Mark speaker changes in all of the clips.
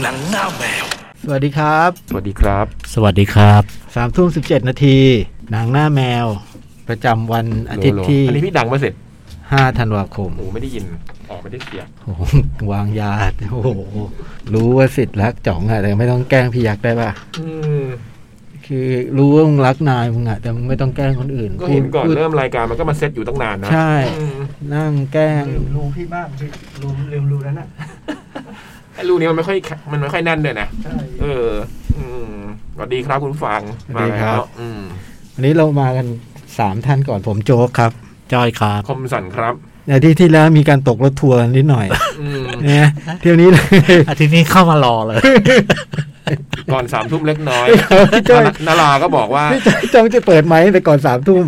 Speaker 1: หนังหน้าแมว
Speaker 2: สวัสดีครับ
Speaker 3: สวัสดีครับ
Speaker 4: สวัสดีครับ
Speaker 2: สามทุ่มสิบเจ็ดนาทีหนังหน้าแมว ประจำวันอาทิตย์ที่
Speaker 3: อันนี้พี่ดังมาเสร็จ
Speaker 2: ห้าธันวาคม
Speaker 3: โอ้ไม่ได้ยินออกไม่ได้เสียง
Speaker 2: โอ้โหวางยา โอ้โห รู้ว่าสิทธิ์รักจ่องอะแต่ไม่ต้องแกล้งพี่ยักษ์ได้ป่ะ
Speaker 3: อืม
Speaker 2: คือรู้ว่ามึงรักนายมึงอะแต่มึงไม่ต้องแกล้งคนอื่น
Speaker 3: ก็เห็นก่อน
Speaker 2: พูด
Speaker 3: เริ่มรายการมันก็มาเซตอยู่ตั้งนานนะ
Speaker 2: ใช่
Speaker 3: อืม
Speaker 2: นั่งแกล้ง
Speaker 5: ลืมรูพี่บ้างพี่ลืมลืมรูนั้นอ่ะ
Speaker 3: ไอ้รูนี้มันไม่ค่อยแขมันไม่ค่อยแน่นเลยนะ
Speaker 5: ใช่
Speaker 3: เออ อืมสวัสดีครับคุณผู้ฟัง
Speaker 2: สวัสดีครับ
Speaker 3: มาแล้วอืม
Speaker 2: วันนี้เรามากันสามท่านก่อนผมโจ๊กครับ
Speaker 4: จอยครับ
Speaker 3: คมสันครับ
Speaker 2: ในที่ที่แล้วมีการตกรถทัวร์นิดห น่อย
Speaker 3: อืม
Speaker 2: เนี่ยเที่ยวนี้เลย
Speaker 4: อาทิตย์นี้เข้ามารอ เลย
Speaker 3: ก่อนสามทุ่มเล็กน้อย
Speaker 2: พี่จ้อย
Speaker 3: นานาราก็บอกว่า
Speaker 2: พี่จ้องจะเปิดไหมค์แต่ก่อนสามทุ่ม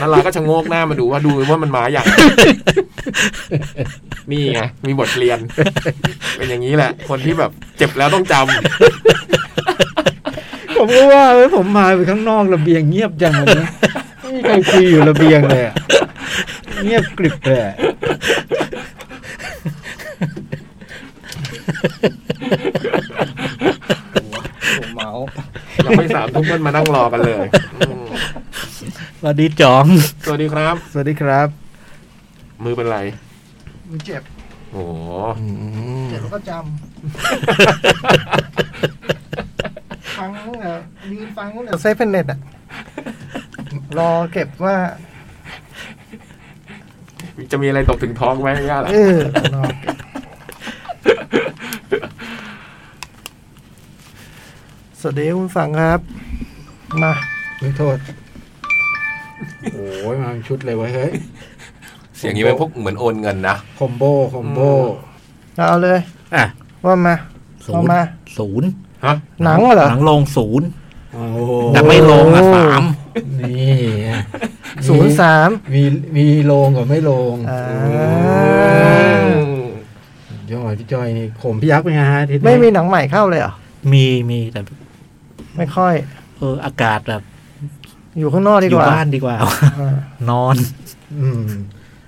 Speaker 3: นาราก็ชะโงกหน้ามาดูว่าดูว่ามันมา อย่าง นี่ไงมีบทเรียน เป็นอย่างนี้แหละ คนที่แบบเจ็บแล้วต้องจำ
Speaker 2: ผมก็ว่าเอ้ยผมมาไปข้างนอกระเบียงเงียบจังวันนี้ไม่มีใครคุยอยู่ระเบียงเลยอะเงียบกริบเลยอะ
Speaker 5: ผมเมาส์
Speaker 3: ยังไม่สามทุ่มเพิ่นมานั่งรอกันเลยอืม
Speaker 4: สวัสดีจ๋อง
Speaker 3: สวัสดีครับ
Speaker 2: สวัสดีครับ
Speaker 3: มือเป็นไร
Speaker 5: มันเจ็บ
Speaker 3: โอ้โห
Speaker 5: เจ็บแล้วก็จำฟังตั้งแต่ยืนฟังตั้งแต่เซฟเน็ตอ่ะ รอเก็บว่า
Speaker 3: จะมีอะไรตกถึงท้องไหมย่าล่ะ
Speaker 5: เออรอเก็บสวัสดีคุณฟังครับ มา
Speaker 2: ไม่โทษโอ้ยมาเป็นชุดเลยเว้ยเฮ้ย
Speaker 3: เสียงนี้เป็นพวกเหมือนโอนเงินนะ
Speaker 2: คอมโบคอมโบ
Speaker 5: เอาเลย
Speaker 4: อ่ะ
Speaker 5: ว่ามา
Speaker 4: ศู
Speaker 5: เอา
Speaker 4: นย์
Speaker 5: มา
Speaker 4: ศูนย์
Speaker 3: ฮะ
Speaker 5: หนังเหรอ
Speaker 4: หนังลงศูนย์
Speaker 2: โอ้
Speaker 4: แต่ไม่ลงอ่ะ
Speaker 5: โอ้
Speaker 4: สาม
Speaker 2: นี่อะ
Speaker 5: ศูนย์สาม
Speaker 2: มีมีโลงกับไม่โลง
Speaker 5: อ่า
Speaker 2: ยอดพี่จอยนี่ข่มพี่ยักษ์เป็นไงฮะอาทิตย์นี้
Speaker 5: ไม่มีหนังใหม่เข้าเลยเหรอ
Speaker 4: มีมีแต่
Speaker 5: ไม่ค่อย
Speaker 4: เอออากาศแบบ
Speaker 5: อยู่ข้างนอกดี
Speaker 4: อก ยู่
Speaker 5: ว่า
Speaker 4: บ้านดีกว่า
Speaker 5: อ่าน
Speaker 4: อน
Speaker 2: อืม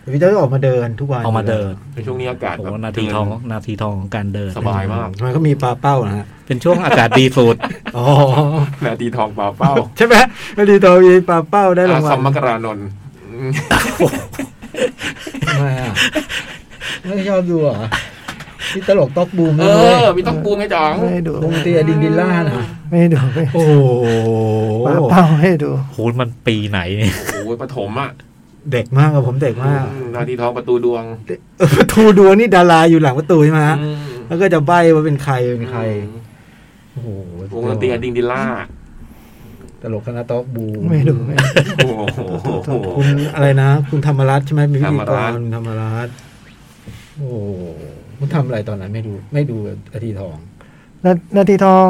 Speaker 2: แต่พี่จอยออกมาเดินทุกวัน
Speaker 4: ออกมาเดิน
Speaker 3: ในช่วงนี้อากาศ
Speaker 4: โอ้
Speaker 3: แบ
Speaker 4: โห
Speaker 3: บ
Speaker 4: นาทีทองนาทีทองของการเดิน
Speaker 3: สบาย มก
Speaker 2: มันก็มีปลาเป้านะฮะ
Speaker 4: เป็นช่วงอากาศดีสุด
Speaker 2: อ๋อ
Speaker 3: นาทีทองเปล่าเป้า
Speaker 2: ใช่ไหมนาทีทองมีปลาเป้าได้ราง
Speaker 3: อา
Speaker 2: วั
Speaker 3: ส
Speaker 2: ล
Speaker 3: มมกรานนท์อืม
Speaker 2: ทำไมอ่ะไม่ชอบดูเหรอที่ตลกต๊อกบูม
Speaker 3: เอ
Speaker 2: ด้วย
Speaker 3: อ มีต้องปูไหมจ๋อง
Speaker 5: ไม่ให้ดู
Speaker 2: วงเตียดินดินล่านะ
Speaker 5: ไม่ให้ดูไม่
Speaker 2: โอ้โห
Speaker 5: ปาเป้าไม่ให้ดู
Speaker 4: โหมันปีไหนเนี่ย
Speaker 3: โอ้ยปฐมอ่ะ
Speaker 2: เด็กมากอะผมเด็กมาก
Speaker 3: อืมนาทีทองประตูดวง
Speaker 2: เออประตูดวงนี่ดาราอยู่หลังประตูใช่ไหมฮะ
Speaker 3: อืม
Speaker 2: แล้วก็จะใบ้ว่าเป็นใครเป็นใครโอ้โห
Speaker 3: วงดนตรีอดิงดิลล่า
Speaker 2: ตลกคณะต๊อกบูม
Speaker 5: ไม่ให้ดูไม่ให้ดู
Speaker 3: โอ้โห
Speaker 2: คุณอะไรนะ คุณธรรมรัตน์ใช่ไหมมีพิธี
Speaker 3: ธรรม
Speaker 2: ก
Speaker 3: รัต
Speaker 2: ร
Speaker 3: น์
Speaker 2: คุณธรรมรัตน์โอ้โหคุณทำอะไรตอนนั้นไม่ดูไม่ดูอาทีทอง
Speaker 5: นานาทีทอง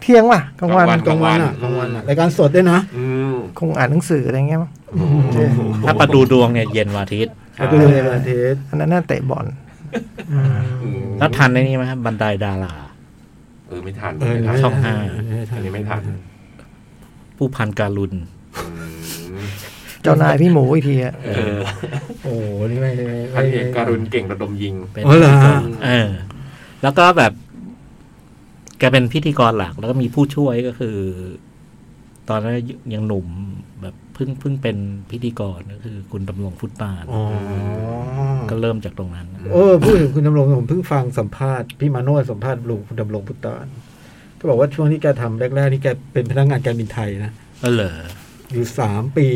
Speaker 5: เที่ยงป่ะกลางวัน
Speaker 3: กลางวัน
Speaker 2: กลางวันอ่ะกลางวันอ่ะรายการสดด้วยนะ
Speaker 3: อืม
Speaker 5: คงอ่านหนังสืออะไรเงี้ยมั้ง
Speaker 3: โอ้โห
Speaker 4: ถ้าประตูดวงเนี่ยเย็นวันอาทิตย์
Speaker 3: ครับ
Speaker 2: ไปดูในประเทศ
Speaker 5: อันนั้นน่าเตะบอล
Speaker 3: อืม
Speaker 4: แล้วทันในนี้ไหมครับบันไดดารา
Speaker 3: เออไม่ทัน
Speaker 2: เออ
Speaker 3: ไม่ทัน
Speaker 4: ช่องห้า
Speaker 3: อันนี้ไม่ทัน
Speaker 4: ผู้พันการุณ
Speaker 3: อืม
Speaker 5: เจ้านายพี่หมูอีกทีอะ
Speaker 3: เออ
Speaker 2: โอ้โหนี่ไม่ไม่ไม่
Speaker 3: พันเอก
Speaker 2: ไม่
Speaker 3: การุณเก่งระดมยิง
Speaker 4: เป็น
Speaker 2: อ๋อเหรอฮะ
Speaker 4: เออ แล้วก็แบบ แกเป็นพิธีกรหลัก แล้วก็มีผู้ช่วยก็คือ ตอนนั้นยังหนุ่มแบบเพิ่งเพิ่งเป็นพิธีกรก็คือ คุณดำรงพุทธปาน
Speaker 2: อ๋อ
Speaker 4: ก็เริ่มจากตรงนั้น
Speaker 2: เออพูดถึงคุณดำรงผมเพิ่งฟังสัมภาษณ์พี่มาโนดสัมภาษณ์ลุงคุณดำรงพุตตานก็บอกว่าช่วงที่แกทำแรกๆนี่แกเป็นพนักงานการบินไทยนะ
Speaker 4: เออเหรอ
Speaker 2: อยู่สามปี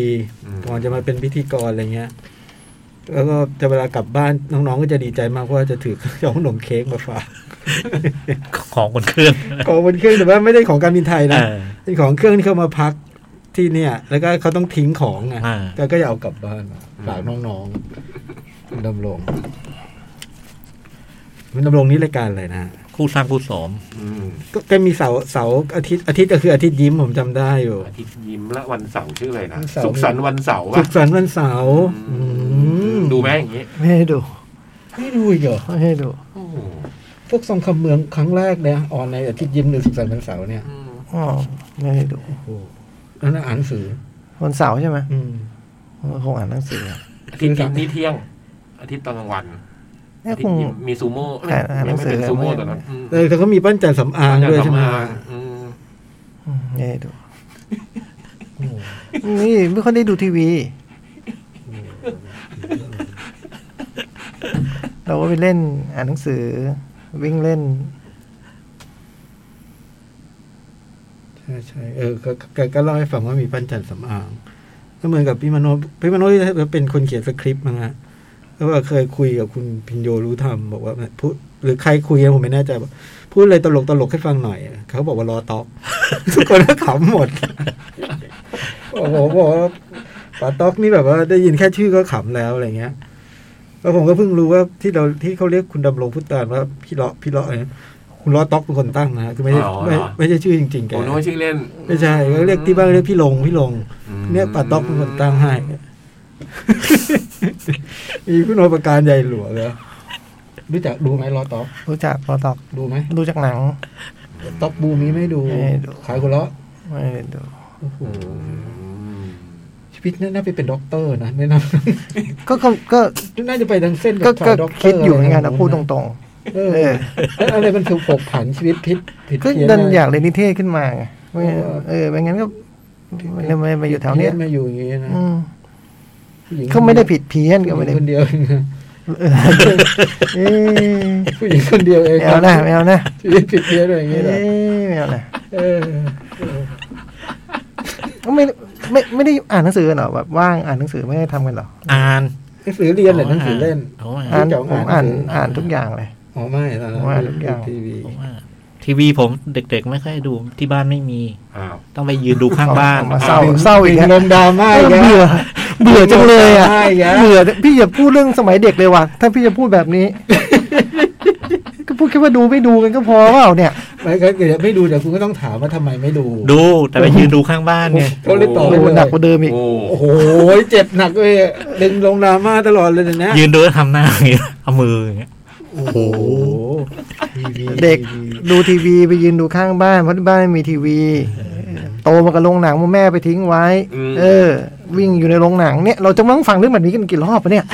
Speaker 3: อืม
Speaker 2: ก่อนจะมาเป็นพิธีกรอะไรเงี้ย แล้วก็จะเวลากลับบ้านน้องๆก็จะดีใจมากเพราะว่าจะถือ ช่องขนมเค้กมาฝาก
Speaker 4: ของบนเครื่อง
Speaker 2: ของบนเครื่องแต่ว่าไม่ได้ของการบินไทย
Speaker 4: เอ
Speaker 2: นะ
Speaker 4: อ
Speaker 2: เป็นของเครื่องที่เขามาพักที่เนี่ย แล้วก็เขาต้องทิ้งของไง
Speaker 4: อ่า
Speaker 2: ก็ก็จะเอากลับบ้านมาฝากน้องๆคุณดำรงคุณดำรงนี่รายการอะไรนะ
Speaker 4: คู่สร้างคู่สม
Speaker 3: อืม
Speaker 2: ก็ก็มีเสาร์เสาร์อาทิตย์อาทิตย์ก็คืออาทิตย์ยิ้มผมจำได้อยู่
Speaker 3: อาทิตย์ยิ้มและวันเสาร์ชื่ออะไรนะ
Speaker 2: วันเสาร์
Speaker 3: สุขสันต์วันเสาร์
Speaker 2: สุ
Speaker 3: อะ
Speaker 2: ขสันต์วันเสาร์อืม
Speaker 3: ดูไหมอย่างนี้
Speaker 5: ไม่ให้ดู
Speaker 2: ไม่ดูอีกเหรอ
Speaker 5: ไม่ให้ดู
Speaker 3: โอ้โห
Speaker 2: พวกทรงคำเมืองครั้งแรกเนี่ยออนในอาทิตย์ยิ้มหรือสุขสันต์วันเสาร์เนี่ย
Speaker 3: อืม
Speaker 5: อ๋อไม่ให้ดู
Speaker 2: โอ้โหอันนั้นอ่านหนังสือ
Speaker 5: วันเสาร์ใช่ไหม
Speaker 2: อืม
Speaker 5: คงอ่านหนังสืออะ
Speaker 3: อาทิตย์ยิ้มนี่เที่ยง อาทิตย์ตอนกลางวัน
Speaker 5: เนี่ยคง
Speaker 3: ที่มีซูโม่
Speaker 5: อ่านอ่านหนั
Speaker 3: ยัง
Speaker 5: ง
Speaker 3: ไม่
Speaker 5: สือ
Speaker 3: เป็นซูโม่ตอนนั้นอืม
Speaker 2: เออแต่ก็มีปั้นจันทร์สำอางด้วยใช่ไหม
Speaker 3: อาจารย์ทำาอืม
Speaker 5: อืมเนี่ยดูนี่ไม่ค่อยได้ดูทีวี เราก็ไปเล่นอ่านหนังสือ วิ่งเล่น
Speaker 2: ใช่ใช่เออก็ก็ก็เล่าให้ฟังว่ามีปั้นจันทร์สำอาง ก็เหมือนกับพี่มโนพี่มโนที่เป็นคนเขียนสคริปต์มั้งฮะแล้วก็เคยคุยกับคุณพินโยรู้ธรรมบอกว่าพูดหรือใครคุยกันผมไม่แน่ใจบอกพูดอะไรตลกตลกๆให้ฟังหน่อยเขาบอกว่ารอตอก ทุกคนก็ขำหมดโอ้โหบอกว่าป๋าตอกนี่แบบว่าได้ยินแค่ชื่อก็ขำแล้วอะไรเงี้ยแล้วผมก็เพิ่งรู้ว่าที่เราที่เขาเรียกคุณดำรงพุทธานว่าพี่เลาะพี่เลาะเนี่ยคุณเลาะตอกเป็นคนตั้งนะฮะคือไม่ใช่ไม่ไม่ใช่ชื่อจริงๆแก
Speaker 3: ผมนึกว่าชื่อเล่น
Speaker 2: ไม่ใช่เขาเรียกที่บ้านเรียกพี่ลงพี่ลง
Speaker 3: อืม
Speaker 2: เนี่ยป่าต๊อกเป็นคนตั้งให้ มีคุณโอปการใหญ่หลวงเลยรู้จักดูไหมรอต๊อก
Speaker 5: รู้จักพอตอก
Speaker 2: ดูไหม
Speaker 5: รู้จักหนัง
Speaker 2: ต๊อกบูมีไม่ดู
Speaker 5: ไม่ดู
Speaker 2: ขายคนละ
Speaker 5: ไม่ได้ดู
Speaker 2: โอ้โห
Speaker 3: อืม
Speaker 2: ชีวิตน่าไปเป็นด็อกเตอร์นะไม่น่า
Speaker 5: ก็ก็ก็
Speaker 2: น่าจะไปทางเส้น
Speaker 5: ก็
Speaker 2: กับ
Speaker 5: ก็
Speaker 2: สายด็อกเตอร์
Speaker 5: คิดอยู่เหมือนกันนะพูดตรง
Speaker 2: ๆเออแล้วอะไรมันถูกผกผันชีวิตพิษผิด
Speaker 5: ๆก็
Speaker 2: เพี้ยน
Speaker 5: ดัน
Speaker 2: ม
Speaker 5: อยากเรียนนิเทศขึ้นมาไงไม่
Speaker 2: เออ
Speaker 5: เออไม่งั้นก็ไม่ไม่มาอยู่แถวเนี้ย
Speaker 2: เพี้นมาอยู่อย่างนี้นะ
Speaker 5: อืม
Speaker 2: ผู้หญิง
Speaker 5: ก็ไม่ได้ผิดเพี้ยนก็ไม่ได้
Speaker 2: คนเดียว เองนะ
Speaker 5: เออเอ๊ะ
Speaker 2: ผู้หญิงคนเดียวเอง
Speaker 5: ไม่เอานะไม่เอานะ
Speaker 2: ชีวิตผิดเพี้ยนอะไรอย่าง
Speaker 5: เอ๊
Speaker 2: นี้เหรอะ
Speaker 5: ไม่เอานะ
Speaker 2: เออ
Speaker 5: ก็ไม่ไม่ไม่ได้อ่านหนังสือกันเหรอแบบว่างอ่านหนังสือไม่ได้ทำกันเหรอ
Speaker 4: อ่าน
Speaker 2: หนังสือเรียนหรือหนังสือเล่น
Speaker 4: อ๋อ
Speaker 5: อ่า
Speaker 4: อ่าน
Speaker 5: นผมอ่านอ่านทุกอย่างเลย
Speaker 2: อ๋อไม่ตอนนั้น
Speaker 5: ว่าทุกอย่าง
Speaker 2: ทีวี
Speaker 4: ผมว่าทีวีผมเด็ก ๆ ไม่ค่อยดูที่บ้านไม่มี
Speaker 3: อ้าว
Speaker 4: ต้องไปยืนดูข้างบ้าน
Speaker 5: เอมาเศร้าเศร้าอีก
Speaker 2: ติด
Speaker 5: แล้ว
Speaker 2: ลมดราม่า
Speaker 5: เอ
Speaker 2: อี
Speaker 5: อก
Speaker 2: แล้ว
Speaker 5: เบื่อเบื่อจังเลยอ่ะ
Speaker 2: ได้อีกแล้ว
Speaker 5: เบื่อพี่อย่าพูดเรื่องสมัยเด็กเลยว่ะถ้าพี่จะพูดแบบนี้ ก็พูดแค่ว่าดูไม่ดูกันก็พอเปล่าเนี่ย
Speaker 2: ไม่ก็เดี๋ยวไม่ดูเดี๋ยวคุณก็ต้องถามว่าทำไมไม่ดู
Speaker 4: ดูแต่ไปยืนดูข้างบ้านไง
Speaker 2: เขาเลยตอบ
Speaker 5: โอ้
Speaker 2: ไม่
Speaker 5: โห
Speaker 2: เลย
Speaker 5: หนักกว่าเดิมอีก
Speaker 3: โอ้
Speaker 2: โอ้โหเจ็บหนักเลยดึงลงดราม่าตลอดเลยเนี่ยนะ
Speaker 4: ยืนดูแล้วทำหน้าอย่างเงี้ยเอามืออย่างเงี้ย
Speaker 2: โอ้โหทีวี
Speaker 5: เด็ก
Speaker 2: ทีวี
Speaker 5: ดูทีวีไปยืนดูข้างบ้านเพราะที่บ้านไม่มีทีวี โตมากับโรงหนังแม่ไปทิ้งไว้
Speaker 3: ม
Speaker 5: เออ วิ่งอยู่ในโรงหนังเนี่ยเราจะมานั่งฟังเรื่องแบบนี้กันกี่รอบวะเนี่ย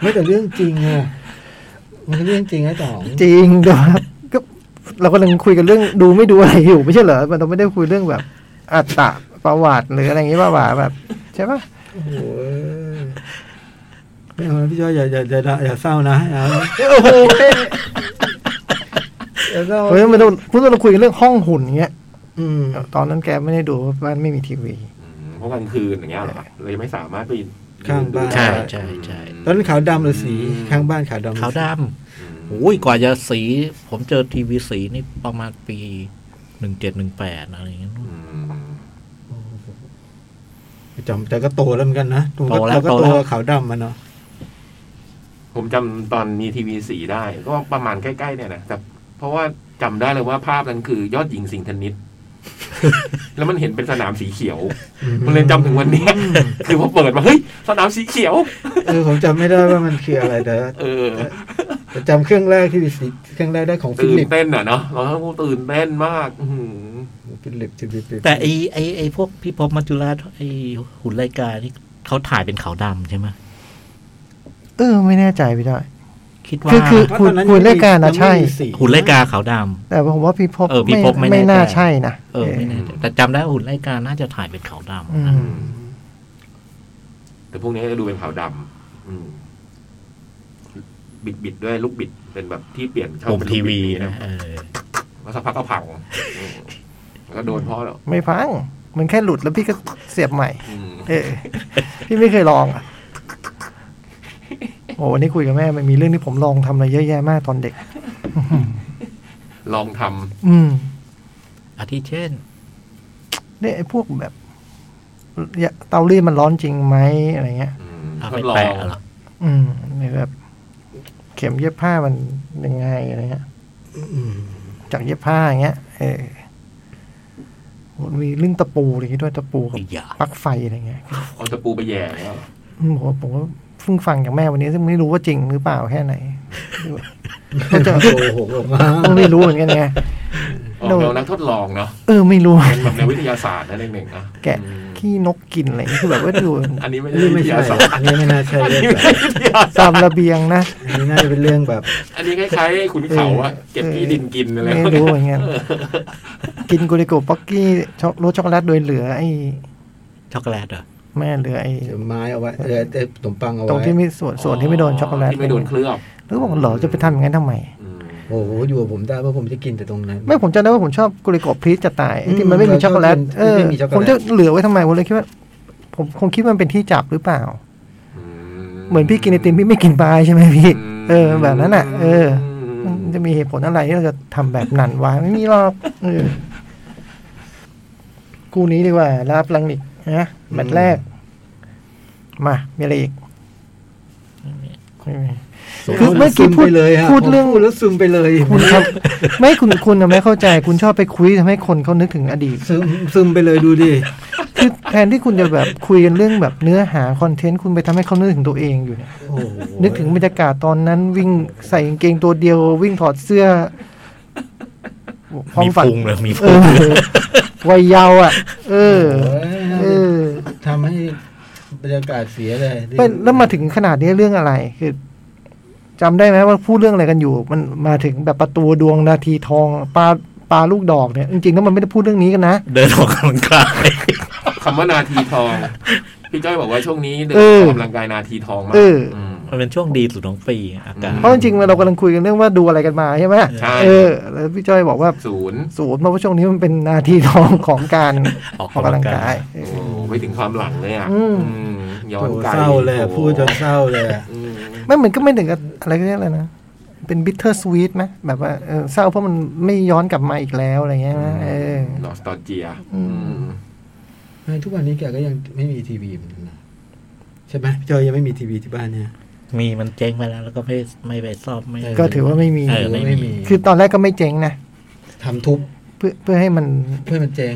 Speaker 2: ไม่แต่เรื่องจริงอะมันเป็นเรื่องจริงนะจ๋อง
Speaker 5: จริงด้วยครับก็เรากำลังคุยกันเรื่องดูไม่ดูอะไรอยู่ไม่ใช่เหรอมันเราไม่ได้คุยเรื่องแบบ อัตตะประวัติหรืออะไรอย่างงี้ป่าวะแบบใช่ปะ
Speaker 2: โอ้โหไม่เอานะพี่จ้อยอย่าอย่าอย่าด่าอย่าเศร้านะอย่า
Speaker 5: โอ้โห
Speaker 2: อย่าเศร้า
Speaker 5: เฮ้ยมันเราพูดว่าเราคุยกันเรื่องห้องหุ่นเงี้ย
Speaker 2: อืม
Speaker 5: ตอนนั้นแกไม่ได้ดูเพราะบ้านไม่มีทีวี
Speaker 3: เพราะกลางคืนอย่างเงี้ยเหรอเลยไม่สามารถไปยื
Speaker 2: ข้างบ้าน
Speaker 4: ใช่
Speaker 3: ได้
Speaker 4: ใช่ใช่
Speaker 2: ตอนนั้นขาวดำหรือสีข้างบ้านขาวดำหรือสี
Speaker 4: ขาวด
Speaker 3: อืม
Speaker 4: ำโอ้ยกว่าจะสี ผมเจอทีวีสีนี่ประมาณปีหนึ่งเจ็ดหนึ่งแปดอะไรอย่างเงี้ย
Speaker 3: อืม
Speaker 2: จำแต่ก็โตแล้วเหมือนกันนะผมก็
Speaker 4: โตแล้
Speaker 2: เรา
Speaker 4: ว
Speaker 2: ก็
Speaker 4: โต
Speaker 2: โต
Speaker 4: แล้ว
Speaker 2: กับขาวดำมันเนาะ
Speaker 3: ผมจำตอนมีทีวีสีได้ ก็ประมาณใกล้ๆเนี่ยนะแต่เพราะว่าจำได้เลยว่าภาพนั้นคือยอดหญิงสิงห์ธนิต แล้วมันเห็นเป็นสนามสีเขียว มันเลยจำถึงวันเนี้ย คือพอเปิดมาเฮ้ยสนามสีเขียว
Speaker 2: เออผมจำไม่ได้ว่ามันคืออะไรแต่
Speaker 3: เออ
Speaker 2: แต่จำเครื่องแรกที่มีสีเครื่องแรกได้ของฟิ
Speaker 3: ตื่น
Speaker 2: ลิป
Speaker 3: เต้นอ่ะเนาะเราต้องตื่นเต้นมากอื้อหือ
Speaker 2: ฟิลิปฟิลิป
Speaker 4: แต่ไอไอไอพวกพี่พบมัจจุราชไอหุ่นรายการนี่เขาถ่ายเป็นขาวดำใช่ไหม
Speaker 5: เออไม่แน่ใจพี่จ้อย
Speaker 4: คิดว่า
Speaker 5: คือคือ
Speaker 2: เพราะตอนนั้น
Speaker 5: คุณเลขการนะ
Speaker 2: ยังไม่มี
Speaker 5: ใช่
Speaker 2: สี
Speaker 4: หุ่นรายการขาวด
Speaker 5: แต่ผมว่าพี่พบ
Speaker 4: เออพี่พบไม่
Speaker 5: ไม่
Speaker 4: แน่ใจ
Speaker 5: น่าใช่นะ
Speaker 4: ำเออไม่แน่ใจแต่จำได้ว่าหุ่นรายการน่าจะถ่ายเป็นขาวดำ
Speaker 5: อื
Speaker 4: นะ
Speaker 5: ม
Speaker 3: แต่พวกนี้ก็ดูเป็นขาวดำอืมบิดบิดๆด้วยลูกบิดเป็นแบบที่เปลี่ยนช่อง
Speaker 4: ผม
Speaker 3: เป็น
Speaker 4: ที
Speaker 3: ลูกบิ
Speaker 4: วี
Speaker 3: ด
Speaker 4: นะเออ
Speaker 3: แล้วสักพักก็พังอืมแล้วก็โดนพ่อแล้ว
Speaker 5: ไม่พังมันแค่หลุดแล้วพี่ก็เสียบใหม่
Speaker 3: อืม
Speaker 5: เออ พี่ไม่เคยลองอ่ะโอ้วันนี้คุยกับแม่มันมีเรื่องที่ผมลองทำอะไรเยอะแยะมากตอนเด็ก
Speaker 3: ลองทำ
Speaker 5: อืม
Speaker 4: อาทิเช่น
Speaker 5: เนี่ยไอ้พวกแบบเตารีดมันร้อนจริงไหมอะไรเงี้ย
Speaker 3: อืม
Speaker 4: เอา
Speaker 3: ท
Speaker 4: ไป
Speaker 3: ดลอ
Speaker 4: แปะ
Speaker 3: ง
Speaker 4: เหรอ
Speaker 5: อืมหรือแบบเข็มเย็บผ้ามันยังไงอะไรเงี้ย
Speaker 2: อืม
Speaker 5: จากเย็บผ้าอย่างเงี้ยเออมันมีเรื่องตะปูอะไรอย่างงี้ด้วยตะปูกับ
Speaker 4: อีกอย่า
Speaker 5: ปลั๊กไฟอะไรเงี้ย
Speaker 3: เอาตะปูไปแย่อย่างเงี้ยเหรอ
Speaker 5: อืมผมว่าผมก็เพิ่งฟังจากแม่วันนี้ซึ่งไม่รู้ว่าจริงหรือเปล่าแค่ไหนก็จะ
Speaker 2: โกหกออกมา
Speaker 5: ต้องได้รู้เหมือนกันไง
Speaker 3: ออกแนวนักทดลองเนาะ
Speaker 5: เออไม่รู้
Speaker 3: เป็นแบบในววิทยาศาสตร์นั่นเองนะ
Speaker 5: แกะ
Speaker 3: อืม
Speaker 5: ขี้นกกินอะไรอย่างเงี้ยคือแบบว่าดู
Speaker 3: อันนี้ไม่
Speaker 2: อันนี้ไม่
Speaker 3: ใช่
Speaker 2: ใช่
Speaker 3: วิทยาศาสตร์
Speaker 2: อันนี้ไม่น่าใช่
Speaker 3: อัน
Speaker 2: เรื่อง
Speaker 3: นี้
Speaker 2: แบบ
Speaker 3: ไม่ใช่วิทยาศาสตร์
Speaker 5: ตามระเบียงนะ
Speaker 2: อันนี้น่าจะเป็นเรื่องแบบ
Speaker 3: อันนี้คล้ายๆขุนเขาอะเก็บที่ดินกินอะไร
Speaker 5: ไม่รู้เหมือนกันกินกูริโกะป๊อกกี้ช็อกโรสช็อกโกแลตโดยเหลือไอ้
Speaker 4: ช็อกโกแลตเหรอ
Speaker 5: แม่เหลือไอ้
Speaker 2: เดี๋ยวไม้เอาไว้เออเออขนมปังเอา
Speaker 5: ตรง
Speaker 2: ไว้
Speaker 5: ที่มีส่วนส่วนที่ไม่โดนช็อกโกแลต
Speaker 3: ที่ไม่โดนเคลือบ
Speaker 5: แล้วบอกเหรอจะไปทำอย่างนั้นทำไม
Speaker 3: อืม
Speaker 2: โอ้โห อยู่กับผมได้เพราะผมจะกินแต่ตรงนั้น
Speaker 5: ไม่ผมจำได้ว่าผมชอบกุลิโกะพรีสจะตายไอ้ที่
Speaker 2: อืม
Speaker 5: มันไม่มีช็อกโกแลต
Speaker 2: เราชอบกิน
Speaker 5: เออ
Speaker 2: ที่ไม่มีช็อกโกแลต
Speaker 5: ผมจะเหลือไว้ทำไมผมเลยคิดว่า ผมคงคิดว่ามันเป็นที่จับหรือเปล่า
Speaker 3: อื
Speaker 5: เหมือนพี่กินไอติมพี่ไม่กินปลายใช่ไหมพี่ เออ แบบนั้นอ่ะ เออ
Speaker 3: อืม
Speaker 5: มันจะมีเหตุผลอะไรที่เราจะทำแบบนั้นวะไม่มีหรอกเออคู่นี้ดีกว่าลาบลังนิกนะแมตช์แรก มามีอะไรอีกไม่มี คือเมื่อกี้พูด
Speaker 2: ซึไปเลยฮะ
Speaker 5: พูดเรื่อง
Speaker 2: ผมพูดแล้วซึมไปเลย
Speaker 5: คุณครับ ไม่คุณคุณน่ะไม่เข้าใจ คุณชอบไปคุยทำให้คนเขานึกถึงอดีต
Speaker 2: ซึมซึมไปเลยดูดิ
Speaker 5: คือแทนที่คุณจะแบบคุยกันเรื่องแบบเนื้อหาคอนเทนต์คุณไปทำให้เขานึกถึงตัวเองอยู่เนี่ย
Speaker 2: โอ้โห
Speaker 5: นึกถึงบรรยากาศตอนนั้นวิ่งใส่กางเกงตัวเดียว วิ่งถอดเสื้อ
Speaker 4: มีพุงเลยมี
Speaker 5: เอ
Speaker 4: พุง
Speaker 5: อวัยเยาว์อ่ะ เออ
Speaker 2: โ
Speaker 5: เอ
Speaker 2: โห
Speaker 5: อ
Speaker 2: ทำให้บรรยากาศเสียเลย
Speaker 5: เป็นแล้วมาถึงขนาดนี้เรื่องอะไร คือจำได้ไหมว่าพูดเรื่องอะไรกันอยู่ มันมาถึงแบบประตูดวงนาทีทองปลาปลาลูกดอกเนี่ยจริงๆแล้วมันไม่ได้พูดเรื่องนี้กันนะ
Speaker 4: เดินออกกำลังกาย
Speaker 3: คำว่านาทีทอง พี่จ้อยบอกว่าช่วงนี้เดิน
Speaker 5: เอ
Speaker 3: อ
Speaker 5: อ
Speaker 3: อกกำลังกายนาทีทองมาก
Speaker 5: เออ
Speaker 3: ม
Speaker 4: มันเป็นช่วงดีสุดของปีอากาศ
Speaker 5: เพราะจริงๆเรากำลังคุยกันเรื่องว่าดูอะไรกันมาใช่ไหม
Speaker 3: ใช่
Speaker 5: เออแล้วพี่จ้อยบอกว่า
Speaker 3: ศูนย์
Speaker 5: ศูนย์เพราะว่าช่วงนี้มันเป็นนาทีทองของการ
Speaker 4: ออกกำลังกาย
Speaker 5: เอ
Speaker 3: โอ้
Speaker 5: อ
Speaker 3: โหไปถึงความหลังเลยอ่ะ
Speaker 5: อืม
Speaker 3: อืมย้อ
Speaker 2: โอ้
Speaker 3: น
Speaker 2: โห
Speaker 3: ไกล
Speaker 2: เศร้าเลยอะ
Speaker 3: โอ้โห
Speaker 2: พูดจนเศร้าเลยอะ
Speaker 3: อืม
Speaker 5: ไม่เหมือนก็ไม่ถึงกับอะไรก็ได้เลยกอะไรนะ เป็นบิทเทอร์สวีทไหมแบบว่าเออเศร้าเพราะมันไม่ย้อนกลับมาอีกแล้วอะไรเงี้ยนะเออ
Speaker 3: นอสตอเจีย
Speaker 5: อืม
Speaker 3: อืม
Speaker 2: เฮ้ยทุกวันนี้แกก็ยังไม่มีทีวีเหมือนกันนะใช่ไหมพี่จอยยังไม่มีทีวีที่บ้านเนี่ย
Speaker 4: มีมันเจ๊งไปแล้ว แล้วก็ไม่ไม่ไปซ่อมไม่
Speaker 2: เออ
Speaker 5: ก็ถือว่าไม่มี
Speaker 4: เออ ไม่มี
Speaker 5: คือตอนแรกก็ไม่เจ๊งนะ
Speaker 2: ทำทุบ
Speaker 5: เพื่อเพื่อให้มัน
Speaker 2: เพื่อมันเจ๊ง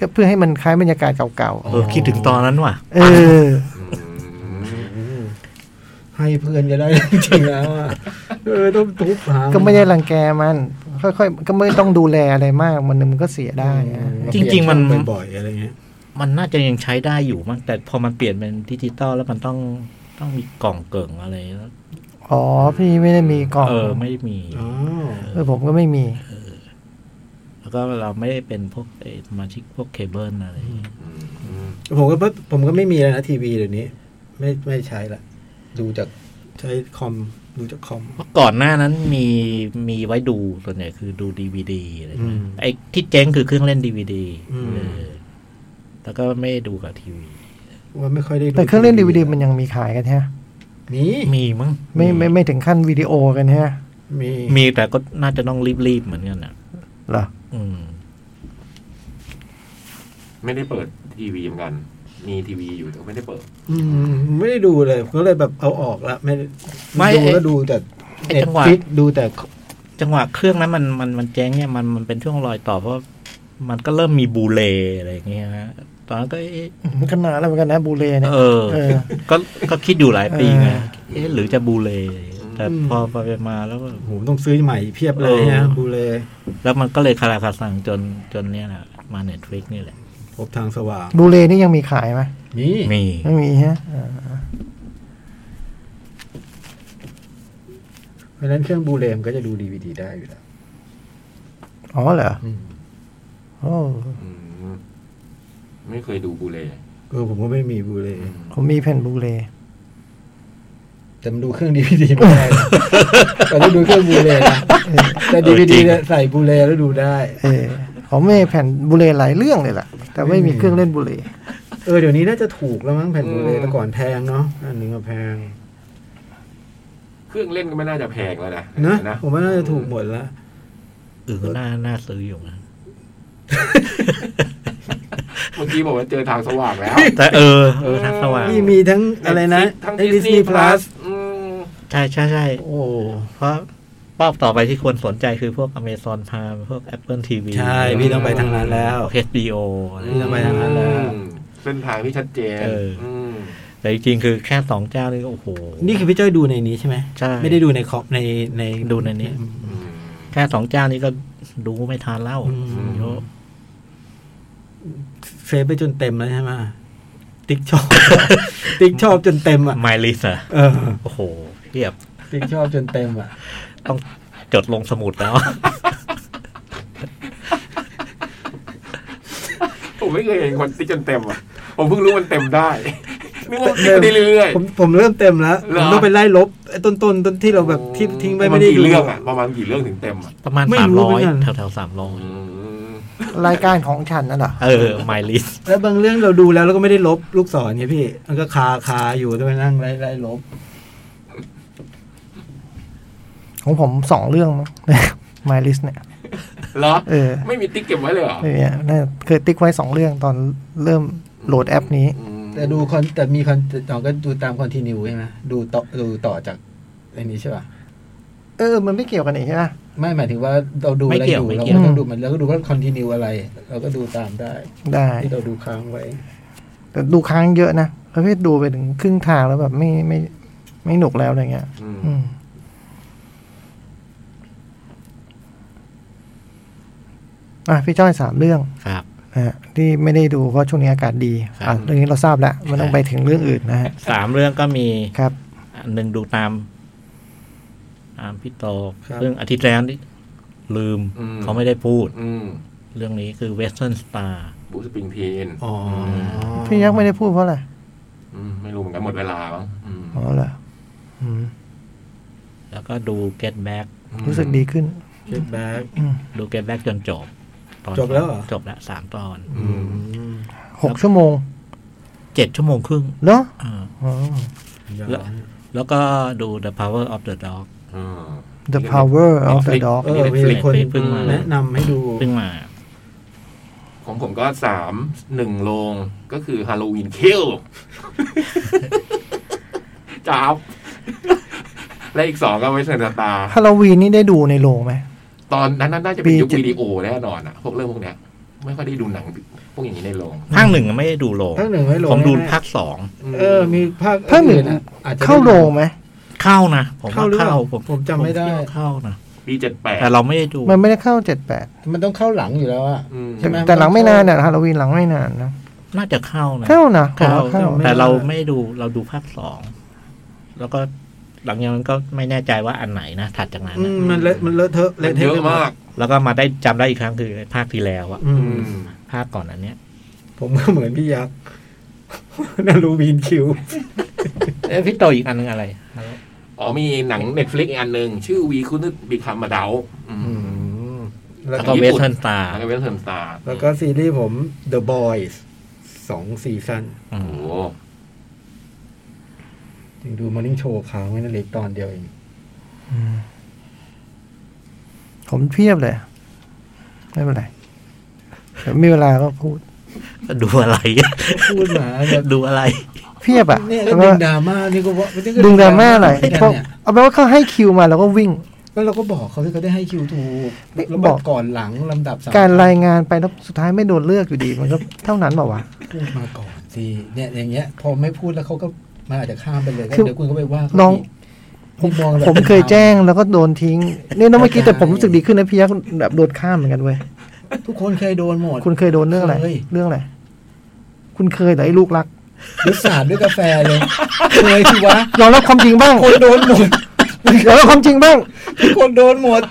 Speaker 5: ก็เพื่อให้มันคล้ายบรรยากาศเก่า
Speaker 4: เออคิดถึงตอนนั้นว่ะ
Speaker 5: ๆ เออ
Speaker 2: ให้เพื่อนก็ได้จริงๆแล้วอะเออต้องทุบหา
Speaker 5: ก็ไม่ได้รังแกมัน ค่อยๆ ก็ไม่ต้องดูแลอะไรมากมันมันก็เสียได้นะ
Speaker 4: จริงๆมัน
Speaker 2: เปลี่ยช่อบ่อยๆอะไรเงี้ย
Speaker 4: มันน่าจะยังใช้ได้อยู่มั้งแต่พอมันเปลี่ยนเป็นดิจิตอลแล้วมันต้องต้องมีกล่องเกิ่งอะไรแล้ว
Speaker 5: อ๋อพี่ไม่ได้มีกล่อง
Speaker 4: เออไม่มี
Speaker 2: อ๋อ
Speaker 5: เออผมก็ไม่มี
Speaker 4: แล้วก็เราไม่ได้เป็นพวกเอ่อสมาชิกพวกเคเบิลอะไร
Speaker 2: ผมก็ผมก็ไม่มีแล้วนะทีวีเดี๋ยวนี้ ไม่ไม่ใช้ละดูจากใช้คอมดูจากคอม
Speaker 4: เมื่อก่อนหน้านั้นมีมีไว้ดูส่วนใหญ่คือดูดีวดีอะไร
Speaker 2: อื
Speaker 4: เงี้ย
Speaker 2: ม
Speaker 4: ไอ้ที่เจ๊งคือเครื่องเล่นดีวดี
Speaker 2: อืม
Speaker 4: แล้วก็ไม่ได้ดูกับทีวี
Speaker 2: ว่าไม่ค่อยได้ดู
Speaker 5: แต่เครื่องเล่นดีวดีมันยังมีขายกันใช่ไหม
Speaker 2: มี
Speaker 4: มีมั้ง
Speaker 5: ไม่ไม่ไม่ถึงขั้นวิดีโอกันฮะ
Speaker 2: มี
Speaker 4: มีแต่ก็น่าจะต้องรีบๆเหมือนกันอ่ะ
Speaker 5: เหรอ
Speaker 4: อืม
Speaker 3: ไม่ได้เปิดทีวีเหมือนกัน มีทีวีอยู่แต่ไม่ได้เปิด
Speaker 2: อืมไม่ได้ดูเลยก็เลยแบบเอาออกละไม่ได้
Speaker 4: ไม่
Speaker 2: ดู
Speaker 4: ไอ้
Speaker 2: ก็ดูแต่
Speaker 4: ไอ้
Speaker 2: เน็ต
Speaker 4: จังหวะ
Speaker 2: ฟิกดูแต่
Speaker 4: จังหวะเครื่องนั้นมันมันมันเจ๊งเนี่ยมันมันเป็นช่วงรอยต่อเพราะมันก็เริ่มมีบูเลอะไรอย่างเงี้ยฮะตอนนั้นก็เอ๊ะ
Speaker 5: มันก็นานแล้วเหมือนกันนะบูเรเนี่ย
Speaker 4: เออ
Speaker 5: เออ
Speaker 4: ก็ก็คิดอยู่หลายปีไง
Speaker 5: เออ
Speaker 4: เอ๊ะหรือจะบูเลแต่พอไปมาแล้วก็
Speaker 2: โหต้องซื้อใหม่เพียบเลย
Speaker 4: เอ
Speaker 2: ฮะ
Speaker 4: อ
Speaker 2: ดูเลย
Speaker 4: แล้วมันก็เลยคาราคาซังจนจนเนี่ยแหละมาเน็ตฟลิกนี่แหละ
Speaker 2: พบทางสว่าง
Speaker 5: บูเรนี่ยังมีขายไหม
Speaker 2: มี
Speaker 4: มี
Speaker 5: ไม่มีฮะอ่า
Speaker 2: เพราะฉะนั้นเครื่องบูเลมนก็จะดูดีวดีได้อยู่แล้ว
Speaker 5: อ๋อเหรอ
Speaker 2: อืม
Speaker 5: โอ้
Speaker 3: อืมไม่เคยดูบูเล
Speaker 2: เออผมก็ไม่มีบูเลย
Speaker 5: ผมมีแผ่นบูเร
Speaker 2: แต่มันดูเครื่องดีพีดีไม่ได้ แต่ได้ดูเครื่องบูเลยนะแต่ดีพีดียใส่บูเลยแล้วดูได้
Speaker 5: เออผมมีแผ่นบูเรหลายเรื่องเลยล่ะ แต่ไม่มีเครื่องเล่นบูเร
Speaker 2: เออเดี๋ยวนี้น่าจะถูกแล้วมั้งแผ่นบูเลยแต่ก่อนแพงเนาะอันหนึงก็แพง
Speaker 3: เครื่องเล่นก็ไม่น่าจะแพงแล้วนะ
Speaker 2: นะผมว่าน่าจะถูกหมดละ
Speaker 4: เออน่าน่าซื้ออยู่นะ
Speaker 3: เมื่อกี้บอกว่าเจอทางสว่างแล้ว
Speaker 4: แต่เออเออทักสว่าง
Speaker 2: นี่มีทั้ง อะไรนะ
Speaker 3: ทั้ง
Speaker 2: ทั้ง
Speaker 3: ดิ
Speaker 2: ดิ
Speaker 3: ส
Speaker 2: ส
Speaker 3: นี
Speaker 2: นี
Speaker 3: ย์
Speaker 2: ย์
Speaker 3: พ
Speaker 2: พ
Speaker 3: ลั
Speaker 2: ลั
Speaker 3: ส
Speaker 2: ส
Speaker 4: ใช่ใช่ใช่
Speaker 2: โอ้
Speaker 4: เพราะเป้าต่อไปที่ควรสนใจคือพวก Amazon Prime พวก Apple TV
Speaker 2: ใช่พี่ต้องไปทางนั้นแล้ว
Speaker 4: HBO อะไร
Speaker 2: จะไปทางนั้นแล้ว
Speaker 3: เส้นทางที่ชัดเจน
Speaker 4: เอออื
Speaker 3: ม
Speaker 4: แต่จริงๆคือแค่สองเจ้านี่ก็โอ้โห
Speaker 2: นี่คือพี่จ้อยดูในนี้ใช่ไหม
Speaker 4: ใช่
Speaker 2: ไม่ได้ดูในคอมในใน
Speaker 4: ดูในนี้
Speaker 3: อืม
Speaker 4: แค่สองเจ้านี้ก็ดูไม่ทานเล่า
Speaker 2: อืม
Speaker 4: เยอะ
Speaker 2: เซฟไปจนเต็มแล้วใช่ไหมติ๊กชอบ ติ๊กชอบจนเต็มอ่ะ
Speaker 4: ไมลิสอะ
Speaker 2: เออ
Speaker 4: โอ้โหเทียบ
Speaker 2: ติ๊กชอบจนเต็มอ่ะ
Speaker 4: ต้องจดลงสมุดแล้ว
Speaker 3: ผมไม่เคยเห็นคนติ๊กจนเต็มอ่ะ ผมเพิ่งรู้มันเต็มได้นึกว่าติ๊ก
Speaker 2: เต็
Speaker 3: ไป
Speaker 2: ม
Speaker 3: เรื่อย
Speaker 2: ผมผมเริ่มเต็มแล้ว
Speaker 3: เหร
Speaker 2: ผ
Speaker 3: อ
Speaker 2: มต้องไปไล่ลบไอ้ต้นต้นต้นที่เราแบบที่ทิ้งไปไม่ได้
Speaker 3: ประาณ
Speaker 2: ดู
Speaker 3: กี่เรื่องอ่ะประมาณกี่เรื่องถึงเต็มอ่ะ
Speaker 4: ประมาณ
Speaker 2: ไม่
Speaker 4: สาม
Speaker 2: รู้
Speaker 4: ร้
Speaker 2: เหมื
Speaker 4: อ
Speaker 2: อย นกัน
Speaker 4: แถวแถวสามร้อย
Speaker 3: อืม
Speaker 5: รายการของฉันนั่นเหรอ
Speaker 4: เออไมลิส
Speaker 2: แล้วบางเรื่องเราดูแล้วเราก็ไม่ได้ลบลูกศรไงพี่ มันก็คาคาอยู่ต้องไปนั่งไล่ไล่ลบ
Speaker 5: ของผมสองเรื่อง มั้ง My List เนี่ย
Speaker 3: เหรอ
Speaker 5: เออ
Speaker 3: ไม่มีติ๊กเก็บไว้เลยเหรอ
Speaker 5: เนี่ยน่าเคยติ๊กไว้สองเรื่องตอนเริ่มโหลดแอปนี้
Speaker 3: อืม
Speaker 2: แต่ดูคอนแต่มีคอนเราก็ดูตามคอนติเนียใช่ไหมดูต่อดูต่อจากไอ้นี้ใช่ป่ะ
Speaker 5: เออ มันไม่เกี่ยวกันอีกใช่ไหม
Speaker 2: ไม่หมายถึงว่าเราดูอะไรอยู่เราก็ต้องดูมันแล้วก็ดูว่าคอนติเนียอะไร เราก็ดูตามได้
Speaker 5: ได้
Speaker 2: ที่เราดูค้างไว้
Speaker 5: แต่ดูค้างเยอะนะประเภทดูไปถึงครึ่งทางแล้วแบบไม่ไม่ไม่หนุกแล้วอะไรเงี้ย
Speaker 3: อืม
Speaker 5: อืม อ่ะ พี่จ้อยสามเรื่อง
Speaker 4: ครับ
Speaker 5: นะฮะที่ไม่ได้ดูเพราะช่วงนี้อากาศดี
Speaker 4: ครั
Speaker 5: อ่ะ
Speaker 4: บ
Speaker 5: เรื่องนี้เราทราบแล้ว มันต้องไปถึงเรื่องอื่นนะฮะ
Speaker 4: สามเรื่องก็มี
Speaker 5: ครับ
Speaker 4: อันหนึ่งดูตามตามพี่โต
Speaker 2: ครับ
Speaker 4: เรื่องอาทิตย์แล้วนี่ลืมเขาไม่ได้พูด
Speaker 3: อืม
Speaker 4: เรื่องนี้คือ Western Star
Speaker 3: บูสปริงเพน
Speaker 2: อ๋อ
Speaker 5: พี่ยักษ์ไม่ได้พูดเพราะอะไร
Speaker 3: มไม่รู้เหมือนกันหมดเวลาบ้างอืม
Speaker 5: อ๋อเหรออืม
Speaker 4: แล้วก็ดู Get Back
Speaker 5: รู้สึกดีขึ้น
Speaker 2: เช็คแบ็ก
Speaker 5: อืม
Speaker 4: ดู Get Back จนจบตอน
Speaker 2: จบแล้วเหรอ
Speaker 4: จบแล้วสามตอน
Speaker 3: อืม
Speaker 5: หกชั่วโมง
Speaker 4: เจ็ดชั่วโมงครึ่ง
Speaker 5: เหรอ
Speaker 4: อ่า
Speaker 5: อ๋อ
Speaker 4: แล้วก็ดู The Power of the Dog
Speaker 3: อืม
Speaker 5: The Power of the Dog
Speaker 2: เออมีคนแนะนำให้ดู
Speaker 4: เพิ่งมา
Speaker 3: ของผมก็สามหนึ่งโลงก็คือฮาโลวีนคิล จ้าบและอีกสองก็ไว้เซนตา
Speaker 5: ฮาโลวีนนี่ได้ดูในโรงไหม
Speaker 3: ตอนนั้นน่าจะเป็น
Speaker 5: ปี
Speaker 3: ยุค
Speaker 5: เจ็ด
Speaker 3: วิดีโอแน่นอนอะพวกเรื่องพวกเนี้ย ไม่ค่อยได้ดูหนัง พวกอย่างนี้ในโรง
Speaker 4: ภาคหนึ่งไม่ได้ดูโรง
Speaker 2: ภาคหนึ่งไว้ลง
Speaker 4: ผมดูภาคสอง
Speaker 2: เออ มีภาค
Speaker 5: ภาคหนึ่งเข้าโรงไหม
Speaker 4: เข้านะ ผมว่
Speaker 2: เข้าหรือ
Speaker 4: เข้า
Speaker 2: ผมผมจำไม่ได้
Speaker 4: ผคิว่าเข้านะ
Speaker 3: ปีเจ็ดแปด
Speaker 4: แต่เราไม่ได้ดู
Speaker 5: มันไม่ได้เข้าเจ็ดแปด
Speaker 2: มันต้องเข้าหลังอยู่แล้วอะ ใช่ไหม
Speaker 5: แต่หลังไม่นานเนี่ยฮาโลวีนหลังไม่นานนะ
Speaker 4: น่าจะเข้านะ
Speaker 5: เข้านะผม
Speaker 4: เข้า
Speaker 5: ว่าเข้า
Speaker 4: แต่เราไม่ได้ดูเราดูภาคสองแล้วก็หลังจากนั้นก็ไม่แน่ใจว่าอันไหนนะถัดจากนั้น
Speaker 2: อื
Speaker 4: นะ
Speaker 2: มมันเลอะมันเลอะเทอะ
Speaker 3: มั
Speaker 2: เละ
Speaker 3: น
Speaker 2: เทะ
Speaker 3: เยอะมาก
Speaker 4: แล้วก็มาได้จำได้อีกครั้งคือภาคที่แล้วอะ
Speaker 2: อื
Speaker 3: อื
Speaker 2: ม
Speaker 3: ม
Speaker 4: ภาคก่อนอันเนี้ย
Speaker 2: ผมก็เหมือนพี่ยักษ์ นารูบีนคิว
Speaker 4: เอ้ยพี่โตอีกอันหนึงอะไร
Speaker 3: อ๋อมีหนังเน็ตฟลิกอีกอันหนึ่งชื่อวีคุณบิคัมมาดาว
Speaker 2: แล้ว
Speaker 4: แล้ว
Speaker 2: ก็
Speaker 4: ก็เวสเทิร์นตา
Speaker 3: แล้วก็เวนเทิร์นสตาร์
Speaker 2: แล้วก็ซีรีส์ผม The Boys สองซีซั่น
Speaker 3: โอ้โห
Speaker 2: ถึงดู Morning Show ค้างไว้นั่นเล็กตอนเดียวเอง
Speaker 5: อืมผมเพียบเลย ไม่เป็นไรเดี๋ยวมีเวลาก็พูด
Speaker 4: ดูอะไร
Speaker 2: พูดมาแบบ
Speaker 4: ดูอะไร
Speaker 5: เพียบอ่ะ
Speaker 2: เนี่ยก็
Speaker 5: แต่
Speaker 2: ดึ
Speaker 5: ว่าง
Speaker 2: ดราม่านี่ก็ว่านี่ก็
Speaker 5: ดึงดราม่าอะไร
Speaker 2: เหมืนกัน
Speaker 5: เพราะ
Speaker 2: เนี่ย
Speaker 5: เอาแปลว่าเขาให้คิวมาแล้วก็วิ่ง
Speaker 2: แล้วเราก็บอกเขาที่เขาได้ให้คิวถูก
Speaker 5: นี่
Speaker 2: แล้ว
Speaker 5: บบ อ
Speaker 2: อก กก่อนหลังลำดับสาม
Speaker 5: การรายงานไปแล้วสุดท้ายไม่โดนเลือกอยู่ดี มันก็เท่านั้นเปล่าวะ
Speaker 2: พูดมาก่อนสิเนี่ยอย่างเงี้ย พอไม่พูดแล้วเขาก็มันอาจจะข้ามไปเลยก็
Speaker 5: คือ
Speaker 2: เดี๋ยวคุณก็ไปว่าเขา
Speaker 5: น้อง
Speaker 2: อีกนี่มองแบบ
Speaker 5: ผมเคยแจ้งแล้วก็โดนทิ้งเนี่ยนะเมื่อกี้
Speaker 2: เข้าใจ
Speaker 5: แต่ผมรู้สึกดีขึ้นนะพี่ยักษ์แบบโดนข้ามเหมือนกันเว้ย
Speaker 2: ทุกคนเคยโดนหมด
Speaker 5: คุณเคยโดนเรื่องอะไร
Speaker 2: เคย
Speaker 5: เรื่องอะไรคุณเคยเหรอไอ้ลูกรัก
Speaker 2: หรือสาดด้วยกาแฟ เลยเคยสิวะ
Speaker 5: ยอมรับความจริงบ้าง
Speaker 2: คนโดนหมด
Speaker 5: ยอมรับความจริงบ้าง
Speaker 2: ทุกคนโดนหมด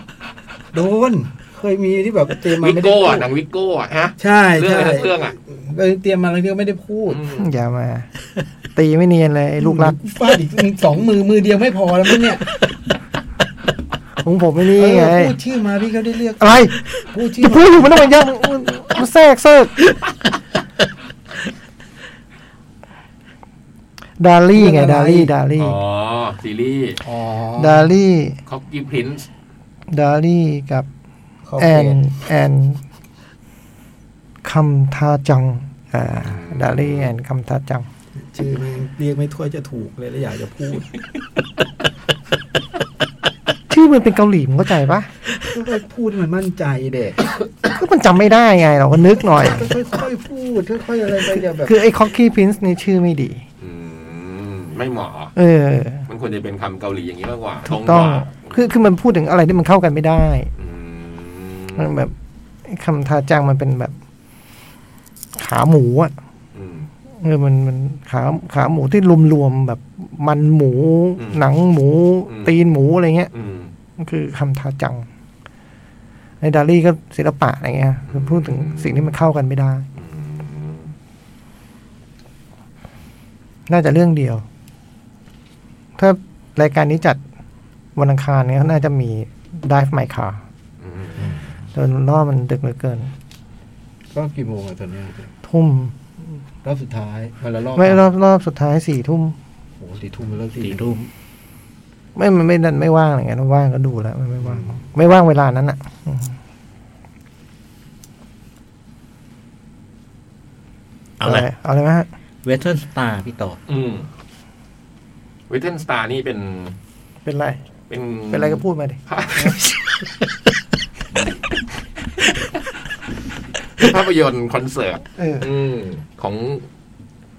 Speaker 2: โดน เคยมีที่แบบเตรียมมา
Speaker 3: วิ
Speaker 2: ไม่ได้
Speaker 3: โก้
Speaker 2: พู
Speaker 3: อะ
Speaker 2: ด
Speaker 3: หนังวิโก้อะฮะ
Speaker 2: ใช่
Speaker 3: เรื่อง
Speaker 2: ใช่
Speaker 3: อะไรทั้งเรื่องอะ
Speaker 2: เออเตรียมมาแล้วเรื่องไม่ได้พูด
Speaker 3: อืม
Speaker 5: อย่ามา ตีไม่เนียนเลยไอ้ลูกรัก
Speaker 2: ฟาดอีกสองมือมือเดียวไม่พอแล้วมั้งเนี่ย
Speaker 5: ของผมไม่นี่
Speaker 2: เอ
Speaker 5: ไง
Speaker 2: อพูดชื่อมาพี่เขาได้เลือก
Speaker 5: อะไร
Speaker 2: พูดชื่
Speaker 5: จะ
Speaker 2: อ
Speaker 5: พูดอยู่มันต้องเป็นยังมันมันแทรกเซิร์กดารี่ไง ดารี่ดารี่
Speaker 3: อ๋อ ซีรีส์
Speaker 2: อ๋อ
Speaker 5: ดารี่
Speaker 3: คอกกี้พรินซ์
Speaker 5: ดารี่กับ
Speaker 2: เขา
Speaker 5: แอ
Speaker 2: เปลี่ย
Speaker 5: นแอนคำทาจังอ่าดารี่แอนคำทาจัง
Speaker 2: ชื่อแม่งเรียกไม่ถ้วยจะถูกเลยแล้วอยากจะพูด
Speaker 5: ชื่อมันเป็นเกาหลีมึงเข้าใจปะ
Speaker 2: ค่อยๆพูดให้มันมั่นใจเด็ก
Speaker 5: ก็มันจำไม่ได้ไง เราก็นึกหน่อย
Speaker 2: ค่อยๆพูดค่อยๆอะไรไปอย่าแบบ
Speaker 5: คือไอ้คอกกี้พินส์นี่ชื่อไม่ดี
Speaker 3: ไม่เหมาะ
Speaker 5: เออ
Speaker 3: มันควรจะเป็นคำเกาหลีอย่างนี้มากกว่า
Speaker 5: ถูกต้อง
Speaker 3: ตรงกว่า
Speaker 5: คือคือมันพูดถึงอะไรที่มันเข้ากันไม่ได้
Speaker 3: อืม
Speaker 5: มันแบบคำทาจังมันเป็นแบบ ขาหมูอ่ะ
Speaker 3: อืม
Speaker 5: เออมันมันขาขาหมูที่รวมๆแบบมันหมู
Speaker 3: อืม
Speaker 5: หนังหมู
Speaker 3: อืม
Speaker 5: ตีนหมูอะไรเงี้ย
Speaker 3: อืม
Speaker 5: ก็คือคำทาจัง ในดาลี่ก็ศิลปะอะไรเงี้ยคือพูดถึงสิ่งที่มันเข้ากันไม่ได้
Speaker 3: อืม
Speaker 5: น่าจะเรื่องเดียว ถ้ารายการนี้จัดวันอังคารเนี่ยน่าจะมี Dive My Car
Speaker 3: อืม
Speaker 5: แต่มันล่อมันดึกเหลือเกิน
Speaker 2: รอบกี่โมงอะตอนเนี้ย
Speaker 5: ทุ่ม
Speaker 2: รอบสุดท้ายวันละรอบ
Speaker 5: ไม่รอบรอบสุดท้ายสี่ทุ่ม
Speaker 2: โอ้โหสี่ทุ่มมันเลิกสี่
Speaker 4: สี่
Speaker 2: ทุ่ม
Speaker 4: ทุ่ม
Speaker 5: ไม่มันไม่นั่นไม่ว่างอะไรเงี้ยถ้าว่างก็ดูแล้วมันไม่ว่าง ไม่ว่างเวลานั้นอ่ะอืม
Speaker 4: เอาละ
Speaker 5: เอาเลยไหมฮะ
Speaker 4: เวสเทิร์นสตาร์พี่ต่อ
Speaker 3: อืมวิเทนสตาร์นี่เป็น
Speaker 5: เป็นไร
Speaker 3: เป็น
Speaker 5: เป็นไรก็พูดมาดิ
Speaker 3: ภาพยนตร์คอนเสิร์ต
Speaker 5: เออ
Speaker 3: อืมของ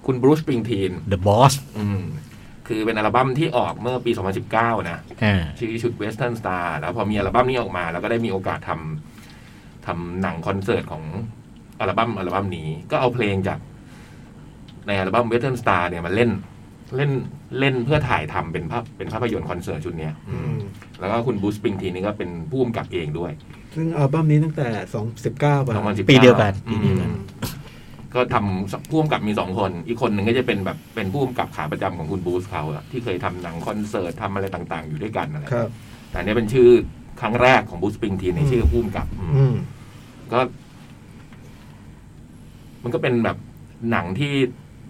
Speaker 3: คุณบรูซสปริงทีน
Speaker 4: The Boss
Speaker 3: อืม คือเป็นอัลบั้มที่ออกเมื่อปี 2019 นะ
Speaker 4: อ่า
Speaker 3: ชื่อชุด Western Star แล้วพอมีอัลบั้มนี้ออกมา แล้วก็ได้มีโอกาสทำทำหนังคอนเสิร์ตของอัลบั้มอัลบั้มนี้ ก็เอาเพลงจาก ในอัลบั้ม Western Star เนี่ยมาเล่น เล่นเล่นเพื่อถ่ายทำเป็นภาพเป็นภาพยนตร์คอนเสิร์ตชุดเนี้ยอืมแล้วก็คุณบรูซสปริงทีนนี่ก็เป็นผู้กำกับเองด้วย
Speaker 2: ซึ่งอัลบั้มนี้ตั้งแต่สองสิบเก้าป่ะ
Speaker 3: 2019
Speaker 4: ปีเดียวกันปีเดียวกัน
Speaker 3: อืมก็ทำผู้กำกับมีสองคน อีกคนหนึ่งก็จะเป็นแบบเป็นผู้กำกับขาประจำของคุณบูสเขาอะที่เคยทำหนังคอนเสิร์ตทำอะไรต่าง ๆ อยู่ด้วยกันอะไร
Speaker 2: ครับ
Speaker 3: แต่อันนี่เป็นชื่อครั้งแรกของบูสปริงทีนในชื่อผู้กำกับอืม
Speaker 2: อืม
Speaker 3: ก็ มันก็เป็นแบบหนังที่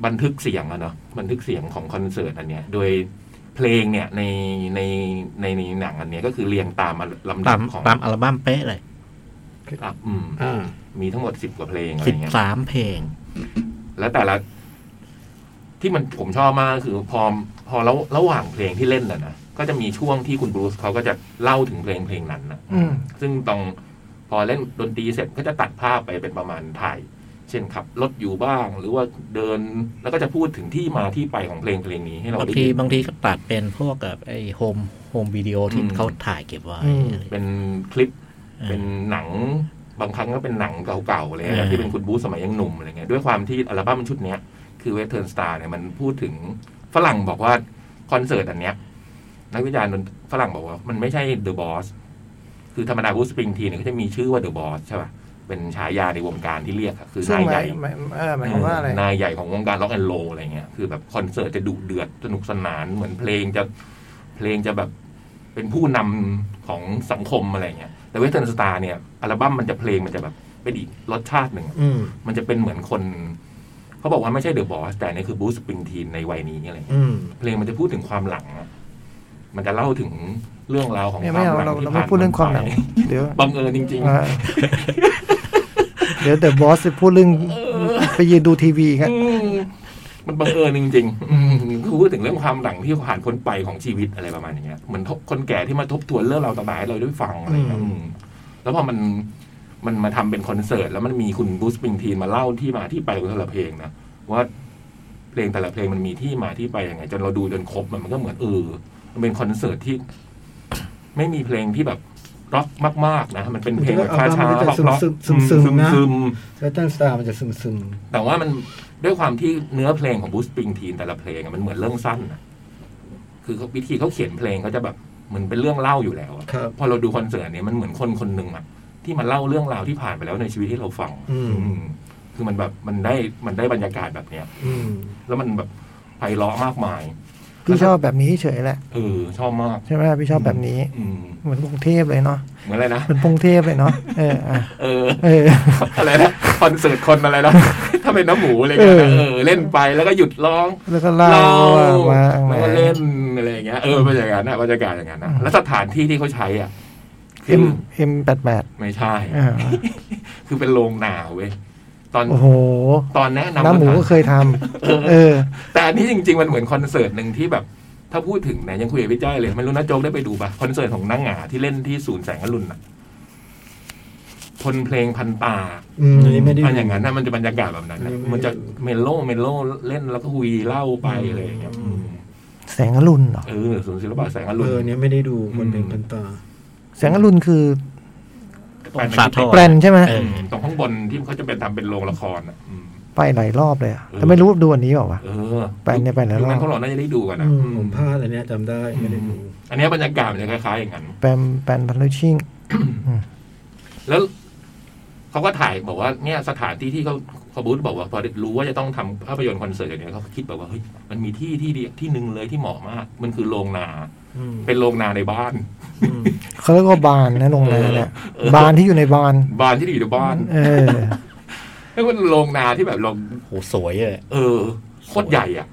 Speaker 3: บันทึกเสียงอะเนาะบันทึกเสียงของคอนเสิร์ตอันเนี้ย โดยเพลงเนี่ยในในในในหนังอันเนี้ยก็คือเรียงตามลำดั
Speaker 4: ตา
Speaker 3: บ
Speaker 4: ม
Speaker 3: ของ
Speaker 4: ตามอัลบั้มเป๊ะเลย
Speaker 3: อ่ะอืม
Speaker 2: อ่า
Speaker 3: มีทั้งหมดสิบกว่าเพลงอะไร
Speaker 4: สิบ
Speaker 3: เงี้ย
Speaker 4: สามเพลง
Speaker 3: แล้วแต่ละที่มันผมชอบมากคือพอพอแล้วระหว่างเพลงที่เล่นน่ะนะก็จะมีช่วงที่คุณบรูซเขาก็จะเล่าถึงเพลงเพลงนั้นนะ
Speaker 5: อืม
Speaker 3: ซึ่งตรงพอเล่นดนตรีเสร็จก็จะตัดภาพไปเป็นประมาณถ่าย เช่นขับรถอยู่บ้าง หรือว่าเดินแล้วก็จะพูดถึงที่มาที่ไปของเพลงเพลงนี้ให้เรา
Speaker 4: บาง
Speaker 3: ได้
Speaker 4: ที
Speaker 3: ยิน
Speaker 4: บางทีก็ตัดเป็นพวกกับไอ้โฮมโฮมวิดีโอที่
Speaker 3: อืม
Speaker 4: เขาถ่ายเก็บไว้
Speaker 5: อืม
Speaker 4: อะไรอย่างเงี้ย
Speaker 3: เป็นคลิป
Speaker 4: เออ
Speaker 3: เป็นหนังบางครั้งก็เป็นหนังเก่าๆอะไรเงี้ย
Speaker 4: อ่า
Speaker 3: ที่เป็นคุณบูสสมัยยังหนุ่มอะไรเงี้ยด้วยความที่อัลบั้มชุดเนี้ยคือเวทเทิร์นสตาร์เนี่ยมันพูดถึงฝรั่งบอกว่าคอนเสิร์ตอันเนี้ยนักวิจารณ์ฝรั่งบอกว่ามันไม่ใช่เดอะบอสคือธรรมดาบูสปริงทีเนี่ยเขาจะมีชื่อว่าเดอะบอสใช่ป่ะเป็นฉายาในวงการที่เรียกอะคือ
Speaker 5: ซึ่ง
Speaker 3: นาย
Speaker 5: ห
Speaker 3: ให
Speaker 5: มา
Speaker 3: ญ่
Speaker 5: ยหมายเออหมายความว่าอะไร
Speaker 3: นายใหญ่ของวงการล็อกแอนด์โรอะไรเงี้ยคือแบบคอนเสิร์ตจะดุเดือดสนุกสนานเหมือนเพลงจะเพลงจะแบบ เป็นผู้นำของสังคมอะไรเงี้ย แต่เวสเทิร์นสตาร์เนี่ย อัลบั้มมันจะเพลงมันจะแบบเป็นอีกรสชาติหนึ่งอะ
Speaker 2: อืม
Speaker 3: มันจะเป็นเหมือนคน เขาบอกว่าไม่ใช่เดอะบอสแต่นี่คือบูสปริงทีนในวัยนี้อะไรเงี้ย
Speaker 2: อืม
Speaker 3: เพลงมันจะพูดถึงความหลังอะมันจะเล่าถึงเรื่องราวของ
Speaker 5: เนี่ย
Speaker 3: ควา
Speaker 5: ไม่
Speaker 3: ม
Speaker 5: เอา
Speaker 3: หลัง
Speaker 5: เรา
Speaker 3: ที่
Speaker 5: เรา
Speaker 3: ผ่า
Speaker 5: ไม่
Speaker 3: น
Speaker 5: พูดเรื่องความหลัง
Speaker 3: ไป
Speaker 5: เดี๋ยว
Speaker 3: บังเอิญจริง
Speaker 5: อ่าเดี๋ยวแต่บอสจะพูดเรื่องไปยืนดูทีวีกัน
Speaker 3: ๆ อืมมันบังเอิญจริงๆอืมคือพูดถึงเรื่องความหลังที่ผ่านพ้นไปของชีวิตอะไรประมาณอย่างเงี้ยเหมือนทบคนแก่ที่มาทบทวนเรื่องเราวต่างๆให้เราได้ฟังอะไรอย่างเงี้ย
Speaker 2: อืม
Speaker 3: อืมแล้วพอมันมันมาทำเป็นคอนเสิร์ตแล้วมันมีคุณบูสปริงทีนมาเล่าที่มาที่ไปของแต่ละเพลงนะว่าเพลงแต่ละเพลงมันมีที่มาที่ไปยังไงจนเราดูจนครบมันมันก็เหมือนเออมันเป็นคอนเสิร์ตที่ ไม่มีเพลงที่แบบร็อกมากๆนะมันเป็นเพลงแบบช้าๆร็อกๆ
Speaker 2: มันจะซึมๆนะ
Speaker 3: ซึมๆ
Speaker 2: เซตันสตาร์มันจะซึมซึม
Speaker 3: แต่ว่ามันด้วยความที่เนื้อเพลงของบูสปริงทีนแต่ละเพลงอะมันเหมือนเรื่องสั้นอะคือเขาวิธีเขาเขียนเพลงเขาจะแบบเหมือนเป็นเรื่องเล่าอยู่แล้วอะ
Speaker 2: ๆครับ
Speaker 3: พอเราดูคอนเสิร์ตเนี่ยมันเหมือนคนคนหนึ่งอะที่มันเล่าเรื่องราวที่ผ่านไปแล้วในชีวิตให้เราฟัง
Speaker 2: อืม
Speaker 3: อืมคือมันแบบมันได้มันได้บรรยากาศแบบเนี้ย
Speaker 2: อืม
Speaker 3: แล้วมันแบบไพเราะมากมาย
Speaker 5: พี่ชอบแบบนี้เฉยแหละ
Speaker 3: เออชอบมาก
Speaker 5: ใช่ไหมพี่ชอบแบบนี้
Speaker 3: อืม
Speaker 5: เหมือนกรุงเทพเลยเนาะ
Speaker 3: เหมือนอะไรนะ
Speaker 5: เหมือนกรุงเทพเลยเนาะเอออ่ะ
Speaker 3: เออ
Speaker 5: เออ
Speaker 3: อะไรนะคอนเสิร์ตคนอะไร นะถ้าเป็นน้ำหมูอะไรเงี้ยนะเออ เล่นไปแล้วก็หยุดร้อง
Speaker 5: แล้วก็เล่ามา
Speaker 3: แล้ว
Speaker 5: มา
Speaker 3: ก็เล่นอะไรอย่างเงี้ยเออ บรรยากาศนะบรรยากาศอย่างนั้นนะ
Speaker 5: อืม
Speaker 3: แล้วสถานที่ที่เขาใช้อ่ะคื
Speaker 5: เอ็
Speaker 3: อ
Speaker 5: มเอ็มแปดแปด
Speaker 3: ไม่ใช่
Speaker 5: อ่า
Speaker 3: คือเป็นโรงนาเว้ยตอน
Speaker 5: โอ้โห
Speaker 3: ตอนแนะนำ
Speaker 5: น้ำหมู
Speaker 3: สถา
Speaker 5: ก็
Speaker 3: น
Speaker 5: เคยทำเออ
Speaker 3: แต่อันนี้จริง ๆ มันเหมือนคอนเสิร์ตหนึ่งที่แบบ ถ้าพูดถึงเนี่ยยังคุยกับพี่จ้อยเลยไม่รู้นะโจ๊กได้ไปดูป่ะคอนเสิร์ตของนั่งหงาที่เล่นที่ศูนย์แสงอรุณอ่ะพลเพลงพันตา
Speaker 2: อืมอันนี้ไม่ได้
Speaker 3: อันอย่างนั้นนะมันจะบรรยากาศแบบนั้นนะ
Speaker 2: ไม่ได้
Speaker 3: มันจะเมโลเมโลเล่นแล้วก็คุยเล่าไปอะไรอย่างเงี้ย
Speaker 2: อืม
Speaker 5: แสงอรุณเหรอ
Speaker 3: เออศูนย์ศิลปะแสงอรุ
Speaker 2: เอ
Speaker 3: ณ
Speaker 2: อเนี่ยไม่ได้ดูคนเป็น
Speaker 3: อืม
Speaker 2: พันตา
Speaker 5: แสงอรุณคือ
Speaker 4: องศาทอ
Speaker 5: แปลนใช่ไหม
Speaker 4: เออ
Speaker 3: ตรงข้างบนที่เขาจะเป็นทำเป็นโรงละครอ่ะอืม
Speaker 5: ไปหลายรอบเลยอะแต่ไม่รู้ว่าดูอันนี้เปล่าวะ
Speaker 3: เออ
Speaker 5: ไปเนี่ยไปหลายร
Speaker 3: ยุ
Speaker 5: อบ
Speaker 3: คนั้นพวกเราน่าจะได้ดูกันนะ
Speaker 2: อืม
Speaker 3: อื
Speaker 2: ผม มพลาดอันเนี้ยจำได้ไม่ได้ดู
Speaker 3: อันเนี้ยบรรยากาศมันจะคล้ายๆอย่างนั้น
Speaker 5: แปมแปมพันลูชิง
Speaker 3: แล้วเขาก็ถ่ายบอกว่าเนี่ยสถานที่ที่เขาเขาบูธบอกว่าพอรู้ว่าจะต้องทำภาพยนตร์คอนเสิร์ตอย่างเนี้ยเขาคิดแบบว่าเฮ้ยมันมีที่ที่เดียวที่หนึ่งเลยที่เหมาะมาก มันคือโรงนา
Speaker 2: อืม
Speaker 3: เป็นโรงนาในบ้าน
Speaker 2: อืม
Speaker 5: เขาเรียกว่าบานนะโรงแรมเนี่ยบานที่อยู่ในบาน
Speaker 3: บ้านที่อยู่ในบ้าน
Speaker 5: เออ
Speaker 3: แล้วมันโรงนาที่แบบโรง
Speaker 4: โหสวยเลย
Speaker 3: เออโคตรใหญ่อ่ะ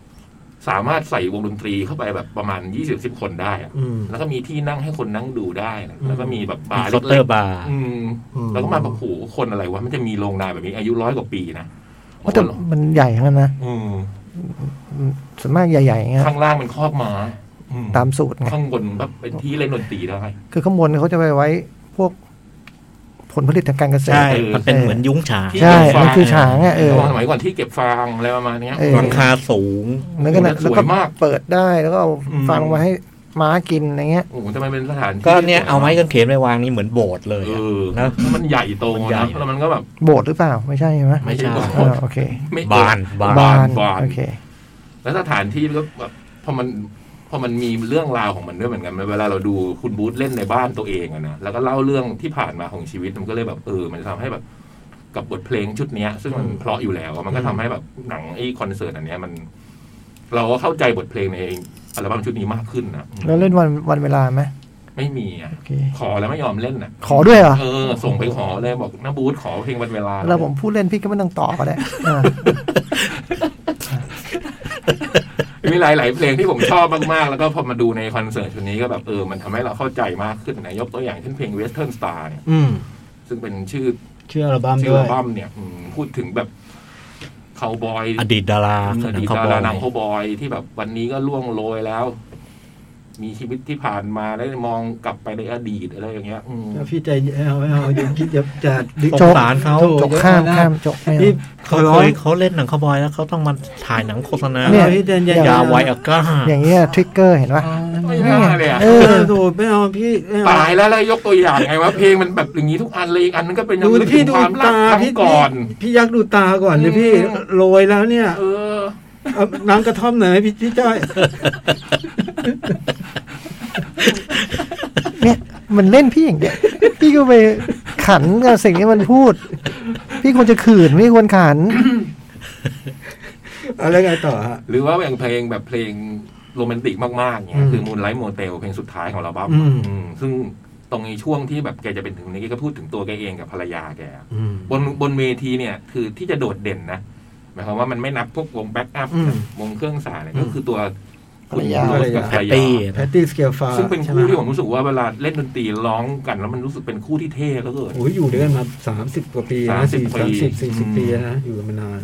Speaker 3: สามารถใส่วงดนตรีเข้าไปแบบประมาณยี่สิบสิบคนได้อะ
Speaker 2: อืม
Speaker 3: แล้วก็มีที่นั่งให้คนนั่งดูได้นะแล้วก็มีแบบบา
Speaker 4: มี
Speaker 3: ร์
Speaker 4: เคาน์เตอ
Speaker 3: เล็ก
Speaker 4: ร์บาร์
Speaker 3: ๆอืม
Speaker 2: อืม
Speaker 3: แล้วก็มาแบบโหคนอะไรวะมันจะมีโรงนาแบบนี้อายุร้อยกว่าปีนะ
Speaker 5: ว่าแต่มันใหญ่ทั้งนั้นนะ
Speaker 3: อืม
Speaker 5: ส่วนมากใหญ่ๆอย่างเงี้ย
Speaker 3: ข้างล่างมันคอกม้าอืม
Speaker 5: ตามสูตรไง
Speaker 3: ข้างบนแบบเป็นที่เล่นดนตรีได้
Speaker 5: คือข้างบนเขาจะไปไว้พวกผลผลิตทางการเกษตร
Speaker 4: ใช่ มันเป็นเหมือนยุ้งฉาง
Speaker 3: ที่
Speaker 5: ใช่
Speaker 3: เป็นฟาง
Speaker 5: มันคือฉางอ่ะเออ
Speaker 3: ตอนสมัยก่อนที่เก็บฟางอะไรประมาณเนี้ย
Speaker 5: เออ
Speaker 4: หลังคาสูง
Speaker 5: แล้วก็นะ
Speaker 3: ส
Speaker 5: แล้ว
Speaker 3: ว
Speaker 5: ก็
Speaker 3: ยมาก
Speaker 5: เปิดได้แล้วก็เอา
Speaker 3: อืม
Speaker 5: ฟังมาให้ม้ากินอะไรเงี้ย
Speaker 3: โอ้โหทำไมเป็นสถานที่
Speaker 4: ก็เนี่ย
Speaker 3: ที่สว
Speaker 4: เอาไม้กางเขนไปวางนี่เหมือนโบสถ์เลย
Speaker 3: เอ
Speaker 4: อะ
Speaker 3: อ
Speaker 4: นะ
Speaker 3: มันใหญ่โต
Speaker 4: มันใหญ่
Speaker 3: นะแล้วมันก็แบบ
Speaker 5: โบสถ์หรือเปล่า ไม่ใช่ใช่ไหม
Speaker 3: ไม่ใช่
Speaker 5: เออโอเค
Speaker 3: ไม่
Speaker 4: บานบาน
Speaker 3: บานบาน
Speaker 5: โอเค
Speaker 3: แล้วสถานที่มันก็แบบพอมันพอมันมีเรื่องราวของมันด้วยเหมือนกันเวลาเราดูคุณบูธเล่นในบ้านตัวเองอะนะแล้วก็เล่าเรื่องที่ผ่านมาของชีวิตมันก็เลยแบบเออ มันทำให้แบบกับบทเพลงชุดเนี้ย ซึ่งมันเพราะอยู่แล้วอะมันก็ทำให้แบบหนังไอ้คอนเสิร์ตอันเนี้ยมัน เราก็เข้าใจบทเพลงในอัลบั้มชุดนี้มากขึ้นนะ
Speaker 5: แล้วเล่นวันวันเวลาไหม
Speaker 3: ไม่มีอะ
Speaker 5: โอเค
Speaker 3: ขอแล้วไม่ยอมเล่นนะ
Speaker 5: ขอด้วยเหรอ
Speaker 3: เออ ส่งไปขอเลยบอกนะบูธขอเพลงวันเวลา
Speaker 5: แล้วผมพูดเล่นพี่ก็ไม่ต้องต่อก็ได้อ่า
Speaker 3: มีหลายหลายๆเพลงที่ผมชอบมากๆ แล้วก็พอมาดูในคอนเสิร์ตชุดนี้ก็แบบเออมันทำให้เราเข้าใจมากขึ้นนะยกตัวอย่างเช่นเพลง Western Star เนี่ย
Speaker 2: อืม
Speaker 3: ซึ่งเป็นชื่อ
Speaker 2: ชื่ออัลบั้ม
Speaker 3: ชื่อ
Speaker 2: ด้ว
Speaker 3: อั
Speaker 2: ย
Speaker 3: ลบั้มเนี่ยอืมพูดถึงแบบคาวบอย
Speaker 4: อดีตดารา
Speaker 3: อดีต
Speaker 4: เขา
Speaker 3: ดา
Speaker 4: บอ
Speaker 3: ราก นางคาวบอยที่แบบวันนี้ก็ล่วงโรยแล้ว มีชีวิตที่ผ่านมาได้มองกลับไปในอดีตอะไรอย่างเงี้ยอืม
Speaker 2: แล้วพี่ใจเย็นเอาไม่เอาอย่าคิดอย่าจัดดิ
Speaker 4: สงสารเขา
Speaker 2: โถ่
Speaker 5: จกข้ามข้ามจกไม่
Speaker 2: นี่
Speaker 5: เอา
Speaker 4: เขาเคยเขาเล่นหนังเขาบอยแล้วเขาต้องมาถ่ายหนังโฆษณา
Speaker 5: เนี่
Speaker 2: ยพี่ใจเย็น
Speaker 4: ยาไวอาก้า
Speaker 5: อย่างเงี้ยทริกเกอร์เห็นปะ
Speaker 3: ไม่ได้เลยอะ
Speaker 5: เอ
Speaker 2: เอ
Speaker 5: อ
Speaker 2: อโดดไม่เอาพี่ไม่เอ
Speaker 3: ตายแล้วแล้วยกตัวอย่างไงว่าเพลงมันแบบอย่างนี้ทุกอันเลยอีกอันนั้นก็เป็น
Speaker 2: ดู
Speaker 3: ยังลึกถึ
Speaker 2: พี่
Speaker 3: ง
Speaker 2: ดู
Speaker 3: ความรัก
Speaker 2: ตา
Speaker 3: ครั้ง
Speaker 2: พี่
Speaker 3: ก่อน
Speaker 2: พี่พี่ยักษ์ดูตาก่อนเลยพี่
Speaker 3: อืม
Speaker 2: โรยแล้วเนี่ย
Speaker 3: เออ
Speaker 2: เอาน้ำกระท่อมหน่อยไหมพี่พี่จ้อย
Speaker 5: เนี่ยมันเล่นพี่อย่างเดียวพี่ก็ไปขันกับสิ่งที่มันพูด พี่ควรจะขืนไม่ควรขัน
Speaker 2: เอาแล้วไงต่อฮะ
Speaker 3: หรือว่าอย่างเพลงแบบเพลงโรแมนติกมากๆเนี่ย
Speaker 2: อืม
Speaker 3: คือมูนไลท์โมเตลเพลงสุดท้ายของเราบ้า
Speaker 2: อืม
Speaker 3: ซึ่งตรงในช่วงที่แบบแกจะเป็นถึงนี้แกก็พูดถึงตัวแกเองกับภรรยาแก บนบนเวทีเนี่ยคือที่จะโดดเด่นนะหมายความว่ามันไม่นับพวกวงแบ็กอัพ
Speaker 2: อืม
Speaker 3: วงเครื่องสายอะไร
Speaker 2: อืม
Speaker 3: ก็คือตัว
Speaker 5: ภรรยา
Speaker 3: คุณโสกับภ
Speaker 4: แพ
Speaker 3: ร
Speaker 4: ต
Speaker 3: รยา
Speaker 4: ตี้
Speaker 2: แพตตี้สเกลฟ้า
Speaker 3: ซึ่งเป็นคู่ที่ผมรู้สึกว่าเวลาเล่นดนตรีร้องกันแล้วมันรู้สึกเป็นคู่ที่เท่แล้วเกิน
Speaker 2: โอ้ยอยู่ด้วยกันมาสามสิบกว่าปี
Speaker 3: สา
Speaker 2: นะ
Speaker 3: มสิบ
Speaker 2: สี่
Speaker 3: ปี
Speaker 2: สามสิบสี่สิบ
Speaker 3: อืม
Speaker 2: ปีแล้วนะอยู่กันมานาน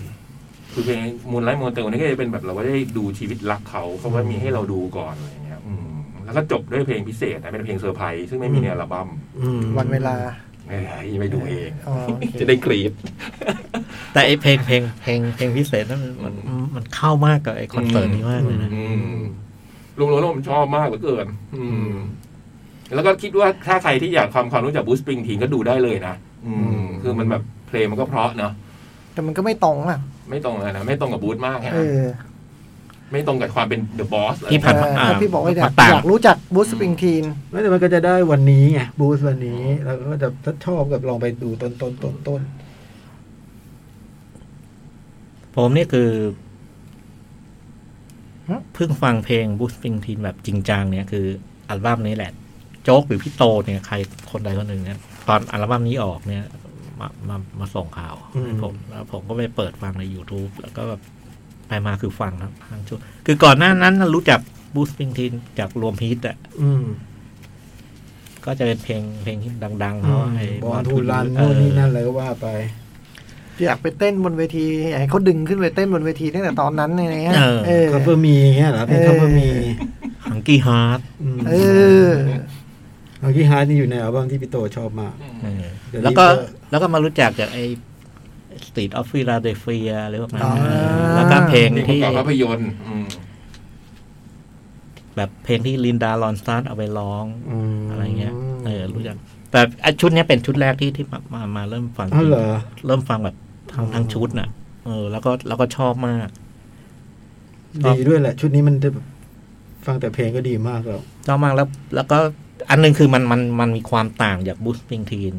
Speaker 3: คือเพลงมูนไลท์โมเตลนี่ก็จะเป็นแบบเราก็ได้ดูชีวิตรักเขาเขาว่ามีให้เราดูก่อนอะไรอย่างเงี้ยอืมแล้วก็จบด้วยเพลงพิเศษนะเป็นเพลงเซอร์ไพรส์ซึ่งไม่มีในอัลบั้ม
Speaker 2: อืม
Speaker 5: วันเวลา
Speaker 3: เอ้ยไปดูเอง
Speaker 5: อ๋อโอเค
Speaker 3: จะได้กรีด
Speaker 4: แต่ไอเพลงเพลงเพลงเพลงพิเศษนั่นมันมันเข้ามากกับไอคอนเสิร์ตนี้มากเลยนะ
Speaker 3: อืมลุงโรนผมชอบมากเหลือเกิน อืม แล้วก็คิดว่าถ้าใครที่อยากความความรู้จักบูสปริงทีนก็ดูได้เลยนะอืม คือมันแบบเพลงมันก็เพราะเนาะ
Speaker 5: แต่มันก็ไม่ตรงอ่ะ
Speaker 3: ไม่ตรงเลยนะไม่ตรงกับบูธมากนะ
Speaker 5: เออ
Speaker 3: ไม่ตรงกับความเป็นเดอะบอส
Speaker 4: ที่ ผ่าน
Speaker 5: เออ
Speaker 4: มา
Speaker 5: ถ้าพี่บอกว่าอยาก
Speaker 4: มาต่าง
Speaker 5: อยากรู้จักบูธสปริงทีน
Speaker 2: ไม่แต่มันก็จะได้วันนี้ไงบูสวันนี้ แล้วก็จะถ้าชอบกับลองไปดูต้นต้นต้นต้น
Speaker 4: ผมนี่คือเพิ่งฟังเพลงบูสติงทีนแบบจริงจังเนี่ยคืออัลบั้มนี้แหละ โจ๊กหรือพี่โตเนี่ยใครคนใดคนหนึ่งเนี่ยตอนอัลบั้มนี้ออกเนี่ย มามามาส่งข่าวให้ผมแล้วผมก็ไปเปิดฟังใน YouTube แล้วก็แบบไปมาคือฟังทั้งทั้งช่วงคือก่อนหน้านั้นน่ะรู้จักบูสติงทีนจากรวมฮิตอ่ะ
Speaker 2: อืม
Speaker 4: ก็จะเป็นเพลงเพลงที่ดังๆเขาไอ้
Speaker 2: บอลทูรันโน่นนี่นั่นอะไรก็ว่าไป
Speaker 5: อยากไปเต้นบนเวทีอยากให้เขาดึงขึ้นไปเต้นบนเวทีตั้งแต่ตอนนั้นอะไรเงี้ยเออ
Speaker 2: คัพเปอร์มีเงี้ยเหรอเพลงคัพเปอร์มี
Speaker 4: ฮังกี้ฮาร์ด
Speaker 2: ม
Speaker 5: เออ
Speaker 2: เมื่อกี้ฮาร์ดนี่อยู่ในอัลบั้มที่พี่โตชอบมาก
Speaker 4: แล้วก็แล้วก็มารู้จักจากไอ้สตรีทออฟฟิลาเดลเฟียอะไรพวกนั้น
Speaker 5: อ่า
Speaker 4: แล้วก็เพลง
Speaker 3: เพลงประ
Speaker 4: ที่
Speaker 3: กอบภาพยนตร์อืม
Speaker 4: แบบเพลงที่ลินดาลอนสตันเอาไปร้อง
Speaker 2: อืม
Speaker 4: อะไรเงี้ยเออรู้จัก แต่ไอ้ชุดเนี้ยเป็นชุดแรกที่ที่มามามาเริ่มฟัง
Speaker 2: อ๋อเหรอ
Speaker 4: เริ่มฟังแบบทั้งทั้งชุดน่ะ เออ แล้วก็แล้วก็ชอบมาก
Speaker 2: ดีด้วยแหละ ชุดนี้มันจะแบบฟังแต่เพลงก็ดีมากแล้ว
Speaker 4: ชอบมากแล้ว แล้วก็อันหนึงคือมันมันมันมีความต่างจากบูสปริงทีน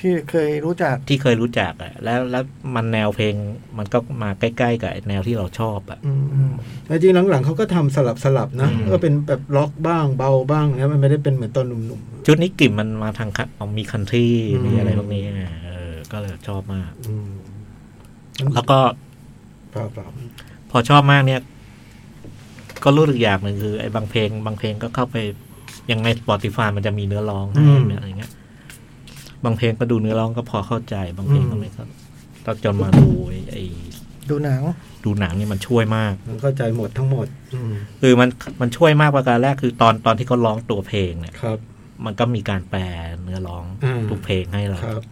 Speaker 5: ที่เคยรู้จัก
Speaker 4: ที่เคยรู้จักอะแล้วแล้วมันแนวเพลงมันก็มาใกล้ๆกับแนวที่เราชอบอะ
Speaker 2: อืมแต่จริงหลังๆเขาก็ทำสลับสลับๆนะ
Speaker 4: อืม
Speaker 2: ก็เป็นแบบล็อกบ้างเบาบ้างนะมันไม่ได้เป็นเหมือนตอนหนุ่ม
Speaker 4: ชุดนี้กลิ่นมันมาทางคันเอามีคันทรี
Speaker 2: อืม
Speaker 4: มีอะไรพวกนี้อะเออ ก็เลยชอบมาก
Speaker 2: ๆอืม
Speaker 4: แล้วก็
Speaker 2: เปล่าเปล่า
Speaker 4: พอชอบมากเนี่ย ก็รู้สึกอย่างหนึ่งคือไอ้บางเพลง บางเพลงก็เข้าไปยังไง Spotify มันจะมีเนื้อร้องให้อะไรเงี้ย บางเพลงก็ดูเนื้อร้องก็พอเข้าใจ บางเพลงก็ไม่เข้าตอนจนมาดูไอ้ไอ้
Speaker 5: ดูหนัง
Speaker 4: ดูหนังนี่มันช่วยมาก
Speaker 2: ๆมันเข้าใจหมดทั้งหมด อืม
Speaker 4: คือมันมันช่วยมากประการแรกคือตอนตอนที่เขาร้องตัวเพลงเนี่ย
Speaker 2: ครับ
Speaker 4: มันก็มีการแปลเนื้อร้อง
Speaker 2: อ่า
Speaker 4: ทุกเพลงให้เรา
Speaker 2: ครับ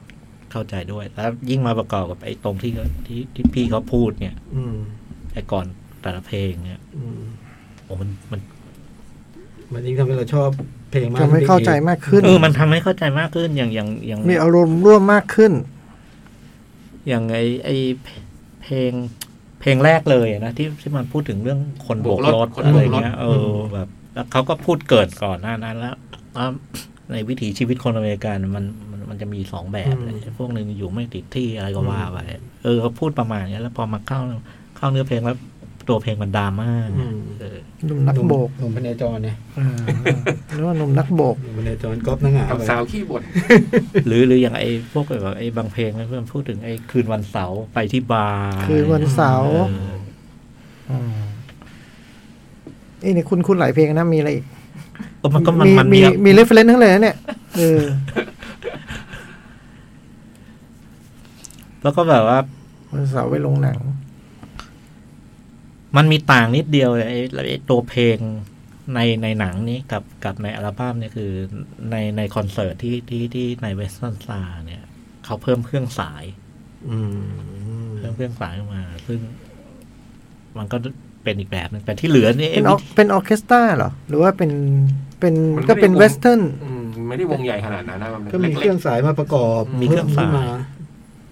Speaker 4: เข้าใจด้วย แล้วยิ่งมาประกอบกับไอ้ตรงที่ที่ที่พี่เขาพูดเนี่ย
Speaker 2: อืม
Speaker 4: ไอ้ก่อนแต่ละเพลงเนี่ย
Speaker 2: อืม
Speaker 4: โอ้มันมัน
Speaker 2: มันยิ่งทำให้เราชอบเพลงมาก
Speaker 5: ทำให้เข้าใจมากขึ้น
Speaker 4: เออมันทำให้เข้าใจมากขึ้นอย่างอย่างอย่าง
Speaker 5: มีอารมณ์ร่วมมากขึ้น
Speaker 4: อย่างไอ้ไอ้เพลงเพลงแรกเลยอะนะที่ที่มันพูดถึงเรื่องคนโบก
Speaker 3: โบกร
Speaker 4: รถ
Speaker 3: ถคน
Speaker 4: อะ
Speaker 3: โบ
Speaker 4: ไร
Speaker 3: กรถ
Speaker 4: เงี้ยเออแบบแล้วเขาก็พูดเกิดก่อนหน้านั้นแล้วว่าในวิถีชีวิตคนอเมริกันมันมันมันจะมีสองแบบเลยพวกหนึ่งอยู่ไม่ติดที่อะไรก็ว่าไป เออเขาพูดประมาณเนี้ยแล้วพอมาเข้าเข้าเนื้อเพลงแล้วตัวเพลงมันดราม่า
Speaker 2: อืม
Speaker 4: เออ
Speaker 5: หนุ่มนักโบก
Speaker 2: หนุ่มพเนจรเนี่ย
Speaker 5: อ่าเรียกว่าหนุ่มนักโบก
Speaker 2: หนุ่มพเนจรก๊อฟนังหงา
Speaker 3: กับ
Speaker 2: ไป
Speaker 3: สาวขี้บ่น
Speaker 4: หรือหรืออย่างไอ้พวกแบบไอ้บางเพลงนะเพื่อนพูดถึงไอ้คืนวันเสาร์ไปที่บาร์
Speaker 5: คืนวันเสาร์
Speaker 4: เออ
Speaker 5: เอ้ยเนี่ยคุณคุณหลายเพลงนะมีอะไรอีก
Speaker 4: เออมันก็มันมัน
Speaker 5: มี
Speaker 4: มี
Speaker 5: มีเรฟเฟลนทั้งเลยนะเนี่ยเออ
Speaker 4: แล้วก็แบบว่า
Speaker 5: วันเสาร์ไปลงหนัง
Speaker 4: มันมีต่างนิดเดียวเลยไอ้ไอ้ตัวเพลงในในหนังนี้กับกับในอัลบั้มเนี่ยคือในในคอนเสิร์ตที่ที่ที่ในเวสตันซาเนี่ยเขาเพิ่มเครื่องสาย
Speaker 2: อืม
Speaker 4: เพิ่มเครื่องสายเข้ามา ซึ่ง มันก็เป็นอีกแบบหนึงแต่ที่เหลือนี่
Speaker 5: เป็
Speaker 4: เอ้
Speaker 5: นออเป็นออร์เคสตราเหรอ หรือว่าเป็นเป็นก็เป็นเวสเทิร์น
Speaker 3: อืมไม่ได้วงใหญ่ขนาดนั้นนะมัน
Speaker 2: ก็มีเค
Speaker 3: ล็
Speaker 2: รื่อก งสายมาประกอบ
Speaker 3: มีเครื่องสาย
Speaker 2: พิ่มขึ้นม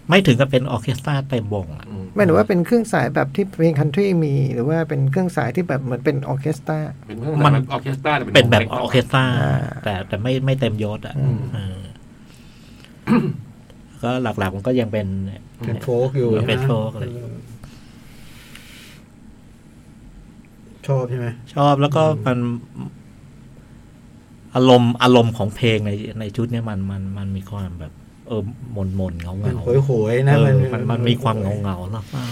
Speaker 4: ไม่ถึงกับเป็นออร์เคสตราเต็มวงอะ
Speaker 3: ๆอืม
Speaker 5: ไม่หรือว่าเป็นเครื่องสายแบบที่เพลงคันทรีมี หรือว่าเป็นเครื่องสายที่แบบเหมือนเป็นออร์เคสตรา
Speaker 3: เป็นเครื่องสายแบบออร์เคสตราแต่
Speaker 4: เป็นแบบ
Speaker 3: วงล็ก
Speaker 4: อ
Speaker 3: มากกว่า
Speaker 4: อร์เคสตรา
Speaker 5: อ่า
Speaker 4: แต่แต่ไม่ไม่เต็มยศอ่ะ
Speaker 5: อืม
Speaker 4: เออก็หลักๆมันก็ยังเป็น
Speaker 2: เป็นโฟกอยู่
Speaker 4: เป็น
Speaker 2: ใช่ไหม
Speaker 4: โฟล์คเลย
Speaker 2: ชอบใช่ไหม
Speaker 4: ชอบแล้วก็มันอารมณ์อารมณ์ของเพลงในในชุดเนี้ยมันมันมันมีความแบบ เออมนมนๆเงา
Speaker 2: มัน
Speaker 4: เงา
Speaker 2: โหยโหยๆนะ
Speaker 4: เออมันมันมีความเงาเงาๆแล้วเศร้า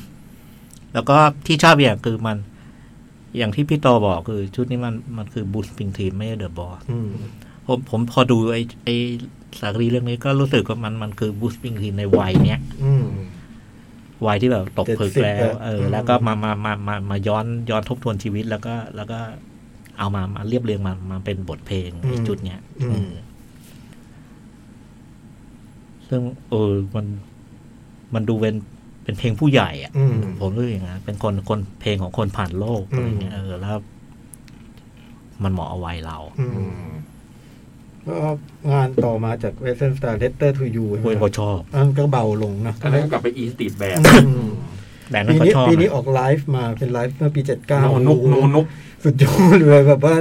Speaker 4: ๆ แล้วก็ที่ชอบอย่างคือมัน อย่างที่พี่โตบอกคือชุดนี้มันมันคือบูสปิงทีมไม่เดอะบอส
Speaker 2: อืม
Speaker 4: ผมผมพอดูไอไอสารคดีเรื่องนี้ก็รู้สึกว่ามันมันคือบูสปิงทีมในวัยเนี้ย
Speaker 2: อืม
Speaker 4: วัยที่แบบตกผลึก
Speaker 2: 70
Speaker 4: แล้ว
Speaker 2: แล้ว
Speaker 4: เออ
Speaker 2: อืม
Speaker 4: แล้วก็มามามามามาย้อนย้อนทบทวนชีวิตแล้วก็ แล้วก็เอามามาเรียบเรียงมามาเป็นบทเพลงไอ้จุดเนี้ย
Speaker 2: อืม
Speaker 4: เออซึ่งเออมันมันดูเป็นเป็นเพลงผู้ใหญ่อ่ะ
Speaker 2: อืม
Speaker 4: ผมรู้สึกอย่างนั้นเป็นคนคนเพลงของคนผ่านโลกอะไรเงี้ยเออแล้ว มันเหมาะเอาไว้เรา
Speaker 2: อืมแล้วงานต่อมาจากเวสเทิร์นสตาร์เลตเตอร์ทูยู
Speaker 4: คุยก็ชอบ
Speaker 2: อันก็เบาลงนะ
Speaker 3: อันนั้นก็กลับไปอีสติดแบบ
Speaker 2: อืม
Speaker 4: แต่นั้
Speaker 2: ปี
Speaker 4: นก็
Speaker 2: นี้
Speaker 4: ชอบ
Speaker 2: ปีนี้
Speaker 4: นะ
Speaker 2: ออกไลฟ์มาเป็นไลฟ์เมื่อปีเจ็ดเก้า
Speaker 3: โนนุกโนนุก
Speaker 2: สุดยอดเลยแบบว่า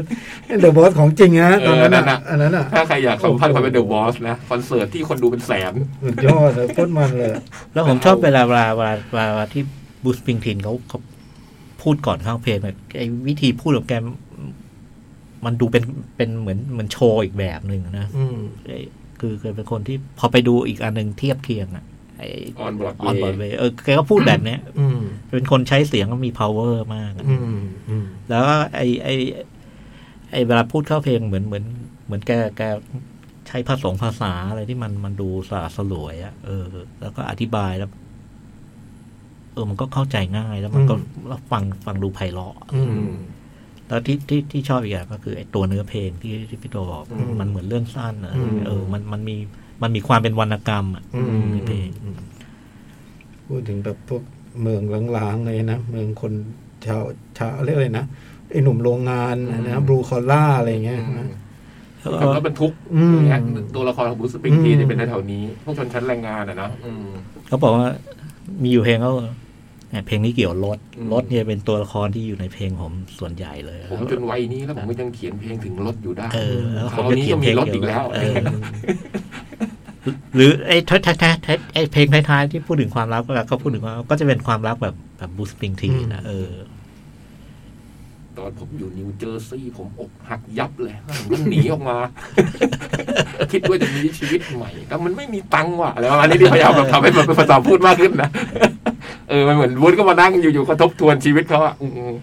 Speaker 2: เดอะบอสของจริงนะตอนนั้น
Speaker 3: เออนั่น
Speaker 2: อ่ะ
Speaker 3: น่ะ
Speaker 2: อันนั้นอ่ะ
Speaker 3: ถ้าใครอยากสัมผัสความเป็นเดอะบอสนะคอนเสิร์ตที่คนดูเป็นแสน
Speaker 2: สุดยอดเลยโคตรมันเลย
Speaker 4: แล้วผมชอบเวลาเวลาเวลาเวลาเวลาที่บูสปิงทินเขาเขาพูดก่อนเข้าเพลงเนี่ยไอ้วิธีพูดของแกมมันดูเป็นเป็นเหมือนเหมือนโชว์อีกแบบหนึ่งนะ
Speaker 2: อืม
Speaker 4: ไอ้คือเคยเป็นคนที่พอไปดูอีกอันหนึ่งเทียบเคียงอ่ะไอ
Speaker 3: On Broadway
Speaker 4: ออนบอดเวย์เออแกก็พูดแบบเนี้ย
Speaker 2: อืม
Speaker 4: เป็นคนใช้เสียงก็มี power มากอะ
Speaker 2: อืมอืม
Speaker 4: แล้วก็ไอไอไอเวลาพูดเข้าเพลงเหมือนเหมือนเหมือนแกแกใช้ภาษงภาษาอะไรที่มันมันดูสะอาดสลวยอะเออ แล้วก็อธิบายแล้ว เออ มันก็เข้าใจง่ายแล้วมันก็แล้วฟังฟังดูไพเราะ
Speaker 2: อืม
Speaker 4: แล้วที่ที่ที่ชอบอีกอย่างก็คือไอ้ตัวเนื้อเพลงที่ที่พี่โตบอก
Speaker 2: อืม
Speaker 4: มันเหมือนเรื่องสั้นอะ
Speaker 2: อืม
Speaker 4: เออ มันมันมีมันมีความเป็นวรรณกรรมอะ
Speaker 2: อืม
Speaker 4: ในเพลง
Speaker 2: อืมพูดถึงแบบพวกเมืองล้างๆเลยนะ เมืองคนชาวชาวเรียกอะไรนะไอหนุ่มโรงงาน
Speaker 3: อืม
Speaker 2: นะบลูคอล่าอะไรเงี้ยนะ
Speaker 4: แล้ว
Speaker 3: ขับร
Speaker 4: ก็
Speaker 3: ถบรรทุก
Speaker 2: อืม
Speaker 3: เนี่ยตัวละครของบูสปริงทีน
Speaker 2: อืม
Speaker 3: ที่เป็นแถวๆนี้ พวกชนชั้นแรงงานอ่ะนะอืม
Speaker 4: เขาบอกว่า มีอยู่เพลงก็อ่ะเพลงนี้เกี่ยวรถ
Speaker 3: อืม
Speaker 4: รถเนี่ยเป็นตัวละครที่อยู่ในเพลงผมส่วนใหญ่เลย
Speaker 3: ผมจนวัยนี้แล้วผมก็ยังเขียนเพลงถึงรถอยู่ได้
Speaker 4: เออแล้ว
Speaker 3: ค
Speaker 4: ผม
Speaker 3: ราว
Speaker 4: จะ
Speaker 3: นี้
Speaker 4: เขีย
Speaker 3: ก็
Speaker 4: นเพ
Speaker 3: มี
Speaker 4: ลง
Speaker 3: รถอีกแล้ว
Speaker 4: เอหรือไอ้ท้ายท้ายท้ายท้ายไอ้เพลงท้ายๆที่พูดถึงความรักก็ก็พูดถึงความรักก็จะเป็นความรักแบบแบบบูสปริงที
Speaker 2: อืม
Speaker 4: นะเออ
Speaker 3: ตอนผมอยู่นิวเจอร์ซีย์ผมอกหักยับเลยแล้วผมก็หนีออกมา คิดว่าจะมีชีวิตใหม่แล้วมันไม่มีตังค์ว่ะแล้วอันนี้ที่พยายามแบบทำให้มันเป็นภาษาพูดมากขึ้นนะ เออมันเหมือนวุ้นก็มานั่งอยู่ๆก็ทบทวนชีวิตเขาอ่ะอืม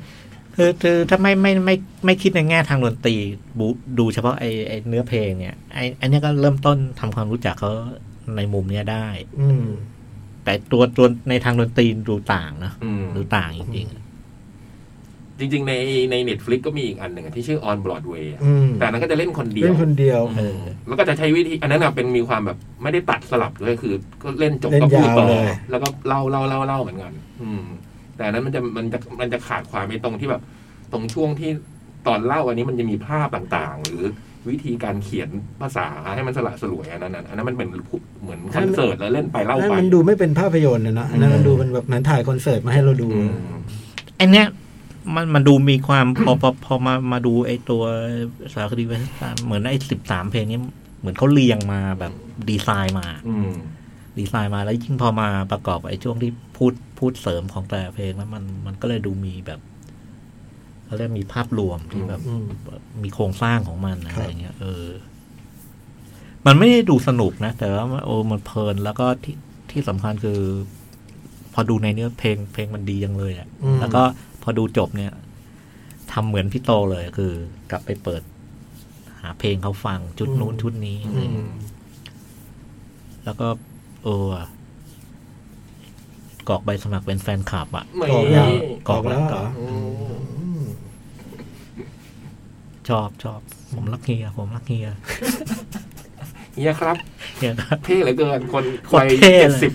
Speaker 4: คือคือถ้าไม่ไม่ไม่ไม่คิดในแง่ทางดนตรีบูดูเฉพาะไอไอเนื้อเพลงเนี่ยไออันเนี้ยก็เริ่มต้นทำความรู้จักเขาในมุมเนี้ยได้
Speaker 2: อืม
Speaker 4: แต่ตัวตัวในทางดนตรีดูต่างนะ
Speaker 3: อืม
Speaker 4: ดูต่างจริงๆอะ
Speaker 3: จริง ๆ ในในเน็ตฟลิกก็มีอีกอันหนึ่งอะที่ชื่อ On Broadway อะ
Speaker 2: อืม
Speaker 3: แต่อันนั้นก็จะเล่นคนเดีย
Speaker 2: เล่
Speaker 3: วน
Speaker 2: คนเดียว
Speaker 4: เออ
Speaker 3: แล้วก็จะใช้วิธีอันนั้นอะเป็นมีความแบบไม่ได้ตัดสลับด้วยคือ ก็เล่นจบ
Speaker 2: เล่น
Speaker 3: ก็พูดต่อย
Speaker 2: าวเลย
Speaker 3: แล้วก็เล่าเล่าเล่าเล่าเหมือนกันอืม แต่อันนั้นมันจะมันจะมันจะขาดความไอ้ตรงที่แบบ ตรงช่วงที่ตอนเล่าอันนี้มันจะมีภาพต่างๆ หรือวิธีการเขียนภาษาให้มันสละสลวยอันนั้นอะอันนั้นมันเป็นเหมือนคอนเสิร์ตแล้วเล่นไปเล่า
Speaker 2: นั่น
Speaker 3: ไป
Speaker 2: มันดูไม่เป็นภาพยนตร์เลยนะอันนั้นมัน
Speaker 4: อืม
Speaker 2: ดูเป็นแบบเหมือนถ่ายคอนเสิร์ตมาให้เราดู
Speaker 3: อืม
Speaker 4: อันเนี้ยมันมันดูมีความ พอพอพอมามาดูไอตัวสารคดีเวสตามเหมือนไอสิบสามเพลงนี้เหมือนเขาเรียงมาแบบดีไซน์มา
Speaker 3: อืม
Speaker 4: ดีไซน์มาแล้วยิ่งพอมาประกอบไอ้ช่วงที่พูดพูดเสริมของแต่ละเพลงแล้วมันมันก็เลยดูมีแบบเขาเรียกมีภาพรวมที่แบบ
Speaker 2: อืม
Speaker 4: มีโครงสร้างของมันอะ
Speaker 2: ครับ
Speaker 4: ไรเงี้ย เออ มันไม่ได้ดูสนุกนะ แต่ว่ามันโอ้มันเพลินแล้วก็ที่ที่สำคัญคือ พอดูในเนื้อเพลงเพลงมันดียังเลยอะ
Speaker 2: อืม
Speaker 4: แล้วก็พอดูจบเนี่ยทำเหมือนพี่โตเลยคือกลับไปเปิด หาเพลงเขาฟังชุดนู้นชุดนี้อะไร
Speaker 3: อื
Speaker 4: เงี้ย
Speaker 3: ม
Speaker 4: แล้วก็ เออว่ะกรอกใบสมัครเป็นแฟนคลับอ่ะ
Speaker 3: ไม่
Speaker 2: กรอกแล้ว
Speaker 4: กรอกแล้ว
Speaker 2: เหรอ
Speaker 3: อืม
Speaker 2: อืม
Speaker 4: ชอบชอบผมรักเฮียผมรักเฮีย
Speaker 3: เฮียครับ
Speaker 4: เฮียก็
Speaker 3: เท่เหลือเกิน คน
Speaker 4: คน
Speaker 3: วัย
Speaker 4: เท่
Speaker 3: เจ็ด
Speaker 4: เล
Speaker 3: สิ
Speaker 4: ย
Speaker 3: บ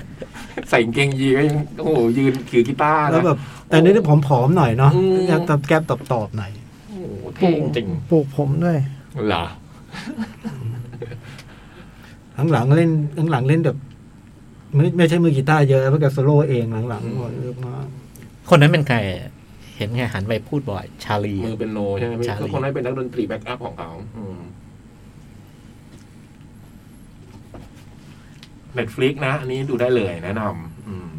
Speaker 3: ใส่กางเกงยีนก็ยังโอ้โหยืนถือกีตาร์
Speaker 2: แล้ว
Speaker 3: นะ
Speaker 2: แบบแต่นี่ผอมๆหน่อยเนาะ
Speaker 3: อืม
Speaker 2: อยากตบแก้มตอบๆหน่อย
Speaker 3: โอ้โหเท่จริง
Speaker 5: ปลูกผมด้วย
Speaker 3: เหรอ
Speaker 2: หลังๆเล่นหลังๆเล่นแบบไม่ไม่ใช่มือกีตาร์เยอะเพราะแกโซโล่เองหลังๆหมดเยอะมาก
Speaker 4: คนนั้นเป็นใคร เห็นไงหันไปพูดบ่อย ชาลี
Speaker 3: มือเป็นโนใช่ไหม
Speaker 4: ใช่
Speaker 3: คือคนนั้นเป็นนักดนตรีแบ็กอัพของเขาเน็ตฟลิกนะ อันนี้ดูได้เลยแนะนำอืม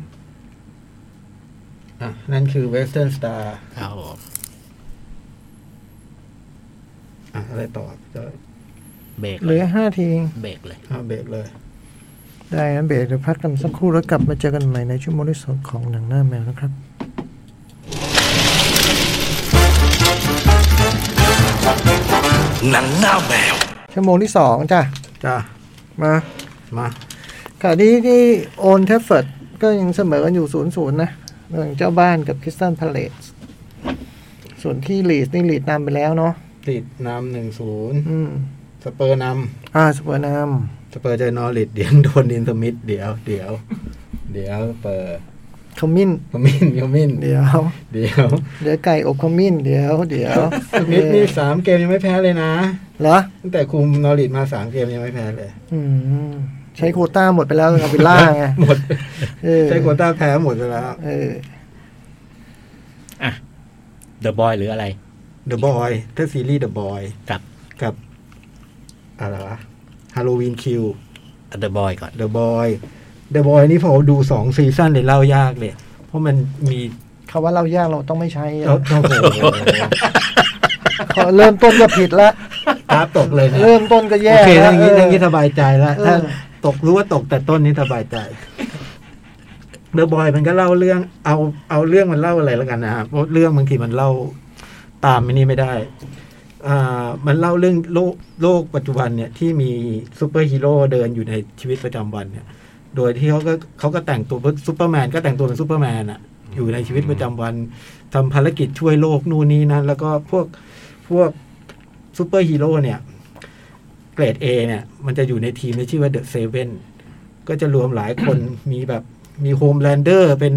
Speaker 2: อ่ะนั่นคือเวสเทิร์นสตาร์
Speaker 4: ครับผม
Speaker 2: อ่ะอะไรต่อจะ
Speaker 4: เบรก
Speaker 5: เห
Speaker 4: เล
Speaker 5: ลื
Speaker 4: ย
Speaker 5: อห้าทีเอง
Speaker 4: เบรกเลย
Speaker 2: เอาเบรกเลย
Speaker 5: ได้นะเบรกเดี๋ยวพักกันสักครู่แล้วกลับมาเจอกันใหม่ในชั่วโมงที่สองของหนังหน้าแมวนะครับ
Speaker 1: หนังหน้าแมว
Speaker 5: ชั่วโมงที่สองจ้ะ
Speaker 2: จ้า
Speaker 5: มา
Speaker 2: มา
Speaker 5: ขณะนี้ที่โอนเทฟเฟิร์ดก็ยังเสมอกันอยู่ศูนย์ศูนย์นะเรื่องเจ้าบ้านกับคริสตันพาเลสส่วนที่ลีดนี่ลีดนำไปแล้วเนาะ
Speaker 2: ติดนำหนึ่งศูนย์
Speaker 5: อืม
Speaker 2: สเปอร์น
Speaker 5: อ่าสเปอร์น
Speaker 2: ำสเปอร์เจอนอริดเดี๋ยวโดนอินสมิธเดี๋ยวเดี๋ยว เดี๋ยวสเปอร์
Speaker 5: ำขมิ้น
Speaker 2: คอมมินคอมมิน
Speaker 5: เดี๋ยว
Speaker 2: เดี๋ยว
Speaker 5: เดี๋ยวไก่อบขมิ้น เดี๋ยว เดี๋ยว
Speaker 2: สมิธนี่สามเกมยังไม่แพ้เลยนะ
Speaker 5: เหรอ
Speaker 2: ตั้งแต่คุมนอริดมาสามเกมยังไม่แพ้เลย
Speaker 5: อืม ใช้โควต้าหมดไปแล้วกับวิลล่า ไง
Speaker 2: หมด
Speaker 5: เออ
Speaker 2: ใช้โควต้าแพ้หมดไปแล้ว
Speaker 5: เออ
Speaker 4: เดอะบอยหรืออะไร
Speaker 2: เดอะบอยถ้าซีรีส์เดอะบอย
Speaker 4: กับ
Speaker 2: กับอะไรวะฮาโลวีนคิว
Speaker 4: เดอะบอยก่อน
Speaker 2: เดอะบอยเดอะบอยนี่พอดูสองซีซั่นเลยเล่ายากเลย เพราะมัน มี
Speaker 5: คำว่าเล่ายากเราต้องไม่ใช้อะ
Speaker 2: โอ้โห
Speaker 5: เขาเริ่มต้นก็ผิดละ
Speaker 2: กราฟตกเลยนะ
Speaker 5: เริ่มต้นก็
Speaker 2: โอ
Speaker 5: แย่
Speaker 2: เค
Speaker 5: ละ
Speaker 2: ทั้งนี้ทั้งนี้
Speaker 5: เอ
Speaker 2: ส
Speaker 5: อ
Speaker 2: บายใจแล้ว
Speaker 5: เออ
Speaker 2: ถ้าตกรู้ว่าตกแต่ต้นนี้สบายใจเดอะบอยมันก็เล่าเรื่อง เอาเอาเรื่องมันเล่าอะไรแล้วกันนะฮะเพราะเรื่องบางทีมันเล่าตามไม่นี่ไม่ได้ อ่า มันเล่าเรื่องโลกโลกปัจจุบันเนี่ยที่มีซูเปอร์ฮีโร่เดินอยู่ในชีวิตประจำวันเนี่ย โดยที่เขาก็เขาก็แต่งตัวซูเปอร์แมนก็แต่งตัวเป็นซูเปอร์แมนอะอยู่ในชีวิตประจำวันทำภารกิจช่วยโลกนู่นนี่นั่นแล้วก็พวกพวกซูเปอร์ฮีโร่เนี่ย เกรด A เนี่ย มันจะอยู่ในทีมที่ชื่อว่าเดอะเซเว่นก็จะรวมหลายคน มีแบบมีโฮมแลนเดอร์เป็น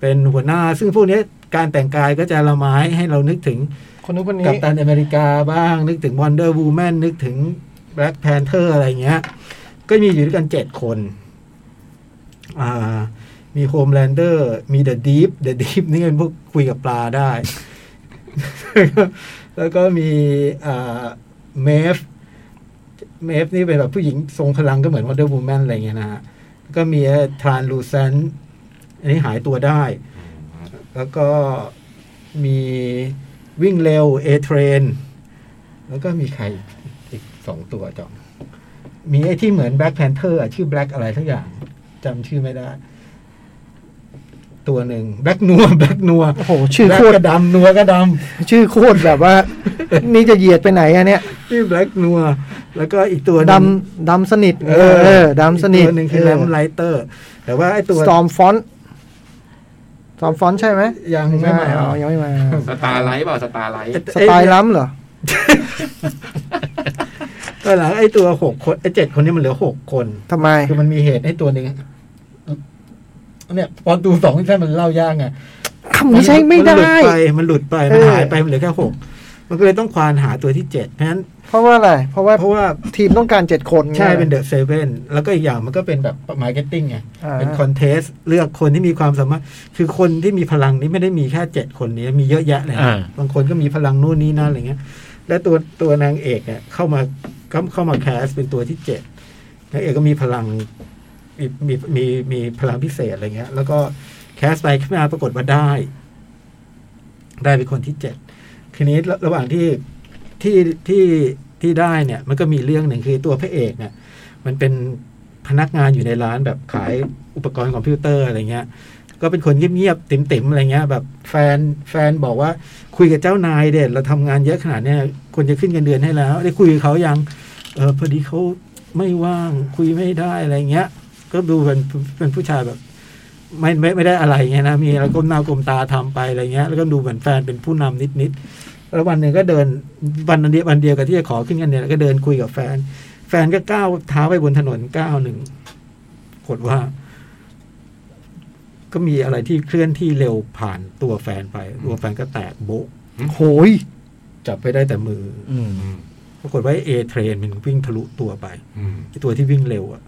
Speaker 2: เป็นหัวหน้า ซึ่งพวกเนี้ยการแต่งกายก็จะละไม้ให้เรานึกถึง
Speaker 5: คนนู้นคนนี้
Speaker 2: กัปตันอเมริกาบ้าง นึกถึง Wonder Woman นึกถึง Black Panther อะไรเงี้ย ก็มีอยู่ด้วยกันเจ็ดคน อ่า มีโฮมแลนเดอร์มีเดอะดีฟเดอะดีฟนี่เป็นพวกคุยกับปลาได้ แล้วก็มีเมฟเมฟนี่เป็นแบบผู้หญิงทรงพลังก็เหมือนว o นเดอร์บูแมนอะไรเงี้ยนะฮะแล้วก็มีทรานลูเซนอันนี้หายตัวได้ แล้วก็มีวิ่งเร็วเอเทรนแล้วก็มีใครอีกสองตัวจอมมีไอ้ที่เหมือนแบล็กแพนเทอร์ชื่อแบล็กอะไรทั้งอย่างจำชื่อไม่ได้ ตัวหนึ่งแบล็ก นัวแบล็กนัว
Speaker 5: โอ้โหชื่อ
Speaker 2: แบล็
Speaker 5: โค
Speaker 2: ก
Speaker 5: ตร
Speaker 2: ก็ดำนัวก็ดำ
Speaker 5: ชื่อโคตรแบบว่า นี่จะเหยียดไปไหนอะเนี่ย
Speaker 2: นี่แบล็กนัวแล้วก็อีกตัวหนึ่ง
Speaker 5: ดำดำสนิท
Speaker 2: เออ
Speaker 5: เออดำสนิท
Speaker 2: อีกตัวหนึ่งคือแรมไลเตอร์ แต่ว่าไอ้ตัว
Speaker 5: สตอมฟอนสตอมฟอนใช่ไหม
Speaker 2: ยังไม่มา
Speaker 5: อ๋อยังไม่มา
Speaker 3: สตาร์ไลท์เปล่าสตาร์ไลท์
Speaker 5: สไตล์ล้ำเหรอ
Speaker 2: ตอนหลังไอ้ตัวหกคนไอ้เจ็ดคนนี้มันเหลือหกคน
Speaker 5: ทำไม
Speaker 2: คือมันมีเหตุให้ตัวหนึ่งเนี่ยพอดูสองที่ท่านมันเล่ายากไง
Speaker 5: คำนี้ใช้ไม่ได้
Speaker 2: นหลุดไปมันหลุดไปมัน
Speaker 5: เออ
Speaker 2: หายไปมันเหลือแค่หกมันก็เลยต้องควานหาตัวที่เจ็ดเพราะฉะนั้น
Speaker 5: เพราะว่าอะไร เพราะว่า
Speaker 2: เพราะว่า
Speaker 5: ทีมต้องการเจ็ดคน
Speaker 2: ใช่เป็น
Speaker 5: เด็ก
Speaker 2: เดอะเซเว่นแล้วก็อีกอย่างมันก็เป็นแบบมาร์เก็ตติ้งไง เป็นคอนเทสเลือกคนที่มีความสามารถ คือคนที่มีพลังนี้ไม่ได้มีแค่เจ็ดคนนี้มีเยอะแยะเลยนะ
Speaker 4: อ่า
Speaker 2: บางคนก็มีพลังนู่นนี่นั่นอะไรเงี้ย และตัวตัวนางเอกเนี่ยเข้ามาเข้าเข้ามาแคสเป็นตัวที่เจ็ดนางเอกก็มีพลังมีมีมีมีพลังพิเศษอะไรเงี้ย แล้วก็แคสไปขึ้นมาปรากฏว่าได้ ได้เป็นคนที่เจ็ดทีนี้ระระหว่างที่ที่ที่ที่ได้เนี่ย มันก็มีเรื่องหนึ่งคือตัวพระเอกเนี่ย มันเป็นพนักงานอยู่ในร้านแบบขายอุปกรณ์คอมพิวเตอร์อะไรเงี้ย ก็เป็นคนเงียบๆติ่มๆอะไรเงี้ย แบบแฟนแฟนบอกว่าคุยกับเจ้านายเด็ดเราทำงานเยอะขนาดเนี้ยควรจะขึ้นเงินเดือนให้แล้ว ได้คุยกับเขายัง เออพอดีเขาไม่ว่างคุยไม่ได้อะไรเงี้ย ก็ดูเป็นเป็นผู้ชายแบบ ไม่ไม่ไม่ได้อะไรเงี้ยนะมีแล้วก้มหน้าก้มตาทำไปอะไรเงี้ย แล้วก็ดูเหมือนแฟนเป็นผู้นำนิดๆแล้ววันหนึ่งก็เดินวันเดียววันเดียวกับที่จะขอขึ้นเงินเดือนก็เดินคุยกับแฟน แฟนก็ก้าวเท้าไปบนถนนก้าวหนึ่งปรากดว่า ก็มีอะไรที่เคลื่อนที่เร็วผ่านตัวแฟนไป ตัวแฟนก็แตกโบะ
Speaker 5: โหย
Speaker 2: จับไปได้แต่มือ
Speaker 4: อืม
Speaker 3: อืม
Speaker 2: ปรากฏว่าเอเทรนมันวิ่งทะลุตัวไป
Speaker 3: อืม
Speaker 2: ไอ้ตัวที่วิ่งเร็วอะ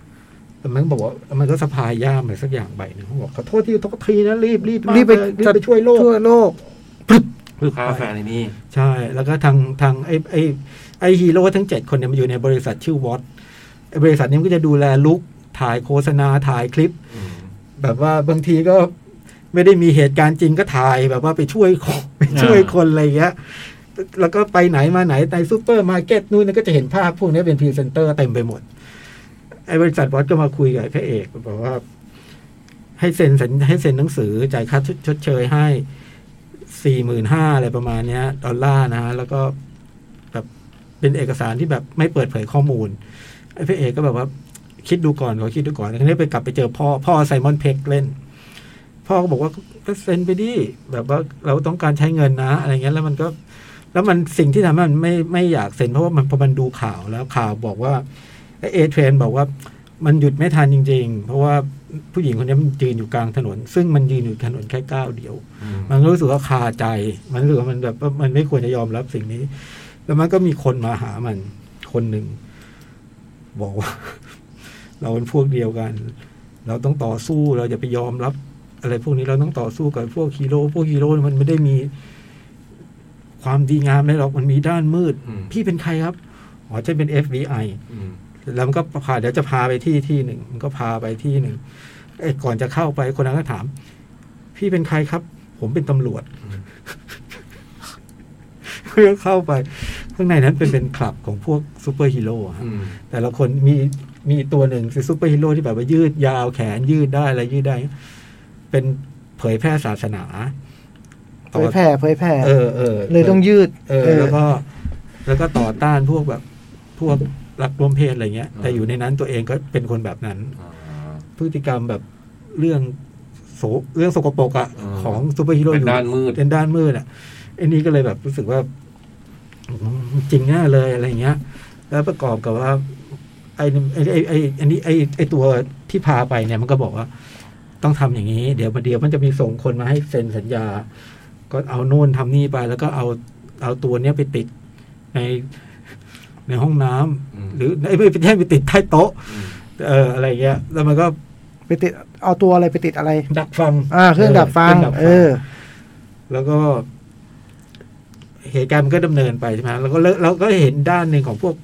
Speaker 2: แต่มันก็บอกว่า มันก็สะพายย่ามอะไรสักอย่างใบหนึ่งเขาบอกขอโทษที่ทุกทีนะรีบรีบมาก
Speaker 5: รีบไป
Speaker 2: เลยรีบไปช่วยโลก
Speaker 5: ช่วยโลก
Speaker 2: ปึ๊บ
Speaker 3: ค่าแฟน
Speaker 2: ไป
Speaker 3: ไอ้นี่
Speaker 2: ใช่ แล้วก็ทางทางไอ้ไอ้ไอ้ฮีโร่ทั้งเจ็ดคนเนี่ยมันอยู่ในบริษัทชื่อวอตบริษัทนี้มันก็จะดูแลลุกถ่ายโฆษณาถ่ายคลิป
Speaker 3: อืม
Speaker 2: แบบว่าบางทีก็ไม่ได้มีเหตุการณ์จริงก็ถ่ายแบบว่าไปช่วยคน ไปช่วยคนอะไรอย่างเงี้ยแล้วก็ไปไหนมาไหนในซูเปอร์มาร์เก็ตนู่นนก็จะเห็นภาพพวกนี้เป็นพรีเซนเตอร์เต็มไปหมด ไอ้บริษัทวอตก็มาคุยกับไอ้พระเอกบอกว่า ให้เซ็นสัญให้เซ็นหนังสือจ่ายค่าชดชดเชยให้ สี่หมื่นห้าอะไรประมาณเนี้ยดอลลาร์นะฮะแล้วก็แบบเป็นเอกสารที่แบบไม่เปิดเผยข้อมูล ไอ้พระเอกก็แบบว่า คิดดูก่อนขอคิดดูก่อนทีนี้ไปกลับไปเจอพ่อ พ่อไซมอนเพ็กเล่น พ่อก็บอกว่าก็เซ็นไปดิแบบว่าเราต้องการใช้เงินนะ อะไรเงี้ยแล้วมันก็ แล้วมันสิ่งที่ทำให้มันไม่ไม่อยากเซ็นเพราะว่ามันพอมันดูข่าวแล้วข่าวบอกว่าเอเทรนบอกว่ามันหยุดไม่ทันจริง ๆ เพราะว่าผู้หญิงคนนี้มันยืนอยู่กลางถนน ซึ่งมันยืนอยู่ถนนแค่ก้าวเดียว
Speaker 3: อืม
Speaker 2: มันก็รู้สึกว่าคาใจ มันรู้สึกว่ามันแบบว่ามันไม่ควรจะยอมรับสิ่งนี้ แล้วมันก็มีคนมาหามัน คนหนึ่ง บอกว่า เราเป็นพวกเดียวกัน เราต้องต่อสู้เราจะไปยอมรับ อะไรพวกนี้เราต้องต่อสู้กับพวกฮีโร่พวกฮีโร่มันไม่ได้มี ความดีงามอะไรหรอกมันมีด้านมืด
Speaker 3: อืม
Speaker 2: พี่เป็นใครครับอ๋อฉันเป็น FBI
Speaker 3: อืม
Speaker 2: แล้วมันก็พาเดี๋ยวจะพาไปที่ที่หนึ่งมันก็พาไปที่หนึ่งไอ้ก่อนจะเข้าไปคนนั้นก็ถาม พี่เป็นใครครับ ผมเป็นตำรวจเพื่อเข้าไป ข้างในนั้นเป็นเป็นคลับของพวกซูเปอร์ฮีโร่อะฮะ
Speaker 3: อืม
Speaker 2: แต่ละคนมีมีตัวหนึ่งคือซูเปอร์ฮีโร่ที่แบบว่ายืดยาวแขนยืดได้อะไรยืดได้ เป็นเผยแพร่ศาสนา
Speaker 5: เผยแผ่เผยแผ่
Speaker 2: เออเออ
Speaker 5: เลยต้องยืด
Speaker 2: เออแล้วก็แล้วก็ต่อต้านพวกแบบพวกรักร่วมเพศอะไรเงี้ย แต่อยู่ในนั้นตัวเองก็เป็นคนแบบนั้น
Speaker 3: อ่า
Speaker 2: พฤติกรรมแบบเรื่องโสเรื่องสกปรกอะ
Speaker 3: อ่า
Speaker 2: ของซูเปอร์ฮีโร่
Speaker 3: เป็น
Speaker 2: อยู่
Speaker 3: ด้านมืด
Speaker 2: เป็นด้านมืดอะไอ้นี่ก็เลยแบบรู้สึกว่าอืมจริงแน่เลยอะไรเงี้ย แล้วประกอบกับว่า ไอ้นี่ไอ้ไอ้ไอ้อันนี้ไอ้ไอ้ตัวที่พาไปเนี่ยมันก็บอกว่า ต้องทำอย่างนี้ เดี๋ยวเดี๋ยวมันจะมีส่งคนมาให้เซ็นสัญญา ก็เอานู่นทำนี่ไป แล้วก็เอาเอาตัวเนี้ยไปติดในในห้องน้ำ
Speaker 3: อืม
Speaker 2: หรือไอ้ยไม่ใช่ไปติดใต้โต๊ะ
Speaker 3: อืม
Speaker 2: เอออะไรเงี้ย แล้วมันก็
Speaker 5: ไป ไปติดเอาตัวอะไรไปติดอะไร
Speaker 2: ดักฟัง
Speaker 5: อ่าเครื่องดักฟัง เออ
Speaker 2: แล้วก็เหตุการณ์มันก็ดำเนินไปใช่ไหมแล้วก็เลิกเราก็เห็นด้านหนึ่งของพวก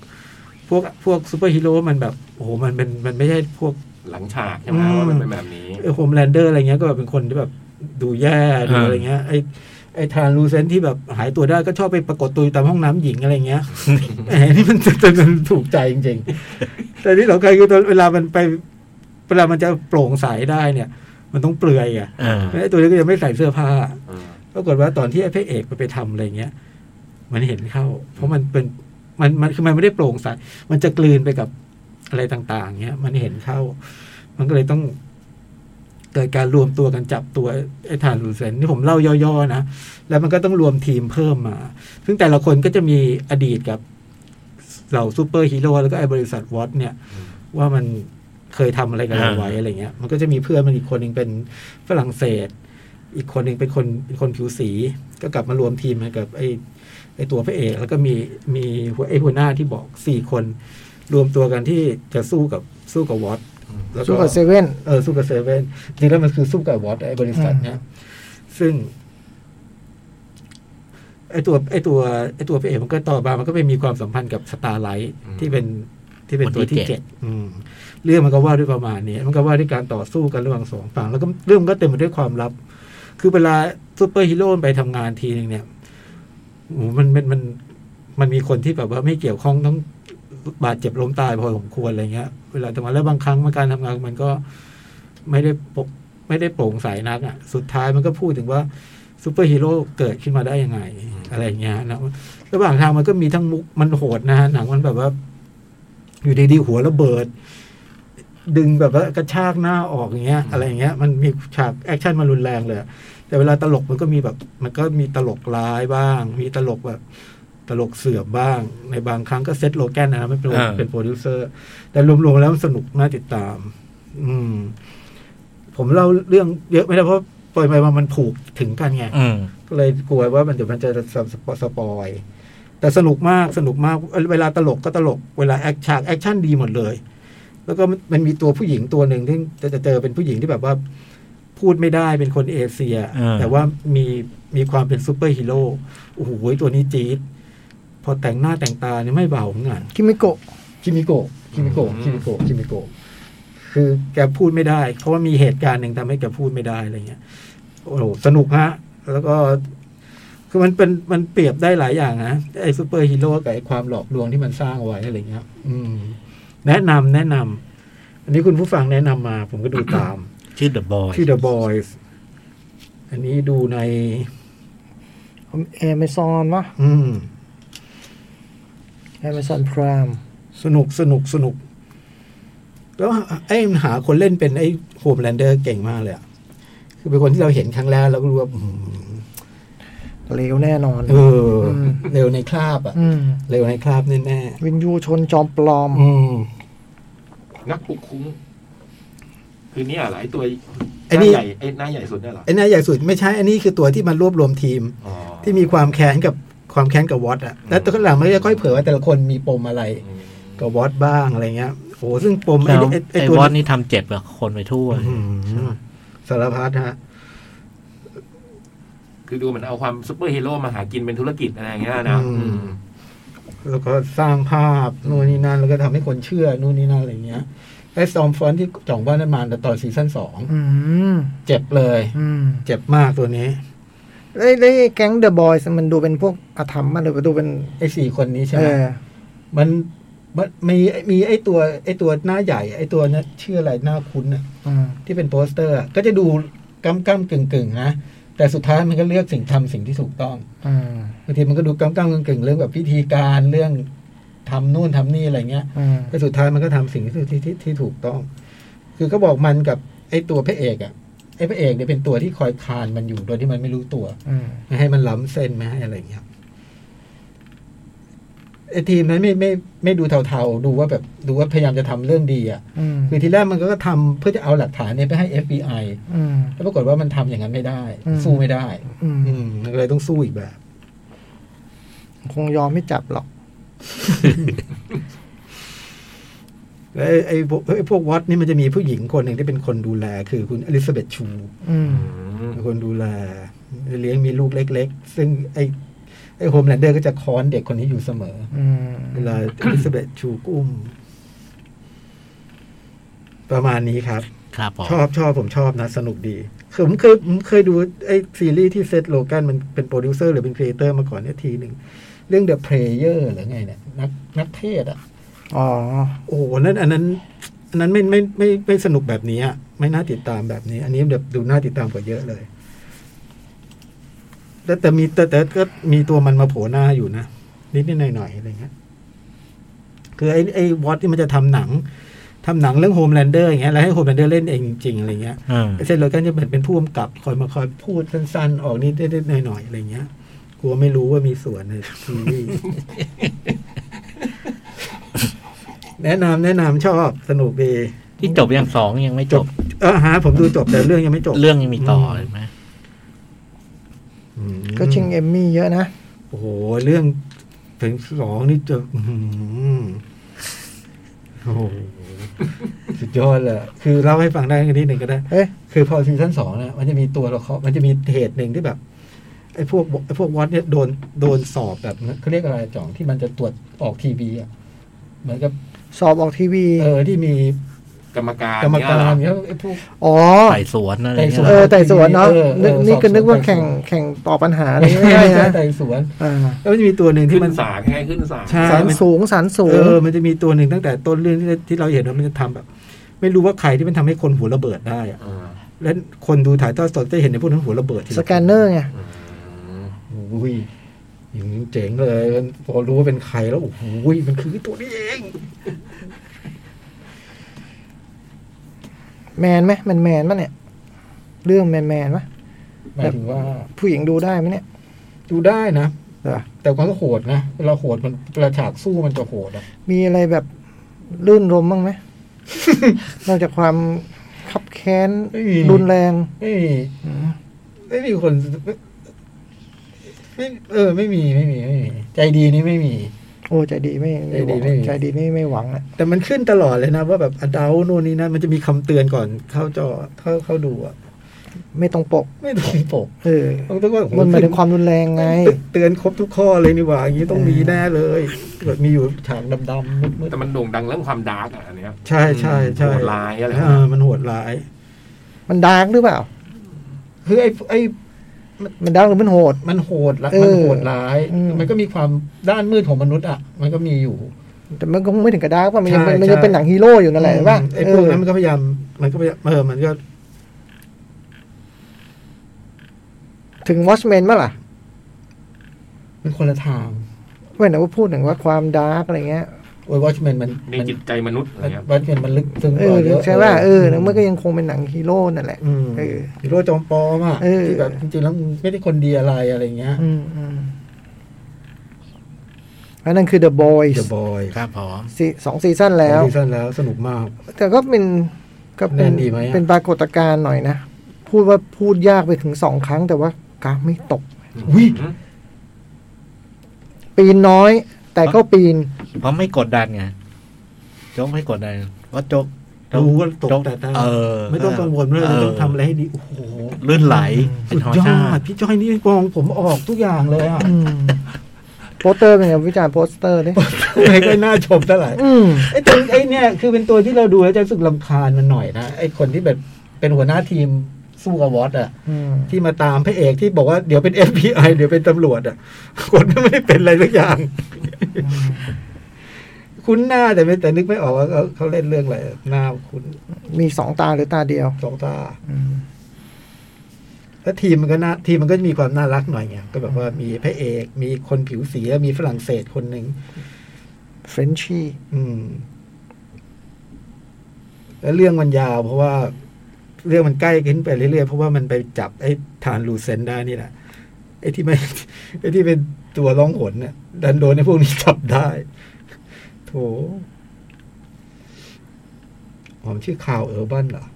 Speaker 2: พวกพวกซูเปอร์ฮีโร่มันแบบโอ้โหมันเป็นมันไม่ใช่พวก
Speaker 3: หลังฉากใช่ไหม
Speaker 2: อืม
Speaker 3: ว่ามันเป็นแบบนี้
Speaker 2: โฮมแลนเดอร์อะไรเงี้ยก็แบบเป็นคนที่แบบดูแย่ดู
Speaker 4: อ่า
Speaker 2: อะไรเงี้ยไอไอทานลูเซนที่แบบหายตัวได้ก็ชอบไปปรากฏตัวอยู่ตามห้องน้ำหญิงอะไรเงี้ย แหมนี่มันจะมันถูกใจจริง ๆ แต่ที่เราเคยคือตอนเวลามันไปเวลามันจะโปร่งใสได้เนี่ย มันต้องเปลือยอ่ะ
Speaker 4: อ่า
Speaker 2: ไอตัวนี้ก็ยังไม่ใส่เสื้อผ้า
Speaker 3: อืม
Speaker 2: ปรากฏว่าตอนที่ไอ้พระเอกมันไปทำอะไรเงี้ย มันเห็นเข้า เพราะมันเป็นมันมันคือมันไม่ได้โปร่งใสมันจะกลืนไปกับอะไรต่าง ๆเงี้ย มันเห็นเข้า มันก็เลยต้องเกิดการรวมตัวกันจับตัวไอ้ฐานลูเซนนี่ผมเล่าย่อๆนะแล้วมันก็ต้องรวมทีมเพิ่มมา ซึ่งแต่ละคนก็จะมีอดีตกับเหล่าซูเปอร์ฮีโร่แล้วก็ไอ้บริษัทวอตเนี่ย ว่ามันเคยทำอะไรกันเอาไว้อะไรเงี้ย มันก็จะมีเพื่อนมันอีกคนหนึ่งเป็นฝรั่งเศส อีกคนหนึ่งเป็นคนเป็นคนผิวสี ก็กลับมารวมทีมกันกับไอ้ไอ้ตัวพระเอก แล้วก็มีมีหัวไอ้หัวหน้าที่บอกสี่คน รวมตัวกันที่จะสู้กับสู้กับวอตแล้ว
Speaker 5: ซูเปอร์เซเว่น
Speaker 2: เออสู้กับเซเว่นจริงๆแล้วมันคือสู้กับวอตไอ้บริษัทเนี่ยซึ่ง ไอ้ตัว ไอ้ตัวไอ้ตัวพระเอกมันก็ต่อมามันก็ไปมีความสัมพันธ์กับสตาร์ไลท์ที่เป็นที่เป็นตัวที่เจ็ดอืมเรื่องมันก็ว่าด้วยประมาณนี้มันก็ว่าด้วยการต่อสู้กันระหว่างสองฝั่งแล้วก็เรื่องมันก็เต็มไปด้วยความลับ คือเวลาซูเปอร์ฮีโร่มันไปทำงานทีหนึ่งเนี่ยโอ้โหมันมันมันมันมีคนที่แบบว่าไม่เกี่ยวข้องต้องบาดเจ็บล้มตายพอสมควรอะไรเงี้ย เวลาทำงานแล้วบางครั้งมันการทำงานมันก็ ไม่ได้ปกไม่ได้โปร่งใสนักอ่ะ สุดท้ายมันก็พูดถึงว่าซูเปอร์ฮีโร่เกิดขึ้นมาได้ยังไง อะไรอย่างเงี้ยนะระหว่างทางมันก็มีทั้งมุกมันโหดนะฮะหนังมันแบบว่า อยู่ดีๆหัวระเบิด ดึงแบบว่ากระชากหน้าออกอย่างเงี้ย อะไรอย่างเงี้ย มันมีฉากแอคชั่นมันรุนแรงเลยอะแต่เวลาตลกมันก็มีแบบ มันก็มีตลกร้ายบ้าง มีตลกแบบ ตลกเสื่อมบ้าง ในบางครั้งก็เซตโลแกนนะไม่เป็น
Speaker 4: อ่า
Speaker 2: เป็นโปรดิวเซอร์ แต่รวมๆแล้วมันสนุกน่าติดตาม อืม ผมเล่าเรื่องเยอะไม่ได้เพราะปล่อยไปมามันผูกถึงกันไง
Speaker 4: อืม
Speaker 2: ก็เลยกลัวว่ามันเดี๋ยวมันจะสปสปอย แต่สนุกมากสนุกมากเอ่อเวลาตลกก็ตลกเวลาแอคฉากแอคชั่นดีหมดเลย แล้วก็มันมันมีตัวผู้หญิงตัวหนึ่งที่จะจะเจอเป็นผู้หญิงที่แบบว่า พูดไม่ได้เป็นคนเอเชีย
Speaker 4: อ่า
Speaker 2: แต่ว่ามีมีความเป็นซูเปอร์ฮีโร่โอ้โหตัวนี้จี๊ดพอแต่งหน้าแต่งตาเนี่ยไม่เบาเหมือนกัน
Speaker 5: คิมิโกะ
Speaker 2: คิมิโกะคิมิโกะ
Speaker 3: อืม
Speaker 2: คิมิโกะคิมิโกะคือแกพูดไม่ได้ เพราะว่ามีเหตุการณ์หนึ่งทำให้แกพูดไม่ได้อะไรเงี้ย โอ้โหสนุกฮะ แล้วก็ คือมันเป็นมันเปรียบได้หลายอย่างนะไอ้ซูเปอร์ฮีโร่กับไอ้ความหลอกลวงที่มันสร้างเอาไว้อะไรเงี้ย อืม แนะนำแนะนำอันนี้คุณผู้ฟังแนะนำมา ผมก็ดูตาม
Speaker 4: ชื่อ The Boy
Speaker 2: ชื่อ The Boys อันนี้ดูใน
Speaker 5: a อ a z o n วะ
Speaker 2: อืม
Speaker 5: Amazon Prime
Speaker 2: สนุกสนุกสนุก แล้วไอ้หาคนเล่นเป็นไอ้โฮมแลนเดอร์เก่งมากเลยอะคือเป็นคนที่เราเห็นครั้งแรกเราก็รู้ว่าอืม
Speaker 5: เร็วแน่นอน
Speaker 2: เอออ
Speaker 5: ม
Speaker 2: เร็วในคราบอะ
Speaker 5: อืม
Speaker 2: เร็วในคราบแน่
Speaker 5: วินยูชนจอมปลอม
Speaker 2: ๆอืม
Speaker 3: นักปลุกคุ้งคือเนี่ยหลายตัว
Speaker 2: ไอ้นี่
Speaker 3: หาใหญ่ไอ้หน้าใหญ่สุดเนี่ยเหรอ
Speaker 2: ไอ้หน่าใหญ่สุดไม่ใช่อันนี้คือตัวที่มันรวบรวมทีม
Speaker 3: อ๋อ
Speaker 2: ที่มีความแค้นกับความแค้นกับวอตอะแล้วตัวข้างหลังมันจะค่อยเผยว่าแต่ละคนมีปมอะไร กับวอตบ้างอะไรเงี้ยโอ้ซึ่งปมไอ้
Speaker 4: แล้ว
Speaker 2: ไอ้ไอ้
Speaker 4: ไอ้
Speaker 2: ตัว
Speaker 4: วอด
Speaker 2: นี้
Speaker 4: นี่ทำเจ็บกับคนไปทั่ว
Speaker 2: อื้อหือสารพัดฮะ
Speaker 3: คือดูเหมือนเอาความซูเปอร์ฮีโร่มาหากินเป็นธุรกิจอะไรอย่างเงี้ยนะ
Speaker 2: อืม
Speaker 3: อืม
Speaker 2: แล้วก็สร้างภาพนู่นนี่นั่นแล้วก็ทำให้คนเชื่อนู่นนี่นั่นอะไรเงี้ยไอ้ซอมฟอนที่จ่องบ้านนั้นมาแต่ตอนซีซั่นสอง
Speaker 5: อืม
Speaker 2: เจ็บเลย
Speaker 5: อืม
Speaker 2: เจ็บมากตัวนี้
Speaker 5: ไอ้ไอ้แก๊งเดอะบอยมันดูเป็นพวกอาธรรมมันเลยดูเป็น
Speaker 2: ไอ้สี่คนนี้ใช่
Speaker 5: เอ
Speaker 2: ไหม
Speaker 5: อ
Speaker 2: มันมันมีมีไอ้ตัวไอ้ตัวหน้าใหญ่ ไอ้ตัวนั้นชื่ออะไรหน้าคุ้นน่ะ
Speaker 5: อืม
Speaker 2: ที่เป็นโปสเตอร์อะก็จะดูกำกำกึ่งกึ่งๆนะแต่สุดท้ายมันก็เลือกสิ่งทำสิ่งที่ถูกต้อง
Speaker 5: อืม
Speaker 2: บางทีมันก็ดูกำกำกึ่งกึ่งๆเรื่องแบบพิธีการเรื่องทำนู่นทำนี่อะไรเงี้ย
Speaker 5: อืม
Speaker 2: แต่สุดท้ายมันก็ทำสิ่งที่ถูกที่ที่ที่ถูกต้อง คือก็บอกมันกับไอ้ตัวพระเอกอะไอ้พระเอกเนี่ยเป็นตัวที่คอยคานมันอยู่โดยที่มันไม่รู้ตัว
Speaker 5: อืม
Speaker 2: ไม่ให้มันล้ำเส้นไม่ให้อะไรอย่างเงี้ยไอ้ทีมนั้นไม่ไม่ไม่ดูเทาๆ ดูว่าแบบดูว่าพยายามจะทำเรื่องดีอะ
Speaker 5: อืม
Speaker 2: คือทีแรกมันก็ทำเพื่อจะเอาหลักฐานเนี่ยไปให้ FBI
Speaker 5: อืม
Speaker 2: แล้วปรากฏว่ามันทำอย่างนั้นไม่ได้
Speaker 5: อืม
Speaker 2: สู้ไม่ได้
Speaker 5: อืม
Speaker 2: อืมมันก็เลยต้องสู้อีกแบบ
Speaker 5: คงยอมไม่จับหรอก
Speaker 2: และไอ้ไอ้พวกไอ้พวกวอตนี่มันจะมีผู้หญิงคนหนึ่งที่เป็นคนดูแล คือคุณอลิซาเบธชู
Speaker 5: อืม
Speaker 3: อืม
Speaker 2: เป็นคนดูแล เลี้ยงมีลูกเล็ก ๆ ซึ่งไอ้ไอ้โฮมแลนเดอร์ก็จะค้อนเด็กคนนี้อยู่เสมอ
Speaker 5: อืม
Speaker 2: เวลาอลิซาเบธชูก็อุ้ม ประมาณนี้ครับ
Speaker 4: ครับผม
Speaker 2: ชอบชอบผมชอบนะ สนุกดีคือผมเคยผมเคยดูไอ้ซีรีส์ที่เซตโลแกนมันเป็นโปรดิวเซอร์หรือเป็นครีเอเตอร์มาก่อนเนี่ยทีหนึ่ง เรื่อง The Player หรือไงเนี่ย นักนักเทศอ่ะ
Speaker 5: อ๋อ
Speaker 2: โอ้โหนั่นอันนั้น อันนั้นไม่ไม่ไม่ไม่สนุกแบบนี้อ่ะ ไม่น่าติดตามแบบนี้ อันนี้แบบดูน่าติดตามกว่าเยอะเลย แต่แต่มีแต่แต่ก็มีตัวมันมาโผล่หน้าอยู่นะ นิดนิดหน่อยหน่อยๆอะไรเงี้ยคือไอ้ไอ้วอตที่มันจะทำหนังทำหนังเรื่องโฮมแลนเดอร์อย่างเงี้ยแล้วให้โฮมแลนเดอร์เล่นเองจริงๆอะไรเงี้ย
Speaker 4: อ่า
Speaker 2: ไอ้เซนโลแกนจะเป็นเป็นผู้กำกับคอยมาคอยพูดสั้นๆ ออกนิดนิดๆหน่อยๆอะไรเงี้ยกลัวไม่รู้ว่ามีส่วนในซีรีส์ แนะนำแนะนำชอบสนุกดี
Speaker 4: ที่จบยังสองยังไม่จบ
Speaker 2: เออฮะผมดูจบแต่เรื่องยังไม่จบ
Speaker 4: เรื่องยังมีต่อใช่ไหม
Speaker 2: อืม
Speaker 5: ก็ชิงเอมมี่เยอะนะ
Speaker 2: โอ้โห เรื่องถึงสองนี่จะอื้อหือโอ้โหสุดยอดเลยคือเล่าให้ฟังได้นิดหนึ่งก็ได้
Speaker 5: เอ๊ะ
Speaker 2: คือพอซีซั่นสองนะมันจะมีตัวละครมันจะมีเหตุหนึ่งที่แบบ ไอ้พวกไอ้พวกวอตเนี่ยโดนโดนสอบแบบเขาเรียกอะไรจ่องที่มันจะตรวจออกทีวีอ่ะเหมือนกับ
Speaker 5: สอบออกทีวี
Speaker 2: เออที่มี
Speaker 3: กรรมการ
Speaker 2: กรรมการ
Speaker 3: เนี่ยเหอ
Speaker 2: เนี่ยไอ้พวก
Speaker 5: อ๋อ
Speaker 4: ไต่สวนอะไร
Speaker 2: ไต่สวย น
Speaker 4: เงี้
Speaker 5: เออ แต่สวนเนาะ
Speaker 2: เออเออ
Speaker 5: นึกนี่
Speaker 2: สอบสวน
Speaker 5: ก็นึกว่า
Speaker 2: ไต่สวน
Speaker 5: แข่งแข่งต่อปัญหาอะไรไม่ได้นะ
Speaker 2: ไต่สวน
Speaker 5: อ่า
Speaker 2: แล้วมันจะมีตัวหนึ่ง
Speaker 3: ขึ้
Speaker 2: ที่มัน น
Speaker 3: ศาลไงขึ้นศาล
Speaker 2: ใช่
Speaker 5: สารสูงสารสู
Speaker 2: เอง อมันจะมีตัวหนึ่งตั้งแต่ต้นเรื่องที่ที่เราเห็นว่ามันจะทำแบบ ไม่รู้ว่าใครที่มันทำให้คนหัวระเบิดได้อะ
Speaker 3: อ่า
Speaker 2: และคนดูถ่ายทอดสดจะเห็นในพวกนั้นหัวระเบิดทีละค
Speaker 5: สแกนเนอร์ไง
Speaker 2: อุ้ยอย่างนี้เจ๋งเลยพอรู้ว่าเป็นใครแล้วโอ้โหมันคือตัวนี้เอง
Speaker 5: แมนไหมแมนแมนปะเนี่ย เรื่องแมนแมนปะ
Speaker 2: หมายถึงว่า
Speaker 5: ผู้หญิงดูได้ไหมเนี่ย
Speaker 2: ดูได้นะ
Speaker 5: เหรอ
Speaker 2: แต่มันก็โหดนะเวลาโหดมันเวลาฉากสู้มันจะโหดอะ
Speaker 5: มีอะไรแบบลื่นรมบ้า งไหม นอกจากความขับแค้นรุนแรง
Speaker 2: ไม่มี
Speaker 5: อืม
Speaker 2: ไม่มีคนไม่ไม่เออ ไม่มีไม่มีไม่มีใจดีนี่ไม่มี
Speaker 5: โอ้ใจดีไม่ไม่หวัง
Speaker 2: ใจดีไม่
Speaker 5: ใจดีไม่ไม่หวังอะ
Speaker 2: แต่มันขึ้นตลอดเลยนะ ว่าแบบอดาโน่นนี่นะมันจะมีคำเตือนก่อนเข้าจอเข้าเข้าดูอะ
Speaker 5: ไม่ตรงปก
Speaker 2: ไม่ตรงปก
Speaker 5: เออ
Speaker 2: มันต้องว่าโอ้โห
Speaker 5: มันหมายถึงความรุนแรงไง
Speaker 2: เตือนครบทุกข้อเลยนี่หว่าอย่างนี้ต้องมีแน่เลยแบบมีอยู่ฉากดำๆมืด
Speaker 3: แต่มันโด่งดังเรื่องความดาร์กอ่ะอันเนี้ย
Speaker 2: ๆใช่ใช่ใช่
Speaker 3: โหดร้ายอะไร
Speaker 2: เออมันโหดร้าย
Speaker 5: มันดาร์กหรือเปล่า
Speaker 2: คือไอ้ไอ้
Speaker 5: มันดาร์กหรือมันโหด
Speaker 2: มันโหดละ
Speaker 5: เออ
Speaker 2: มันโหดร้าย
Speaker 5: อืม
Speaker 2: มันก็มีความด้านมืดของมนุษย์อ่ะ มันก็มีอยู่
Speaker 5: แต่มันก็คงไม่ถึงกับดาร์กป่ะมันยัง
Speaker 2: ใช่
Speaker 5: มัน
Speaker 2: ใช่
Speaker 5: ยังเป็นหนังฮีโร่อยู่นั่นแหละว่า
Speaker 2: ไอ้พวกนั้นมันก็พยายามมันก็พยายามเออมันก็
Speaker 5: ถึงวอชแมนมั้ล่ะ
Speaker 2: มันคนละทาง
Speaker 5: ไม่แต่ว่าพูดถึงว่าความดาร์กอะไรเงี้ย
Speaker 2: โอ้ยวอชแมนมัน
Speaker 3: ในจิตใจมนุษย์อะไรเงี้ยว
Speaker 2: อชแมนมันลึกซึ้ง
Speaker 5: เอก อ
Speaker 2: ว่าเยอะ
Speaker 5: ใช่ป่ะเออแล้วมันก็ยังคงเป็นหนังฮีโร่นั่นแหละ
Speaker 2: อืม
Speaker 5: เออ
Speaker 2: ฮีโร่จอมปลอมอ่ะ
Speaker 5: เออ
Speaker 2: ที่แบบจริงๆแล้วมึงไม่ได้คนดีอะไรอะไรเงี้ย
Speaker 5: อืมอืมอันนั้นคือ The Boys
Speaker 2: เดอะบอย
Speaker 4: ครับผม
Speaker 5: ซีสองซีซั่นแล้ว
Speaker 2: ซีซั่นแล้วสนุกมาก
Speaker 5: แต่ก็เป็นก็เป็น
Speaker 2: แน่นดีไหมอะ
Speaker 5: เป็นปรากฏการณ์หน่อยนะ พูดว่าพูดยากไปถึงสองครั้งแต่ว่ากราฟไม่ตก
Speaker 2: อุ้ย
Speaker 5: ปีนน้อย แต่ก็ปีน
Speaker 4: เพราะไม่กดดันไงโจ๊กไม่กดดันว่าะโจ๊กโจ๊
Speaker 2: รู้ว่าตกแต่ได้
Speaker 4: เออ
Speaker 2: ไม่ต้องกังวลว่าเราจะต้องทำอะไรให้ดี โอ้โห
Speaker 4: ลื่นไหล
Speaker 2: สุด
Speaker 4: ธรรม
Speaker 2: ยอ
Speaker 4: ชา
Speaker 2: ด
Speaker 4: ติ
Speaker 2: พี่จ้อยนี่มองผมออกทุกอย่างเลยอ่ะ
Speaker 5: อืมโปสเตอร์เป็นไงวิจารณ์โปสเตอร์ดิ
Speaker 2: ไม่ก็น่าชมเท่าไหร่
Speaker 5: อืม
Speaker 2: ไอ้ตัวไอ้เนี่ย คือเป็นตัวที่เราดูแล้วจะรู้สึกลำคาญมันหน่อยนะไอ้คนที่แบบเป็นหัวหน้าทีมสู้กับวอตอ่ะ
Speaker 5: อืม
Speaker 2: ที่มาตามพระเอกที่บอกว่าเดี๋ยวเป็น FBI เดี๋ยวเป็นตำรวจอ่ะ คนไม่ได้เป็นอะไรสักอย่าง คุ้นหน้าแต่ไม่แต่นึกไม่ออกว่าเขาเขาเล่นเรื่องอะไรหน้าคุ้น
Speaker 5: มีสองตาหรือตาเดียว
Speaker 2: สองตา
Speaker 5: อืม
Speaker 2: แล้วทีมมันก็น่าทีมมันก็มีความน่ารักหน่อยไงก็แบบว่ามีพระเอก มีคนผิวสีแล้วมีฝรั่งเศสคนหนึ่ง
Speaker 5: เฟรนชี่
Speaker 2: อืม แล้วเรื่องมันยาว เพราะว่า เรื่องมันใกล้ขึ้นไปเรื่อยๆเพราะว่ามันไปจับไอ้ทานลูเซนได้นี่แหละไอ้ที่ไม่ ไอ้ที่เป็นตัวร้องหนเนี่ยดันโดนไอ้พวกนี้จับได้โถผมนชื่อข่าวเออร์บันเหรอ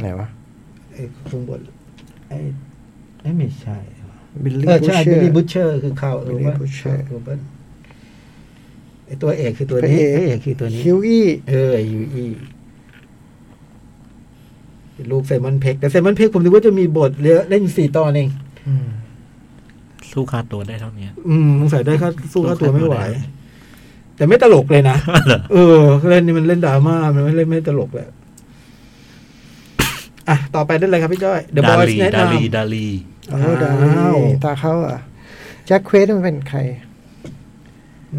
Speaker 5: ไหนวะ
Speaker 2: ไอ้ข้างบนไอ้ไอ้ไม่ใช่
Speaker 5: บิลลี่
Speaker 2: เออ
Speaker 5: บู
Speaker 2: ใช่
Speaker 5: เช
Speaker 2: บิล
Speaker 5: อ
Speaker 2: ลี่
Speaker 5: ร์
Speaker 2: บูชเชอร์คือข่าวเออ
Speaker 5: Billy
Speaker 2: ว่า
Speaker 5: Butcher
Speaker 2: เออ ไอตัวเอกคือตัว
Speaker 5: พระ
Speaker 2: นี้พ
Speaker 5: เอก
Speaker 2: ระเอกคือตัวนี้
Speaker 5: คิวอี้
Speaker 2: เออยูอีลูกไซมอนเพ็กแต่ไซมอนเพ็กผมดูว่าจะมีบทเยอะเล่นสี่ตอนเอง
Speaker 5: อืม
Speaker 4: สู้ค่าตัวได้เท่านี้
Speaker 2: อืมสงสัยได้ค่าสู้ค่าตัวไม่ไหว แต่ไม่ตลกเลยนะ
Speaker 4: เหรอ
Speaker 2: เออ เล่นนี่มันเล่นดราม่ามันไม่เล่นไม่ตลกแหละอ่ะ ต่อไปได้เลยครับพี่จ้อย The
Speaker 4: ดา
Speaker 2: Boys
Speaker 4: ลี
Speaker 2: แนะน
Speaker 4: ดาลีดาลี
Speaker 2: ำ
Speaker 5: โอ้ดา
Speaker 2: อ้าว
Speaker 5: ลีตาเขาเหรอ่ะแจ็คเควสมันเป็นใคร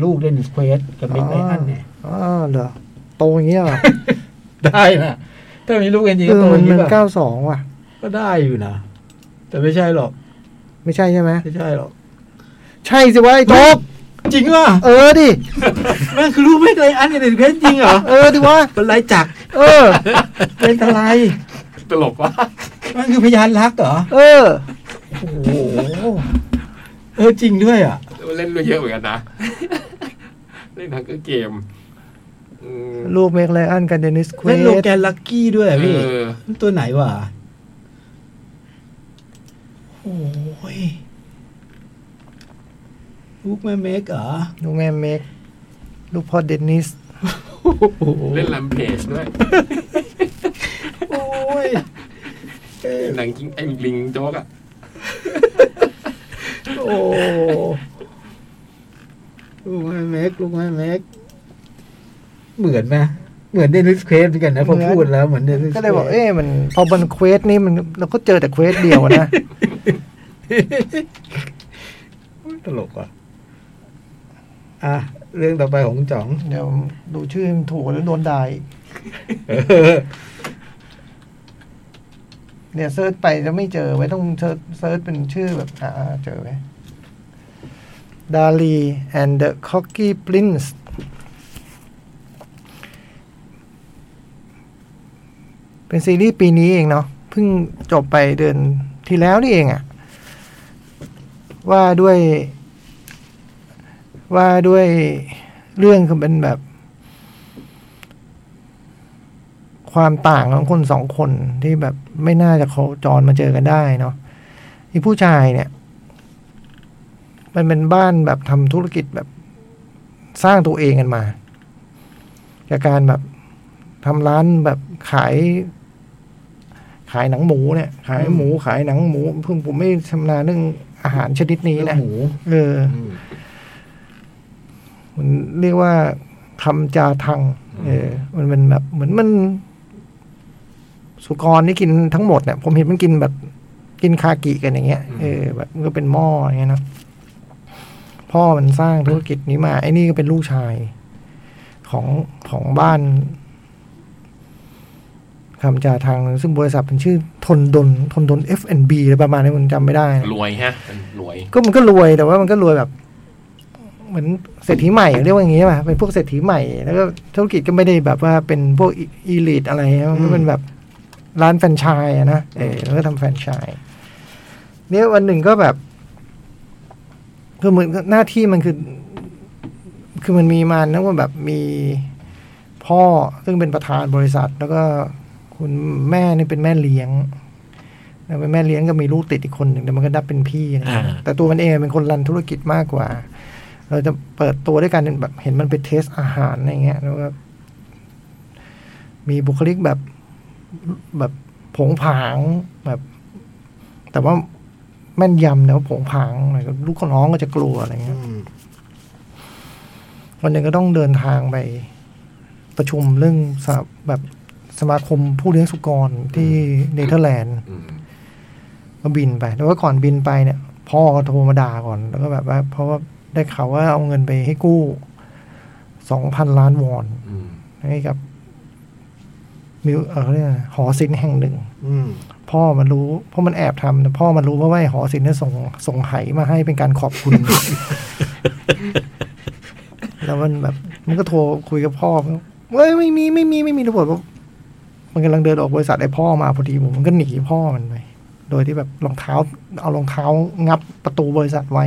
Speaker 2: ลูกเล่นสเควสกับมิกไออันเนี่ย
Speaker 5: อ๋อเหรอโตอย่างเงี้ยเหรอ
Speaker 2: ได้นะถ้ามีลูกกันจริง
Speaker 5: เอ
Speaker 2: ก็
Speaker 5: อ
Speaker 2: โตอ
Speaker 5: มัน
Speaker 2: ย่าง
Speaker 5: มั
Speaker 2: นี้
Speaker 5: น
Speaker 2: ป่ะ
Speaker 5: เก้าสองว่ะ
Speaker 2: ก็ได้อยู่นะ แต่ไม่ใช่หรอก
Speaker 5: ไม่ใช่ใช่ไหม
Speaker 2: ไม่ใช่หรอก
Speaker 5: ใช่สิวะไอ้โจ๊ก
Speaker 2: จริงว่ะ
Speaker 5: เออดิ
Speaker 2: แม่งคือลูกไม่เคยอันเนี่ยเพชรจริงเหรอ
Speaker 5: เออดิวะ
Speaker 2: เป็นไรจักร
Speaker 5: เออ
Speaker 2: เป็นอะไร
Speaker 3: ตลกว่า
Speaker 2: แมันคือพยานรักเหรอ
Speaker 5: เออ
Speaker 2: โอ้โหเออจริงด้วยอ่ะ
Speaker 3: เล่นด้วยเยอะเหมือนกันนะ เล่นทั้งเกมอืม
Speaker 5: ลูกเมกไลออนกับเดนิสควี
Speaker 2: เล่นโลแกนลักกี้ด้วยอะพี่
Speaker 3: เออ
Speaker 2: มันตัวไหนวะโอ้ยลูกแม่เมกเหรอ
Speaker 5: ลูกแม่เมกลูกพ่อเดนิส
Speaker 3: เล่นลำเพจด้วย
Speaker 2: โอ้ยเอ้ย
Speaker 3: หนังกิ้งไอ้ลิงโจ๊กอะ
Speaker 2: โอ้ลูกแม่เมกลูกแม่เมกเหมือนนะเหมือนเดนิสเควสเหมือนกันนะพอ
Speaker 5: เหมือน
Speaker 2: พูดแล้วเหมือนเดนิส
Speaker 5: ก็เลยบอกเอ๊ะมันพอบันเควสนี่มันเราก็เจอแต่เควสเดียวอะนะ
Speaker 2: ตลกว่ะ อ่ะ เรื่องต่อไปของจ๋อง
Speaker 5: เดี๋ยวดูชื่อมันถูกแล้วโดนด่าอีกเนี่ยเซิร์ชไปแล้วไม่เจอไว้ยต้องเซิร์ชเซิร์ชเป็นชื่อแบบอ่าเจอไว้ดาลี and the Cocky Prince เป็นซีรีส์ปีนี้เองเนาะเพิ่งจบไปเดือนที่แล้วนี่เองอะว่าด้วย ว่าด้วยเรื่องคือเป็นแบบ ความต่างของคนสองคนที่แบบไม่น่าจะโคจรมาเจอกันได้เนาะไอ้ผู้ชายเนี่ย มันเป็นบ้านแบบทำธุรกิจแบบสร้างตัวเองกันมา จากการแบบทำร้านแบบขาย ขายหนังหมูเนี่ย ขายหมูขายหนังหมูเพิ่งผมไม่ชำนาญเรื่องอาหารชนิดนี้นะ
Speaker 2: หมู
Speaker 5: เออ มันเรียกว่าคำจาทัง เออ มันเป็นแบบเหมือนมัน สุกรนี่กินทั้งหมดเนี่ยผมเห็นมันกินแบบกินคากิกันอย่างเงี้ย เออ แบบมันก็เป็นหม้ออย่างเงี้ยเนอะพ่อมันสร้างธุรกิจนี้มาไอ้นี่ก็เป็นลูกชาย ของของบ้านคำจาทัง ซึ่งบริษัทเป็นชื่อทนดนทนดน F&B อะไรประมาณนี้ผมจำไม่ได้นะ
Speaker 3: รวยฮะมันรวย
Speaker 5: ก็มันก็รวยแต่ว่ามันก็รวยแบบ เหมือนเศรษฐีใหม่เรียกว่าอย่างงี้ป่ะเป็นพวกเศรษฐีใหม่แล้วก็ธุรกิจก็ไม่ได้แบบว่าเป็นพวกอีลิตอะไรนะมันก็เป็นแบบร้านแฟรนไชส์อะนะเออแล้วก็ทำแฟรนไชส์เนี่ยวันหนึ่งก็แบบคือเหมือนหน้าที่มันคือ คือมันมีมันนะว่าแบบมีพ่อซึ่งเป็นประธานบริษัท แล้วก็คุณแม่นี่เป็นแม่เลี้ยงแล้วเป็นแม่เลี้ยงก็มีลูกติดอีกคนหนึ่งแต่มันก็นับเป็นพี่นะ
Speaker 4: อ่า
Speaker 5: แต่ตัวมันเองเป็นคนรันธุรกิจมากกว่า เราจะเปิดตัวด้วยการแบบเห็นมันไปเทสอาหารอะไรเงี้ยแล้วก็มีบุคลิกแบบแบบผงผางแบบ แต่ว่าแม่นยำแต่ว่าผงผางหน่อยก็ลูกน้องก็จะกลัวอะไรเงี้ย วันหนึ่งก็ต้องเดินทางไปประชุมเรื่องสาแบบสมาคมผู้เลี้ยงสุกรที่เนเธอร์แลนด์
Speaker 3: อืม
Speaker 5: ก็บินไป แต่ว่าก่อนบินไปเนี่ย พ่อก็โทรมาด่าก่อน แล้วก็แบบว่า เพราะว่าได้ข่าวว่าเอาเงินไปให้กู้สองพันล้านวอน
Speaker 3: อืม
Speaker 5: ให้กับมิวเออเขาเรียกอะไรหอศิลป์แห่งหนึ่ง
Speaker 2: อืม
Speaker 5: พ่อมันรู้ เพราะมันแอบทำแต่พ่อมันรู้เพราะว่าไอ้หอศิลป์เนี่ยส่งส่งไหมาให้เป็นการขอบคุณ แล้วมันแบบ มันก็โทรคุยกับพ่อเว้ยไม่มีไม่มีไม่มีตำรวจบอกมันกำลังเดินออกบริษัทไอ้พ่อมาพอดีผมมันก็หนีพ่อมันไปโดยที่แบบรองเท้า เอารองเท้างับประตูบริษัทไว้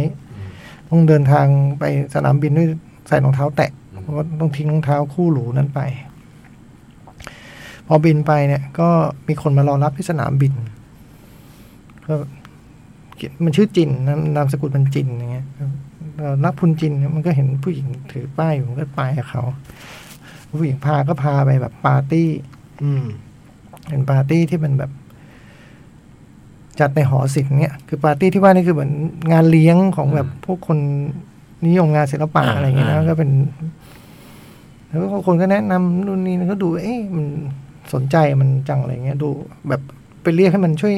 Speaker 5: ต้องเดินทางไปสนามบินด้วยใส่รองเท้าแตะ เพราะว่าต้องทิ้งรองเท้าคู่หรูนั้นไป พอบินไปเนี่ย ก็มีคนมารอรับที่สนามบินก็มันชื่อจินนามนามสกุลมันจินอย่างเงี้ย เอ่อรักพุนจินมันก็เห็นผู้หญิงถือป้ายอยู่มันก็ไปกับเขาผู้หญิงพาก็พาไปแบบปาร์ตี้
Speaker 2: อืม
Speaker 5: เป็นปาร์ตี้ที่มันแบบ จัดในหอศิลป์เนี่ยคือปาร์ตี้ที่ว่านี่คือเหมือนงานเลี้ยงของแบบพวกคนนิยมงานศิลปะ
Speaker 4: อ่า
Speaker 5: อะไรอย่างเงี้ยนะ
Speaker 4: อ่า
Speaker 5: ก็เป็น แล้วก็คนก็แนะนำนู่นนี่นั่นก็ดู เอ๊ะมันสนใจมันจังอะไรเงี้ยดู แบบไปเรียกให้มันช่วย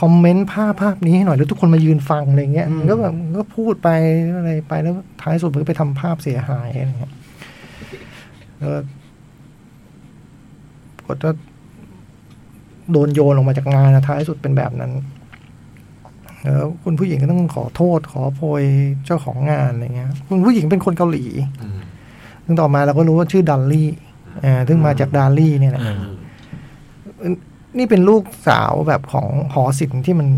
Speaker 5: คอมเมนต์ภาพภาพนี้ให้หน่อยแล้วทุกคนมายืนฟังอะไรเงี้ย
Speaker 2: อืม
Speaker 5: มันก็แบบมันก็พูดไปอะไรไปแล้วท้ายสุดมันก็ไปทำภาพเสียหายอะไรเงี้ยแล้วก็ปรากฏว่า โดนโยนออกมาจากงานนะท้ายสุดเป็นแบบนั้น แล้วคุณผู้หญิงก็ต้องขอโทษ ขอโพยเจ้าของงานอะไรเงี้ย คุณผู้หญิงเป็นคนเกาหลี
Speaker 3: อืม
Speaker 5: ซึ่งต่อมาเราก็รู้ว่าชื่อดัลลี่อ่าซึ่งมาจากดัลลี่เนี่ยแหละ
Speaker 4: อ่า
Speaker 5: นี่เป็นลูกสาวแบบของหอศิลป์ที่มัน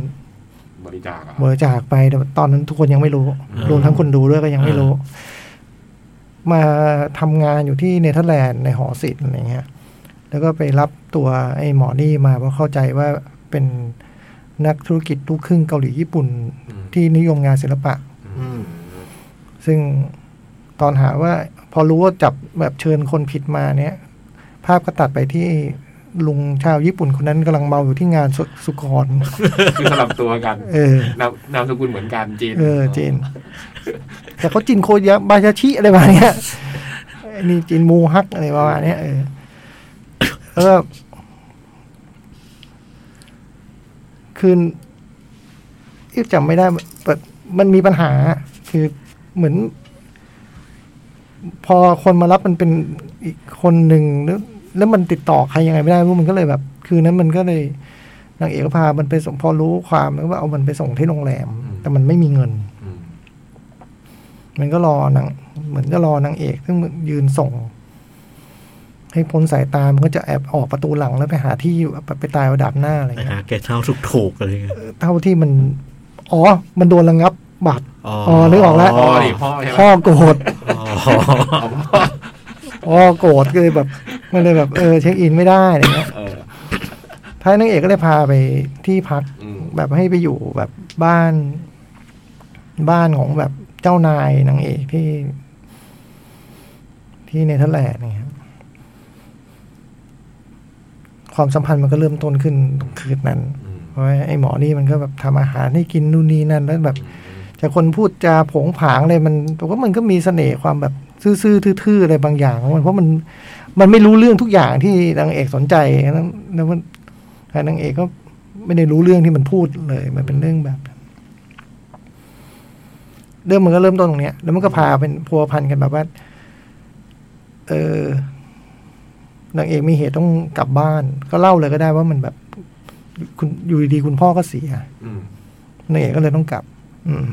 Speaker 3: บริจาคอะ
Speaker 5: เบริจากไปแต่ตอนนั้นทุกคนยังไม่รู้
Speaker 4: าร
Speaker 5: วมทั้งคนดูด้วยก็ยังไม่รู้ มาทำงานอยู่ที่เนเธอร์แลนด์ในหอศิลป์อะไรเงี้ย แล้วก็ไปรับตัวไอ้หมอนี่มาเพราะเข้าใจว่าเป็นนักธุรกิจลูกครึ่งเกาหลีญี่ปุ่น
Speaker 3: อืม
Speaker 5: ที่นิยมงานศิลปะ
Speaker 2: อืม
Speaker 5: ซึ่งตอนหาว่า พอรู้ว่าจับแบบเชิญคนผิดมาเนี่ย ภาพก็ตัดไปที่ลุงชาวญี่ปุ่นคนนั้นกำลังเมาอยู่ที่งานสุสุกร
Speaker 3: คือสลับตัวกัน
Speaker 5: เออ
Speaker 3: นามนามสกุลเหมือนกันจีน
Speaker 5: เออจีน แต่เขาจีนโคยะบายาชิอะไรประมาณเนี้ยไอ้นี่จีนมูฮักอะไรประมาณเนี้ยเออแล้วก็คืนเอ๊ะจำไม่ได้แต่มันมีปัญหา คือเหมือน พอคนมารับมันเป็นอีกคนหนึ่งแล้วแล้วมันติดต่อใครยังไงไม่ได้ไม่รู้มันก็เลยแบบ คืนนั้นมันก็เลย นางเอกก็พา มันไปส่งพอรู้ความแล้วก็เอามันไปส่งที่โรงแรม แต่มันไม่มีเงิน
Speaker 3: อืม
Speaker 5: มันก็รอนางเหมือนจะรอนางเอก ซึ่งยืนส่ง ให้พ้นสายตา มันก็จะแอบออกประตูหลังแล้วไปหาที่อยู่แบบไปตายประดับหน้าอะไร
Speaker 4: ไปหา
Speaker 5: เงี้ย
Speaker 4: แกเช่าถูกถูกๆอะไรเงี้ย
Speaker 5: เท่าที่มัน อ๋อ มันโดนระงับบัตร
Speaker 4: อ๋อ
Speaker 5: อ๋อนึกออกแล้ว
Speaker 3: พ่อดิพ่อใช่ไหม
Speaker 5: พ่อโกรธ
Speaker 4: อ๋อ
Speaker 3: เอาพ่อ
Speaker 5: พ่อโกรธก็เลยแบบ มันเลยแบบเออเช็คอินไม่ได้อะไรเงี้ย
Speaker 3: เออ
Speaker 5: ท้ายนางเอกก็เลยพาไปที่พัก
Speaker 3: อืม
Speaker 5: แบบให้ไปอยู่แบบบ้าน บ้านของแบบเจ้านายนางเอกที่ ที่เนเธอร์แลนด์เนี่ยครับความสัมพันธ์มันก็เริ่มต้นขึ้นตรงคืนนั้น
Speaker 3: อืม
Speaker 5: เพราะว่าไอ้หมอนี่มันก็แบบทำอาหารให้กินนู่นนี่นั่นแล้วแบบจากคนพูดจาโผงผางเลยมันแต่ว่ามันก็มีเสน่ห์ความแบบซื่อๆทื่อๆอะไรบางอย่างของมันเพราะมันมันไม่รู้เรื่องทุกอย่างที่นางเอกสนใจแล้วแล้วมันแต่นางเอกก็ไม่ได้รู้เรื่องที่มันพูดเลย มันเป็นเรื่องแบบเรื่องมันก็เริ่มต้นตรงเนี้ย แล้วมันก็พาเป็นพัวพันกันแบบว่า เออนางเอกมีเหตุต้องกลับบ้าน ก็เล่าเลยก็ได้ว่ามันแบบ คุณอยู่ดีๆคุณพ่อก็เสีย
Speaker 3: อืม
Speaker 5: นางเอกก็เลยต้องกลับ อืม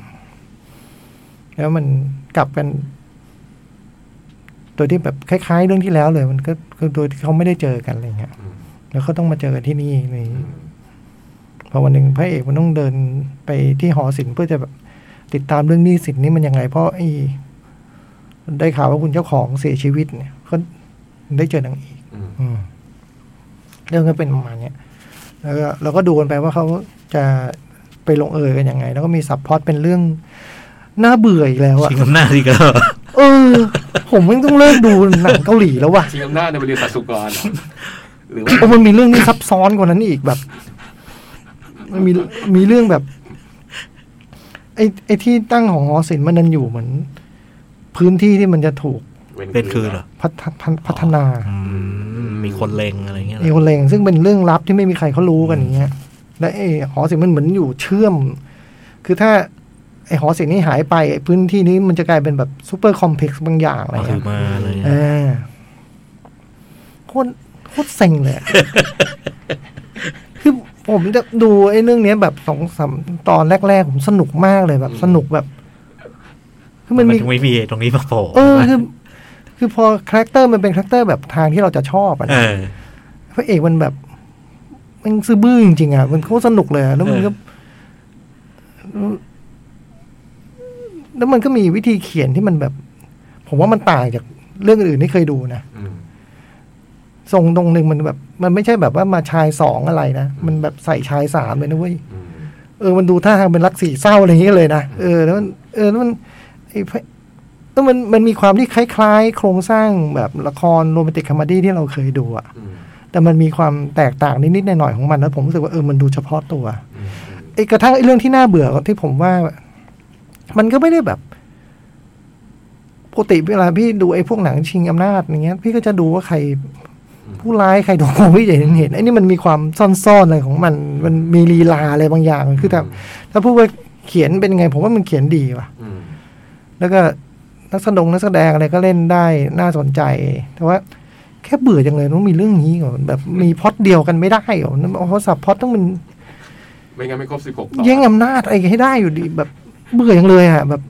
Speaker 5: แล้วมันกลับกัน โดยที่แบบคล้ายๆ เรื่องที่แล้วเลย มันก็คือโดยที่เขาไม่ได้เจอกันอะไรเงี้ย
Speaker 3: อืม
Speaker 5: แล้วเขาต้องมาเจอกันที่นี่ใน
Speaker 3: อืม
Speaker 5: พอวันหนึ่งพระเอกมันต้องเดินไปที่หอศิลป์เพื่อจะแบบติดตามเรื่องหนี้สินนี่มันยังไง เพราะไอ้ได้ข่าวว่าคุณเจ้าของเสียชีวิตเนี่ยก็ได้เจอนางเอก
Speaker 3: อืม
Speaker 5: อืมเรื่องก็เป็นประมาณเนี้ย แล้วก็เราก็ดูกันไปว่าเขาจะไปลงเอยกันยังไง แล้วก็มีซับพล็อตเป็นเรื่องน่าเบื่ออีกแล้วอะ
Speaker 4: ชิงอำนาจอีกแล้ว
Speaker 5: เออ ผมมันต้องเลิกดูหนังเกาหลีแล้วว่ะ
Speaker 3: ชิงอำนาจในบริษัทสุกรเหรอหรือว่า
Speaker 5: โอ้มันมีเรื่องที่ซับซ้อนกว่านั้นอีกแบบ มันมีมีเรื่องแบบ ไอ้ไอ้ที่ตั้งของหอศิลป์มันนันอยู่เหมือน พื้นที่ที่มันจะถูก
Speaker 4: เป็นคืนเหรอ
Speaker 5: พัฒพัฒพัฒนา
Speaker 4: อืมมีคนเลงอะไรเงี้ยเหร
Speaker 5: เอ
Speaker 4: อ
Speaker 5: วเลงซึ่งเป็นเรื่องลับที่ไม่มีใครเขารู้กันอย่างเงี้ย และไอ้หอศิลป์มันเหมือนอยู่เชื่อม คือถ้าไอ้หอศิลป์นี้หายไปไอ้พื้นที่นี้มันจะกลายเป็นแบบซูเปอร์คอมเพล็กซ์บางอย่างอะไร
Speaker 4: มาถื
Speaker 5: เงี้
Speaker 4: อยมาอะไร
Speaker 5: เอ
Speaker 4: เงี้
Speaker 5: อ
Speaker 4: ย
Speaker 5: โคตรโคตรเซ็งเลยอะ คือผมจะดูไอ้เรื่องเนี้ยแบบสองสามตอนแรก ๆ ผมสนุกมากเลยแบบ สนุกแบบคือ
Speaker 4: มั
Speaker 5: มัน นมี
Speaker 4: ถึงไม่มีตรงนี้มาโผล่
Speaker 5: เออคือคือพอคาแรคเตอร์มันเป็นคาแรคเตอร์แบบทางที่เราจะชอบอะนะ
Speaker 4: เออ
Speaker 5: พระเอกมันแบบมันซื้อบื้อจริงๆอ่ะมันโคตรสนุกเลยอะแล้วมันก็แล้วมันก็มีวิธีเขียนที่มันแบบ ผมว่ามันต่างจากเรื่องอื่นที่เคยดูนะ
Speaker 3: อืม
Speaker 5: ทรงตรงหนึ่งมันแบบ มันไม่ใช่แบบว่ามาชายสองอะไรนะมันแบบใส่ชายสามเลยนะเว้ย
Speaker 3: อืม
Speaker 5: เออมันดูท่าทางเป็นรักสี่เศร้าอะไรอย่างเงี้ยเลยนะเออแล้วมันเออแล้วมันไอ ไอ้พระเออมันมันมีความที่คล้ายๆ โครงสร้างแบบละครโรแมนติกคอมดี้ที่เราเคยดูอะ
Speaker 3: อืม
Speaker 5: แต่มันมีความแตกต่างนิดๆหน่อยๆของมันแล้วผมรู้สึกว่าเออมันดูเฉพาะตัว
Speaker 3: อืม
Speaker 5: ไอ้กระทั่งไอ้เรื่องที่น่าเบื่อที่ผมว่า มันก็ไม่ได้แบบปกติเวลาพี่ดูไอ้พวกหนังชิงอำนาจอย่างเงี้ย พี่ก็จะดูว่าใคร ผู้ร้ายใครโดนพี่จะเห็นเห็นไอ้นี่มันมีความซ่อนๆอะไรของมัน มันมีลีลาอะไรบางอย่างคือถ้าถ้าพูดว่าเขียนเป็นไง ผมว่ามันเขียนดีว่ะ
Speaker 3: อืม
Speaker 5: แล้วก็นักแสดงนักแสดงอะไรก็เล่นได้น่าสนใจ แต่ว่าแค่เบื่อจังเลยต้องมีเรื่องนี้ก่อนแบบมีพล็อดเดียวกันไม่ได้เหรอเพราะสับพล็อดต้องมัน
Speaker 3: ไม่งั้นไม่ครบสิบหกตอน
Speaker 5: แย่งอำนาจอะไรให้ได้อยู่ดีแบบเบื่ออย่างเลยอ่ะ แบบ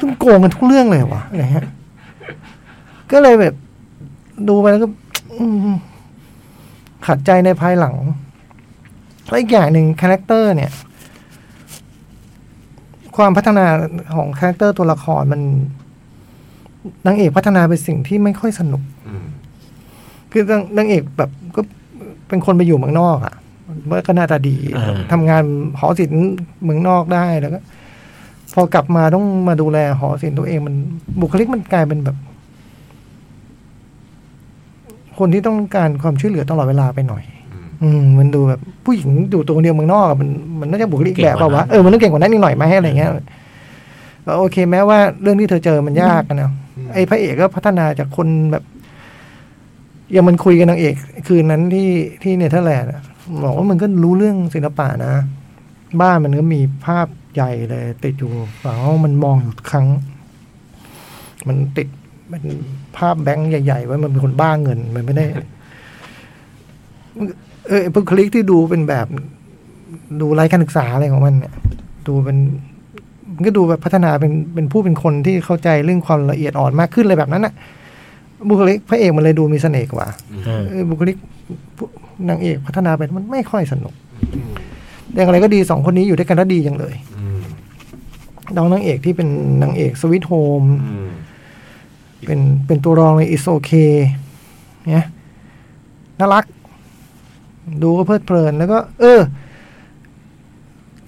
Speaker 5: ต้องโกงกันทุกเรื่องเลยเหรอวะอะไรฮะ ก็เลยแบบ ดูไปแล้วก็ อืมขัดใจในภายหลังแล้วอีกอย่างหนึ่งคาแรคเตอร์เนี่ย ความพัฒนาของคาแรคเตอร์ตัวละครมันนางเอกพัฒนาเป็นสิ่งที่ไม่ค่อยสนุก
Speaker 3: อืม
Speaker 5: คือนางนางเอกแบบก็เป็นคนไปอยู่เมืองนอกอะ่ะเมื่อก็หน่าตาดี
Speaker 4: อ่า
Speaker 5: ทำงานหอศิลป์เมืองนอกได้แล้วก็ พอกลับมาต้องมาดูแลหอศิลป์ตัวเองมันบุคลิกมันกลายเป็นแบบ คนที่ต้องการความช่วยเหลือตลอดเวลาไปหน่อย
Speaker 3: อืม
Speaker 5: อืมมันดูแบบผู้หญิงอยู่ตัวคนเดียวเมืองนอกอะมันมันน่าจะบุคลิกอีกแบบเปล่าวะเออมันต้องเก่งกว่านั้นนิดหน่อยไหมอะไรเงี้ยก็โอเค แม้ว่าเรื่องที่เธอเจอมันยากอะนะไอ้พระเอกก็พัฒนาจากคนแบบอยังมันคุยกับนางเอก คืนนั้นที่ที่เนเธอร์แลนด์อะบอกว่ามันก็รู้เรื่องศิลปะนะ บ้านมันก็มีภาพใหญ่เลยติดอยู่ฝาห้องมันมองอยู่ทุกครั้ง มันติดเป็นภาพแบงค์ใหญ่ๆไว้มันเป็นคนบ้าเงินมันไม่ได้ เออพวกคลิกที่ดูเป็นแบบ ดูไร้การศึกษาอะไรของมันเนี่ยดูเป็นมันก็ดูแบบพัฒนาเป็นเป็นผู้เป็นคนที่เข้าใจเรื่องความละเอียดอ่อนมากขึ้นเลยแบบนั้นน่ะ บุคลิกพระเอกมันเลยดูมีเสน่ห์กว่า
Speaker 4: เออ
Speaker 5: เออบุคลิกผู้นางเอกพัฒนาไปมันไม่ค่อยสนุกแต่อย่างไรก็ดีสองคนนี้อยู่ด้วยกันแล้วดีจังเลย
Speaker 3: อืม
Speaker 5: น้องนางเอกที่เป็นนางเอกสวิตโฮม
Speaker 3: อืม
Speaker 5: เป็นเป็นตัวรองใน is okay เนี่ยน่ารัก ดูก็เพลิดเพลิน แล้วก็ เออ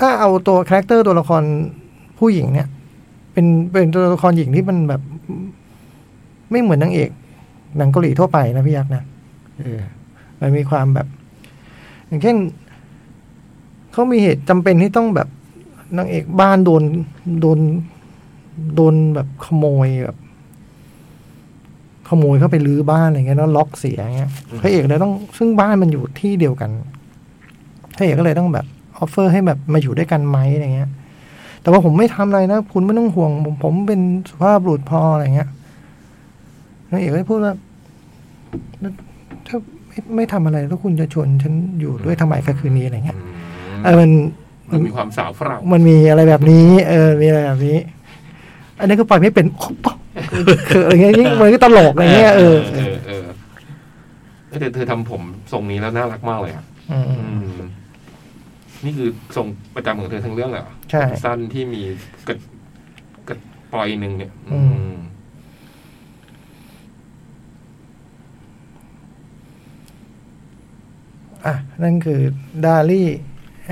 Speaker 5: ถ้าเอาตัวคาแรคเตอร์ตัวละครผู้หญิงเนี่ย เป็นเป็นตัวละครหญิงที่มันแบบ ไม่เหมือนนางเอกหนังเกาหลีทั่วไปนะพี่ยักษ์นะเออ มันมีความแบบ อย่างเช่นเขามีเหตุจำเป็นที่ต้องแบบนางเอกบ้านโดนโดนโดนแบบขโมยแบบ ขโมยเข้าไปรื้อบ้านอะไรเงี้ยแล้วล็อกเสียเงี้ยพระเอกเลยต้องซึ่งบ้านมันอยู่ที่เดียวกันพระเอกก็เลยต้องแบบออฟเฟอร์ให้แบบมาอยู่ด้วยกันไหมอะไรเงี้ย แต่ว่าผมไม่ทำอะไรนะคุณไม่ต้องห่วง ผมผมเป็นสุภาพบุรุษพออะไรเงี้ยนางเอกก็พูดว่าถ้าไม่ไม่ทำอะไรแล้วคุณจะชวนฉันอยู่ด้วยทำไมกลางคืนนี้อะไรเงี้ยเออมัน
Speaker 3: มันมีความสาวฝรั่ง
Speaker 5: มันมีอะไรแบบนี้ เออ มีอะไรแบบนี้ อันนี้ก็ปล่อยไม่เป็นโอ๊ะ ปะคืออะไรเงี้ยยิ่งมันก็ตลกอะไรเงี้ยเออ
Speaker 3: เออเออเออแต่เธอทำผมทรงนี้แล้วน่ารักมากเลยอ่ะ
Speaker 5: อืม
Speaker 3: อืมนี่คือทรงประจำของเธอทั้งเรื่องเลยเหรอ
Speaker 5: ใช่
Speaker 3: สั้นที่มีกระกระปล่อยหนึ่งเนี่ย
Speaker 5: อื
Speaker 3: อื
Speaker 5: ม
Speaker 3: ม
Speaker 5: อ่ะ นั่นคือ Dali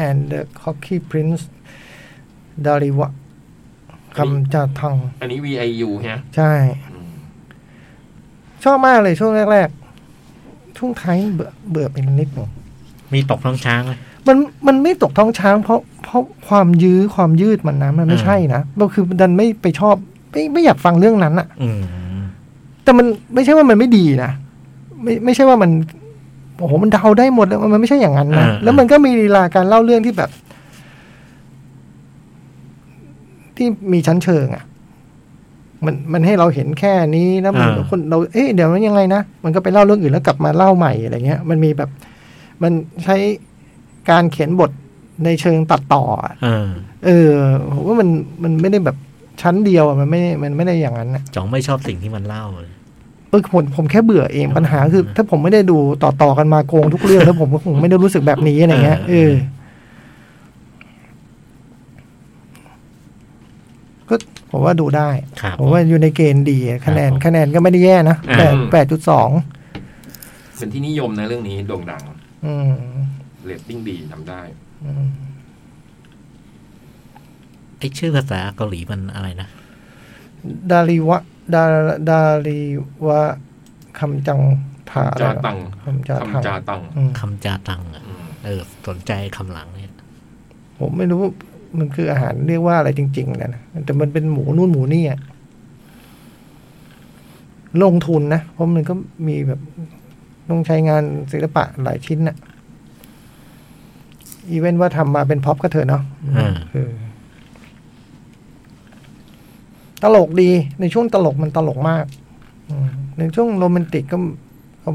Speaker 5: and the Cocky Prince ดาริวะคำจาทัง
Speaker 3: อันนี้ VIU ฮะ
Speaker 5: ใช่
Speaker 3: อืม
Speaker 5: ชอบมากเลยช่วงแรกๆ ช่วงท้ายเบื่อเบื่อเป็นนิดหนึ่ง
Speaker 4: มีตกท้องช้างไหม
Speaker 5: มันมันไม่ตกท้องช้างเพราะเพราะความยื้อความยืดมันนะ มันไม่
Speaker 4: อ่า
Speaker 5: ใช่นะก็คือดันไม่ไปชอบ ไม่ไม่อยากฟังเรื่องนั้นอะ
Speaker 4: อืม
Speaker 5: แต่มันไม่ใช่ว่ามันไม่ดีนะไม่ไม่ใช่ว่ามันโอ้โหมันเดาได้หมดแล้วมันไม่ใช่อย่างนั้นนะ
Speaker 4: อ่า
Speaker 5: แล้วมันก็มีลีลาการเล่าเรื่องที่แบบ ที่มีชั้นเชิงอะ่ะ มันมันให้เราเห็นแค่นี้แล้วมัน
Speaker 4: อ่า
Speaker 5: คนเราเอ๊ะเดี๋ยวมันยังไงนะมันก็ไปเล่าเรื่องอื่นแล้วกลับมาเล่าใหม่อะไรเงี้ย มันมีแบบ มันใช้การเขียนบทในเชิงตัดต่ออะ
Speaker 4: เออ
Speaker 5: เออผมว่ามันมันไม่ได้แบบชั้นเดียวอะมันไม่ได้มันไม่ได้อย่างนั้นอะ
Speaker 4: จ๋องไม่ชอบสิ่งที่มันเล่าเลย
Speaker 5: เออผมผมแค่เบื่อเองปัญหาคือ
Speaker 4: อืม
Speaker 5: ถ้าผมไม่ได้ดูต่อต่อกันมาโกงทุกเรื่อง แล้วผมก็คงไม่ได้รู้สึกแบบนี้อะไรเงี้ย เอ
Speaker 4: เอ
Speaker 5: อ
Speaker 4: อ
Speaker 5: ก็ผมว่าดูได้
Speaker 4: ครับ
Speaker 5: ผมว่าอยู่ในเกณฑ์ดีอะคะแนน
Speaker 4: ผม
Speaker 5: คะแนนก็ไม่ได้แย่นะ
Speaker 4: อ่า
Speaker 5: แปดแปดจุดสอง
Speaker 3: เป็นที่นิยมนะเรื่องนี้โด่งดัง
Speaker 5: อืม
Speaker 3: เรตติ้งดีทำได้
Speaker 5: อืม
Speaker 4: ไอชื่อภาษาเกาหลีมันอะไรนะ
Speaker 5: ดาริวะดาดาริวะคำจังถาอะไร
Speaker 3: จา
Speaker 5: เหรอ
Speaker 3: ตัง
Speaker 5: คำจาถา
Speaker 3: คำจาตัง
Speaker 5: อืม
Speaker 4: คำจาตังอะเออ สนใจคำหลังเนี่ย
Speaker 5: ผมไม่รู้มันคืออาหารเรียกว่าอะไรจริงๆนะนะแต่มันเป็นหมูนู่นหมูนี่อะลงทุนนะเพราะมันก็มีแบบต้องใช้งานศิลปะหลายชิ้นนะอีเวนต์ว่าทำมาเป็นพ็อปก็เถอะเนาะ
Speaker 4: อ่า
Speaker 5: เออตลกดีในช่วงตลกมันตลกมาก อืมในช่วงโรแมนติกก็ก็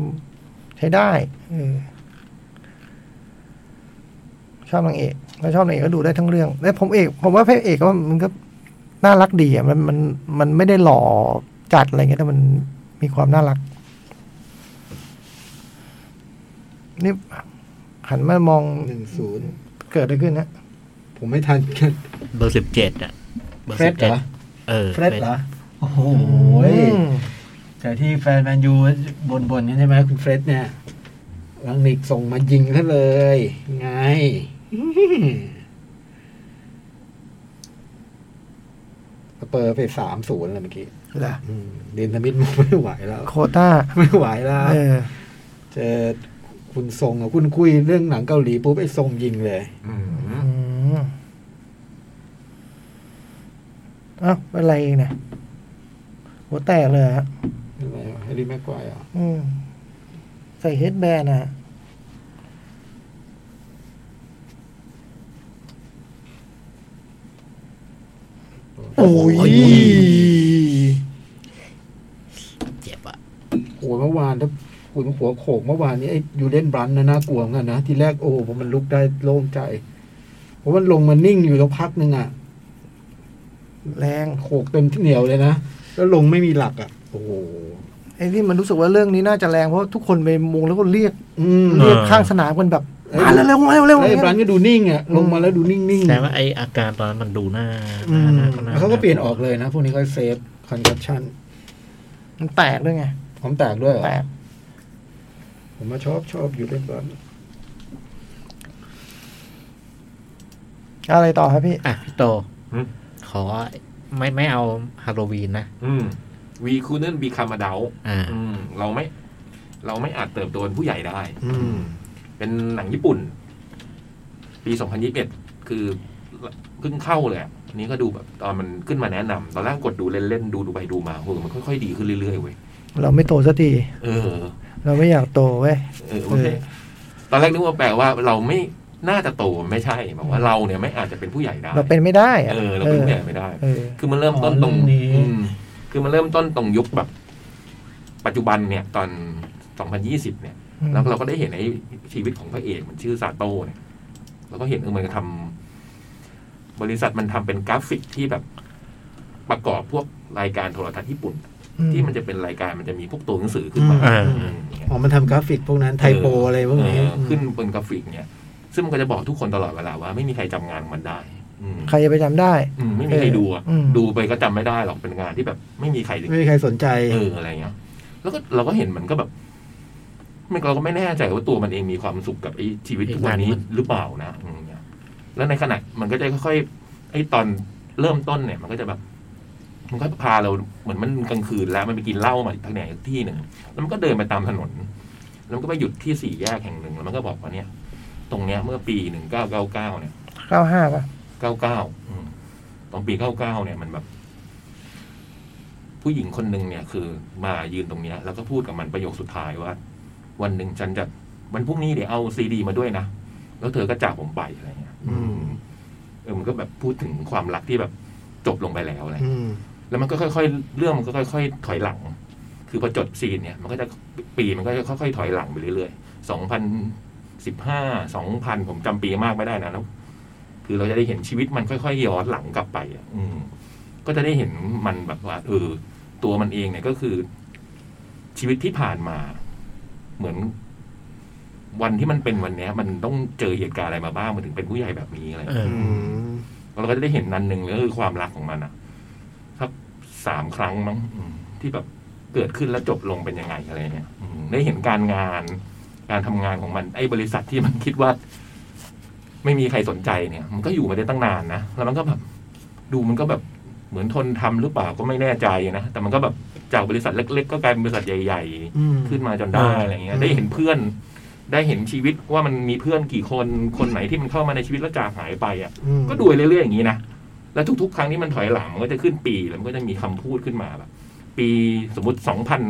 Speaker 5: ใช้ได้เออชอบนางเอกถ้าชอบนางเอกก็ดูได้ทั้งเรื่อง แล้วผมเอกผมว่าพระเอกก็มันก็น่ารักดีอ่ะมันมันมันไม่ได้หล่อจัดอะไรเงี้ยแต่มันมีความน่ารัก นี่หันมามอง
Speaker 2: หนึ่งศูนย์
Speaker 5: เกิดอะไรขึ้นนะ
Speaker 2: ผมไม่ทันกัน
Speaker 4: เบอร์สิบเจ็ดอะเบอร์
Speaker 2: เฟร
Speaker 4: สิ
Speaker 2: ด
Speaker 4: บ
Speaker 2: เหร
Speaker 4: เจ็ด
Speaker 2: อ
Speaker 4: เออ
Speaker 2: เฟรดเหรอโอ้โห
Speaker 5: อืม
Speaker 2: แต่ที่แฟนแมนยูบ่นๆกันใช่ไหมคุณเฟรดเนี่ยลังนิกส่งมายิงซะเลย ไง อื้อหือสเปอร์ไปสามศูนย์แล้วเมื่อกี้
Speaker 5: เหรอ
Speaker 2: อืมเดนสมิธไม่ไหวแล้ว
Speaker 5: โควต้า
Speaker 2: ไม่ไหวแล้ว
Speaker 5: เออ
Speaker 2: เจอคุณทรงกับคุณคุยเรื่องหนังเกาหลีปุ๊บไอ้ทรงยิงเลย
Speaker 3: อืม
Speaker 5: อืมเอ้าอะไรอีกเนี่ยหัวแตกเลยฮะ
Speaker 2: อะไรวะแฮร์รี่แม็กควายเหรอ่ะ
Speaker 5: อืม ใส่เฮดแบนนะฮะโอ้ย
Speaker 4: เจ็บอะ
Speaker 2: โอ้ยเมื่อวานถ้าคุณหัวโขกเมื่อวานนี้ไอ้ยูเลนบรันท์นะน่ากลัวเหมือนกันนะ ที่แรกโอ้โหผมมันลุกได้โล่งใจเพราะมันลงมานิ่งอยู่แล้วพักหนึ่งอ่ะ
Speaker 5: แรง
Speaker 2: โขกเต็มที่เหนียวเลยนะ แล้วลงไม่มีหลักอ่ะ โอ้โห
Speaker 5: ไอ้ที่มันรู้สึกว่าเรื่องนี้น่าจะแรงเพราะทุกคนไปมุงแล้วก็เรียก
Speaker 2: อืม
Speaker 5: เรียกข้างสนามกันแบบมาเร็วๆมาเร็วๆ
Speaker 2: แล้วไอ้บรันท์
Speaker 5: เนี่ย
Speaker 2: ก็ดูนิ่งอ่ะลงมาแล้วดูนิ่งๆ
Speaker 4: แต่ว่าไออาการตอนนั้นมันดูหน้าห
Speaker 2: อื
Speaker 4: น้าม หน้าหน้
Speaker 2: แล้วเขาก็เปลี่ยนออกเลยนะพวกนี้ก็เซฟคอนกัปชั่น
Speaker 5: มันแตกด้วยไง
Speaker 2: พร้อมแตกด้วยเหรอ
Speaker 5: แตก
Speaker 2: ผมมาชอบชอบอยู่เล่นบอล
Speaker 5: อะไรต่อครับพี่
Speaker 4: อ่ะพี่โต ขอไม่ไม่เอาฮาโลวีนนะ
Speaker 3: อืมวีคูเนนบีคามาเดล
Speaker 4: อ่า
Speaker 3: เราไม่ เราไม่อาจเติบโตเป็นผู้ใหญ่ได้
Speaker 2: อืม
Speaker 3: เป็นหนังญี่ปุ่น ปี 2021 คือเพิ่งเข้าเลยอะอันนี้ก็ดูแบบตอนมันขึ้นมาแนะนำตอนแรกกดดูเล่นๆ ดูดูไปดูมาโหมันค่อยๆ ดีขึ้นเรื่อยๆเว้ย
Speaker 5: เราไม่โตสักที
Speaker 3: เออ
Speaker 5: เราไม่อยากโตเว้ย
Speaker 3: เออโอเคตอนแรกนึกว่าแปลว่าเราไม่น่าจะโตไม่ใช่บอกว่าเราเนี่ยไม่อาจจะเป็นผู้ใหญ่ได้
Speaker 5: เราเป็นไม่ได้อะ
Speaker 3: เออเราเป็นผู้ใหญ่ไม่ได้
Speaker 5: เออ
Speaker 3: คือมันเริ่มต้นตรง
Speaker 2: อ๋อเรื่องนี้
Speaker 3: อืมคือมันเริ่มต้นตรงยุคแบบ ปัจจุบันเนี่ย ตอน 2020 เนี่ย แล้วเราก็ได้เห็นไอ้ชีวิตของพระเอกมันชื่อซาโต้เนี่ยเราก็เห็นเออมันก็ทำบริษัทมันทำเป็นกราฟิกที่แบบประกอบพวกรายการโทรทัศน์ญี่ปุ่น
Speaker 5: อื
Speaker 3: ที่มันจะเป็นรายการมันจะมีพวกตัวหนังสือขึ้นมา
Speaker 4: อืม
Speaker 3: อืมอย่างเงี้ย
Speaker 2: อ๋อมันทำกราฟิกพวกนั้นไทโปอะไรพวกนี้
Speaker 3: เออขึ้นบนกราฟิกเนี่ย ซึ่งมันก็จะบอกทุกคนตลอดเวลาว่าไม่มีใครจำงานมันได้ อืม
Speaker 5: ใครจะไปจำได้
Speaker 3: อืมไม่มีใครดูอะ
Speaker 5: อืม
Speaker 3: ดูไปก็จำไม่ได้หรอกเป็นงานที่แบบ ไม่มีใคร
Speaker 2: ไม่มีใครสนใจ
Speaker 3: เอออะไรเงี้ย แล้วก็เราก็เห็นมันก็แบบมันเราก็ไม่แน่ใจว่าตัวมันเองมีความสุขกับไอ้ชีวิตทุกวันนี้หรือเปล่านะอืมเนี่ยแล้วในขณะมันก็จะค่อยๆไอ้ตอนเริ่มต้นเนี่ย มันก็จะแบบ มันก็พาเราเหมือนมันกลางคืนแล้วมันไปกินเหล้ามาอีกทางไหนที่หนึ่งแล้วมันก็เดินไปตามถนน แล้วมันก็ไปหยุดที่สี่แยกแห่งหนึ่งแล้วมันก็บอกว่าเนี่ย ตรงเนี้ยเมื่อปีหนึ่งเก้าเก้าเก้าเนี่ย
Speaker 5: เก้าห้าป่ะ
Speaker 3: เก้าเก้าตอนปีเก้าเก้าเนี่ยมันแบบ ผู้หญิงคนหนึ่งเนี่ย คือมายืนตรงเนี้ย แล้วก็พูดกับมันประโยคสุดท้ายว่า วันหนึ่งฉันจะวันพรุ่งนี้เดี๋ยวเอาซีดีมาด้วยนะ แล้วเธอก็จากผมไปอะไรเงี้ย
Speaker 2: อืม
Speaker 3: เออมันก็แบบพูดถึงความรักที่แบบจบลงไปแล้วอะไร
Speaker 2: อืม
Speaker 3: แล้วมันก็ค่อยๆ เรื่องมันก็ค่อย ๆ ถอยหลัง คือพอจดซีนเนี่ย มันก็จะปีมันก็จะค่อยๆ ถอยหลังไปเรื่อยๆสองพันสิบห้า สองพันผมจำปีมากไม่ได้นะแล้วคือเราจะได้เห็นชีวิตมันค่อยๆ ย้อนหลังกลับไปอะอืม ก็จะได้เห็นมันแบบว่าเออตัวมันเองเนี่ยก็คือ ชีวิตที่ผ่านมา เหมือน วันที่มันเป็นวันเนี้ย มันต้องเจอเหตุการณ์อะไรมาบ้างมันถึงเป็นผู้ใหญ่แบบนี้อะไรอย่างเงี้ย
Speaker 4: เออ
Speaker 2: อืม
Speaker 3: เราก็จะได้เห็นนันหนึ่งเลยก็คือความรักของมันอะสักสามครั้งมั้งอืมที่แบบเกิดขึ้นแล้วจบลงเป็นยังไงอะไรเนี่ยอืมได้เห็นการงานการทำงานของมันไอ้บริษัทที่มันคิดว่า ไม่มีใครสนใจเนี่ย มันก็อยู่มาได้ตั้งนานนะแล้วมันก็แบบดูมันก็แบบ เหมือนทนทำหรือเปล่าก็ไม่แน่ใจนะ แต่มันก็แบบจากบริษัทเล็ก ๆ ก็กลายเป็นบริษัทใหญ่ ๆ
Speaker 2: อืม
Speaker 3: ขึ้นมาจนได้
Speaker 4: อ่า
Speaker 3: อะไรเงี้ย
Speaker 2: อืม
Speaker 3: ได้เห็นเพื่อน ได้เห็นชีวิตว่ามันมีเพื่อนกี่คนคนไหนที่มันเข้ามาในชีวิตแล้วจากหายไปอ่ะ
Speaker 2: อืม
Speaker 3: ก็ดูไปเรื่อยๆอย่างนี้นะแล้วทุก ๆ ครั้งที่มันถอยหลังมันก็จะขึ้นปีแล้วมันก็จะมีคำพูดขึ้นมาแบบปีสมมติสองพัน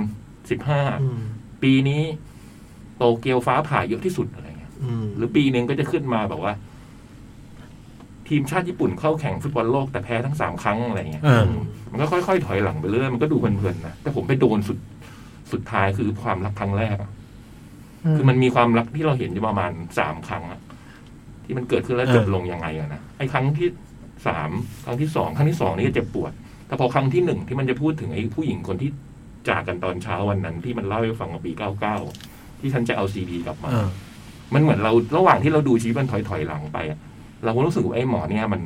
Speaker 3: สิบห้า
Speaker 2: อืม
Speaker 3: ปีนี้โตเกียวฟ้าผ่าเยอะที่สุดอะไรเงี้ย
Speaker 2: อืม
Speaker 3: หรือปีหนึ่งก็จะขึ้นมาแบบว่า ทีมชาติญี่ปุ่นเข้าแข่งฟุตบอลโลกแต่แพ้ทั้งสามครั้งอะไรเงี้ย
Speaker 4: อ่า
Speaker 3: มมันก็ค่อยๆถอยหลังไปเรื่อยมันก็ดูเพลินๆนะแต่ผมไปโดนสุดสุดท้ายคือความรักครั้งแรกอะ คือมันมีความรักที่เราเห็นอยู่ประมาณสามครั้งอะที่มันเกิดขึ้นแล้ว
Speaker 4: เออ
Speaker 3: จบลงยังไงอะนะไอ้ครั้งที่สามครั้งที่สองครั้งที่สองนี่ก็เจ็บปวด แต่พอครั้งที่หนึ่งที่มันจะพูดถึงไอ้ผู้หญิงคนที่จากกันตอนเช้าวันนั้น ที่มันเล่าให้ฟังว่าปีเก้าเก้าที่ฉันจะเอาซีดีกลับมา
Speaker 4: อ่า
Speaker 3: มันเหมือนเราระหว่างที่เราดูชีวิตมันถอยถอยๆหลังไปอะเราก็รู้สึกว่าไอ้หมอเนี่ยมัน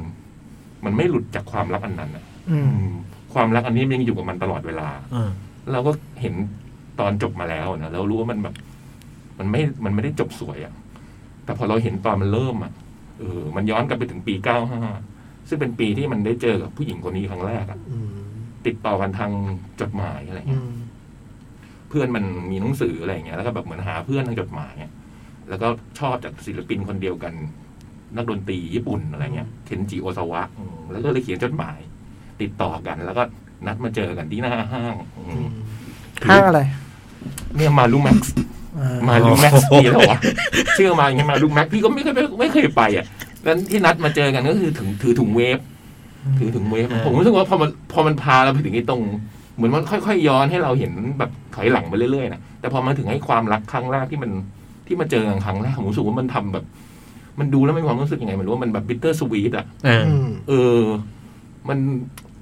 Speaker 3: มันไม่หลุดจากความรักอันนั้นอะ
Speaker 5: อืม
Speaker 3: อืมความรักอันนี้มันยังอยู่กับมันตลอดเวลา
Speaker 4: อ่า
Speaker 3: เราก็เห็นตอนจบมาแล้วนะเรารู้ว่ามันแบบ มันไม่ มันไม่ได้จบสวยอะแต่พอเราเห็นตอนมันเริ่มอะเออ มันย้อนกลับไปถึงปีเก้าห้าซึ่งเป็นปีที่มันได้เจอกับผู้หญิงคนนี้ครั้งแรกอะ
Speaker 2: อืม
Speaker 3: ติดต่อกันทางจดหมายอะไร
Speaker 2: อื
Speaker 3: เงี้ย
Speaker 2: ม
Speaker 3: เพื่อนมันมีหนังสืออะไรเงี้ย แล้วก็แบบเหมือนหาเพื่อนทางจดหมายเนี่ยแล้วก็ชอบจากศิลปินคนเดียวกัน นักดนตรีญี่ปุ่นอะไรเงี้ย เคนจิโอซาวะอืมแล้วก็เลยเขียนจดหมาย ติดต่อกัน แล้วก็นัดมาเจอกันที่หน้าห้างอื
Speaker 2: อื
Speaker 3: ม
Speaker 2: ม
Speaker 5: ห้างอะไร
Speaker 3: เนี่ยมารูแม็กซ์
Speaker 5: อ่า
Speaker 3: มาลู
Speaker 4: อ๋อ
Speaker 3: แม็กซ์มีแล้วเหรอวะ ชื่อมาอย่างเงี้ยมาลูแม็กซ์พี่ก็ไม่เคยไปไม่เคยไปอ่ะนั้นที่นัดมาเจอกันก็คือถึงถือถุงเวฟถือถุงเวฟ
Speaker 4: อ่า
Speaker 3: ผมรู้สึกว่าพอมันพอมันพาเราไปถึงไอ้ตรง เหมือนมันค่อยๆย้อนให้เราเห็นแบบถอยหลังไปเรื่อยๆนะแต่พอมาถึงไอ้ความรักครั้งแรกที่มันที่มาเจอกันครั้งแรกผมรู้สึกว่ามันทำแบบ มันดูแล้วมันมีความรู้สึกยังไงไมันรู้ว่ามันแบบบิตเตอร์สวีทอ่ะ
Speaker 4: อ่า
Speaker 2: อืม
Speaker 3: เออ มัน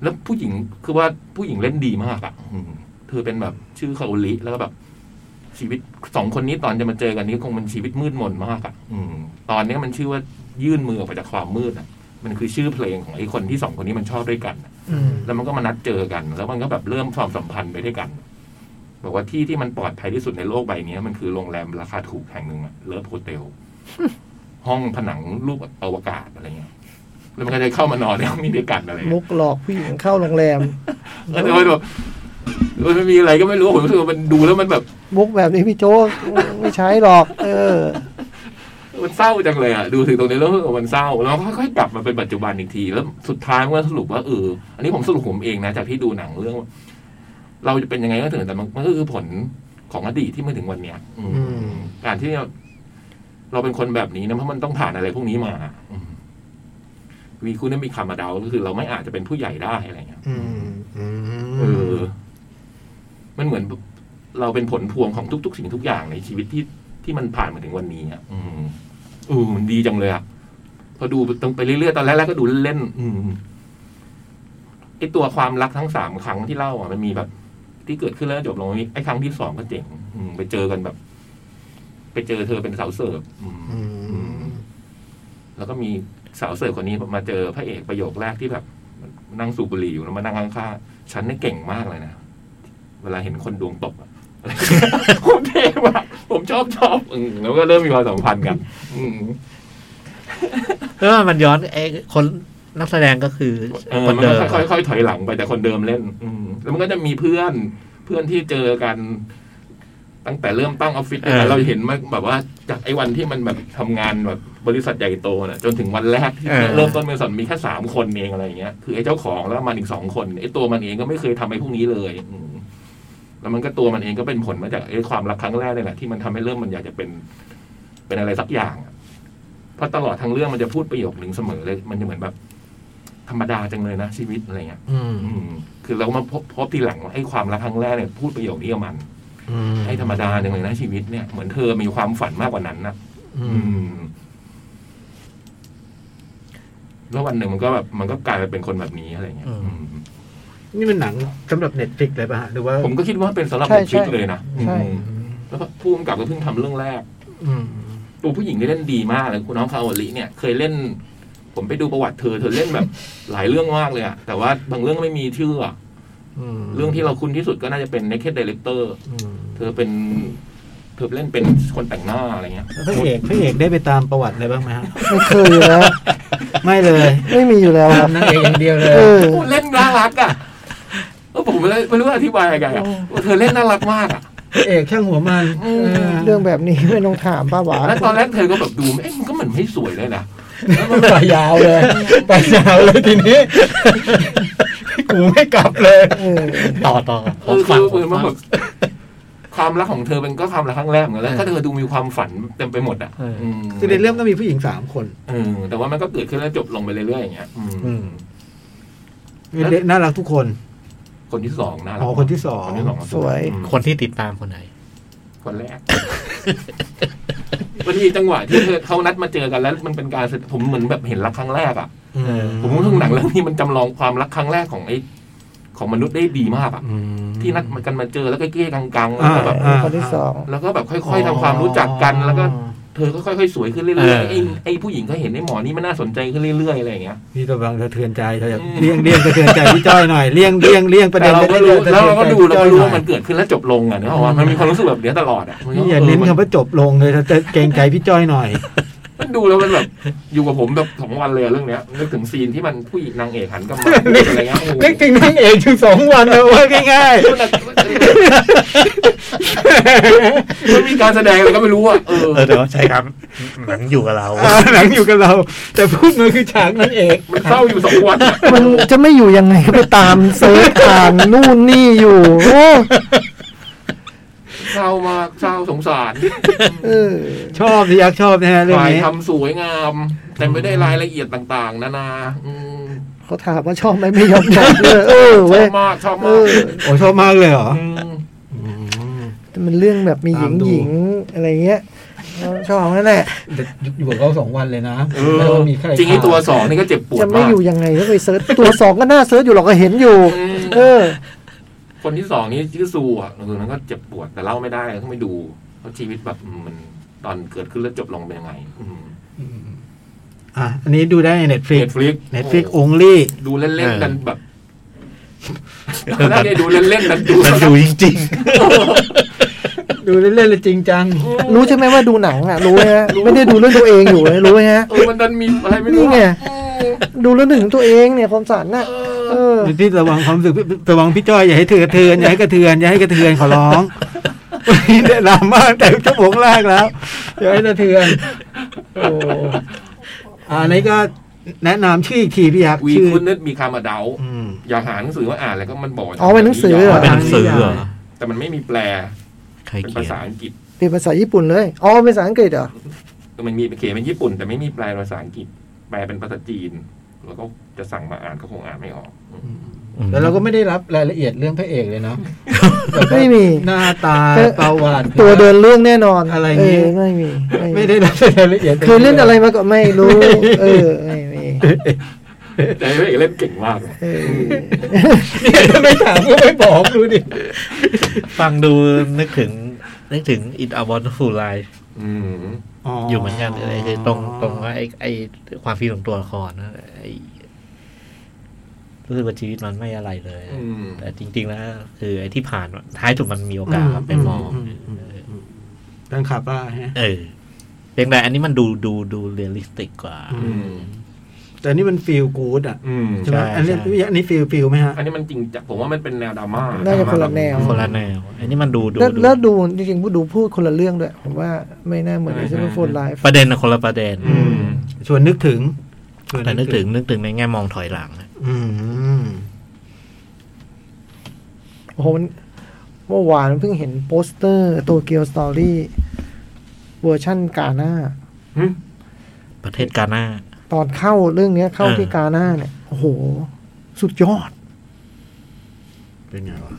Speaker 3: แล้วผู้หญิงคือว่าผู้หญิงเล่นดีมากอะ่ะอืมเธอเป็นแบบชื่อคาโอลิแล้วก็แบบ ชีวิตสองคนนี้ตอนจะมาเจอกันนี้คงเป็นชีวิตมืดมนมากอะ่ะ อืม ตอนเนี้ยมันชื่อว่ายื่นมือออกไปจากความมืดอะ่ะ มันคือชื่อเพลงของไอ้คนที่สองคนนี้มันชอบด้วยกันอะ
Speaker 5: อืม
Speaker 3: แล้วมันก็มานัดเจอกัน แล้วมันก็แบบเริ่มความสัมพันธ์ไปด้วยกันบอกว่าที่ที่มันปลอดภัยที่สุดในโลกใบเนี้ยมันคือโรงแรมราคาถูกแห่งหนึ่งอะเลิฟโฮเทลห้องผนังรูปอวกาศอะไรเงี้ยแล้วมันก็จะเข้ามานอนในห้องนี้ด้วยกันอะไรเงี้ย
Speaker 5: มุกหลอกผู้หญิงเข้าโรงแรม
Speaker 3: เออแต่มันแบบมันมีอะไรก็ไม่รู้ผมรู้สึกว่ามันดูแล้วมันแบบ
Speaker 5: มุกแบบนี้พี่โจ้ไม่ใช้หรอก เออ
Speaker 3: มันเศร้าจังเลยอ่ะดูถึงตรงนี้แล้วรู้สึกว่ามันเศร้าแล้วค่อยๆกลับมาเป็นปัจจุบันอีกที แล้วสุดท้ายมันก็สรุปว่าเอออันนี้ผมสรุปผมเองนะจากที่ดูหนังเรื่อง เราจะเป็นยังไงก็เถอะแต่มันมันก็คือผลของอดีตที่มาถึงวันเนี้ย อืมการที่เราเราเป็นคนแบบนี้นะเพราะมันต้องผ่านอะไรพวกนี้มาอืมมีคุณนั้นมีคำมาเดาก็คือเราไม่อาจจะเป็นผู้ใหญ่ได้อะไรเงี้ย
Speaker 2: อืมอื
Speaker 3: เอ
Speaker 2: ม
Speaker 3: อ มันเหมือนเราเป็นผลพวงของทุก ๆ สิ่งทุกอย่างในชีวิตที่ที่มันผ่านมาถึงวันนี้อ่ะ อืมเออมันดีจังเลยอ่ะ พอดูตรงไปเรื่อยๆ ตอนแรกๆก็ดูเล่นๆ อืมไอตัวความรักทั้งสามครั้งที่เล่าอ่ะมันมีแบบ ที่เกิดขึ้นแล้วจบลงไอ้ครั้งที่สองก็เจ๋งอืมไปเจอกันแบบ ไปเจอเธอเป็นสาวเสิร์ฟอืม
Speaker 2: อืม
Speaker 3: แล้วก็มีสาวเสิร์ฟคนนี้มาเจอพระเอกประโยคแรกที่แบบ นั่งสูบบุหรี่อยู่แล้วมานั่งข้างๆฉันนี่เก่งมากเลยนะ เวลาเห็นคนดวงตกอะผมเท่มากผมชอบชอบอืมแล้วก็เริ่มมีความสัมพันธ์กัน อืม
Speaker 4: แล้วมันย้อนไอ้คนนักแสดงก็คือ
Speaker 3: เออ
Speaker 4: คน
Speaker 3: มัน
Speaker 4: เดิ
Speaker 3: ก็
Speaker 4: ม
Speaker 3: ค่อยๆถอยหลังไปแต่คนเดิมเล่น อืมแล้วมันก็จะมีเพื่อนเพื่อนที่เจอกัน ตั้งแต่เริ่มตั้งออฟฟิศด้วยกั
Speaker 4: เอน อ
Speaker 3: เราเห็นมาแบบว่าจากไอ้วันที่มันแบบทำงานแบบบริษัทใหญ่โตน่ะจนถึงวันแรกที่
Speaker 4: เออ
Speaker 3: เริ่มต้นบริษัทมีแค่สามคนเองอะไรอย่างเงี้ยคือไอ้เจ้าของแล้วมันอีกสองคนไอ้ตัวมันเองก็ไม่เคยทำไอ้พวกนี้เลยอืมแล้วมันก็ตัวมันเองก็เป็นผลมาจากไอ้ความรักครั้งแรกเลยแหละที่มันทำให้เริ่มมันอยากจะเป็น เป็นอะไรสักอย่างอะเพราะตลอดทั้งเรื่องมันจะพูดประโยคหนึ่งเสมอเลย มันจะเหมือนแบบ ธรรมดาจังเลยนะชีวิตอะไรเงี้ย
Speaker 2: อืม
Speaker 3: อืม คือเรามาพบพบทีหลังว่าไอ้ความรักครั้งแรกเนี่ยพูดประโยคนี้กับมัน
Speaker 2: อืม
Speaker 3: ไอ้ธรรมดาจังเลยนะชีวิตเนี่ยเหมือนเธอมีความฝันมากกว่านั้นนะ
Speaker 2: อื
Speaker 3: อื
Speaker 2: ม
Speaker 3: ม แล้ววันหนึ่งมันก็แบบมันก็กลายไปเป็นคนแบบนี้อะไรเงี้ย
Speaker 4: อืม
Speaker 3: อืม
Speaker 2: นี่เป็นหนังสำหรับเน็ตฟลิกเลยป่ะฮะหรือว่า
Speaker 3: ผมก็คิดว่าเป็นสำหรับ
Speaker 5: ใช่
Speaker 3: เด็ก
Speaker 5: ใช่
Speaker 3: ฟิกเลยนะ
Speaker 5: ใช่
Speaker 3: อืมแล้วก็ผู้กำกับก็เพิ่งทำเรื่องแรก
Speaker 2: อืม
Speaker 3: ตัวผู้หญิงที่เล่นดีมากเลยคุณน้องคาโอลิเนี่ย เคยเล่น ผมไปดูประวัติเธอ เธอเล่นแบบ หลายเรื่องมากเลยอะแต่ว่าบางเรื่องก็ไม่มีชื่ออะเรื่องที่เราคุ้นที่สุดก็น่าจะเป็น Naked Director
Speaker 2: อืม
Speaker 3: เธอเป็น เธอเล่นเป็นคนแต่งหน้าอะไร เงี้ย
Speaker 2: พระเอกพระเอกได้ไปตามประวัติอะไรบ้างไหมฮะ
Speaker 5: ไม่เคยอยู่แล้ว
Speaker 2: ไม่เลย
Speaker 5: ไม่มีอยู่แล้วค
Speaker 2: ตา
Speaker 5: รั
Speaker 2: ม
Speaker 5: บ
Speaker 2: นางเอกอย่างเดียวเลย
Speaker 5: เออ
Speaker 3: โอ้เล่นน่ารักอ่ะเออผมไม่รู้อธิบายยังไงอ่ะเธอเล่นน่ารักมากอ่ะ
Speaker 2: พระเอกช่างหัวมันเออ
Speaker 5: เรื่องแบบนี้ไม่ต้องถามป้าหวาน
Speaker 3: แล้วตอนแรกเธอก็แบบดูเอ๊ะมันก็เหมือนไม่สวยเลยนะแล้วมัน
Speaker 2: ไปยาวเลยไปยาวเลยที นี้ กูไม่กลับเลย
Speaker 5: เออ
Speaker 4: ต่อต่อ
Speaker 3: เออ
Speaker 4: ผมฟั
Speaker 3: คื
Speaker 4: ง
Speaker 3: อ
Speaker 4: ผม
Speaker 3: คือมัน
Speaker 4: ฟัง
Speaker 3: แบบความรักของเธอเป็นก็ความรักครั้งแรกเหมือนกันแล้วก็เธอดูมีความฝันเต็มไปหมดอ่ะม
Speaker 2: คือในเรื่องต้องมีผู้หญิงสามคน
Speaker 3: เออแต่ว่ามันก็เกิดขึ้นแล้วจบลงไปเรื่อยๆอย่างเงี้ยอืม
Speaker 2: เด็กน่ารักทุกคน
Speaker 3: คนที่สองน่ารัก
Speaker 2: อ๋อคนที่สอง
Speaker 3: คนที่สอง
Speaker 5: สวย
Speaker 3: อืม
Speaker 4: คนที่ติดตามคนไหน
Speaker 3: คนแรกพอดีจังหวะที่เธอเขานัดมาเจอกันแล้ว มันเป็นการแสดงผมเหมือนแบบเห็นรักครั้งแรกอ่ะ
Speaker 2: อื
Speaker 3: ผมรู้สึกหนังเรื่องนี้มันจำลองความรักครั้งแรกของไอ้ของมนุษย์ได้ดีมากอ่ะ
Speaker 2: อืม
Speaker 3: ที่นัดมากันมาเจอแล้วก็เก้กังๆแล้วก็แบบ
Speaker 2: อ่า
Speaker 5: คนที่สอง
Speaker 3: แล้วก็แบบค่อยๆทำความรู้จักกันแล้วก็เธอก็ค่อยๆสวยขึ้นเรื่อย
Speaker 4: เออ
Speaker 3: ๆไอ้ไอ้ผู้หญิงก็เห็นไอ้หมอนี่มันน่าสนใจขึ้นเรื่อยๆอะไรอย่างเงี้ย
Speaker 2: นี่กำลังสะเทือนใจเธออยาก
Speaker 3: อืม
Speaker 2: เลี่ยงเลี่ยงสะเทือนใจพี่จ้อยหน่อยเลี่ยงเลี่ยงเลี่ยงประเด็
Speaker 3: แต่
Speaker 2: น
Speaker 3: เราก็รู้
Speaker 2: สะทือนใจ
Speaker 3: แล้วเราก็ดูเราก็รู้ว่า
Speaker 2: พี่จ้อยหน่อย
Speaker 3: มันเกิดขึ้นแล้วจบลงอ่ะเนกออกปะมันมีความรู้สึกแบบเนี้ยตลอดอ่ะ
Speaker 2: นี่อย่าเน้นคำว่าจบลงเลยแต่เกรงใจพี่จ้อยหน่อย
Speaker 3: มันดูแล้วมันแบบอยู่กับผมแบบสองวันเลยอะเรื่องเนี้ยนึกถึงซีนที่มันผู้หญิงนางเอกหัน กลับมาอะไรเงี้ยโอ้โห
Speaker 2: นึกถึงนางเอกอยู่สองวันเลยว่าง่าย
Speaker 3: มันมีการแสดงอะไรก็ไม่รู้อ่ะเออ
Speaker 1: เออแต่ว่าใช่ครับหนังอยู่กับเรา
Speaker 2: ๆอ่าหนังอยู่กับเรา แต่พูดมาคือฉากนางเอก
Speaker 3: มันเศร้าอยู่สองวันอะ
Speaker 5: มันจะไม่อยู่ยังไงก็ไปตามเซิร์ชอ่านนู่นนี่อยู่ โอ้
Speaker 3: เศร้ามากเศร้าสงสาร
Speaker 5: เออ
Speaker 2: ชอบพี่ยักษ์ชอบนะฮะเรื่อง
Speaker 3: ถ่าย
Speaker 2: นี้
Speaker 3: ทำสวยงามเต็มไปด้วยรายละเอียดต่างๆ นานาอืม
Speaker 5: เขาถามว่าชอบไหมไม่ยอมตอบเลยเออ
Speaker 3: ชอ
Speaker 5: เว้ย
Speaker 3: บมากชอบ
Speaker 5: เอ
Speaker 3: มาก
Speaker 5: อ
Speaker 2: โอ้ชอบมากเลยเหรอ
Speaker 3: อืม
Speaker 5: แต่มันเรื่องแบบมีหญิงหญิงอะไรเงี้ยชอบนั่นแหละ
Speaker 2: แต่อยู่กับเขาสองวันเลยนะ
Speaker 3: เออจริงไอ้ตัวสองนี่ก็เจ็บปวด
Speaker 5: จะไม่
Speaker 3: มาก
Speaker 5: อยู่ยังไงก็ไปเซิร์ชตัวสองก็น่าเซิร์ชอยู่หรอกก็เห็นอยู่ เออ
Speaker 3: คนที่สองนี่ชื่อซูอ่ะเออนั้นก็เจ็บปวดแต่เล่าไม่ได้ต้องไปดูเพราะชีวิตแบบอืมมันตอนเกิดขึ้นแล้วจบลงเป็นยังไง
Speaker 2: อ่ะอันนี้ดูได้ในเน็ตฟลิ
Speaker 3: เน็
Speaker 2: ก
Speaker 3: ตฟลิก
Speaker 2: เน็ตฟลิกองลี่
Speaker 3: ดูเล่นๆกันแบบ
Speaker 1: เออ
Speaker 3: น่าจะดูเล่นๆกันดู
Speaker 1: มันอยู่จริง
Speaker 2: ดูเล่นๆเลยจริงจัง
Speaker 5: รู้ใช่ไหมว่าดูหนังอ่ะ รู้ไหมฮะไม่ได้ดูเรื่องตัวเองอยู่เลยรู้ไหมฮะ
Speaker 3: เออมันดันมีอะไรไม่รู้
Speaker 5: นี่ไง
Speaker 3: อะ
Speaker 5: ดูเรื่องหนึ่งของตัวเองเนี่ยความสันน่ะ
Speaker 3: เอ
Speaker 5: เอ
Speaker 3: อ
Speaker 5: อ
Speaker 2: ที่ระวังความรู้สึกระวังพี่จ้อยอย่าให้เถือนกระเทือนอย่าให้กระเทือนอย่าให้กระเทือนขอร้องวันนี้ได้ลามมากแต่ชั่วโมงแรกแล้วอย่าให้กระเทือนโอ้อาอันนี้ก็แนะนำชื่ออีกทีพี่ยักษ์
Speaker 3: วี
Speaker 2: ชื่อ
Speaker 3: คุณนึกมีคำอเดา
Speaker 2: อืม
Speaker 3: อยากหาหนังสือว่าอ่านแล้วก็มันบอก
Speaker 5: อ๋อเป็นหนังสือเหร
Speaker 4: เป็นหนังสือเหรอ
Speaker 3: แต่มันไม่มีแปล
Speaker 4: ใคร
Speaker 3: เป็น
Speaker 4: เขี
Speaker 3: ภาย
Speaker 4: น
Speaker 3: ษาอังกฤษ
Speaker 5: เป็นภาษาญี่ปุ่นเลยอ๋อเป็นภาษาอังกฤษเหรอ
Speaker 3: มันมีเขียนเป็นญี่ปุ่น แต่ไม่มีแปลเป็นภาษาอังกฤษ แปลเป็นภาษาจีน แล้วก็จะสั่งมาอ่านก็คงอ่านไม่ออก
Speaker 2: แล้วเราก็ไม่ได้รับรายละเอียดเรื่องพระเอกเลยเนาะ
Speaker 5: ไม่มี
Speaker 2: หน้าตาประวัติ
Speaker 5: ตัวเดินเรื่องแน่นอน
Speaker 2: อะไร
Speaker 5: เอ
Speaker 2: งี้
Speaker 5: อไม่มีไม่
Speaker 2: ไม่
Speaker 5: มี
Speaker 2: ได้รับรายละเอียด
Speaker 5: เคยเล่นอะไรมาก็ไม่รู้ เออไม่มี
Speaker 3: แต่พระเอกเล่นเก่งมาก
Speaker 5: เออ
Speaker 2: เนี่ยถ้าไม่ถามก็ไม่บอกดูดิ
Speaker 4: ฟังดูนึกถึง นึกถึง It a Wonderful Life
Speaker 3: อืม
Speaker 4: อยู่เหมือนกันเลยคือตรงตรงว่าไอ้ไอ้ความฟีลของตัวละครนะไอ้รู้สึกว่าชีวิตมันไม่อะไรเลย
Speaker 3: อืม
Speaker 4: แต่จริง ๆ แล้วคือไอ้ที่ผ่านมาท้ายสุดมันมีโอกาสไปมอง
Speaker 2: แฟนคลับอ่ะฮะ
Speaker 4: เออเพียงแต่อันนี้มันดูดูดูเรียลลิสติกกว่า
Speaker 2: อื
Speaker 3: อืม
Speaker 2: แต่อันนี่มันฟีลกู๊ดอ่ะ
Speaker 3: อืม
Speaker 2: ใช่ไหม
Speaker 4: ใช่
Speaker 2: อันนี้
Speaker 4: ใช่
Speaker 2: อันนี้ฟีลฟีลไหมฮะ
Speaker 3: อันนี้มันจริงจังผมว่ามันเป็นแนวดราม่า
Speaker 5: น่าจะคนละแนว
Speaker 4: คนละแนว อันนี้มันดูดู
Speaker 5: แล้ว
Speaker 4: ดู
Speaker 5: แล้วดูจริงๆผู้ดูพูดคนละเรื่องด้วยผมว่าไม่น่าเหมือนในซูเปอร์โฟนไลฟ์
Speaker 4: ประเด็นน่ะคนละประเด็น
Speaker 2: อืม ชวนนึกถึงชว
Speaker 4: แต่นึกถึงนึกถึงในแง่มองถอยหลังนะ
Speaker 2: อืม
Speaker 5: โอ้โหมันเมื่อวานเพิ่งเห็นโปสเตอร์ตัวเกียวสตอรี่เวอร์ชั่นกาหน้า
Speaker 3: อืม
Speaker 4: ประเทศกาหน้า
Speaker 5: ตอนเข้าเรื่องเนี้ยเข้า
Speaker 4: เออ
Speaker 5: ที่กาหน้าเนี่ย โอ้โห สุดยอด
Speaker 2: เป็นไงวะ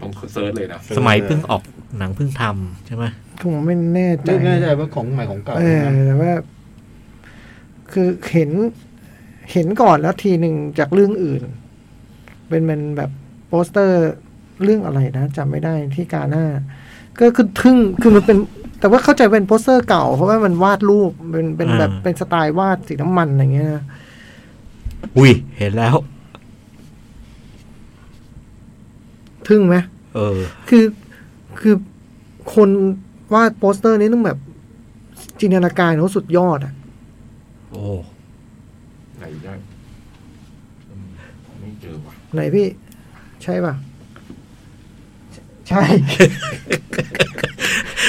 Speaker 3: ผมเซิร์ชเลยนะ
Speaker 4: สมัยเพิ่งออกหนังเพิ่งทำใช่ไหม
Speaker 5: ผมไม่แน่ใจ
Speaker 2: ไม่แน่ใจว่าของใหม่ของเก่า
Speaker 5: เออ
Speaker 2: นะ
Speaker 5: แต่ว่า คือเห็นเห็นก่อนแล้วทีหนึ่งจากเรื่องอื่น เป็นมันแบบโปสเตอร์เรื่องอะไรนะจำไม่ได้ที่กาหน้า ก็คือทึ่งคือมันเป็น แต่ว่าเข้าใจเป็นโปสเตอร์เก่า เพราะว่ามันวาดรูปเป็นเป็นแบบเป็นสไตล์วาดสีน้ำมันอะไรเงี้ยนะ
Speaker 4: อุ้ยเห็นแล้ว
Speaker 5: ทึ่งไหม
Speaker 4: เออ
Speaker 5: คือคือ คนวาดโปสเตอร์นี้ต้องแบบจินตนาการเขาสุดยอดอ่ะ
Speaker 4: โอ้
Speaker 3: ไหนได้อืมไม่เจอว่ะ
Speaker 5: ไหนพี่ ใช่ป่ะ ใช่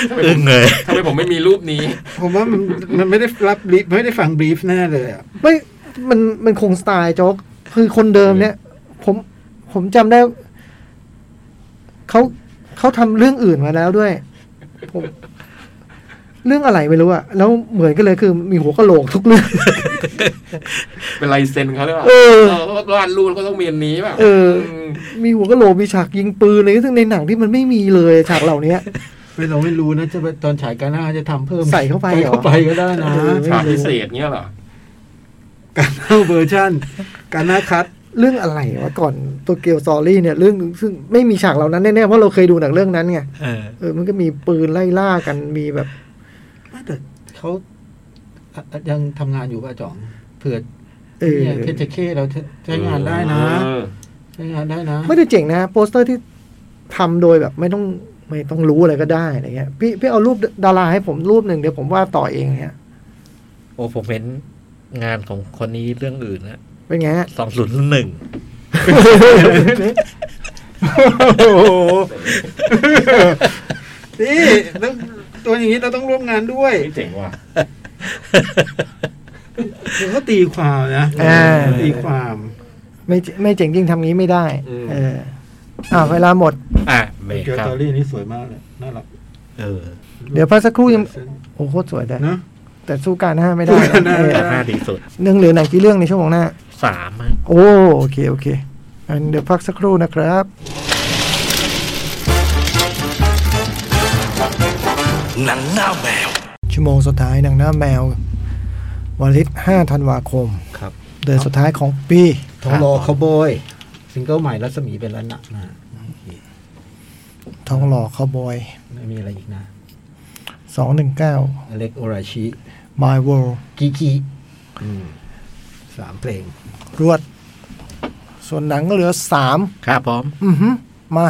Speaker 3: ทำไมผ
Speaker 4: อึ้
Speaker 3: ม
Speaker 4: งเลย
Speaker 3: ทำไมผมไม่มีรูปนี้
Speaker 2: ผมว่ามันมันไม่ได้รับบรีฟไม่ได้ฟังบรีฟแน่เลยอ่ะ
Speaker 5: ไม่ มัน มันคงสไตล์โจ๊ก คือคนเดิมเนี่ย ผม ผมจำได้ เขา เขาทำเรื่องอื่นมาแล้วด้วย ผม เรื่องอะไรไม่รู้อะแล้วเหมือนกันเลยคือมีหัวกะโหลกทุกเรื่อง
Speaker 3: เป็นลายเซ็นเขาหรือเปล่า
Speaker 5: เออ
Speaker 3: เออเขาวาดรูปแล้วก็ต้องเมียนนี้แบบ
Speaker 5: เออ มีหัวกะโหลก มีฉากยิงปืนอะไรซึ่งในหนังที่มันไม่มีเลยฉากเหล่านี้
Speaker 2: ไม่เราไม่รู้นะจะไปตอนฉายการหน้าจะทำเพิ่ม
Speaker 5: ใส่เข้าไปเหรอ
Speaker 2: ใส่เข้าไปก็ได้นะ
Speaker 3: ฉากพิเศษเนี้ยเหรอ
Speaker 2: การหน้าเวอร์ชั่น การหน้าคัด
Speaker 5: เรื่องอะไรวะก่อนตัวเกียวซอรี่เนี่ย เรื่องซึ่งไม่มีฉากเหล่านั้นแน่ๆเพราะเราเคยดูหนังเรื่องนั้นไง
Speaker 4: เออ
Speaker 5: เออมันก็มีปืนไล่ล่ากันมีแบบ
Speaker 2: ไม่แต่เขาอ่ะอ่ะยังทำงานอยู่ป่ะจ่องเผื่อ
Speaker 5: เออ
Speaker 2: เนี่ยเพชรเคเราใช้งานได้นะ
Speaker 3: เออ
Speaker 2: ใช้งานได้นะ
Speaker 5: ไม่ได้เจ๋งนะ โปสเตอร์ที่ทำโดยแบบไม่ต้องไม่ต้องรู้อะไรก็ได้อะไรเงี้ยพี่พี่เอารูปดาราให้ผมรูปหนึ่งเดี๋ยวผมวาดต่อเองเงี้ย
Speaker 4: โอ้ผมเห็นงานของคนนี้เรื่องอื่นนะ
Speaker 5: เป็นไงฮะ
Speaker 4: สองศูนย์หนึ่ง
Speaker 2: โอ้โหนี่ต้องตัวอย่างนี้เราต้องร่วมงานด้วย
Speaker 3: ไม่เจ๋งว่ะ
Speaker 2: เดี๋ยวเขาตีความนะ
Speaker 5: อ่า
Speaker 2: ตีความ
Speaker 5: ไม่เจ๋ไม่เจ๋งจริงทำงี้ไม่ได้
Speaker 3: อืม
Speaker 5: เอออ่าเวลาหมด
Speaker 4: อ่ะเบรก
Speaker 2: เกียว
Speaker 4: ครั
Speaker 2: ต
Speaker 4: บ
Speaker 2: อรี่นี่สวยมากเลยน่ารัก
Speaker 4: เออ
Speaker 5: เดี๋ยวพักสักครู่ยังโอ้โหโคตรสวยเลย
Speaker 2: เนอะ
Speaker 5: แต่สู้การหน้าไม่ได้
Speaker 2: สู้การหน้าไม่ได้
Speaker 5: เออ
Speaker 4: แต่หน้าดีสุด
Speaker 5: เรื่องเหลือหนังกี่เรื่องในชั่วโมงหน้า
Speaker 4: สามอะ
Speaker 5: โอ้โอเคโอเคงั้นเดี๋ยวพักสักครู่นะครับ
Speaker 6: หนังหน้าแมว
Speaker 5: ชั่วโมงสุดท้ายหนังหน้าแมว วันที่5ธันวาคม
Speaker 2: ครับ
Speaker 5: เดือนสุดท้ายของปี
Speaker 2: ทองรอเขาโบยซิงเกิลใหม่รัศมีเป็นระนาดนะ
Speaker 5: ทองหล่อคาวบอย
Speaker 2: ไม่มีอะไรอีกนะ
Speaker 5: 219
Speaker 2: อเล็กโอราชิ
Speaker 5: My World
Speaker 2: กิกิอืมสามเพลง
Speaker 5: รวด ส่วนหนังก็เหลือ
Speaker 4: ครับผม
Speaker 5: 3 อือหือมา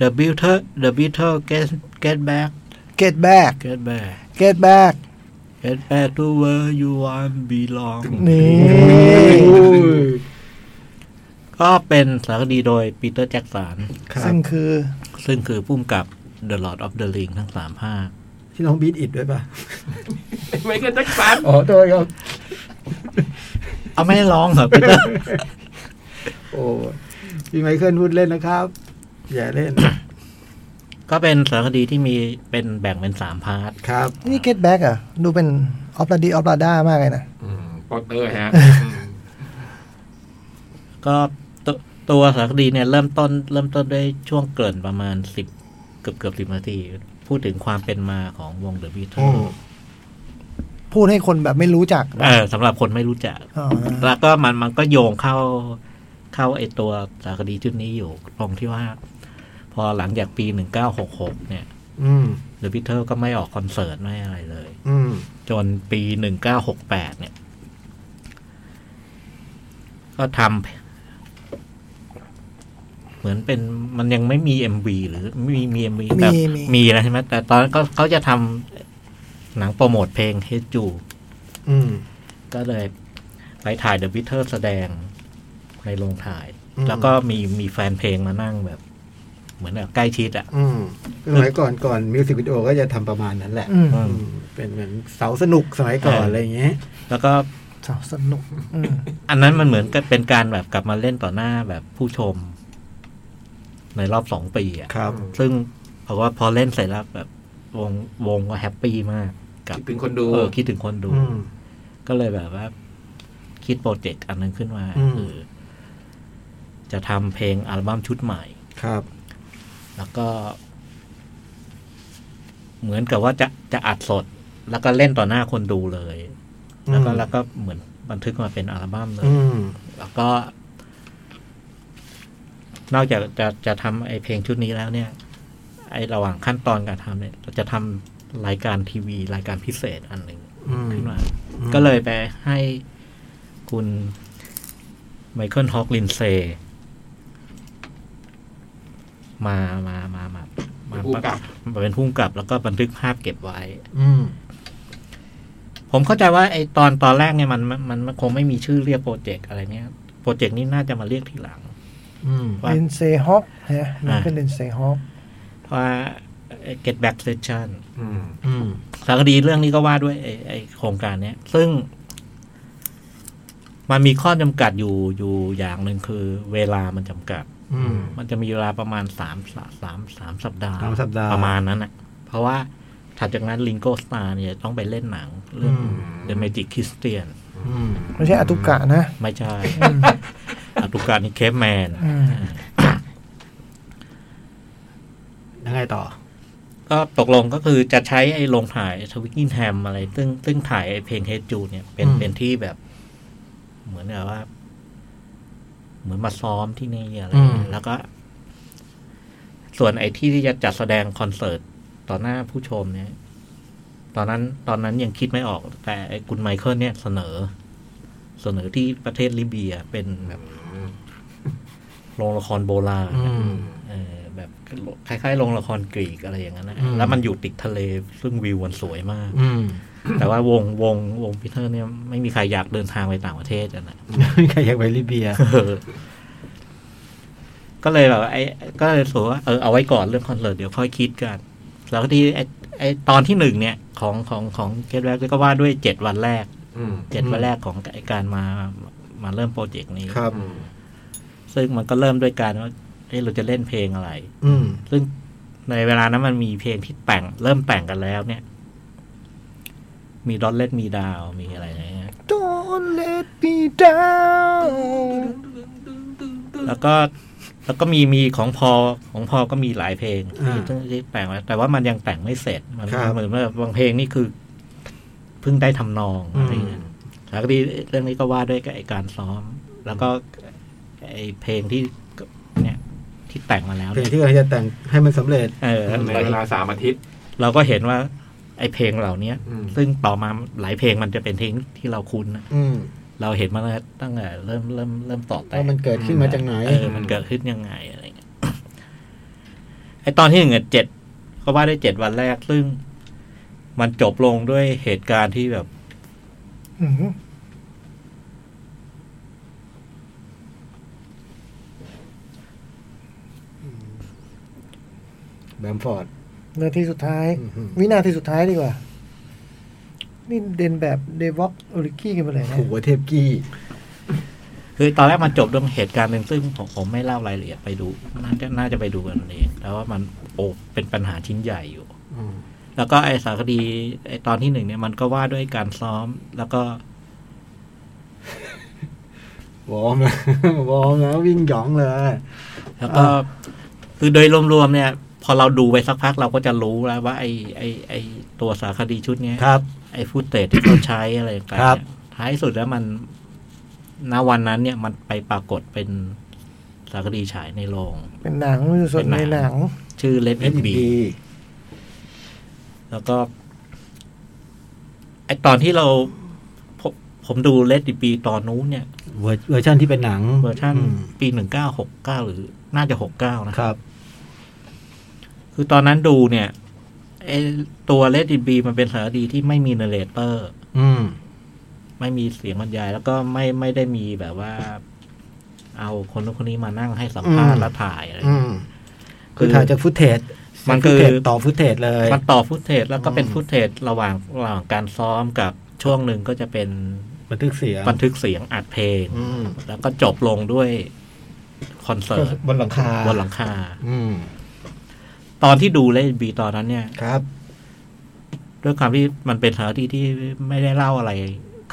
Speaker 4: The Beatles The Beatles Get Get Back
Speaker 5: Get Back
Speaker 4: Get Back
Speaker 5: Get Back
Speaker 4: Get Back to Where You Want Belong
Speaker 5: นี่
Speaker 4: ก็เป็นสารคดีโดยปีเตอร์แจ็กสัน
Speaker 2: ครับ
Speaker 5: ซึ่งคือ
Speaker 4: ซึ่งคือผู้กำกับ The Lord of the Ring ทั้งสามภาค
Speaker 2: ที่น้องบีทอิดด้วยป่ะ
Speaker 3: ไม่ก็แจ็คสัน
Speaker 2: อ๋อโทษครับ
Speaker 4: เอาไม่ได้ร้องเหรอปีเตอร์
Speaker 2: โอ้พี่ไมเคิลพูดเล่นนะครับ อย่าเล่น
Speaker 4: ก็เป็นสารคดีที่มีเป็นแบ่งเป็นสามพาร์ท
Speaker 2: ครับ
Speaker 5: นี่ Get Back อ่ะ ดูเป็นออฟลาดีออฟลาด้ามากเลยนะ
Speaker 3: อืมโปสเตอร์ฮะ
Speaker 4: ก็ตัวตัวสารคดีเนี่ยเริ่มต้นเริ่มต้นด้วยช่วงเกริ่นประมาณสิบเกือบเกือบสิบนาที พูดถึงความเป็นมาของวงเดอะบีท l
Speaker 2: อืม
Speaker 5: พูดให้คนแบบไม่รู้จัก
Speaker 4: เออสำหรับคนไม่รู้จัก
Speaker 5: อ๋อ
Speaker 4: แล้วก็มันมันก็โยงเข้าเข้าไอตัวสารคดีชุดนี้อยู่ตรงที่ว่า พอหลังจากปี 1966 เนี่ย
Speaker 2: อืม
Speaker 4: เดอะบีท l ก็ไม่ออกคอนเสิร์ตไม่อะไรเลย
Speaker 2: อืม
Speaker 4: จนปี 1968 เนี่ย ก็ทำเหมือนเป็นมันยังไม่มี MV หรือมีมี MV แต่
Speaker 5: มีมี
Speaker 4: มีแล้วใช่ไหมแต่ตอนนั้นก็เขาจะทำหนังโปรโมทเพลงเฮจู
Speaker 2: อืม
Speaker 4: ก็เลยไปถ่ายเดอะวิเทอร์แสดงในโรงถ่าย
Speaker 2: อืม
Speaker 4: แล้วก็มีมีแฟนเพลงมานั่งแบบ เหมือนแบบใกล้ชิดอะ่ะ
Speaker 2: อืมสมัยก่อนก่อนมิวสิกวิดีโอก็จะทำประมาณนั้นแหละ
Speaker 5: อืม
Speaker 2: อืม เป็นเหมือนเสาสนุกสมัยก่อนอะไรอย่างเงี้ย
Speaker 4: แล้วก็
Speaker 5: สาวสนุกอืม
Speaker 4: อันนั้นมันเหมือนกับเป็นการแบบกลับมาเล่นต่อหน้าแบบผู้ชม ในรอบสองปีอ่ะ
Speaker 2: ครับ
Speaker 4: ซึ่งเพราะว่าพอเล่นเสร็จแล้วแบบวงวงก็แฮปปี้มากกับ
Speaker 3: คิดถึงคนดู
Speaker 4: เออคิดถึงคนดู
Speaker 2: อืม
Speaker 4: ก็เลยแบบว่า คิดโปรเจกต์อันนึงขึ้นมา
Speaker 2: อืม
Speaker 4: คือจะทำเพลงอัลบั้มชุดใหม่
Speaker 2: ครับ
Speaker 4: แล้วก็ เหมือนกับว่าจะจะอัดสด แล้วก็เล่นต่อหน้าคนดูเลย แล้วก็
Speaker 2: อืม
Speaker 4: แล้วก็เหมือนบันทึกมาเป็นอัลบั้มเลย
Speaker 2: อืม
Speaker 4: แล้วก็ นอกจากจะจะทำไอเพลงชุดนี้แล้วเนี่ย ไอระหว่างขั้นตอนการทำเนี่ยเราจะทำรายการทีวี รายการพิเศษอันหนึ่ง
Speaker 2: อืม
Speaker 4: ขึ้นมา
Speaker 2: อืม
Speaker 4: ก็เลยไปให้คุณไมเคิลฮอกลินเซมามามามามา มัน
Speaker 3: ผู้กำกับ
Speaker 4: มันเป็นผู้กำกับ แล้วก็บันทึกภาพเก็บไว้
Speaker 2: อืม
Speaker 4: ผมเข้าใจว่าไอตอนตอนแรกเนี่ยมันมันมันมันคงไม่มีชื่อเรียกโปรเจกต์อะไรเนี่ยโปรเจกต์นี้น่าจะมาเรียกทีหลัง
Speaker 2: อืม
Speaker 4: ว่า
Speaker 5: เลนเซฮอกนะมันเป็นเลนเซฮอก
Speaker 4: ว่า get back station
Speaker 3: อืม
Speaker 2: อืม
Speaker 4: สารคดีเรื่องนี้ก็ว่าด้วยไอ้ไอโครงการเนี้ย ซึ่ง มันมีข้อจำกัดอยู่อยู่อย่างหนึ่งคือ เวลามันจำกัด
Speaker 2: อืม
Speaker 4: มันจะมีเวลาประมาณสามสามสามสามสัปดาห์
Speaker 2: สามสัปดาห์
Speaker 4: ประมาณนั้นนะเพราะว่าถัดจากนั้นลิงโกสตาร์เนี่ยต้องไปเล่นหนังเรื่อง
Speaker 2: อืม
Speaker 4: The Magic Christian
Speaker 2: อืม
Speaker 5: ไม่ใช่อตุกะนะ
Speaker 4: ไม่ใช่ อาตุการนี่เคปแมน
Speaker 5: อืม
Speaker 2: ยังไงต่อ
Speaker 4: ก็ตกลงก็คือจะใช้ไอ้โรงถ่ายทวิกกิ้งแฮมอะไร ซึ่งซึ่งถ่ายไอ้เพลงเฮจูเนี่ยเป็น
Speaker 2: อืม
Speaker 4: เป็นที่แบบ เหมือนกับว่า เหมือนมาซ้อมที่นี่อะไรแล้วก็ ส่วนไอ้ที่ที่จะจัดแสดงคอนเสิร์ตต่อหน้าผู้ชมเนี่ย ตอนนั้น ตอนนั้นยังคิดไม่ออก แต่ไอ้คุณไมเคิลเนี่ยเสนอ เสนอที่ประเทศลิเบียเป็นแบบโรงละครโบราณ
Speaker 2: อืม
Speaker 4: เออแบบคล้ายๆโรงละครกรีกอะไรอย่างนั้นนะ
Speaker 2: อืม
Speaker 4: แล้วมันอยู่ติดทะเลซึ่งวิวมันสวยมาก
Speaker 2: อืม
Speaker 4: แต่ว่าวงวงวงพีเตอร์เนี่ยไม่มีใครอยากเดินทางไปต่างประเทศอะนะ
Speaker 2: ใครอยากไปลิเบีย
Speaker 4: เออก็เลยแบบไอ้ก็เลยสูว่าเออเอาไว้ก่อนเรื่องคอนเสิร์ตเดี๋ยวค่อยคิดกัน แล้วก็ที่ไอ้ไอ้ตอนที่หนึ่งเนี่ย ของของของเคสแรกก็ว่าด้วยเจ็ดวันแรก
Speaker 3: อืม
Speaker 4: เจ็ด
Speaker 2: อืม
Speaker 4: วันแรกของไอ้การมามาเริ่มโปรเจกต์นี้
Speaker 2: ครับ
Speaker 3: อืม
Speaker 4: ซึ่งมันก็เริ่มด้วยการว่าเอ้เราจะเล่นเพลงอะไร
Speaker 2: อืม
Speaker 4: ซึ่งในเวลานั้นมันมีเพลงที่แต่ง เริ่มแต่งกันแล้วเนี่ย มีดอ t เล็ดมีดาวมีอะไรอย่างเงี้ย
Speaker 5: Don't let me down
Speaker 4: แล้วก็แล้วก็มีมีของพอของพอก็มีหลายเพลงที่
Speaker 2: อ่า
Speaker 4: ซึ่งที่แต่งไว้แต่ว่ามันยังแต่งไม่เสร็จ มัน
Speaker 2: ครับ
Speaker 4: เหมือนว่าบางเพลงนี่คือเพิ่งได้ทำนอง
Speaker 2: อืม
Speaker 4: อะไรเงี้ยแล้วก็ดีเรื่องนี้ก็ว่าด้วยกับไอ้การซ้อม แล้วก็ไอ้เพลงที่เนี่ยที่แต่งมาแล้ว
Speaker 2: เพลง
Speaker 4: เนี่ย
Speaker 2: ที่เราจะแต่งให้มันสำเร็จ
Speaker 4: เออ
Speaker 3: ในเวลาสามอาทิตย์
Speaker 4: เราก็เห็นว่า ไอ้เพลงเหล่าเนี้ย
Speaker 3: อืม
Speaker 4: ซึ่งต่อมาหลายเพลงมันจะเป็นเพลงที่เราคุ้นนะ
Speaker 2: อืม
Speaker 4: เราเห็นมาตั้งแต่เริ่มเริ่มเริ่มต่อแต่
Speaker 2: ว่ามันเกิดขึ้นมาจากไหน
Speaker 4: เออมันเกิดขึ้นยังไงอะไรเงี้ยไอ้ตอนที่หนึ่งอะเจ็ดก็ว่าได้เจ็ดวันแรก ซึ่งมันจบลงด้วยเหตุการณ์ที่แบบ
Speaker 5: อืม
Speaker 2: แบมฟอร์ด
Speaker 5: นาทีสุดท้าย
Speaker 2: อืม
Speaker 5: วินาทีสุดท้ายดีกว่า นี่เดนแบบเดวอกอริกี้กันไปเลยนะ
Speaker 2: หัวเทพกี้
Speaker 4: คือตอนแรกมันจบด้วยเหตุการณ์หนึ่งซึ่งผมผมไม่เล่ารายละเอียดไปดู น่าจะน่าจะไปดูกันเองแต่ว่ามันโอ้เป็นปัญหาชิ้นใหญ่อยู่
Speaker 2: อืม
Speaker 4: แล้วก็ไอสารคดีไอตอนที่หนึ่งเนี่ยมันก็ว่าด้วยการซ้อม แล้วก็
Speaker 2: วอร์มนะ วอร์มนะวิ่งหยองเลย
Speaker 4: แล้วก็ คือโดยรวมๆเนี่ย พอเราดูไปสักพักเราก็จะรู้แล้วว่าไอไอไอตัวสารคดีชุดเนี้ย
Speaker 2: ครับ
Speaker 4: ไอฟูตเตจที่เขาใช้อะไรต่างๆ
Speaker 2: ครับ
Speaker 4: เนี่ยท้ายสุดแล้วมันณวันนั้นเนี่ยมันไปปรากฏเป็นสารคดีฉายในโรง
Speaker 5: เป็นหนังอยู่ส่วนในหนัง
Speaker 4: ชื่อเลด
Speaker 2: เอ
Speaker 4: อิน
Speaker 2: ดี
Speaker 4: บี แล้วก็ไอตอนที่เราผมผมดูเลดอินบีตอนนู้นเนี่ย
Speaker 2: เวอร์เวอร์ชันที่เป็นหนัง
Speaker 4: เวอร์ชัน
Speaker 2: อืม
Speaker 4: ปีหนึ่งเก้าหกเก้าหรือน่าจะหกเก้านะ
Speaker 2: ค
Speaker 4: ค
Speaker 2: รั
Speaker 4: รับ
Speaker 2: บ
Speaker 4: คือตอนนั้นดูเนี่ยไอตัวเลดิบีมันเป็นสารคดีที่ไม่มีเนเรเตอร์
Speaker 2: อืม
Speaker 4: ไม่มีเสียงบรรยาย แล้วก็ไม่ไม่ได้มีแบบว่า เอาคนนู้นคนนี้มานั่งให้สัมภาษ
Speaker 2: อืม
Speaker 4: ณ์และถ่ายอะไร
Speaker 2: อืม
Speaker 4: คื
Speaker 2: คือ อถ่ายจากฟุตเทจ
Speaker 4: มันคือ
Speaker 2: ฟุตเทจต่อฟุตเทจเลย
Speaker 4: มันต่อฟุตเทจแล้วก็เป็น
Speaker 2: อืม
Speaker 4: ฟุตเทจระหว่างระหว่างการซ้อมกับช่วงหนึ่งก็จะเป็น
Speaker 2: บันทึกเสียง
Speaker 4: บันทึกเสียงอัดเพลง
Speaker 2: อืม
Speaker 4: แล้วก็จบลงด้วยคอนเสิร์ต
Speaker 2: บนหลังคา
Speaker 4: บนหลังคา
Speaker 2: อืม
Speaker 4: ตอนที่ดูเลดิบีตอนนั้นเนี่ย
Speaker 2: ครับ
Speaker 4: ด้วยความที่มันเป็นสถานที่ที่ไม่ได้เล่าอะไร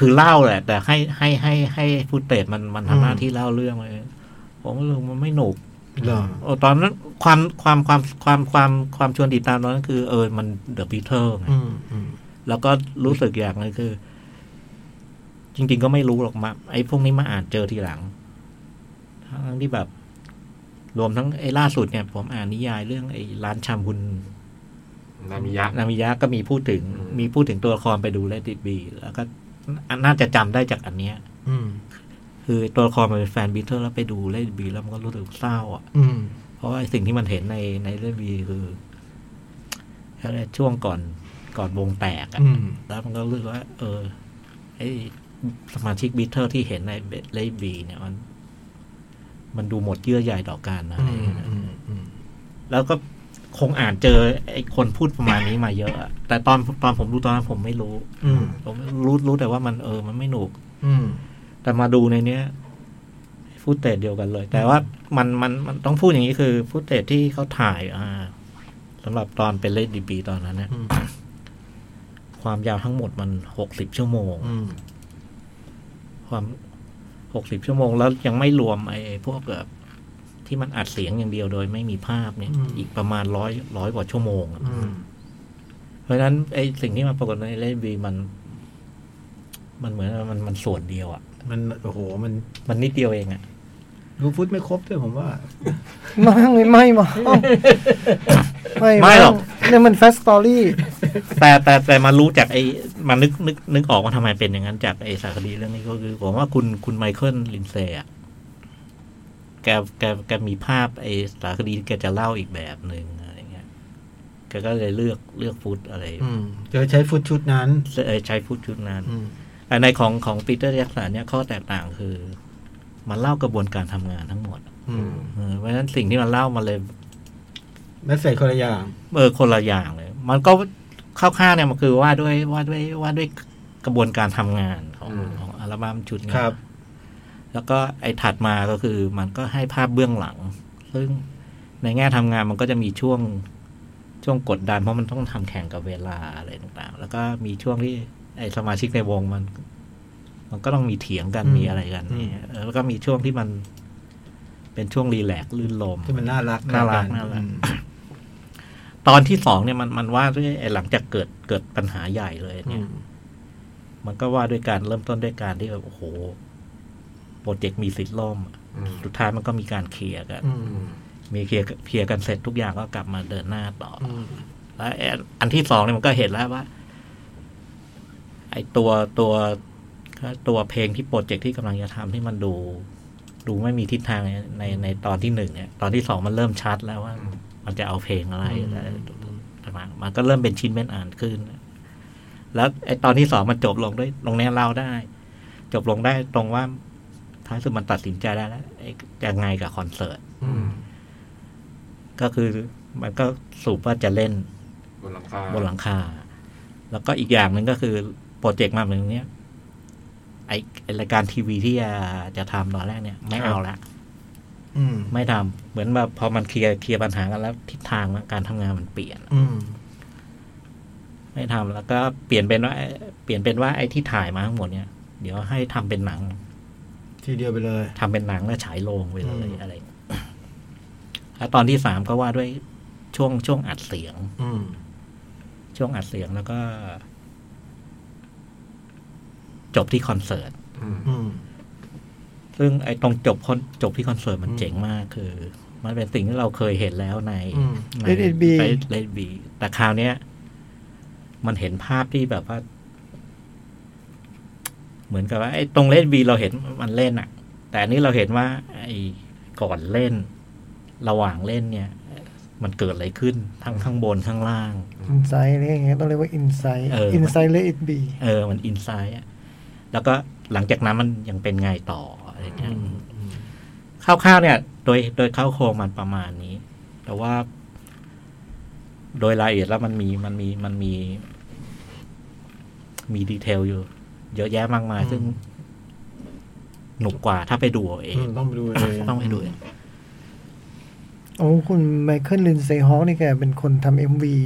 Speaker 4: คือเล่าแหละ แต่ให้ให้ให้ให้ฟูตเตจมันมัน
Speaker 2: อืม
Speaker 4: ทำหน้าที่เล่าเรื่องเลย ผมรู้สึกมันไม่หนุก
Speaker 2: เหรอ
Speaker 4: โอ้ตอนนั้นความความความความความความชวนติดตามตอนนั้นคือเออมันเดอะบีเทิล
Speaker 2: อืมอืม
Speaker 4: แล้วก็รู้สึกอย่างหนึงคือ จริง ๆ ก็ไม่รู้หรอกมาไอ้พวกนี้มาอ่านเจอทีหลัง ทั้งที่แบบ รวมทั้งไอ้ล่าสุดเนี่ย ผมอ่านนิยายเรื่องไอ้ร้านชามคุณ
Speaker 3: นามิยะ
Speaker 4: นามิยะก็มีพูดถึง
Speaker 3: อืม
Speaker 4: มีพูดถึงตัวละครไปดูเลดิบีแล้วก็นน่าจะจำได้จากอันเนี้ย
Speaker 2: อืม
Speaker 4: คือตัวละครมันเป็นแฟนบีเทอร์แล้วไปดูเลดิบีแล้วมันก็รู้สึกเศร้าอ่ะ
Speaker 2: อืม
Speaker 4: เพราะว่าสิ่งที่มันเห็นในในเลดิบีคือ ช่วงก่อนก่อนวงแตกอะ
Speaker 2: อืม
Speaker 4: แล้วมันก็รู้สึกว่า เออไอสมาชิกบิทเทอร์ที่เห็นในเลบีเนี่ยมัน มันดูหมดเยื่อใยต่อกันนะอะไรอย่างเงี้ย แล้วก็คงอ่านเจอไอ้คนพูดประมาณนี้มาเยอะอะ แต่ตอนตอนผมดูตอนนั้นผมไม่รู้
Speaker 2: อืม
Speaker 4: ผมรู้รู้แต่ว่ามันเออ มันไม่หนุก
Speaker 2: อืม
Speaker 4: แต่มาดูในเนี้ยฟุตเตจเดียวกันเลย แต่ว่ามันมันมันต้องพูดอย่างนี้คือฟุตเตจที่เขาถ่ายอ่าสำหรับตอนเป็นเลดดีบีตอนนั้นเนี่ย
Speaker 2: อืม
Speaker 4: ความยาวทั้งหมดมันหกสิบชั่วโมง
Speaker 2: อืม
Speaker 4: ความหกสิบชั่วโมงแล้วยังไม่รวมไอ้พวกแบบที่มันอัดเสียงอย่างเดียวโดยไม่มีภาพเนี่ย
Speaker 2: อืม
Speaker 4: อีกประมาณร้อยร้อยกว่าชั่วโมงอะ
Speaker 2: อืม
Speaker 4: เพราะฉะนั้นไอ้สิ่งที่มันปรากฏในเลนบีมัน มันเหมือนว่ามันมันส่วนเดียวอะ่ะ
Speaker 2: มันโอ้โหมัน
Speaker 4: มันนิดเดียวเองอะ่ะ
Speaker 2: รู้ฟุตไม่ครบด้วยผมว่า
Speaker 5: ไม่ไม่หมอไม่
Speaker 4: ไม่หรอก
Speaker 5: เนี่ยมันแฟสตอรี่
Speaker 4: แต่แต่แต่มารู้จากไอ้มันนึกนึกนึกออกว่าทำไมเป็นอย่างนั้นจากไอ้สารคดีเรื่องนี้ก็คือผมว่าคุณคุณไมเคิลลินเซ่อะแกแกแกมีภาพไอ้สารคดีที่แกจะเล่าอีกแบบหนึ่งอะไรเงี้ยแกก็เลยเลือกเลือกฟุตอะไร
Speaker 2: อืมโดยใช้ฟุตชุดนั้น
Speaker 4: เอ่อใช้ฟุตชุดนั้น
Speaker 2: อืม
Speaker 4: แต่ในของของปีเตอร์แจ็กสันเนี่ยข้อแตกต่างคือ มันเล่ากระบวนการทำงานทั้งหมด
Speaker 2: อืม
Speaker 4: เออเพราะฉะนั้นสิ่งที่มันเล่ามาเลย
Speaker 2: แมสเซจคนละอย่าง
Speaker 4: เออคนละอย่างเลย มันก็คร่าวๆเนี่ยมันคือว่าด้วยว่าด้วยว่าด้วยกระบวนการทำงานของ
Speaker 3: อืม
Speaker 4: ของอัลบั้มชุดนี้
Speaker 2: ครับ
Speaker 4: แล้วก็ไอ้ถัดมาก็คือมันก็ให้ภาพเบื้องหลัง ซึ่งในแง่ทำงานมันก็จะมีช่วงช่วงกดดันเพราะมันต้องทำแข่งกับเวลาอะไรต่างๆ แล้วก็มีช่วงที่ไอ้สมาชิกในวงมัน มันก็ต้องมีเถียงกัน
Speaker 2: อืม
Speaker 4: มีอะไรกัน
Speaker 2: อืม
Speaker 4: เนี่ยเออแล้วก็มีช่วงที่มันเป็นช่วงรีแลกซ์ลื่นลม
Speaker 2: ที่มันน่ารัก
Speaker 4: น่ารัก
Speaker 2: กั
Speaker 4: น่ารัก
Speaker 2: อืม
Speaker 4: ตอนที่สองเนี่ยมันมันว่าด้วยไอ้หลังจากเกิดเกิดปัญหาใหญ่เลย
Speaker 2: อื
Speaker 4: เนี่ย
Speaker 2: ม
Speaker 4: มันก็ว่าด้วยการเริ่มต้นด้วยการที่แบบโอ้โหโปรเจกต์มีสิทธิ์ล่มอะ
Speaker 3: อืม
Speaker 4: สุดท้ายมันก็มีการเคลียร์กัน
Speaker 2: อืม
Speaker 3: อืม
Speaker 4: มีเคลียร์เคลียร์กันเสร็จทุกอย่างก็กลับมาเดินหน้าต่ออ
Speaker 2: อืม
Speaker 4: แล้วไอ้อันที่สองเนี่ยมันก็เห็นแล้วว่า ไอ้ตัวตัวตัวเพลงที่โปรเจกต์ที่กำลังจะทำที่มันดู ดูไม่มีทิศทางในในในตอนที่หนึ่งเนี่ย ตอนที่สองมันเริ่มชัดแล้วว่า มันจะเอาเพลงอะไรอะไรต่างๆมันก็เริ่มเป็นชิ้นเป็นอ่านขึ้น แล้วไอ้ตอนที่สองมันจบลงด้วย ตรงเนี้ยเล่าได้ จบลงได้ตรงว่าท้ายสุดมันตัดสินใจได้แล้วไอ้จะไงกับคอนเสิร์ต
Speaker 3: อืม
Speaker 4: ก็คือมันก็สูบว่าจะเล่น
Speaker 3: บนหลังคา
Speaker 4: บนหลังคา แล้วก็อีกอย่างหนึ่งก็คือโปรเจกต์มาแบบเนี้ยไอ้ไอ้รายการทีวีที่จะจะทำตอนแรกเนี่ย ไม่เอาละ
Speaker 2: อืม
Speaker 4: ไม่ทำเหมือนแบบพอมันเคลียร์เคลียร์ปัญหากันแล้วทิศทางการทำงานมันเปลี่ยน
Speaker 2: อืม
Speaker 4: ไม่ทำแล้วก็เปลี่ยนเป็นว่าเปลี่ยนเป็นว่าไอ้ที่ถ่ายมาทั้งหมดเนี่ย เดี๋ยวให้ทำเป็นหนัง
Speaker 2: ทีเดียวไปเลย
Speaker 4: ทำเป็นหนังแล้วฉายโรงไปเลย
Speaker 2: อืม
Speaker 4: อะไรอย่างเงี้ยแล้วตอนที่สามก็ว่าด้วยช่วงช่วงอัดเสียง
Speaker 2: อืม
Speaker 4: ช่วงอัดเสียงแล้วก็ จบที่คอนเสิร์ต
Speaker 3: อืม
Speaker 2: อืม
Speaker 4: ซึ่งไอ้ตรงจบคอนจบที่คอนเสิร์ตมัน
Speaker 2: อืม
Speaker 4: เจ๋งมากคือ มันเป็นสิ่งที่เราเคยเห็นแล้วใน
Speaker 2: อืม
Speaker 4: ใน
Speaker 5: Let it be
Speaker 4: เลดบีแต่คราวเนี้ย มันเห็นภาพที่แบบว่า เหมือนกับว่าไอ้ตรงเลดบีเราเห็นมันเล่นอะแต่อันนี้เราเห็นว่า ไอ้ก่อนเล่น ระหว่างเล่นเนี่ย มันเกิดอะไรขึ้น ทั้งข้างบนข้างล่าง
Speaker 5: อินไซต์อะไรอย่างเงี้ยต้องเรียกว่าอินไซต์
Speaker 4: เออ
Speaker 5: อินไซต์เลอิบี
Speaker 4: เออ มันอินไซด์แล้วก็หลังจากนั้นมันยังเป็นไงต่ออะไรเงี้ยคร่าวๆเนี่ย โดยโดยเข้าโครงมันประมาณนี้ แต่ว่า โดยรายละเอียดแล้วมันมีมันมีมันมี มีดีเทลอยู่ เยอะแยะมากมาย ซึ่ง หนุกกว่าถ้าไปดูเอาเอง
Speaker 2: อืมต้องไปดูเลย
Speaker 4: ต้องไปดูเอง
Speaker 5: โอ้คุณไมเคิลลินเซฮอ k นี่แกเป็นคนทำเอ็มวี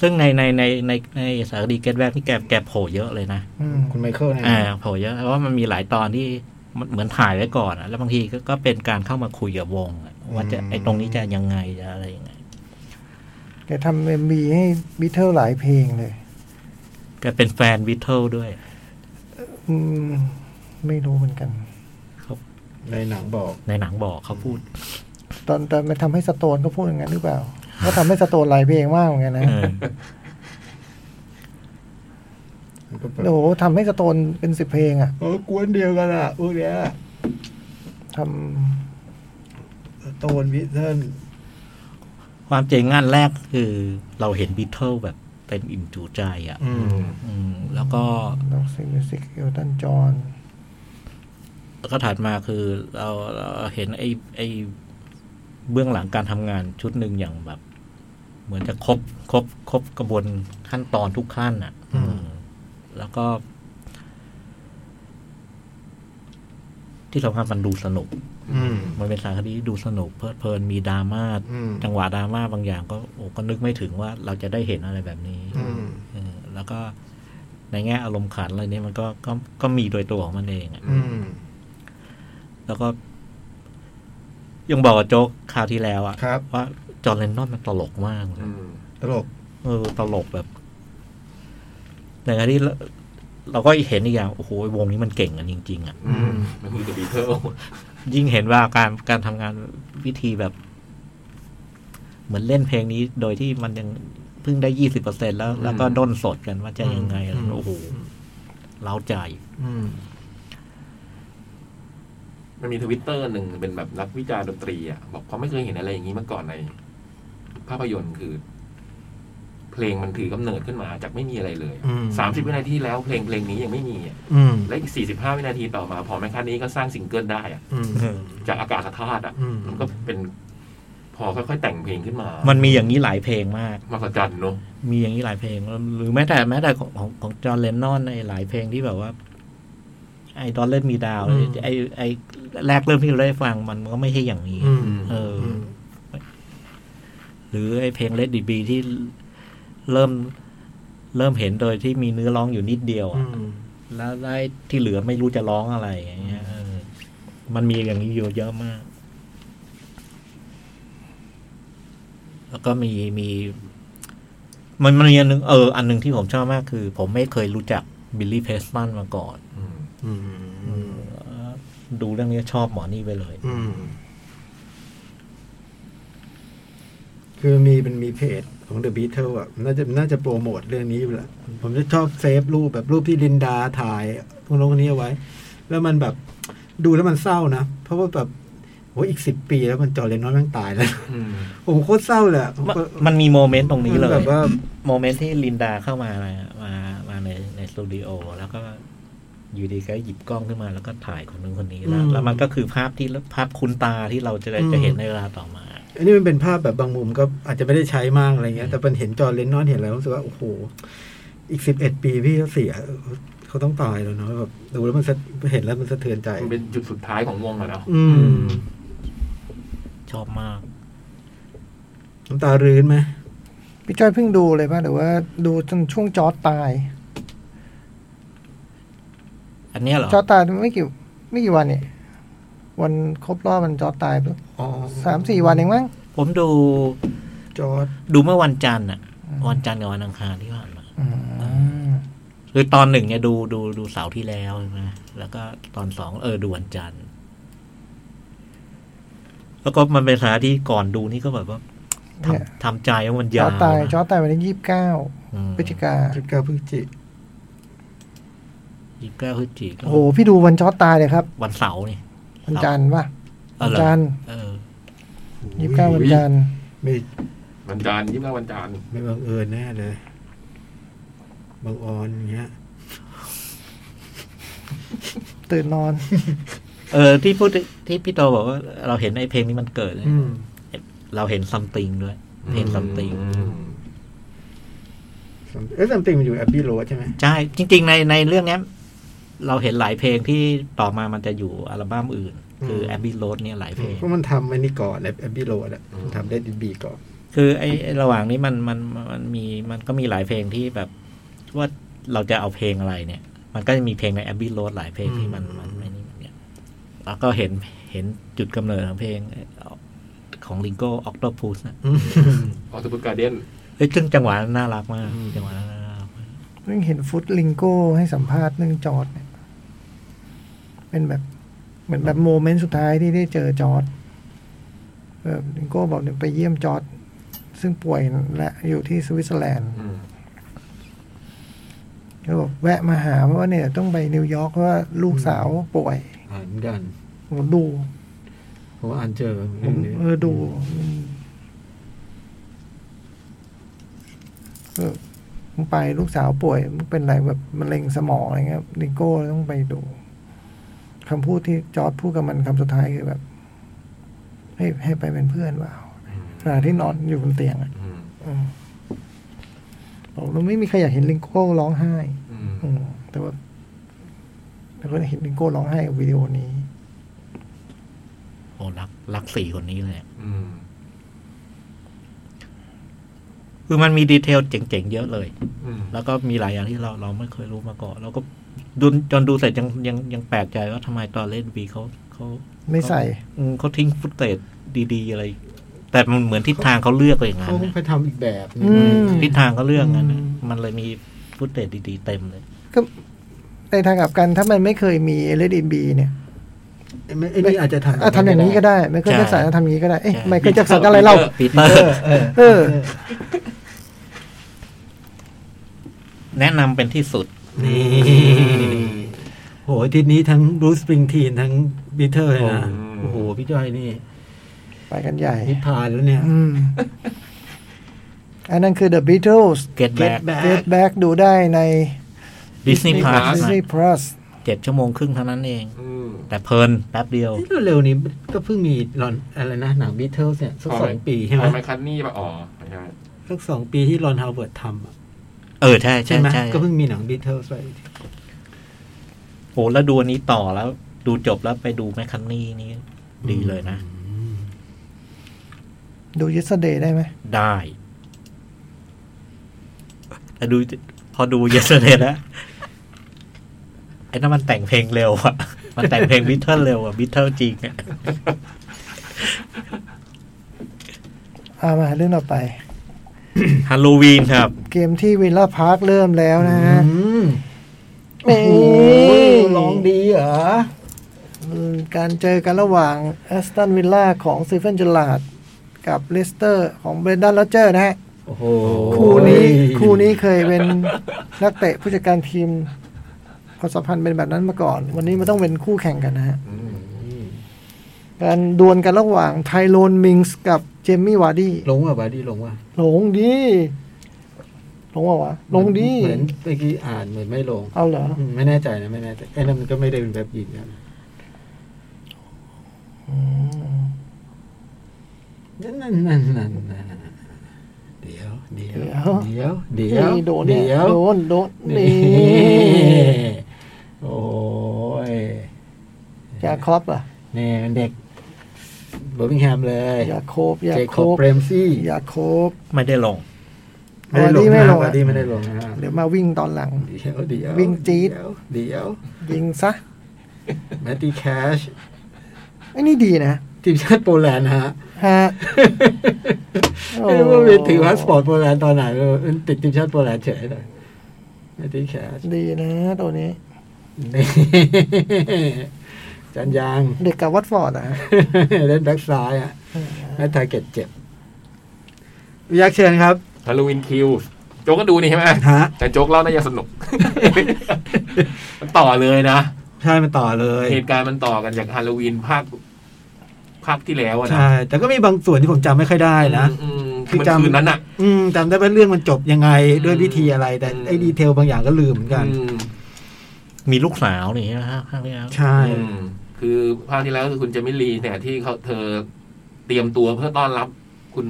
Speaker 4: ซึ่งในในในในในสารคดีเกตแรกที่แกแกโผล่เยอะเลยนะ
Speaker 2: คุณไมเคิลเนี่ย
Speaker 4: อ่าโผล่เยอะเพราะว่ามันมีหลายตอนที่มันเหมือนถ่ายไว้ก่อนอะแล้วบางทีก็ก็เป็นการเข้ามาคุยกับวงอะว่าจะไอตรงนี้จะยังไงจะอะไรยังไง
Speaker 5: แกทำเอ็มวีให้บิทเทิลหลายเพลงเลย
Speaker 4: ก็เป็นแฟนวิทเทิลด้วย
Speaker 5: อืมไม่รู้เหมือนกัน
Speaker 2: ในหนังบอก
Speaker 4: ในหนังบอกเขาพูด
Speaker 5: ตอนตอนไปทำให้สโตนก็พูดอย่างนั้นหรือเปล่า ก็ทำให้สโตนหลายเพลงมากเหมือนกันนะ
Speaker 4: เออ
Speaker 5: โอ้โหทำให้สโตนเป็นสิบเพลงอ่ะ
Speaker 2: โอ้กวนเดียวกันอ่ะพวกเนี้ย
Speaker 5: ท
Speaker 2: โตนวิเทิล
Speaker 4: ความเจ๋งงานแรกคือเราเห็นบีเทิลแบบเต็มอิ่มจูใจอ่ะ
Speaker 1: อืม
Speaker 4: อืม แล้วก็
Speaker 5: ดอกซิมิวสิกเอลตันจอห์น
Speaker 4: แล้วก็ถัดมาคือเราเราเห็นไอ้ไอ้เบื้องหลังการทำงานชุดหนึ่งอย่างแบบ เหมือนจะครบครบครบกระบวนขั้นตอนทุกขั้นอ่ะ
Speaker 1: อืม
Speaker 4: อืม แล้วก็ ที่สำคัญมันดูสนุก
Speaker 1: อืม
Speaker 4: มันเป็นสารคดีที่ดูสนุกเพลิดเพลินมีดราม่า
Speaker 1: อืม
Speaker 4: จังหวะดราม่าบางอย่างก็โอ้ก็นึกไม่ถึงว่าเราจะได้เห็นอะไรแบบนี้
Speaker 1: อืม
Speaker 4: เออแล้วก็ในแง่อารมณ์ขันอะไรเนี่ยมันก็ก็ก็มีโดยตัวของมันเองอะ
Speaker 1: อืม
Speaker 4: แล้วก็ ยังบอกกับโจ๊กคราวที่แล้วอะ
Speaker 1: ครับ
Speaker 4: ว่าจอร์แดนนอนมันตลกมากเลย
Speaker 3: อืม
Speaker 1: ตลก
Speaker 4: เออตลกแบบในขณะที่เราเราก็เห็นอีกอย่างโอ้โหวงนี้มันเก่งกันจริง ๆอะ
Speaker 3: อืมไม่คุยกับบีเทิล
Speaker 4: ยิ่งเห็นว่าการการทำงานวิธีแบบ เหมือนเล่นเพลงนี้โดยที่มันยังเพิ่งได้ยี่สิบเปอร์เซ็นแล้ว แล้วก็ด้นสดกันว่าจะยังไง
Speaker 1: อืม
Speaker 4: โอ้โหเล้าใจ
Speaker 1: อืม
Speaker 3: มันมีทวิตเตอร์หนึ่งเป็นแบบนักวิจารณ์ดนตรีอ่ะบอกเขาไม่เคยเห็นอะไรอย่างนี้มาก่อนใน ภาพยนตร์คือ เพลงมันถือกำเนิดขึ้นมาจากไม่มีอะไรเลย
Speaker 1: อืม
Speaker 3: สามสิบวินาทีแล้วเพลงเพลงนี้ยังไม่มีอะ
Speaker 1: อืม
Speaker 3: และอีกสี่สิบห้าวินาทีต่อมา พอแมคคานี้ก็สร้างซิงเกิลได้อะ
Speaker 1: อืม
Speaker 3: จากอากาศธาตุอ่ะ
Speaker 1: อืม
Speaker 3: มันก็เป็น พอค่อยๆแต่งเพลงขึ้นมา
Speaker 4: มั
Speaker 3: มัน
Speaker 4: มีอย่างนี้หลายเพลงมาก
Speaker 3: มหัศจรรย์เนอะ
Speaker 4: มีอย่างนี้หลายเพลง หรือแม้แต่แม้แต่ของของของจอร์เลนนอนในหลายเพลงที่แบบว่า ไอ้ดอนเล่นมีดาว
Speaker 1: อืม
Speaker 4: ไอ้ไอ้แรกเริ่มที่เราได้ฟังมันก็ไม่ใช่อย่างนี้
Speaker 1: อืม
Speaker 4: เอออ
Speaker 1: ม
Speaker 4: หรือไอเพลงเลดดีบีที่เริ่มเริ่มเห็นโดยที่มีเนื้อร้องอยู่นิดเดียวอะแล้วได้ที่เหลือไม่รู้จะร้องอะไรอย่างเงี้ยเออมันมีอย่างนี้อยู่เยอะมาก แล้วก็มีมี มันมันมีอันหนึงเออ อันหนึงที่ผมชอบมากคือ ผมไม่เคยรู้จักบิลลี่เพสตันมาก่อน
Speaker 3: อืม
Speaker 1: อืม
Speaker 4: เออดูเรื่องนี้ชอบหมอนี่ไปเลย
Speaker 1: อืม
Speaker 2: คือมีเป็นมีเพจของ The Beatles อ่ะน่าจะน่าจะโปรโมทเรื่องนี้อยู่แหละผมจะชอบเซฟรูปแบบรูปที่ลินดาถ่ายคนนู้นคนนี้เอาไว้ แล้วมันแบบดูแล้วมันเศร้านะ เพราะว่าแบบโอ้ยอีกสิบปีแล้วมันจอร์เลนนอนแม่งตายแล้ว
Speaker 3: อืม
Speaker 2: ผมโคตรเศร้าเลยอะผม
Speaker 4: มัน
Speaker 2: ก็
Speaker 4: มันมีโมเมนต์ตรงนี้เล
Speaker 2: มัแบ
Speaker 4: ย
Speaker 2: บว่า
Speaker 4: โมเมนต์ที่ลินดาเข้ามานะมามาในในสตูดิโอ แล้วก็อยู่ดีก็หยิบกล้องขึ้นมาแล้วก็ถ่ายคนนึงคนนี้แล้ว
Speaker 2: อืม
Speaker 4: แล้วมันก็คือภาพที่ภาพคุณตาที่เราจะได้
Speaker 2: อืม
Speaker 4: จะเห็นในเวลาต่อมา
Speaker 2: อันนี้มันเป็นภาพแบบบางมุมก็อาจจะไม่ได้ใช้มากอะไรเงี้ย แต่มันเห็นจอร์เลนนอนเห็นแล้วรู้สึกว่าโอ้โห อีกสิบเอ็ดปีพี่เขาเสียเขาต้องตายแล้วเนาะแบบดูแล้วมันสะเห็นแล้วมันสะเทือนใจ
Speaker 3: มันเป็นจุดสุดท้ายของวงอะเนาะ
Speaker 2: อืม
Speaker 4: ชอบมาก
Speaker 2: น้ำตารื้นไหม
Speaker 5: พี่จ้อยเพิ่งดูเลยป่ะหรือว่าดูจนช่วงจอร์จตาย
Speaker 4: อันเนี้ยเหรอ
Speaker 5: จอร์จตายไม่กี่ไม่กี่วันเนี่ยวันครบรอบวันจอร์จตาย
Speaker 2: อ๋อ
Speaker 5: สามสี่วันเองมั้ง
Speaker 4: ผมดู
Speaker 2: จอร์ด
Speaker 4: ดูเมื่อวันจันทร์อะวันจันทร์กับวันอังคารที่ผ่านมา
Speaker 5: อืม
Speaker 4: คือตอนหนึ่งเนี่ยดูดูดูเสาร์ที่แล้วใช่ไหมแล้วก็ตอนสองเออดูวันจันทร์แล้วก็มันเป็นสถานที่ก่อนดูนี่ก็แบบว่าท
Speaker 5: เนี่ย
Speaker 4: ำทำใจว่ามั
Speaker 5: จอย
Speaker 4: นา
Speaker 5: ร์
Speaker 4: ว
Speaker 5: จตาย
Speaker 4: นะ
Speaker 5: จอร์จตายวันที่ยี่สิบเก้าม พฤศจิกา
Speaker 2: จิบกาพฤศจิ
Speaker 4: ยี่สิบเก้าพฤศจิกายน
Speaker 5: โอ้โหพี่ดูวันจอร์จตายเลยครับ
Speaker 4: วันเสาร์นี่
Speaker 5: วันจันทร์ป่ะ
Speaker 4: อ๋อ
Speaker 5: วัน
Speaker 4: เหรอ
Speaker 5: จันทร์
Speaker 4: เออ
Speaker 5: ยี่สิบเก้าวันจันทร์
Speaker 2: ไม่
Speaker 3: วันจันทร์ยี่สิบเก้าวันจันทร์
Speaker 2: ไม่บังเอิญแน่เลยบังออนอย่างเงี้ย
Speaker 5: ตื่นนอน
Speaker 4: เออ ที่พูดที่พี่โตบอกว่าเราเห็นไอ้เพลงนี้มันเกิดเนี่ย
Speaker 2: อืม
Speaker 4: เราเห็นซัมติงด้วย เพลงซัมติง
Speaker 3: อืม
Speaker 2: เอ้ยซัมติงมันอยู่แอ b บี้โรดใช่ไหม
Speaker 4: ใช่ จริง ๆ ในในเรื่องเนี้ย เราเห็นหลายเพลงที่ต่อมามันจะอยู่อัลบั้มอื่น คือแอบบี้โรดเนี่ยหลายเพลง
Speaker 2: เพราะมันทำไอ้นี่ก่อนแอ b บี้โรดอะมันทำได้ดีบีก่อน
Speaker 4: คือไอ้ไอ้ระหว่างนี้มันมันมันมีมันก็มีหลายเพลงที่แบบว่าเราจะเอาเพลงอะไรเนี่ย มันก็จะมีเพลงใน Abbey Road หลายเพลงที่มัน
Speaker 1: อืม
Speaker 4: มันไม่นี่เนี่ยแล้วก็เห็นเห็นจุดกำเนิดของเพลงของลิงโก้ออกโตพูสนะ
Speaker 3: ออสบูการ์เดน
Speaker 4: เอ้ยซึ่งจังหวะนั้นน่ารักมาก จังหวะนั้นน่ารักมาก
Speaker 5: เพิ่งเห็นฟุตลิงโก้ให้สัมภาษณ์เรื่องจอร์ดเนี่ยเป็นแบบ เหมือนแบบโมเมนต์สุดท้ายที่ได้เจอจอร์ดแบบลิงโก้บอกเนี่ยไปเยี่ยมจอร์ดซึ่งป่วยและอยู่ที่สวิตเซอร์แลนด์
Speaker 3: อืม
Speaker 5: เขาบอกแวะมาหาเพราะว่าเนี่ยต้องไปนิวยอร์กเพราะว่าลูกสาวป่วย
Speaker 2: อ่านเหมือนกัน
Speaker 5: ผมดู
Speaker 2: ผมอ่านเจอ
Speaker 5: ผมเออดู เออมึงไปลูกสาวป่วยมึงเป็นอะไรแบบมะเร็งสมองอะไรเงี้ยนิโก้ต้องไปดูคำพูดที่จอร์ดพูดกับมันคำสุดท้ายคือแบบ ให้ให้ไปเป็นเพื่อนเปล่าขณะที่นอนอยู่บนเตียงอะ
Speaker 3: อืม
Speaker 5: อืมบอกเราไม่มีใครอยากเห็นลิงโก้ร้องไห้
Speaker 3: อืม
Speaker 5: อืมแต่ว่าแต่ก็เห็นลิงโก้ร้องไห้กับวิดีโอนี้
Speaker 4: โอ้รักรักสี่คนนี้เลยอะ
Speaker 3: อืม
Speaker 4: คือมันมีดีเทลเจ๋งๆเยอะเลย
Speaker 3: อืม
Speaker 4: แล้วก็มีหลายอย่างที่เราเราไม่เคยรู้มาก่อน แล้วก็ดูจนดูเสร็จยังยังยังแปลกใจว่าทำไมตอนเล่นบีเขาเขา
Speaker 5: ไม่ใส่
Speaker 4: อืมเขาทิ้งฟุตเตจดี ๆ อะไร แต่มันเหมือนทิศทางเขาเลือกไปอย่างนั้
Speaker 2: เขา
Speaker 4: น
Speaker 2: คง
Speaker 4: นะ
Speaker 2: ไปทำอีกแบบหนึง
Speaker 5: อืม
Speaker 4: ทิศทางเขาเลือกงั้นนะ
Speaker 5: อืม
Speaker 4: มันเลยมีฟุตเตจดีๆเต็มเลย
Speaker 5: ก็ในทางกลับกันถ้ามันไม่เคยมีเอเลดินบีเนี่ย
Speaker 2: ไอ้ไม่ไอ้นี่อาจจะทำ
Speaker 5: อ่ะทำอย่างนี้ก็ได้ไม่เคย
Speaker 4: ใช่
Speaker 5: แจ็คสันทำอย่างนี้ก็ได้เอ๊ะ
Speaker 4: ใช่
Speaker 5: ไม่เคยแจ็คสันอะไรเรา
Speaker 4: ปีเตอ
Speaker 2: เอ
Speaker 4: ร์
Speaker 2: อเออ
Speaker 5: เออ
Speaker 4: แนะนำเป็นที่สุด
Speaker 2: นี่โหทีนี้ทั้งบรูซสปริงทีนทั้งบีเทอร์เลยนะโอ้โหพี่จ้อยนี่
Speaker 5: ไปกันใหญ่
Speaker 2: นิพพานแล้วเนี่ย
Speaker 5: อืม อันนั้นคือ The Beatles
Speaker 4: Get Back
Speaker 2: Get Back
Speaker 5: Get Back ดูได้ใน
Speaker 4: Disney Plus
Speaker 5: Disney Plus
Speaker 4: เจ็ดชั่วโมงครึ่งเท่านั้นเอง
Speaker 3: อืม
Speaker 4: แต่เพลินแป๊บเดียว
Speaker 2: นี่เร็วๆนี้ก็เพิ่งมีรอนอะไรนะหนังบีเท l ลเนี่ยสัก
Speaker 3: พอ
Speaker 2: ส
Speaker 3: ไหม
Speaker 2: องปีใช่ไหม
Speaker 3: ไมคันนี่ปะอ๋อไม่ใช่
Speaker 2: สักสองปีที่รอนฮาวเวิร์ดทำอะ
Speaker 4: เออ ใช่
Speaker 2: ใช่
Speaker 4: ใช่
Speaker 2: ไหม
Speaker 4: ใช่
Speaker 2: ก็เพิ่งมีหนังบีเท l ลไป
Speaker 4: โอ้แล้วดูอันนี้ต่อแล้ว ดูจบแล้วไปดูแมคคันนี่นี่ดีเลยนะ
Speaker 5: ดู Yesterday ได้ไหม
Speaker 4: ได้แต่ดูพอดูเยสเดย์แล้วไอ้นั่นมันแต่งเพลงเร็วอะมันแต่งเพลงบิทเทิลเร็วอะบิทเทิลจริงอะ
Speaker 5: อ่ามาเรื่องต่อไป
Speaker 4: ฮัลโลวีนครับ
Speaker 5: เกมที่วิลล่าพาร์คเริ่มแล้วนะฮะ
Speaker 2: อืม
Speaker 5: โอ้
Speaker 2: โอ้ลองดีเหรอ
Speaker 5: การเจอกันระหว่างแอสตันวิลล่าของซีเฟนจ l ลาดกับเลสเตอร์ของเบรนดันลอเจอร์นะฮะ
Speaker 2: โอ้โห
Speaker 5: คู่นี้คู่นี้เคยเป็นนักเตะผู้จัดการทีมความสัมพันธ์เป็นแบบนั้นมาก่อน วันนี้มันต้องเป็นคู่แข่งกันนะฮะการดวลกันระหว่างไทโรนมิงส์กับเจมมี่วาร์ดี้
Speaker 2: หลงว่ะบาดีหลงว่ะ
Speaker 5: หลงดีหลงว่าวะหลงดี
Speaker 2: เหมือนเมื่อกี้อ่านเหมือนไม่ลง
Speaker 5: เอาเหรอ
Speaker 2: อืมไม่แน่ใจนะไม่แน่ใจไอ้นั่นมันก็ไม่ได้เป็นแบบยิงนะนั่นนั่นนั่นนั่นเดี๋ยว เดี๋ยวเดี๋ยวเดี๋ยว
Speaker 5: นี่โดนเนี่ย
Speaker 2: เดี๋ยว
Speaker 5: โดนโดน
Speaker 2: นี่
Speaker 5: นี่
Speaker 2: โอ้ย
Speaker 5: อยาครอบเหรอ่ะ
Speaker 2: นี่มันเด็กเบอร์มิงแฮมเลย
Speaker 5: อยาโคบอยา
Speaker 2: เจค
Speaker 5: โค
Speaker 2: อบบ เบรมซี่
Speaker 5: อยาโคบ
Speaker 4: ไม่ได้ลง
Speaker 5: วาร์ดี้ไม่ลงอะ
Speaker 2: วาร์ดี้ไม่ได้ลงนะ
Speaker 5: เดี๋ยวมาวิ่งตอนหลัง
Speaker 2: เดี๋ยวเดี๋ยว
Speaker 5: วิ่งจี๊ด
Speaker 2: เดี๋ยว
Speaker 5: ยิงซะ
Speaker 2: แมตตี้แคช
Speaker 5: ไอ้นี่ดีนะ
Speaker 2: ทีมชาติโปแลนด์ฮะ
Speaker 5: ฮะ โอ้
Speaker 2: ไม่รู้ว่าเป็นถือพาสปอร์ตโปแลนด์ตอนไหนไม่รู้มันติดทีมชาติโปแลนด์เฉยเลยแมตตี้แคช
Speaker 5: ดีนะตัวนี้
Speaker 2: นี่ จันยาง
Speaker 5: เด็กกับวัตฟอร์ดอ่ะ
Speaker 2: เล่นแบ็กซ้ายอ่ะแล้วทาร์เก็ตเจ็บยักษ์เชิญครับ
Speaker 3: ฮาโลวีนคิวโจ๊กก็ดูนี่ใช่ไหม
Speaker 2: ฮะ
Speaker 3: แต่โจ๊กเล่าน่าจะส นุก มันต่อเลยนะ
Speaker 2: ใช่มันต่อเลย
Speaker 3: เหตุการณ์มันต่อกันจากฮาโลวีนภาคภาคที่แล้วอะนะ
Speaker 2: ใช่แต่ก็มีบางส่วนที่ผมจำไม่ค่อยได้นะ
Speaker 3: อืม
Speaker 2: คื
Speaker 3: คือ อ
Speaker 2: จำ
Speaker 3: คืนนั้นอะ
Speaker 2: อืมจำได้ว่าเรื่องมันจบยังไงด้วยวิธีอะไร แต่
Speaker 3: อืม
Speaker 2: ไอ้ดีเทลบางอย่างก็ลืมเหมือนกัน
Speaker 3: อืม
Speaker 4: มีลูกสาวนี่นะฮะข้างนี้
Speaker 2: ใช่
Speaker 3: อืมคือภาคที่แล้วคือคุณเจมิลีเนี่ยที่เขาเธอเตรียมตัวเพื่อต้อนรับคุณ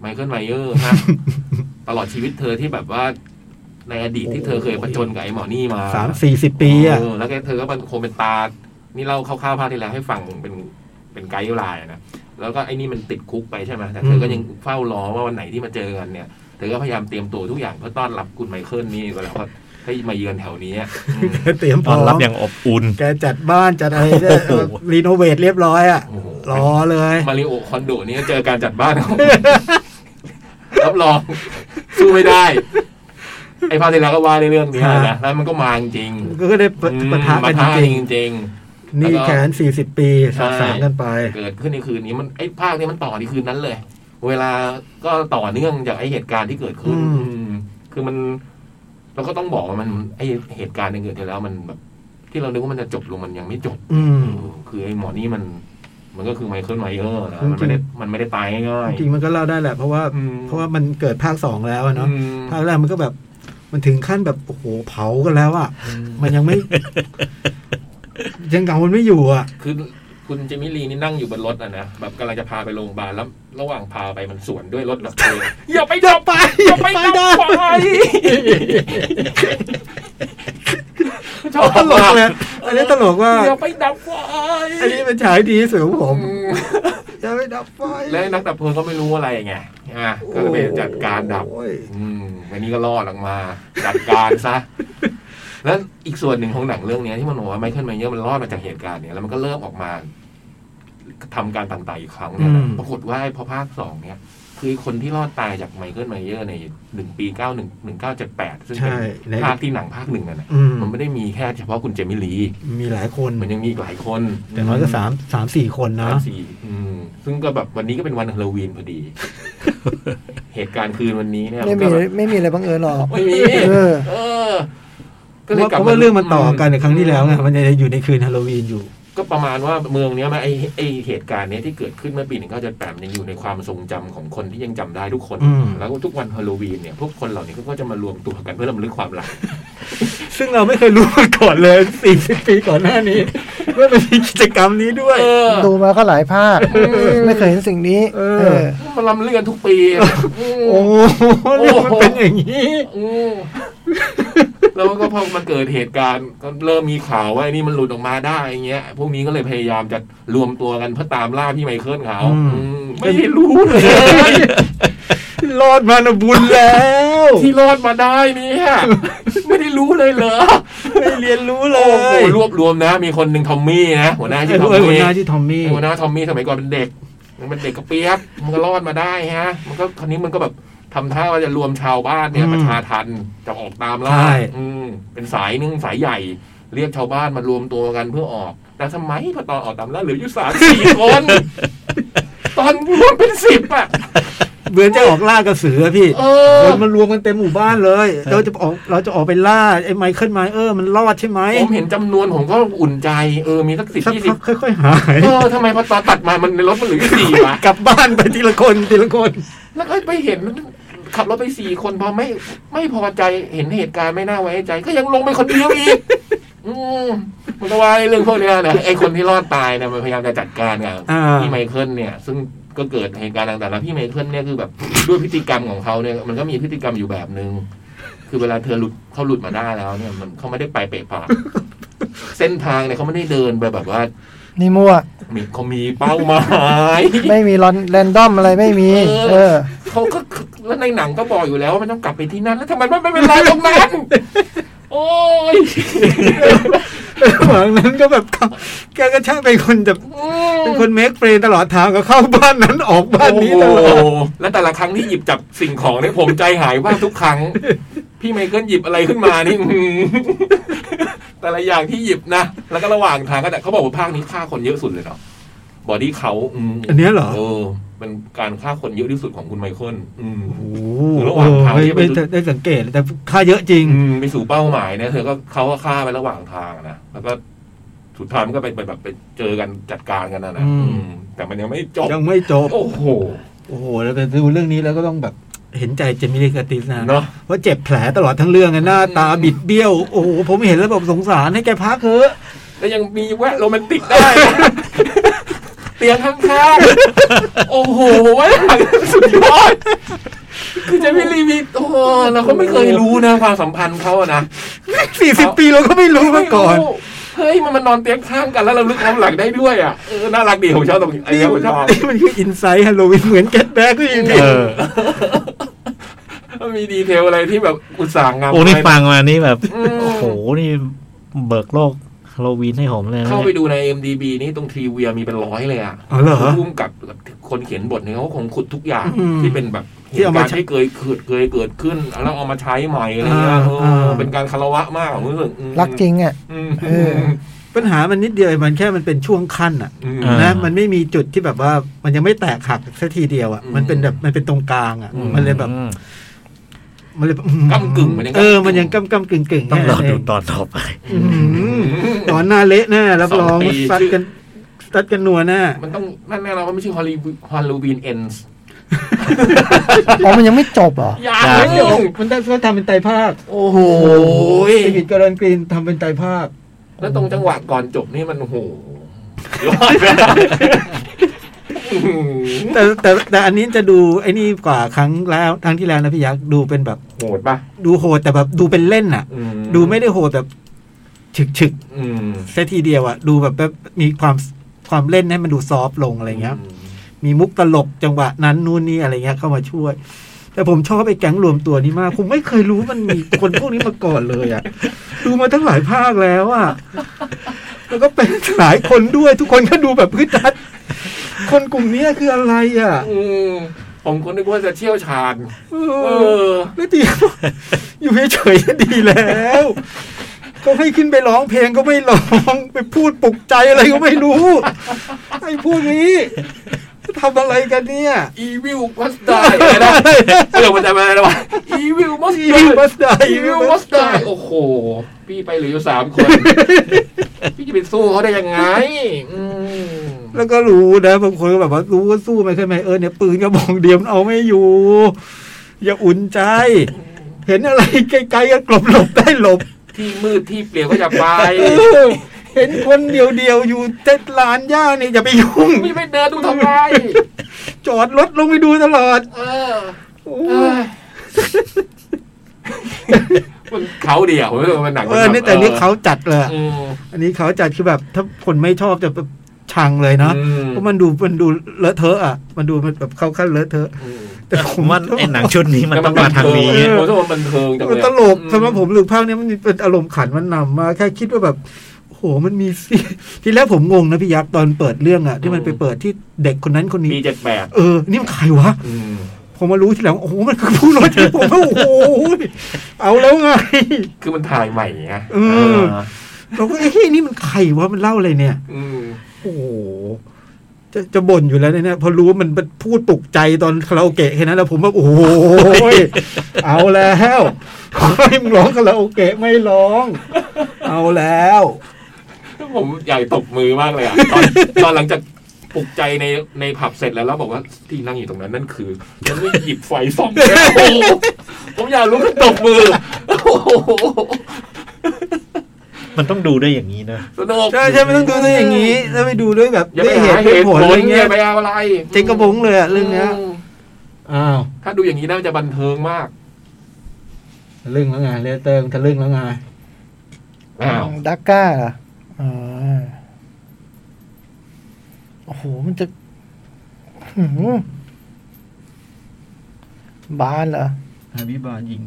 Speaker 3: ไมเคิลไมเออร์นะ ตลอดชีวิตเธอที่แบบว่า ในอดีตที่เธอเคยประจนกับไอ้หมอนี่มา
Speaker 2: สามสี่สิบปีอ่ะ
Speaker 3: เแล้วก็เธอก็เป็นคงเป็นตา นี่เล่าคร่าวๆภาคที่แล้วให้ฟังเป็นเป็นไกด์ไลน์นะ แล้วก็ไอ้นี่มันติดคุกไปใช่ไหมแต่เธอก็
Speaker 2: อืม
Speaker 3: ยังเฝ้ารอว่าวันไหนที่มาเจอกันเนี่ย เธอก็พยายามเตรียมตัวทุกอย่างเพื่อต้อนรับคุณไมเคิลนี่แล้วก็ให้มาเยือนแถวนี้อ่ะอืม
Speaker 2: เตรียมพ
Speaker 4: ต
Speaker 2: ร้
Speaker 4: อ
Speaker 2: อน
Speaker 4: รับ
Speaker 2: ม
Speaker 4: อย่างอบอุ่น
Speaker 2: แกจัดบ้านจัดอะไรเนี่ ย
Speaker 4: โอ้โห
Speaker 2: รีโนเวทเรียบร้อยอ่ะ
Speaker 3: โอ้โห
Speaker 2: รอเลย
Speaker 3: มาริโอคอนโดนี่ก็เจอการจัดบ้าน ของ รับรองสู้ไม่ได้ ไอ้ภาคที่แล้วก็ว่าในเรื่องนี้นะแล้วมันก็มาจริงๆ
Speaker 2: ก็ได้ปะ
Speaker 3: อืม
Speaker 2: ปะทะ
Speaker 3: มา
Speaker 2: กัน
Speaker 3: ท้า
Speaker 2: จริง
Speaker 3: จริง
Speaker 2: ๆนี่แขนสี่สิบปี
Speaker 3: ใช่
Speaker 2: สาสางกันไป
Speaker 3: เกิดขึ้นในคืนนี้มันไอ้ภาคนี้มันต่อในคืนนั้นเลย เวลาก็ต่อเนื่องจากไอ้เหตุการณ์ที่เกิดขึ้น
Speaker 2: อืม
Speaker 3: อืมคือมัน เราก็ต้องบอกว่ามันไอ้เหตุการณ์ที่เกิดขึ้นแล้วมันแบบ ที่เรานึกว่ามันจะจบลงมันยังไม่จบ
Speaker 2: อืม
Speaker 3: เออคือไอ้หมอนี่มัน มันก็คือไมเคิลไมเออร์นะมันไม่ได้มันไม่ได้ตายง่าย
Speaker 2: จริงมันก็เล่าได้แหละ เพราะว่า
Speaker 3: ๆอืม
Speaker 2: เพราะว่ามันเกิดภาคสองแล้วอะเนาะ
Speaker 3: อืม
Speaker 2: ภาคแรกมันก็แบบ มันถึงขั้นแบบโอ้โหเผากันแล้วอะมันยังไม่ ยังเก่ามันไม่อยู่อ่ะ
Speaker 3: คือคุณเจมิลีนี่นั่งอยู่บนรถอ่ะนะแบบกำลังจะพาไปโรงพยาบาลแล้วระหว่างพาไปมันสวนด้วยรถดับเพลิง อย่าไปดับไปอย่าไป
Speaker 2: อย่าไปดั
Speaker 3: ดั
Speaker 2: บ
Speaker 3: บไฟ ชอบ
Speaker 2: ตลก
Speaker 3: มาก
Speaker 2: เลยอันนี้ตลกว่า
Speaker 3: อย่าไปดับไฟ
Speaker 2: อันนี้เป็นฉายดีที่สุดของผม
Speaker 3: อืม
Speaker 2: อย่าไปดับไฟ
Speaker 3: แล้วนักดับเพลิงก็ไม่รู้อะไรไงอ่ะก็เลยไปจัดการดับ
Speaker 2: โอ้ย
Speaker 3: อืมวันนี้ก็รอดออกมา จัดการซะ แล้วอีกส่วนหนึ่งของหนังเรื่องเนี้ยที่มันบอกว่าไมเคิลไมเยอร์มันรอดมาจากเหตุการณ์เนี่ยแล้วมันก็เริ่มออกมาทำการต่างๆอีกครั้งเนี่ยนะปรากฏว่าพอภาคสองเนี่ย คือคนที่รอดตายจากไมเคิลไมเยอร์ในหนึ่งปีเก้าหนึ่งหนึ่งเก้าเจ็ดแปดซึ่งเป็
Speaker 2: ใช่
Speaker 3: น
Speaker 2: ใน
Speaker 3: ภาคที่หนังภาคหนึ่งอะนะ
Speaker 2: อืม
Speaker 3: มันไม่ได้มีแค่เฉพาะคุณเจมิลี
Speaker 2: มีหลายคน
Speaker 3: มันยังมีอีกหลายคน
Speaker 2: แต่น้อยก็สามสามสี่คน
Speaker 3: สา
Speaker 2: นะ
Speaker 3: มสี่อืมซึ่งก็แบบวันนี้ก็เป็นวันฮาโลวีนพอดี เหตุการณ์คืนวันนี้เนี่ย
Speaker 5: ไม่
Speaker 3: น
Speaker 5: มี
Speaker 3: ก็แบบ
Speaker 5: ไม่มีอะไรบังเอิญหรอก
Speaker 3: ไม่มี
Speaker 5: เออ
Speaker 3: เออ
Speaker 2: เพราะว่าเพราะว่าเรื่องมันต่อกันในครั้งที่แล้วไงมันยังอยู่ในคืนฮาโลวีนอยู่
Speaker 3: ก็ประมาณว่าเมืองเนี้ยมันไอไอเหตุการณ์เนี้ยที่เกิดขึ้นเมื่อปีหนึ่งเก้าเจ็ดแปดยังอยู่ในความทรงจำของคนที่ยังจำได้ทุกคน
Speaker 2: อืม
Speaker 3: แล้วทุกวันฮาโลวีนเนี่ยพวกคนเหล่านี้ก็จะมารวมตัวกันเพื่อรำลึกความหลัง
Speaker 2: ซึ่งเราไม่เคยรู้มาก่อนเลย สี่สิบปีก่อนหน้านี้ว่ามันมีกิจกรรมนี้ด้วย
Speaker 3: เออ
Speaker 5: ดูมาก็หลายภาค ไม่เคยเห็นสิ่งนี้
Speaker 2: เออ
Speaker 5: เออ
Speaker 3: มันรำลึกกันทุกปีอืม
Speaker 2: โอ้โหเรื่องมันเป็นอย่างนี้
Speaker 3: อืมแล้วก็พอมันเกิดเหตุการณ์ก็เริ่มมีข่าวว่าไอ้นี่มันหลุดออกมาได้อย่างเงี้ย พวกนี้ก็เลยพยายามจะรวมตัวกันเพื่อตามล่าพี่ไมเคิลเขา
Speaker 2: อืม
Speaker 3: อืมไม่ได้รู้เลย
Speaker 2: รอดมานะบุญแล้ว
Speaker 3: ที่รอดมาได้เนี่ย ไม่ได้รู้เลยเหรอ
Speaker 2: ไม่เรียนรู้เล
Speaker 3: โอ้โห
Speaker 2: ย
Speaker 3: รวบรวมนะ มีคนหนึ่งทอมมี่นะหัวหน้าชื่อทอม
Speaker 2: เออหัว
Speaker 3: มี่
Speaker 2: หน้าที่อทอมมี่
Speaker 3: หัวหน้าทอมมี่สมัยก่อนเป็นเด็ก มันเป็นเด็กกระเปียกมันก็รอดมาได้ฮะ มันก็คราวนี้มันก็แบบทำท่าว่าจะรวมชาวบ้านเนี่ยประชาทันจะออกตามล่าอืมเป็นสายหนึงสายใหญ่ เรียกชาวบ้านมารวมตัวกันเพื่อออก แต่ทำไมพอตอนออกตามล่าเหลืออยู่สามสี่คน ตอนรวมเป็นสิบอะ
Speaker 2: เหมือนจะออกล่ากระสืออะพี่
Speaker 3: เออ
Speaker 2: คนมันรวมกันเต็มหมู่บ้านเลย เราจะออกเราจะออกไปล่าไอ้ไมเคิลไมเออร์มันรอดใช่ไหม
Speaker 3: ผมเห็นจำนวนผมก็อุ่นใจ เออ มีสักสิบ
Speaker 2: สัก
Speaker 3: ยี่สิ
Speaker 2: พั
Speaker 3: บ
Speaker 2: กค่อย ๆ หาย
Speaker 3: เออทำไมพอตอนตัดมามันในรถมันเหลืออยู่สี่วะ
Speaker 2: กลับบ้านไปทีละคนทีละคน
Speaker 3: แล้วก็ไปเห็นขับรถไปสี่คนพอไม่ไม่พอใจเห็นเหตุการณ์ไม่น่าไว้ใจ ก็ยังลงไปคนเดียว อีกอืมมันก็ว่าไอ้เรื่องพวกเนี้ยนะไอ้คนที่รอดตายเนี่ยมันพยายามจะจัดการกับ
Speaker 2: อ่า
Speaker 3: พี่ไมเคิลเนี่ย ซึ่งก็เกิดเหตุการณ์ต่างๆแล้วพี่ไมเคิลเนี่ยคือแบบด้วยพฤติกรรมของเขาเนี่ย มันก็มีพฤติกรรมอยู่แบบนึง คือเวลาเธอหลุดเขาหลุดมาได้แล้วเนี่ย มันเขาไม่ได้ไปเปะปากเส้นทางเนี่ยเขาไม่ได้เดินไปแบบว่า
Speaker 5: นี่มั่ว
Speaker 3: มีเขามีเป้าหมาย
Speaker 5: ไม่มีรอนแรนดอมอะไรไม่มี
Speaker 3: เออ
Speaker 5: เออ
Speaker 3: เขาก็แล้วในหนังก็บอกอยู่แล้วว่ามันต้องกลับไปที่นั่น แล้วทำไมมันไม่เป็นไรตรงนั้น โอ้ย
Speaker 2: หลังนั้นก็แบบเขาแกก็ช่างเป็นคนแบบ
Speaker 3: อืม
Speaker 2: เป็นคนเมคเฟรนตลอดทางก็เข้าบ้านนั้นออกบ้านนี้ตลอด
Speaker 3: โอ้โหแล้วแต่ละครั้งที่หยิบจับสิ่งของเนี่ยผมใจหายว่ากทุกครั้ง พี่ไมเคิลหยิบอะไรขึ้นมานี่ อื้อหือแต่ละอย่างที่หยิบนะ แล้วก็ระหว่างทางก็แต่เขาบอกว่าภาคนี้ฆ่าคนเยอะสุดเลยเนาะบอดี้เขาอืม
Speaker 2: อันเนี้ยเหรอ
Speaker 3: เออเป็นการฆ่าคนเยอะที่สุดของคุณไมเคิลอืม
Speaker 2: โอ้โห
Speaker 3: ระหว่างทางที่
Speaker 2: เออ
Speaker 3: ไป
Speaker 2: ไม่ได้ได้สังเกตแต่ค่าเยอะจริง
Speaker 3: อืมไปสู่เป้าหมายเนี่ยเธอก็เขาก็ฆ่าไประหว่างทางนะแล้วก็สุดท้ายมันก็ไปไปแบบไปเจอกันจัดการกันนะนะ
Speaker 2: อืม
Speaker 3: อืมแต่มันยังไม่จบ
Speaker 2: ยังไม่จบ
Speaker 3: โอ้โห
Speaker 2: โอ้โหแล้วแต่ดูเรื่องนี้แล้วก็ต้องแบบเห็นใจเจมิลีกาติสนะ
Speaker 3: เนาะ
Speaker 2: เพราะเจ็บแผลตลอดทั้งเรื่องไงหน้าตาบิดเบี้ยวโอ้โหผมเห็นแล้วแบบสงสารให้แกพักเถอะ
Speaker 3: แล้วยังมีแวะโรแมนติกได้นะ เตียงข้างๆโอ้โหว่าสุดยอดคือเจะไม่รีวิวโอ้โหเราก็ไม่เคยรู้นะความสัมพันธ์เขาอะนะ
Speaker 2: สี่สิบปีเราก็ไม่รู้มาก่อน
Speaker 3: ไม่รู้เฮ้ยมันมานอนเตียงข้างกันแล้วเราลึกความหลังได้ด้วยอ่ะเออน่ารักดีผมชอบตรงนี้ไอ้
Speaker 2: นี่
Speaker 3: เนี้ยผมชอบ
Speaker 2: มันคืออินไซต์ฮาโลวีนเหมือนแกตแบ็กก็ยินดี
Speaker 4: เออ
Speaker 3: มันมีดีเทลอะไรที่แบบอุตส่าห์งาม
Speaker 4: โอ้นี่ฟังมานี่แบบ
Speaker 3: อืม
Speaker 4: โอ้โห นี่เบิกโลกฮาโลวีนให้ผมเลยนะ
Speaker 3: เข้าไปดูใน MDB นี่ตรงทรีเวียมีเป็นร้อยเลยอ่ะ
Speaker 2: อ๋อเหรอ
Speaker 3: พุ่มกับคนเขียนบทเนี่ยเขาคงขุดทุกอย่าง
Speaker 2: อืม
Speaker 3: ที่เป็นแบบ
Speaker 2: ที่เอามา
Speaker 3: หตุกรณ์ที่เคยเกิดเคยเกิดขึ้น แล้วเอามาใช้ใหม่อะไรเงี้ย
Speaker 2: อ่า
Speaker 3: เอออา เป็นการคารวะมากผมรู้สึกอืม
Speaker 5: รักจริงอ่ะ
Speaker 3: อืม
Speaker 5: เออ
Speaker 2: ปัญหามันนิดเดียวเองมันแค่มันเป็นช่วงขั้นอ่ะ
Speaker 3: อืม
Speaker 2: นะมันไม่มีจุดที่แบบว่ามันยังไม่แตกหักสักทีเดียวอ่ะ
Speaker 3: อืม
Speaker 2: มันเป็นแบบมันเป็นตรงกลางอ่ะ
Speaker 3: อืม
Speaker 2: มันเลยแบบ
Speaker 4: อืม
Speaker 2: มันเลยแบบ
Speaker 3: ก้ำกึ่งมันยัง
Speaker 2: เออมันยังกำกำกึ่งกึ่ง
Speaker 4: ต้องรอดู
Speaker 2: ต
Speaker 4: ตอนต่อไป
Speaker 2: ตอนหน้าเละแน่รับรอง
Speaker 3: สองปี
Speaker 2: ซัดกัน ตัดกันนัวหน้า
Speaker 3: มันต้องนั่นแน่เรามันไม่ใช่ฮอลลีฮอลลูวีนเอนส์
Speaker 5: อ๋อมันยังไม่จบเหรอ
Speaker 3: อย่า
Speaker 4: ยัง
Speaker 3: เลย
Speaker 2: มันได้ทำเป็นไตรภาค
Speaker 3: โอ้โห
Speaker 2: เดวิดกอร์ดอนกรีนทำเป็นไตรภาค
Speaker 3: แล้วตรงจังหวะก่อนจบนี่มัน โอ้โหยอด
Speaker 2: แต่แต่แต่อันนี้จะดูไอ้นี่กว่าครั้งแล้วครั้งที่แล้วนะพี่ยักษ์ดูเป็นแบบ
Speaker 3: โหดป่ะ
Speaker 2: ดูโหดแต่แบบดูเป็นเล่นอ่ะ
Speaker 3: อื
Speaker 2: ดูไม่ได้โหดแบบฉึกฉึก
Speaker 3: อืม
Speaker 2: ๆเสียทีเดียวอ่ะ ดูแบบแบบมีความความเล่นให้มันดูซอฟต์ลงอะไรเงี้ย มีมุกตลกจังหวะนั้นนู่นนี่อะไรเงี้ยเข้ามาช่วย แต่ผมชอบไอ้แก๊งรวมตัวนี้มากผมไม่เคยรู้มันมีคนพวกนี้มาก่อนเลยอ่ ะ ดูมาทั้งหลายภาคแล้วอ่ะแล้วก็เป็นหลายคนด้วยทุกคนก็ดูแบบพื้นทัด คนกลุ่มเนี้ยคืออะไรอ่ะ
Speaker 3: อืมผมก็นึกว่าจะเชี่ยวชาญ
Speaker 2: เอ
Speaker 3: เอ
Speaker 2: อ
Speaker 3: อ
Speaker 2: แล้วดี อยู่เฉยๆก็ดีแล้วก็ให้ขึ้นไปร้องเพลงก็ไม่ร้องไปพูดปลุกใจอะไรก็ไม่รู้ไอ้พวกนี้ทำอะไรกันเนี่ย
Speaker 3: Evil must die อะไรนะเออมันจะมาอะไรวะ Evil must
Speaker 2: อีวิล
Speaker 3: die
Speaker 2: มัสได้
Speaker 3: อี
Speaker 2: อี
Speaker 3: วิ
Speaker 2: วิล
Speaker 3: วม
Speaker 2: มั
Speaker 3: อ
Speaker 2: ส
Speaker 3: ส
Speaker 2: ได้
Speaker 3: ตายโอ้โห พี่ไปเหลืออยู่สามคน พี่จะไปสู้เขาได้ยังไง อืม
Speaker 2: แล้วก็รู้นะบางคนก็แบบว่ารู้ว่าสู้ไหมใช่ไหมเออเนี่ยปืนกระบอกเดียวมันเอาไม่อยู่ อย่าอุ่นใจ เห็นอะไรไกลๆก็กลบหลบได้หลบ
Speaker 3: ที่มืดที่เปลี่ยวก็จะไป
Speaker 2: เออเห็นคนเดียวๆอยู่เจ็ดลานย่าเนี่ยอย่าไปยุ่ง
Speaker 3: พี่ไม่เดินดูทำไม
Speaker 2: จอดรถลงไปดูตลอด
Speaker 3: เออเอ้ยมันเขาเดียวเออมันหนัก
Speaker 2: เออนี่แต่นี่เขาจัดเลยอะ
Speaker 3: อืม
Speaker 2: อันนี้เขาจัดคือแบบ ถ้าคนไม่ชอบจะแบบชังเลยเนาะ
Speaker 3: อืม
Speaker 2: เพราะมันดูมันดูเลอะเทอะอ่ะ มันดูมันแบบเข้าขั้นเลอะเทอะ
Speaker 3: อืม
Speaker 2: แต่
Speaker 4: แต่
Speaker 2: ผ
Speaker 4: ผม มว่าไอ้หนังชุดนี้มันต้องมาทางนี้
Speaker 3: ผมชอบมันบันเทิงจังเล
Speaker 2: มัน
Speaker 3: ย
Speaker 2: ตลกสำหรับผมหรือภาคเนี้ยมันมีเป็นอารมณ์ขันมันนำมาแค่คิดว่าแบบโอ้โหมันมีซีนทีแรกผมงงนะพี่ยักษ์ตอนเปิดเรื่องอ่ะ ที่มันไปเปิดที่เด็กคนนั้นคนนี้
Speaker 3: ปีเจ็ดแปด
Speaker 2: เออ นี่มันใครวะ
Speaker 3: อืม
Speaker 2: ผมมารู้ทีหลังโอ้โหมันคือผู้น้อยที่ผมว่าโอ้โหเอาแล้วไง
Speaker 3: คือมันถ่ายใหม่ไง
Speaker 2: เออ เราก็เอ้ยนี่มันใครวะมันเล่าอะไรเนี่ย
Speaker 3: อืม
Speaker 2: โอ้โห จะจะบ่นอยู่แล้วเนี่ย พอรู้ว่ามันมันพูดปลุกใจตอนคาราโอเกะแค่นั้นแล้วผมแบบโอ้โหยเอาแล้วขอให้มึงร้องคาราโอเกะไม่ร้อง เอาแล้ว
Speaker 3: ผมอยากตบมือมากเลยอ่ะ ตอน ตอนหลังจากปลุกใจในในผับเสร็จแล้วแล้วบอกว่าที่นั่งอยู่ตรงนั้นนั่นคือฉันไม่หยิบไฟส่องเลยโอ้โห ผมอยากรู้ก็ตบมือ โอ้โห
Speaker 4: มันต้องดูด้วยอย่างนี้นะ
Speaker 3: สนุก
Speaker 2: ใช่ใช่ไม่ต้องดูด้วยอย่างนี้แล้วไปดูด้วยแบบ
Speaker 3: อย่าไป
Speaker 2: ด้วยเห
Speaker 3: หา
Speaker 2: ตุ
Speaker 3: เห
Speaker 2: ด้วย
Speaker 3: ตุ
Speaker 2: ผ
Speaker 3: ผ
Speaker 2: ล
Speaker 3: ล
Speaker 2: อะไร
Speaker 3: อ
Speaker 2: เงี้ย
Speaker 3: ย่าไปเอาอะไร
Speaker 2: เจ๊งกระบงเลยอะเรื่องเนี้ย
Speaker 3: ม
Speaker 2: อ้าว
Speaker 3: ถ้าดูอย่างนี้น่าจะบันเทิงมาก
Speaker 2: ทะลึ่งแล้วไงเลเตอร์ทะลึ่งแล้วไง
Speaker 3: อ้าว
Speaker 5: ดักก้าเหรออ๋อโอ้โห มันจะหืมบานเหรอ
Speaker 2: ฮาบิบายิง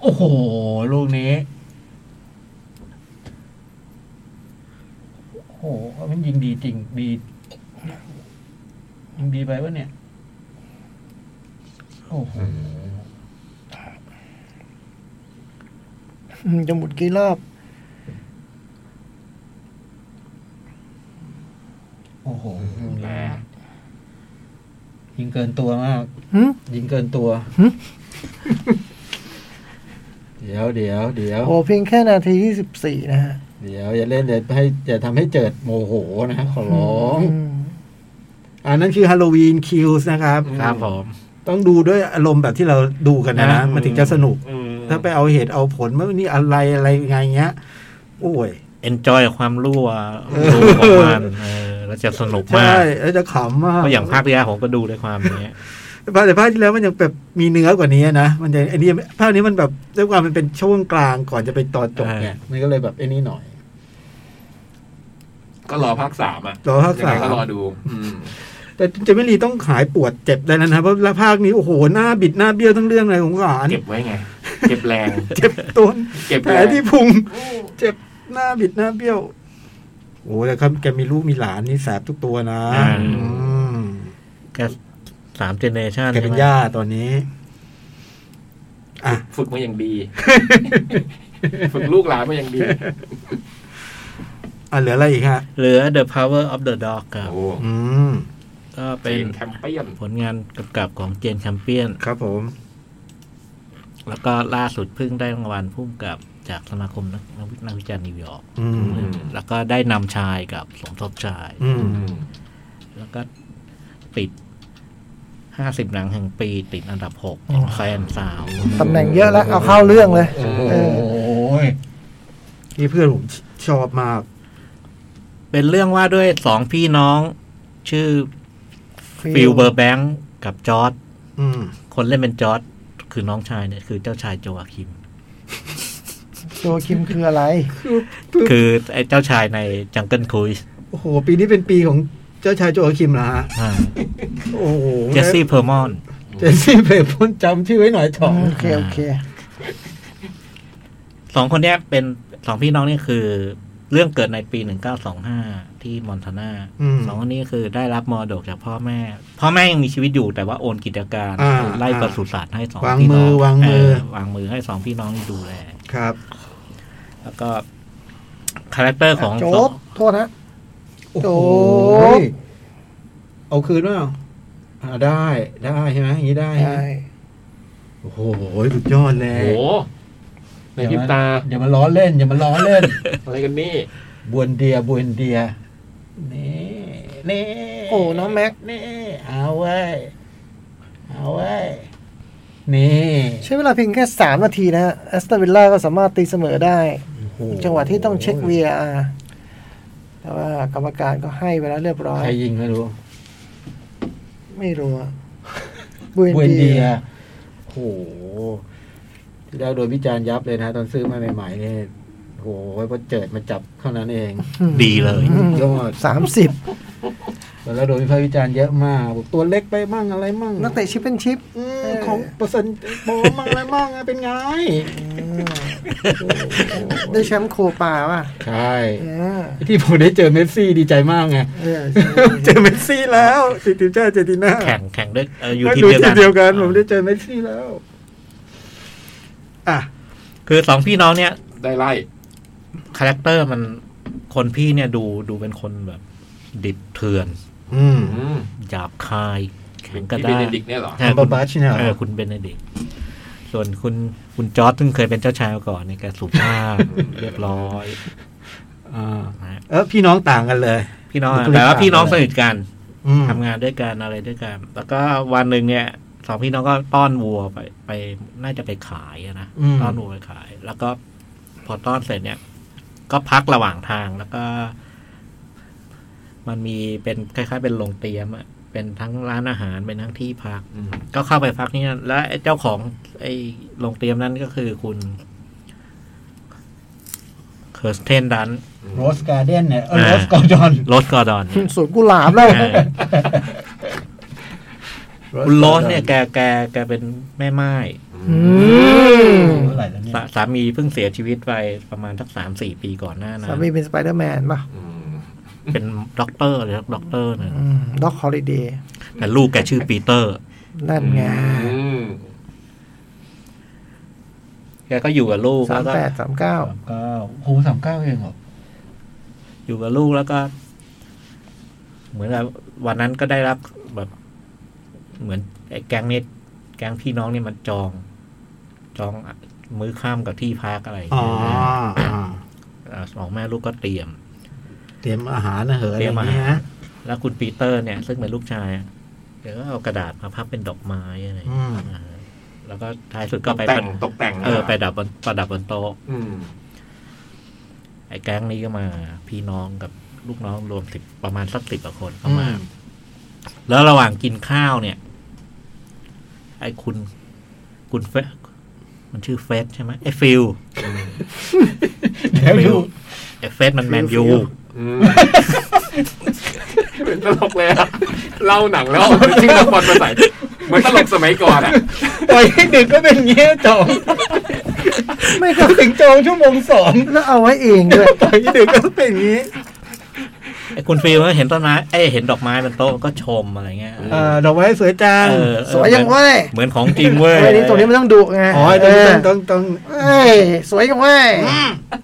Speaker 2: โอ้โหลูกนี้ โอ้โหมันยิงดีจริงดียิงดีไปวะเนี่ย โอ้โห
Speaker 5: อืมจะหมุนกี่รอบ
Speaker 2: โอ้โหยิงเกินตัวมาก
Speaker 5: หืม
Speaker 2: ยิงเกินตัว
Speaker 5: หึ
Speaker 2: เดี๋ยวเดี๋ยวเดี๋ยว
Speaker 5: โอ้เพียงแค่นาทีที่สิบสี่นะฮะ
Speaker 2: เดี๋ยว อย่าเล่นอย่าให้อย่าทำให้เจิดโมโหนะขอร้อง
Speaker 5: ม
Speaker 2: อันนั้นคือฮาโลวีนคิวส์นะครับ
Speaker 4: ครับผม
Speaker 2: ต้องดูด้วยอารมณ์แบบที่เราดูกันนะนะ มันถึงจะสนุก
Speaker 3: อืม
Speaker 2: ถ้าไปเอาเหตุเอาผลว่านี่อะไรอะไรไงเงี้ย โอ้ย
Speaker 4: enjoy ความรั่วรูของมันเออแล้วจะสนุกมา
Speaker 2: ใช่
Speaker 4: ก
Speaker 2: แล้วจะขำมาก
Speaker 4: เพราะอย่างภาคที่แล้วผมก็ดูด้วยความเนี้ย
Speaker 2: ภาคแต่ภาคที่แล้วมันยังแบบมีเนื้อกว่านี้นะ มันจะไอ้นี่ภาคนี้มันแบบด้วยความมันเป็นช่วงกลางก่อนจะไปตอนจบเนี่ยมันก็เลยแบบไอ้นี่หน่อย
Speaker 3: ก็รอภาคสามอ่ะ
Speaker 2: รอภาคสาม
Speaker 3: ยังไงก็รอดู อืม
Speaker 2: แต่เจมิลีต้องหายปวดเจ็บได้แล้วนะเพราะภาคนี้โอ้โหหน้าบิดหน้าเบี้ยวทั้งเรื่องเลยผมก็อ่าน
Speaker 3: เก็บไว้ ไง เก็บแรง
Speaker 2: เจ็บตัว
Speaker 3: เก็บ
Speaker 2: แผล
Speaker 3: รง
Speaker 2: ที่พุง เจ็บหน้าบิดหน้าเบี้ยว โอ้แต่ครับแกมีลูกมีหลานนี่แสบทุกตัวนะ
Speaker 4: อ่า
Speaker 2: อืม
Speaker 4: แค่สามเจเนชั่น
Speaker 2: แกเป็นย่าตอนนี้ อ่ะ
Speaker 3: ฝึกมาอย่างดี ฝึกลูกหลานมาอย่างดี
Speaker 2: อ่ะเหลืออะไรอีกฮะ
Speaker 4: เหลือ The Power of the Dog ครับ
Speaker 3: โอ้
Speaker 2: อืม
Speaker 4: ก็
Speaker 3: เป็
Speaker 4: เป็น
Speaker 3: นแคมเปญ
Speaker 4: ผลงานกำกับของเจนแชมเปียน
Speaker 2: ครับผม
Speaker 4: แล้วก็ล่าสุดเพิ่งได้รางวัลพุ่มกับ จากสมาคมนักนักวินักวิจารณ์นิวยอร์ก
Speaker 2: อืม
Speaker 3: ม
Speaker 4: แล้วก็ได้นำชายกับสมทบชาย
Speaker 2: อืม
Speaker 3: อืม
Speaker 4: แล้วก็ติด 50 หนังแห่งปีติดอันดับหก
Speaker 5: อ๋อ
Speaker 4: แฟนสาว
Speaker 5: ตำแหน่งเยอะแล้ว เอาเข้าเรื่องเลย เออ
Speaker 2: นี่เพื่อนผมชอบมาก
Speaker 4: เป็นเรื่องว่าด้วยสองพี่น้องชื่อฟิลเบอร์แบงค์กับจอร์ด
Speaker 2: อืม
Speaker 4: คนเล่นเป็นจอร์ดคือน้องชายเนี่ยคือเจ้าชายโจอาคิม
Speaker 5: โจคิมคืออะไร
Speaker 4: คือไอ้เจ้าชายในจังเกิลคุยส์
Speaker 2: โอ้โห ปีนี้เป็นปีของเจ้าชายโจอาคิมละฮะ โอ้โห
Speaker 4: เจสซี่เพอร์มอน
Speaker 2: เจสซี่เพย์พ้นจำชื่อไว้หน่อยถอง
Speaker 5: โอเค โอเค
Speaker 4: สองคนเนี้ยเป็นสองพี่น้องนี่คือ เรื่องเกิดในปี 1925 ที่มอนทานา
Speaker 2: อืม
Speaker 4: สองคนนี้คือได้รับมรดกจากพ่อแม่ พ่อแม่ยังมีชีวิตอยู่แต่ว่าโอนกิจการ
Speaker 2: อ่า
Speaker 4: ไล่ปศุสัตว์ให้สอง
Speaker 2: วาง
Speaker 4: พี่น้
Speaker 2: มื
Speaker 4: อง
Speaker 2: อวางมือ
Speaker 4: เวางมือให้สองพี่น้องนี่ดูแล
Speaker 2: ครับ
Speaker 4: แล้วก็คาแรคเตอร์ของ
Speaker 5: โจบโทษนะ
Speaker 2: โอ้
Speaker 5: โอ้
Speaker 2: โห
Speaker 5: ย
Speaker 2: เอาคืนว่าอ่าได้ได้ใช่ไหมอย่างนี้ได้ใช่ไหมโอ้โหสุดยอดเล
Speaker 3: โอ้
Speaker 2: ย
Speaker 3: โหในพริบตา
Speaker 2: อย่ามาล้อเล่น อย่ามาล้อเล่น
Speaker 3: อะไรกันนี่
Speaker 2: บวนเดียบวนเดียเน่เน่
Speaker 5: โอ้น้องแม็ก
Speaker 2: เน่เอาไว้ยเอาไว้ยนี่
Speaker 5: ใช้เวลาเพียงแค่สามนาทีนะฮะแอสตันวิลล่าก็สามารถตีเสมอได้
Speaker 2: โอ้โ
Speaker 5: จังหวะที่ต้องเช็ค VAR แต่ว่ากรรมการก็ให้ไปแล้วเรียบร้อย
Speaker 2: ใครยิงไม่รู้
Speaker 5: ไม่รู้อะ บุ
Speaker 2: บ
Speaker 5: เอ
Speaker 2: วน
Speaker 5: น
Speaker 2: เดี
Speaker 5: เดี
Speaker 2: ย
Speaker 5: ย
Speaker 2: โอ้โหที่แล้วโดนวิจารณ์ยับเลยนะ ตอนซื้อมาใหม่ๆเนี่ยโอ้โหพอเจิดมาจับเข้านั้นเอง
Speaker 4: ดีเลย
Speaker 2: ยอด
Speaker 5: สามสิบ
Speaker 2: ตอนแล้วโดนวิพากษ์วิจารณ์เยอะมากบอกตัวเล็กไปมั่งอะไรมั่ง
Speaker 5: นักเตะชิปเป็นชิป
Speaker 2: อืม
Speaker 5: เออ
Speaker 2: ของเปอร์เซ็นต์บอลมั่งอะไรมั่งอะเป็นไง
Speaker 5: ได้แชมป์โคปาว่ะ
Speaker 2: ใช่
Speaker 5: เออ
Speaker 2: ที่ผมได้เจอเมสซี่ดีใจมากไง
Speaker 5: เออ
Speaker 2: เจอเมสซี่แล้วติดทีมชาติอาร์เจนติน่า
Speaker 4: แข่งแข่งด้วยเอ่ออยู่
Speaker 2: แล้วดู
Speaker 4: ทีม
Speaker 2: ทีม
Speaker 4: เดียวกัน
Speaker 2: เดียวกัน ผมได้เจอเมสซี่แล้ว อ่ะ
Speaker 4: คือสองพี่น้องเนี่ย
Speaker 3: ได้ไล่
Speaker 4: คาแรคเตอร์มันคนพี่เนี่ยดูดูเป็นคนแบบ ดิบเถื่อน
Speaker 2: อืม
Speaker 3: อืม
Speaker 4: หยาบคายแข็งกระ
Speaker 3: พี่เบเน
Speaker 4: ด้าง
Speaker 3: ดิกต์เนี่ยเหรอ
Speaker 4: ใช่
Speaker 2: อัม
Speaker 4: คุ
Speaker 2: บา
Speaker 4: ณ
Speaker 2: บัชเนี่ยเหร
Speaker 4: เออ
Speaker 2: อ
Speaker 4: คุณเบนเนดิกต์ส่วนคุณคุณจอร์ดซึ่งเคยเป็นเจ้าชายมาก่อนนี่แกสุภาพ เรียบร้อย
Speaker 2: อ่า
Speaker 4: นะฮะ
Speaker 2: เออพี่น้องต่างกันเลย
Speaker 4: พี่น้องอะ
Speaker 2: คุณ
Speaker 4: แต่ว่า
Speaker 2: ต่าง
Speaker 4: พี่น้องสนิทกัน
Speaker 2: อืม
Speaker 4: ทำงานด้วยกันอะไรด้วยกัน แล้วก็วันหนึ่งเนี่ยสองพี่น้องก็ต้อนวัวไปไปน่าจะไปขายอะนะ
Speaker 2: อืม
Speaker 4: ต้อนวัวไปขาย แล้วก็พอต้อนเสร็จเนี่ย ก็พักระหว่างทางแล้วก็ มันมีเป็นคล้ายๆ เป็นโรงเตรียมอะเป็นทั้งร้านอาหารเป็นทั้งที่พัก
Speaker 3: อืม
Speaker 4: ก็เข้าไปพักนี่นั่นแล้วไอ้เจ้าของ ไอ้โรงเตรียมนั้นก็คือคุณเคอร์สเทนดัน
Speaker 2: โรสการ์เด้นเนี่ยเออ
Speaker 4: อ่า
Speaker 2: โรสกอร์ดอน
Speaker 4: โรสกอร์ ดอนเนี่ย
Speaker 5: สวนกุหลาบเลย
Speaker 4: อ่าคุณโรสเนี่ยแกแกแกเป็นแม่ไม้
Speaker 5: อืม
Speaker 2: เท่าไหร่แล้วเนี่ย
Speaker 4: สาสามีเพิ่งเสียชีวิตไปประมาณสักสามสี่ปีก่อนหน้านะ
Speaker 5: สามีเป็นสไปเดอร์แมนป่ะ
Speaker 3: อืม
Speaker 4: เป็นด็อกเตอร์เลยครับด็อกเตอร์เนี่ย
Speaker 5: ด็อกฮอลิเดย์
Speaker 4: แต่ลูกแกชื่อปีเตอร์
Speaker 5: นั่นไง
Speaker 3: อืม
Speaker 4: แกก็อยู่กับลูก
Speaker 5: สา
Speaker 4: แล้
Speaker 5: ม
Speaker 4: วก็
Speaker 5: แปดสามเก้า
Speaker 2: สามเก้าโอ้สามเก้าเองเหรอ
Speaker 4: อยู่กับลูกแล้วก็ เหมือนกับวันนั้นก็ได้รับแบบ เหมือนไอ้แก๊งนี้แก๊งพี่น้องเนี่ยมันจอง จองมื้อข้ามกับที่พักอะไรอย่าง
Speaker 2: อ๋อ
Speaker 4: เงี้ยนะ
Speaker 2: อ่า
Speaker 4: อ่าสองแม่ลูกก็เตรียม
Speaker 2: เตรียมอาหารนะเหอะอะไรอย่างเงี้ยนะ
Speaker 4: แล้วคุณปีเตอร์เนี่ย ซึ่งเป็นลูกชายอะเดี๋ยวก็เอากระดาษมาพับเป็นดอกไม้อะไรอย่าง
Speaker 2: อื
Speaker 4: เงี้ย
Speaker 2: ม
Speaker 4: อ่าแล้วก็ท้ายสุดก็ไป
Speaker 3: แต่
Speaker 4: ประ
Speaker 3: งตกแต่ง
Speaker 4: เออไปดับบนประดับบนโต๊ะ
Speaker 3: อืม
Speaker 4: ไอ้แก๊งนี้ก็มา พี่น้องกับลูกน้องรวมสิบประมาณสักสิบกว่าคนเข้ามา แล้วระหว่างกินข้าวเนี่ย ไอ้คุณ คุณเฟสมันชื่อเฟสใช่ไหมไอ้ฟิล
Speaker 2: เดี๋ยวดู
Speaker 4: ไอ้เฟสมันแมนยู
Speaker 2: ฟิล
Speaker 3: อืมเป็นตลกเลยอะเล่าหนังแล้วเอาชื่อนักบอลมาใส่เหมือนตลกสมัยก่อนอ่ะ
Speaker 2: ปล่อยให้ดึกก็เป็นอย่างเงี้ยจองไม่ก็ถึงจองชั่วโมงสอง
Speaker 5: แล้วเอาไว้เองด้วย
Speaker 2: ปล่อยให้ดึกก็เป็นอย่างงี้
Speaker 4: ไอ้คุณฟิลก็เห็นต้นไม้ไอ้ยเห็นดอกไม้บนโต๊ะก็ชมอะไรเงี้ย
Speaker 2: เออดอกไม้สวยจัง
Speaker 4: เออ
Speaker 5: สวยยังเว้ย
Speaker 4: เหมือนของจริงเว้ย
Speaker 5: เฮ้ยนี่ตรงนี้มันต้องดุไง
Speaker 2: อ๋อตรงนี้ต้องต้องต้อง
Speaker 5: เออเอ้ย สวยยังเว้ย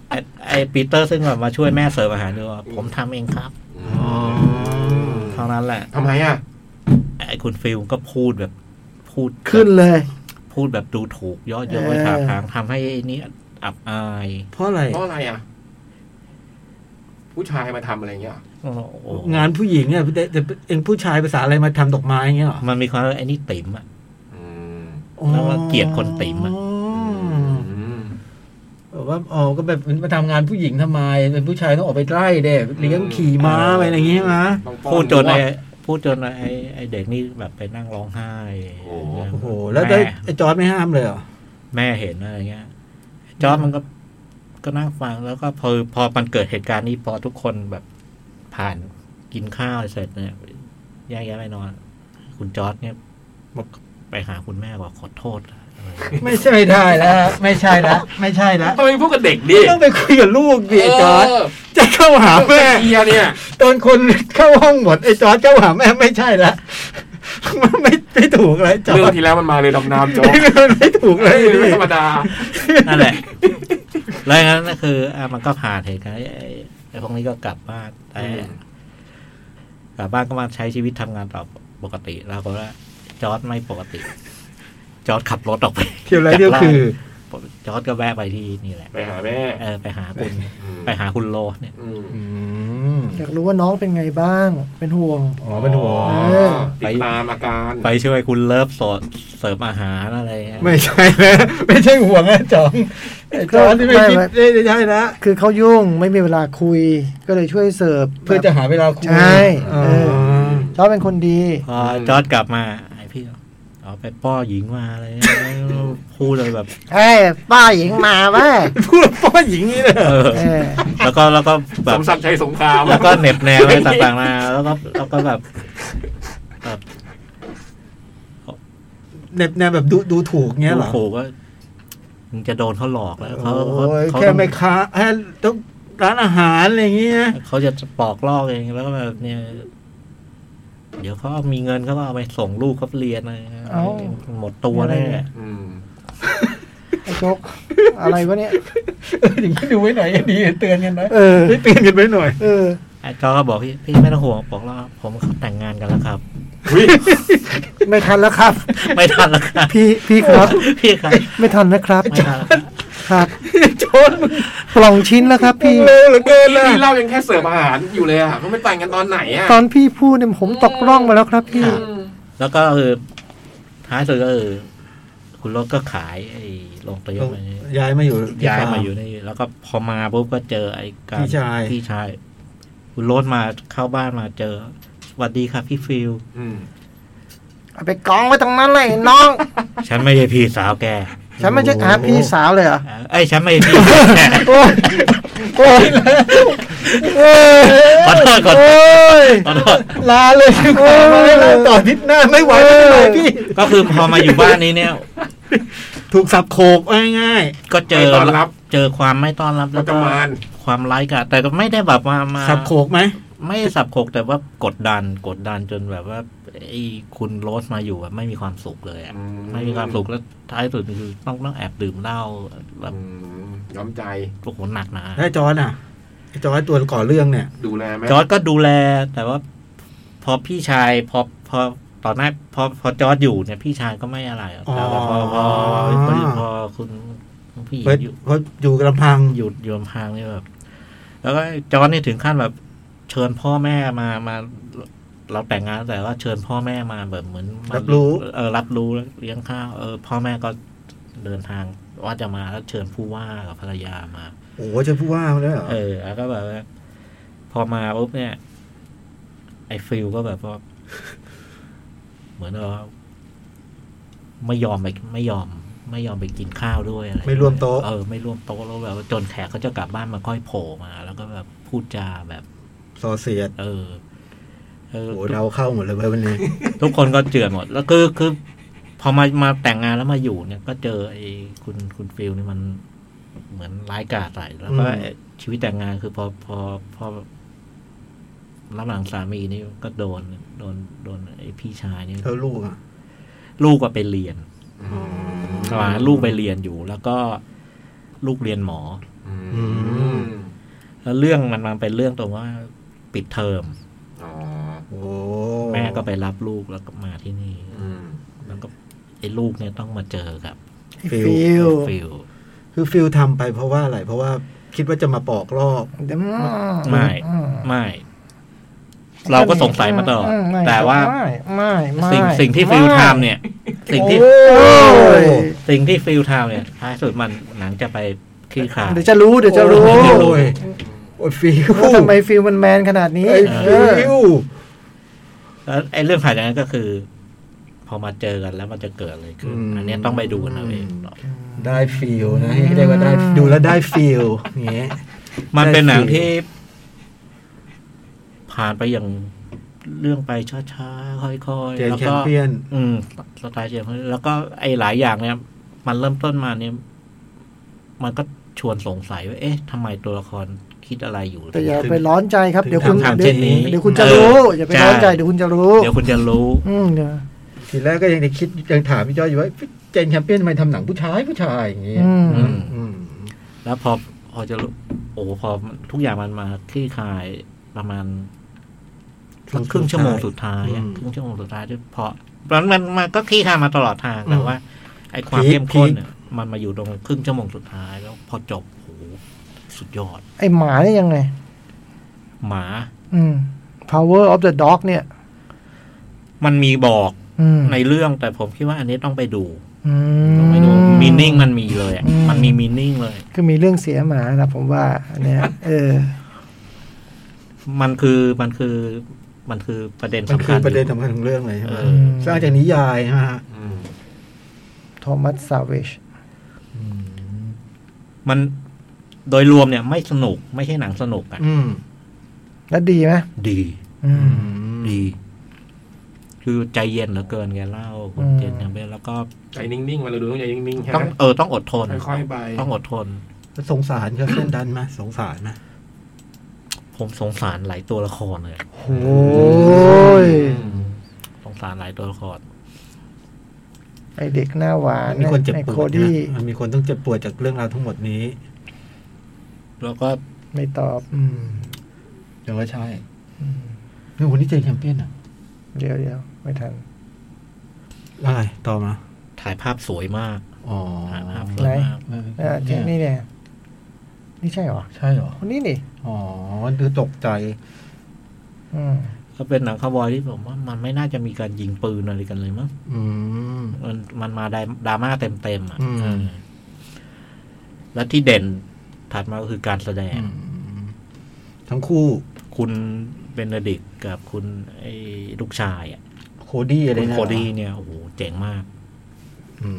Speaker 4: ไอ้ไอ้ปีเตอร์ซึ่งแบบมาช่วยแม่เสิร์ฟอาหารด้วยว่าผมทำเองครับเท่านั้นแหละ
Speaker 3: ทำไมอ่ะ
Speaker 4: ไอ้คุณฟิลก็พูดแบบพูด
Speaker 5: ขึ้นเลย
Speaker 4: พูดแบบดูถูกเย่อเย้ยถามทางทำให้ไอ้นี่ อับอาย
Speaker 2: เพราะอะไร
Speaker 3: เพราะอะไรอ่ะ ผู้ชายมาทำอะไรอย่างเงี้ยเหรอ
Speaker 4: โอ้โห
Speaker 2: งานผู้หญิงเนี่ยแต่แต่เองผู้ชายภาษาอะไรมาทำดอกไม้เงี้ยเหรอ
Speaker 4: มันมีความว่าไอ้นี่ติ๋มอะ
Speaker 3: อืม
Speaker 4: แล้วว่าเกลียดคนติ๋มอะ
Speaker 3: อืม
Speaker 2: แบบว่าอ๋อก็แบบมันมาทำงานผู้หญิงทำไม เป็นผู้ชายต้องออกไปไล่เด็เลี้ยง
Speaker 3: อืม
Speaker 2: ขี่ม้าไปอะไรอย่างงี้ใช่ไหม
Speaker 3: ต้องป้อ
Speaker 4: พูดจน
Speaker 3: ว
Speaker 4: ไอ้
Speaker 3: ย
Speaker 4: พูดจนไอ้ไอ้เด็กนี่แบบไปนั่งร้องไห้
Speaker 3: โอ้โห
Speaker 2: โอ้โหแล้วได้
Speaker 4: ม่
Speaker 2: ไอ้จอร์ดไม่ห้ามเลยเหรอ
Speaker 4: แม่เห็นอะไรเงี้ย จอร์จมันก็ก็นั่งฟังแล้วก็พอพอมันเกิดเหตุการณ์นี้พอทุกคนแบบผ่านกินข้าวเสร็จเนี่ยแยกย้ายไปนอน คุณจอร์จเนี่ยบอกไปหาคุณแม่บอกขอโทษอะไรเงี้ย
Speaker 2: ไม่ใช่ไม่ได้แล้ว ไม่ใช่แล้ว ไม่ใช่แล้ว
Speaker 3: ทำไมพูดกับเด็กดิ
Speaker 2: ต้องไปคุยกับลูกดิไอ้จอร์ด
Speaker 3: เ
Speaker 2: จะเข้าหาแม่
Speaker 3: เฮียเนี่ย
Speaker 2: ตอนคนเข้าห้องหมดไอ้จอร์ดเข้าหาแม่ไม่ใช่ละมัน ไม่ไม่ถูกเลยจอ
Speaker 3: เรื่อง
Speaker 2: ร์ด
Speaker 3: ที่แล้วมันมาเลยดำน้ำโจ๊ก
Speaker 2: มันไม่ถูกเล
Speaker 3: เฮ้
Speaker 2: ย
Speaker 3: ย
Speaker 2: ดิ
Speaker 3: ไม่ธรรมดา
Speaker 4: นั่นแหละแล้วอย่างนั้นก็คืออ่ะมันก็ผ่านเหตุการณ์ไอ้ไอ้ไอ้พวกนี้ก็กลับบ้านแต่
Speaker 3: อืม
Speaker 4: กลับบ้านก็มาใช้ชีวิตทำงานต่อปกติแล้วก็ว่าจอร์จไม่ปกติ จอร์จขับรถออกไป
Speaker 2: เที่ยวไรเดียวคือ
Speaker 4: จอร์ดก็แวะไปที่นี่แหละ
Speaker 3: ไปหาแม่
Speaker 4: เออไปหาคุณไปหาคุณโลเนี่ย
Speaker 3: อืม
Speaker 2: อืม
Speaker 5: อยากรู้ว่าน้องเป็นไงบ้าง เป็นห่วง
Speaker 2: อ๋อเป็นหัว
Speaker 3: อ๋อ
Speaker 5: เออ
Speaker 3: ติดตามอาการ
Speaker 4: ไปช่วยคุณเลิฟสดเสิร์ฟอาหารอะไรเงี้ย
Speaker 2: ไม่ใช่นะ ไม่ใช่ห่วงนะจองไอ้จอร์ดที่ไม่คิด
Speaker 5: ไม่
Speaker 2: ไม่ไม่ใช่นะ
Speaker 5: คือเขายุ่งไม่มีเวลาคุย ก็เลยช่วยเสิร์ฟ
Speaker 2: เพื่อจะหาเวลาคุย
Speaker 5: ใช่
Speaker 2: อ๋อ
Speaker 5: เออ เขาเป็นคนดี
Speaker 4: พอจอร์ดกลับมาไอพี่ก็อ๋อไปป้อหญิงมาอะไรเงี้ยพูดเลยแบบ
Speaker 5: เอ้ยป้าหญิงมาเว้ย
Speaker 2: พูดพ่อหญิงนี่เลยเหรอ
Speaker 4: เออ
Speaker 5: เออ
Speaker 4: แล้วก็แล้วก็แบ
Speaker 3: ส
Speaker 4: บ
Speaker 3: มศักดิ์ชัยสงคราม
Speaker 4: แล้วก็เหน็บแนวอะไร ต่างๆนาแล้วก็แล้วก็แบบแบบ
Speaker 2: แนบแนบแบบดูดูถูกเงี้ยเหรอ
Speaker 4: ขู่ว่ามึงจะโดนเขาหลอกแล้วเขา
Speaker 2: โอ้ย
Speaker 4: เขา
Speaker 2: แค่
Speaker 4: ต้อง
Speaker 2: ไม่ค้าแค่ต้องร้านอาหารอะไรอย่างเงี้ย
Speaker 4: เขาจะปอกลอกเองแล้วก็แบบเนี่ย เดี๋ยวเขาเอามีเงินเขาก็เอาไปส่งลูกเขาเรียนอะไรเงี้ยหมดตัวแน่
Speaker 3: อืม
Speaker 5: ไอ้โจ๊กอะไรวะเนี่ย
Speaker 2: เอออย่างนี้ดูไว้หน่อยดีเตือนกันนะ
Speaker 5: เออ
Speaker 2: เตือนกันไว้หน่อย
Speaker 5: เออ
Speaker 4: ไอ้จอก็บอกพี่พี่ไม่ต้องห่วงบอกแล้วผมเขาแต่งงานกันแล้วครับ
Speaker 3: อุ๊ย
Speaker 5: ไม่ทันแล้วครับ
Speaker 4: ไม่ทันแล้วครับ
Speaker 5: พี่พี่ครับ
Speaker 4: พี่ครับ
Speaker 5: ไม่ทันนะครับ
Speaker 4: ไม่ทันแล้วครับ
Speaker 5: ครับ
Speaker 2: โจรมึง
Speaker 5: ปล่องชิ้นแล้วครับ พี่
Speaker 2: เร็วเหลือเกินนะ
Speaker 3: นี่เล่ายังแค่เสิร์ฟอาหารอยู่เลยอ่ะเขาไม่แต่งกันตอนไหนอ่ะ
Speaker 5: ตอนพี่พูดเนี่ยผมตกร่องมาแล้วครับ พี่
Speaker 3: อืม
Speaker 4: แล้วก็คือท้ายสุดก็คือคุณรถก็ขายไอ้โรงเตยมาเนี่ย
Speaker 2: ย้ายมาอยู่ที่
Speaker 4: ย้า
Speaker 2: ฟ
Speaker 4: ย
Speaker 2: ร์
Speaker 4: มาอยู่นี่แล้วก็พอมาปุ๊บก็เจอไอ้การ
Speaker 2: พี่ชาย
Speaker 4: พี่ชาย คุณรถมาเข้าบ้านมาเจอสวัสดีครับพี่ฟิล
Speaker 3: อืม
Speaker 5: เอาไปกองไว้ตรงนั้นเลยน้อง
Speaker 4: ฉันไม่ใช่พี่สาวแก
Speaker 5: ฉันไม่ใช่อาพี่สาวเลยเหรอ
Speaker 4: ไอ้ยฉันไม่ใช่พี่ สาวแก
Speaker 5: โอ้ยโอ้ยโอ้ย
Speaker 4: ขอโทษขอโท
Speaker 5: โอ้
Speaker 4: ษ
Speaker 5: ย
Speaker 4: ขอโทษ
Speaker 5: ลาเลยโอ้
Speaker 2: ไม่
Speaker 5: ย
Speaker 2: เล่าต่ออาทิศหน้าไม่ไหวไม่เป็นไรพี่
Speaker 4: ก็คือพอมาอยู่บ้านนี้เนี่ย
Speaker 2: ถูกสับโขกเอาง่าย
Speaker 4: ก็เจ
Speaker 3: ไม่
Speaker 4: อ
Speaker 3: ตอนรับ
Speaker 4: เจอความไม่ต้อนรับแล้ว
Speaker 3: ป
Speaker 4: ก็
Speaker 3: ระมาณ
Speaker 4: ความไร้ายกาจแต่ก็ไม่ได้แบบมามา
Speaker 2: ๆสับโขกไหม
Speaker 4: ไม่ได้สับโขกแต่ว่ากดดันกดดันจนแบบว่าไอ้คุณโรสมาอยู่อะไม่มีความสุขเลยอะ
Speaker 3: อื
Speaker 4: ไม่มีความสุขแล้วท้ายสุดคือต้องต้องแอบดื่มเหล้าแบ
Speaker 3: อื
Speaker 4: บ
Speaker 3: มย้อมใจ
Speaker 4: โอ้โหหนักหนา
Speaker 2: แล้วไอ้จอร์ดอ่ะไอ้จอร์ดตัวก่อเรื่องเนี่ย
Speaker 3: ดูแลไหม
Speaker 4: จอร์ดก็ดูแล แต่ว่า พอพี่ชายพอพอตอนแรกพอพอจอร์ดอยู่เนี่ยพี่ชายก็ไม่อะไรหรอกแต่ว่าพอพอพอพอคุณผู้หญิง
Speaker 2: เพราะ
Speaker 4: อยู่
Speaker 2: เพราะอยู่กับลำพัง
Speaker 4: หยุดโยมพางนี่แบบ แล้วก็จอร์นนี่ถึงขั้นแบบ เชิญพ่อแม่มามา เราแต่งงานแต่ว่าเชิญพ่อแม่มาแบบเหมือนมา
Speaker 2: รับรู้
Speaker 4: เออรับรู้แล้วเลี้ยงข้าวเออพ่อแม่ก็เดินทางว่าจะมาแล้วเชิญผู้ว่ากับภรรยามา
Speaker 2: โอ้โหจะพูดว่ามาแล้วเหรอ
Speaker 4: เออ แล้วก็แบบว่าพอมาปุ๊บเนี่ย ไอ้ฟิลก็แบบว่าเหมือนว่าไม่ยอมไปไม่ยอม ไม่ยอมไปกินข้าวด้วยอะไร
Speaker 2: ไม่รวมโต๊ะ
Speaker 4: เออไม่ร่วมโต๊ะแล้วแบบว่าจนแขกเขาจะกลับบ้านมาค่อยโผล่มา แล้วก็แบบพูดจาแบบ
Speaker 2: สอเสียด
Speaker 4: เออเออ
Speaker 2: โอ้โหเราเข้าหมดเลยเว้ยวันนี้
Speaker 4: ทุกคนก็เจือนหมด แล้วคือคือพอมามาแต่งงานแล้วมาอยู่เนี่ย ก็เจอไอ้คุณคุณฟิลนี่มันเหมือนร้ายกาจใส่แล้วก็
Speaker 2: อืม
Speaker 4: ไอ้ชีวิตแต่งงานคือพอพอพอรับหลังสามีนี่ก็โดน โดนโดนไอ้พี่ชายนี่
Speaker 2: เธอลูกอ่ะ
Speaker 4: ลูกก็ไปเรียน
Speaker 3: อืม
Speaker 4: ว่าลูกไปเรียนอยู่ แล้วก็ลูกเรียนหมอ
Speaker 3: อืม
Speaker 4: แล้วเรื่องมันมันเป็นเรื่องตรงว่าปิดเทอม
Speaker 3: อ๋อ
Speaker 2: โอ้
Speaker 4: แม่ก็ไปรับลูกแล้วก็มาที่นี่
Speaker 3: อืม
Speaker 4: แล้วก็ไอ้ลูกเนี่ยต้องมาเจอกับ
Speaker 5: ฟิล
Speaker 4: ฟิล
Speaker 2: คือฟิลทำไปเพราะว่าอะไร เพราะว่าคิดว่าจะมาปอกลอก
Speaker 4: ไม่ไม่ เราก็สงสัยมาตลอด
Speaker 5: ไม่
Speaker 4: แต่ว่า
Speaker 5: ไม่ไม่ไม่
Speaker 4: สิ่งสิ่งที่ฟิลทำเนี่ย สิ่งที่
Speaker 5: โอ้ย
Speaker 4: สิ่งที่ฟิลทำเนี่ยท้ายสุดมันหนังจะไปคลี่คลาย
Speaker 5: เดี๋ยวจะรู้เดี๋ยวจะรู้
Speaker 2: โอ้ยโอ้ยฟิล
Speaker 5: ว่าทำไมฟิลมันแมนขนาดนี้
Speaker 2: ไอ้
Speaker 5: เอ
Speaker 2: ฟิ
Speaker 5: อ
Speaker 2: ล
Speaker 4: แล้วไอ้เรื่องผ่านจากนั้นก็คือ พอมาเจอกันแล้วมันจะเกิดอะไรขึ้นอันเนี้ยต้องไปดูกันเอาเองเนาะ
Speaker 2: ได้ฟิลนะเรียกว่าได้ดูแล้วได้ฟิลอย่างเงี้ย
Speaker 4: มันเป็นหนัง
Speaker 2: ได้สิ
Speaker 4: ที่ ผ่านไปอย่างเรื่องไปช้าๆค่อย
Speaker 2: เจ
Speaker 4: ๆ
Speaker 2: น
Speaker 4: แล้ว
Speaker 2: แค
Speaker 4: ก็
Speaker 2: มเปียน
Speaker 4: อืมสไตล์เจมส์แล้วก็ไอ้หลายอย่างเนี่ย มันเริ่มต้นมาเนี่ย มันก็ชวนสงสัยว่าเอ๊ะทำไมตัวละครคิดอะไรอยู่
Speaker 5: แต่อย่าไปร้อนใจครับเดี๋ยวคุณ
Speaker 4: ทำเช่นนี้
Speaker 5: เดี๋ยวคุณจะรู้
Speaker 4: เออ
Speaker 5: อย่าไปร้อนใจ
Speaker 4: ใช่
Speaker 5: เดี๋ยวคุณจะรู้
Speaker 4: เดี๋ยวคุณจะรู้
Speaker 5: อืมเดี๋ยว
Speaker 2: ทีแรกก็ยังได้คิดยังถามพี่จ้อยอยู่ว่าเจนแคมเปียนทำไมทำหนังผู้ชายผู้ชายอย่างเงี้ย
Speaker 5: อืม
Speaker 4: อืม
Speaker 2: อืม
Speaker 4: แล้วพอพอจะรู้โอ้พอมันทุกอย่างมันมาคลี่คลายประมาณสักครึ่งชั่วโมงสุดท้ายอะ
Speaker 2: อืม
Speaker 4: ครึ่งชั่วโมงสุดท้ายด้วยเพราะมันมันมันก็คลี่คลายมาตลอดทางแต่
Speaker 2: อืม
Speaker 4: ว่า ไอ้ความ
Speaker 2: พีค
Speaker 4: เข้มข้น
Speaker 2: พีค
Speaker 4: เนี่ยมันมาอยู่ตรงครึ่งชั่วโมงสุดท้ายแล้ว พอจบโอ้โหสุดยอด
Speaker 5: ไอหมาเนี่ยยังไง
Speaker 4: หมา
Speaker 5: อืม power of the dog เนี่ย
Speaker 4: มันมีบอก
Speaker 5: อืม
Speaker 4: ในเรื่องแต่ผมคิดว่าอันนี้ต้องไปดู
Speaker 5: อื
Speaker 4: ต้องไปดูมีนิ่งมันมีเลยอะมันมีมีนิ่งเลย
Speaker 5: คือมีเรื่องเสียหมานะผมว่าอันเนี่ย เออ
Speaker 4: มันคือมันคือมันคือประเด็น
Speaker 2: มัน
Speaker 4: สำ
Speaker 2: คื
Speaker 4: คั
Speaker 2: อ
Speaker 4: ญ
Speaker 2: ประเด็น
Speaker 4: อยู่
Speaker 2: สำคัญของเรื่องเลยใช่ไหม
Speaker 4: เออ
Speaker 2: สร้างจากนิยายใช่ไหมฮะ
Speaker 3: อืม
Speaker 5: โทมัสซาเวช
Speaker 4: มันโดยรวมเนี่ยไม่สนุกไม่ใช่หนังสนุกอะ
Speaker 2: อืม
Speaker 5: แล้วดีไหม
Speaker 4: ดี
Speaker 5: อืม
Speaker 4: ดี คือใจเย็นเหลือเกินแกเล่าคุณ
Speaker 5: อืม
Speaker 4: เจนแคมเบลแล้วก็
Speaker 3: ใจนิ่งๆมาเราดูต้องใจนิ่งๆใช่
Speaker 4: ต้อง
Speaker 3: ไหม
Speaker 4: เออต้องอดทน
Speaker 3: ค่อยๆไป
Speaker 4: ต้องอดทน
Speaker 2: แล้วสงสารครับเส้นดันไหมสงสารไหม
Speaker 4: ผมสงสารหลายตัวละครเลย
Speaker 5: โอ้ย
Speaker 4: สงสารหลายตัวละคร
Speaker 5: ไอเด็กหน้าหวาน
Speaker 2: มีคนเจ็บ
Speaker 5: ไอ
Speaker 2: ป
Speaker 5: โคว
Speaker 2: ดนะ
Speaker 5: ดี้
Speaker 2: มันมีคนต้องเจ็บปวดจากเรื่องราวทั้งหมดนี้
Speaker 4: แล้วก็
Speaker 5: ไม่ตอบ
Speaker 2: อืมเดี๋ยวว่าใช่นี่คนที่เจนแคมเปียนอะ
Speaker 5: เดี๋ยวเดี๋ยวไม่ทัน
Speaker 2: อะไรต่อมา
Speaker 4: ถ่ายภาพสวยมาก
Speaker 2: อ๋อ
Speaker 4: ถ่ายภาพสวยมาก
Speaker 2: เออ
Speaker 5: อ่าเจนนี่เนี่ย นี่ใช่เหรอ
Speaker 2: ใช่เหรอ
Speaker 5: คนนี้นี่
Speaker 2: อ๋อคือตกใจ
Speaker 5: อืม
Speaker 4: ก็เป็นหนังคาวบอยที่ผมว่ามันไม่น่าจะมีการยิงปืนอะไรกันเลยมั้ง
Speaker 2: อืม
Speaker 4: มันมันมาไดดราม่าเต็มๆอ่ะ
Speaker 2: อืม
Speaker 4: เออและที่เด่นถัดมาก็คือการแสดง
Speaker 2: อืมทั้งคู่
Speaker 4: คุณเบนเดดิกต์กับคุณไอ้ลูกชายอ่ะ
Speaker 2: โคดี้อะไร
Speaker 4: คุณ
Speaker 2: นะ
Speaker 4: โคดี้เนี่ยโอ้โหเจ๋งมาก
Speaker 2: อื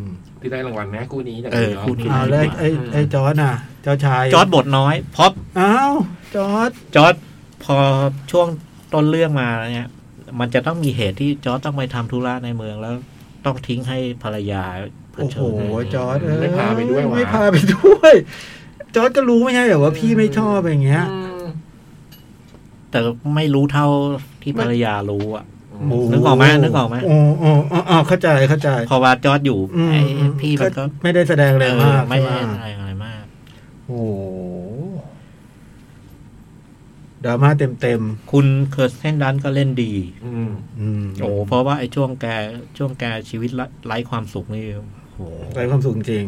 Speaker 2: ม
Speaker 3: ที่ได้รางวัลนะคู่นี้จาก
Speaker 4: เออ
Speaker 3: ดี๋ยว
Speaker 4: คู่นี้
Speaker 2: เอาแล้วไอ้ไอ้จอร์ดน่ะ เจ้าชาย
Speaker 4: จอร์ดบทน้อยเพราะ
Speaker 2: อ้าวจอร์ด
Speaker 4: จอร์ดพอช่วงต้นเรื่องมาเนี่ย มันจะต้องมีเหตุที่จอร์ดต้องไปทำธุระในเมืองแล้ว ต้องทิ้งให้ภรรยาเผ
Speaker 2: โอ้โห
Speaker 4: ชิญให้
Speaker 2: จอร์ดเอ้ย
Speaker 3: ไม่พาไปด้วยว่ะ
Speaker 2: ไม่พาไปด้วย จอร์ดก็รู้ไม่ใช่เหรอว่าพี่ไม่ชอบอย่างเงี้ย
Speaker 3: อืม
Speaker 4: แต่ไม่รู้เท่าที่ภรรยารู้อ่ะ
Speaker 2: โโ
Speaker 4: นึกออกไหมนึกออกไหม
Speaker 2: โอ้โอ้อ๋ออ๋อเข้าใจเข้าใจ
Speaker 4: พอว่าจอร์ดอยู่
Speaker 2: อืม
Speaker 4: ไอ้พี่มันก็
Speaker 2: ไม่ได้แสดงอะไรมาก
Speaker 4: เออไม่
Speaker 2: ใช่
Speaker 4: ได้
Speaker 2: ห
Speaker 4: อะไรอะไรมาก
Speaker 2: โอ้โหดราม่าเต็มเต็ม
Speaker 4: คุณเคิร์สเทนดันก็เล่นดี
Speaker 3: อืม
Speaker 2: ๆอืม
Speaker 4: โอ้เพราะว่าไอ้ช่วงแกช่วงแกชีวิตละไร้ความสุขนี่โห
Speaker 2: ไรความสุขจริง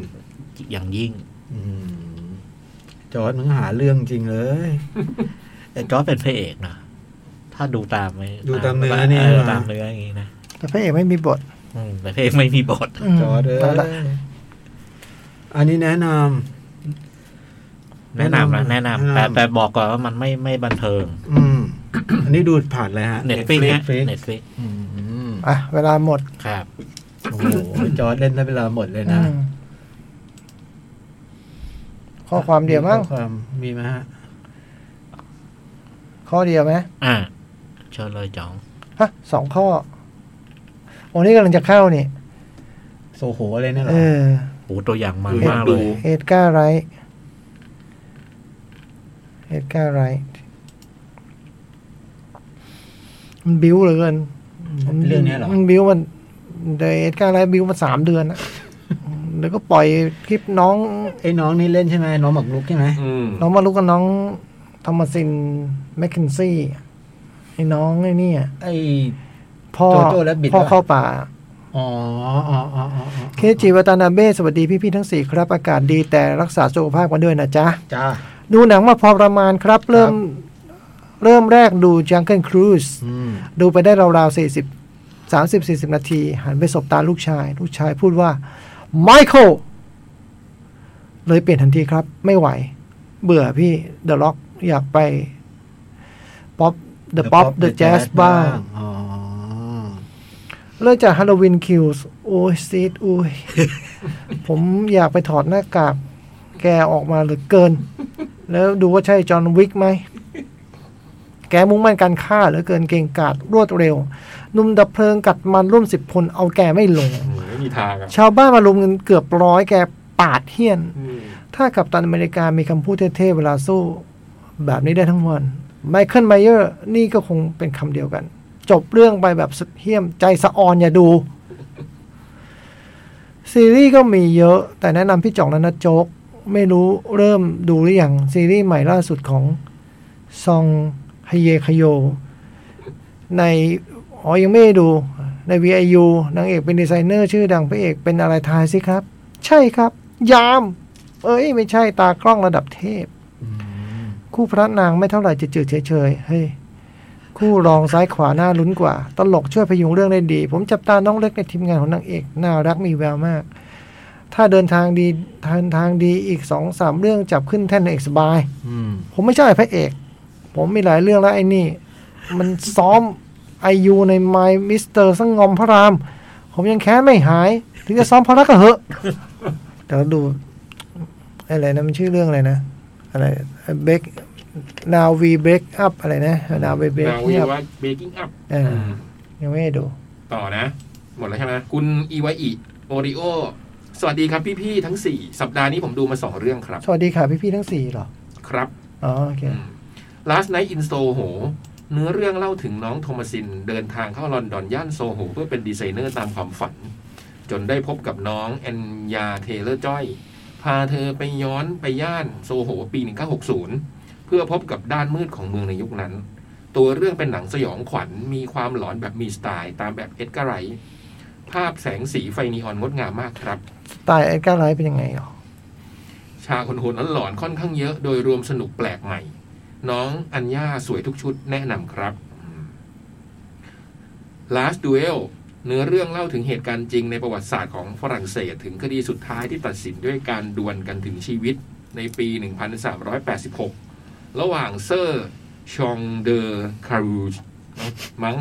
Speaker 4: อย่างยิ่ง
Speaker 2: อืมจอร์ดมึงหาเรื่องจริงเลย
Speaker 4: แต่จอร์จเป็นพระเอกนะ ถ้าดูตามไหม
Speaker 2: ดูตามเนื้อเนี่ย
Speaker 4: ตามเนื้ออย่างงี้นะ
Speaker 5: แต่พระเอกไม่มีบท
Speaker 4: อืมแต่พระเอกไม่มีบท
Speaker 5: ม
Speaker 2: จอร์ดเอ้ย
Speaker 5: เอาละ
Speaker 2: อันนี้แนะน
Speaker 4: แนะนำนะ
Speaker 2: แนะ
Speaker 4: แนะ
Speaker 2: นำ
Speaker 4: นำแต่แต่บอกก่อนว่ามันไม่ไม่บันเทิง
Speaker 2: ำอืม อันนี้ดูผ่านเลยฮะ
Speaker 4: เน็ตฟิก
Speaker 2: Netflix
Speaker 4: เน็ตฟิก
Speaker 2: อืม
Speaker 5: อ่ะ เวลาหมด
Speaker 4: ครับ
Speaker 2: โอ้โหจอร์ดเล่นได้เวลาหมดเลยนะ
Speaker 5: อืมข้อความเดียวมั้ง
Speaker 2: ข้อความมีไหมฮะ
Speaker 5: ข้อเดียวไหม
Speaker 4: อ่าเชิญเลยจ๋อง
Speaker 5: ฮะสองข้อโอ้นี่กำลังจะเข้านี่
Speaker 2: โซโหอะไรเนี่ยเหร
Speaker 5: เอ
Speaker 2: อ
Speaker 5: อ
Speaker 4: โอ้ตัวอย่างมัน
Speaker 3: ดู
Speaker 4: มากเล
Speaker 3: ดู
Speaker 4: ย
Speaker 5: เอ็ดการ์ไรท์เอ็ดการ์ไรท์มันบิ้วเหลือเกิน
Speaker 2: เรื่องเนี้ยเหรอ
Speaker 5: มันบิ้วมันเดเอ็ดการ์ไรท์บิ้วมาสามเดือนนะอืมแล้วก็ปล่อยคลิปน้อง
Speaker 2: ไอ้น้องนี่เล่นใช่ไหมน้องหมักลุกใช่ไหม
Speaker 3: อืม
Speaker 5: น้องมารุกกับน้องทอมัสซินแมคเคนซี่ไอ้น้องไอ้เนี่ย
Speaker 2: ไอ
Speaker 5: พ่อ
Speaker 2: โจโจ้และบิด
Speaker 5: พ่อ
Speaker 2: วะ
Speaker 5: เข้าป่า
Speaker 2: อ๋ อ๋ออ๋ออ๋ออ๋ออ๋อ
Speaker 5: เคจิวาตานาเบ้สวัสดีพี่ๆทั้งสี่ครับ อากาศดีแต่รักษาสุขภาพกันด้วยนะจ๊ะ
Speaker 2: จ้า
Speaker 5: ดูหนังมาพอประมาณครับ เริ่ม เริ่มแรกดูจังเกิลครู e
Speaker 2: อืม
Speaker 5: ดูไปได้ราวๆ40 30 40 นาที หันไปสบตาลูกชาย ลูกชายพูดว่าไมเคิลเลยเปลี่ยนทันทีครับ ไม่ไหว เบื่อพี่เดอะล็อกอยากไปป๊อปเดอะ
Speaker 2: The
Speaker 5: ป๊อป
Speaker 2: Pop
Speaker 5: เด
Speaker 2: The
Speaker 5: อะแจ๊ส
Speaker 2: Jazz
Speaker 5: บ้าง
Speaker 2: อ๋อ
Speaker 5: เริ่มจากฮาโลวีนคิวส์โอ้ยซีดอุ้ย ผมอยากไปถอดหน้ากากแกออกมาเหลือเกิน แล้วดูว่าใช่จอห์นวิกไหม แกมุ่งมั่นการฆ่าเหลือเกินเก่งกาจรวดเร็วหนุ่มดับเพลิงกัดมันร่วมสิบคนเอาแกไม่ลง
Speaker 3: โอ้โหไม่มีทางอ่ะ
Speaker 5: ชาวบ้านมารุมกันเกือบร้อยแกปาดเฮี้ยน
Speaker 3: อืม
Speaker 5: ถ้ากับตันอเมริกามีคำพูดเท่ๆเวลาสู้ แบบนี้ได้ทั้งวันไมเคิลไมเยอร์นี่ก็คงเป็นคำเดียวกัน จบเรื่องไปแบบสุดเหี้ยมใจสะออนอย่าดู ซีรีส์ก็มีเยอะ แต่แนะนำพี่จ่องและนะโจ๊ก ไม่รู้เริ่มดูหรือยังซีรีส์ใหม่ล่าสุดของ ซองฮเยคโย ในอ๋อยังไม่ได้ดูใน VIU นางเอกเป็นดีไซเนอร์ ชื่อดังพระเอกเป็นอะไรทายสิครับ ใช่ครับ ยาม เอ้ย ไม่ใช่ตากล้องระดับเทพ คู่พระนางไม่เท่าไหร่จะจืดๆเฉยๆเฮ้ยคู่รองซ้ายขวาหน้าลุ้นกว่า ตลกช่วยพยุงเรื่องได้ดี ผมจับตาน้องเล็กในทีมงานของนางเอก น่ารักมีแววมาก ถ้าเดินทางดีทางทางดีอีกสองสามเรื่องจับขึ้นแท่นนางเอกสบาย
Speaker 2: อืม
Speaker 5: ผมไม่ใช่พระเอก ผมมีหลายเรื่องแล้วไอ้นี่ มันซ้อมไอยูในไมมิสเตอร์สงอมพระราม ผมยังแค้นไม่หาย ถึงจะซ้อมพระรักก็เหอะเดี๋ยวดูอะไรนะ มันชื่อเรื่องอะไรนะ อะไรเบรกนาวีเบรกอัพอะไรนะนาวีเบรก
Speaker 3: นาวีว่า breaking up
Speaker 5: อ่ายังไม่ได้ดู
Speaker 3: ต่อนะ หมดแล้วใช่ไหมคุณอีวาอิโอริโอ สวัสดีครับพี่ๆทั้ง 4 สัปดาห์นี้ผมดูมา 2 เรื่องครับ
Speaker 5: สวัสดีค่ะพี่ๆทั้งสี่เหรอ
Speaker 3: ครับ
Speaker 5: อ๋อโอเค
Speaker 3: Last Night in Soho เนื้อเรื่องเล่าถึงน้องโทมัสินเดินทางเข้าลอนดอนย่านโซโหเพื่อเป็นดีไซเนอร์ตามความฝัน จนได้พบกับน้องแอนยาเทเลอร์จอย พาเธอไปย้อนไปย่านโซโหปี 1960 เพื่อพบกับด้านมืดของเมืองในยุคนั้น ตัวเรื่องเป็นหนังสยองขวัญมีความหลอนแบบมีสไตล์ตามแบบเอ็ดการ์ไรท์ภาพแสงสีไฟนีออนงดงามมากครับ
Speaker 5: สไตล์ไอ้ก้าไลท์เป็นยังไงเหรอ
Speaker 3: ชาคนโหนหลอนๆค่อนข้างเยอะโดยรวมสนุกแปลกใหม่ น้องอัญญาสวยทุกชุดแนะนำครับ Last Duel เนื้อเรื่องเล่าถึงเหตุการณ์จริงในประวัติศาสตร์ของฝรั่งเศสถึงคดีสุดท้ายที่ตัดสินด้วยการดวลกันถึงชีวิตในปี 1386 ระหว่างเซอร์ชองเดอคารูชมั้ง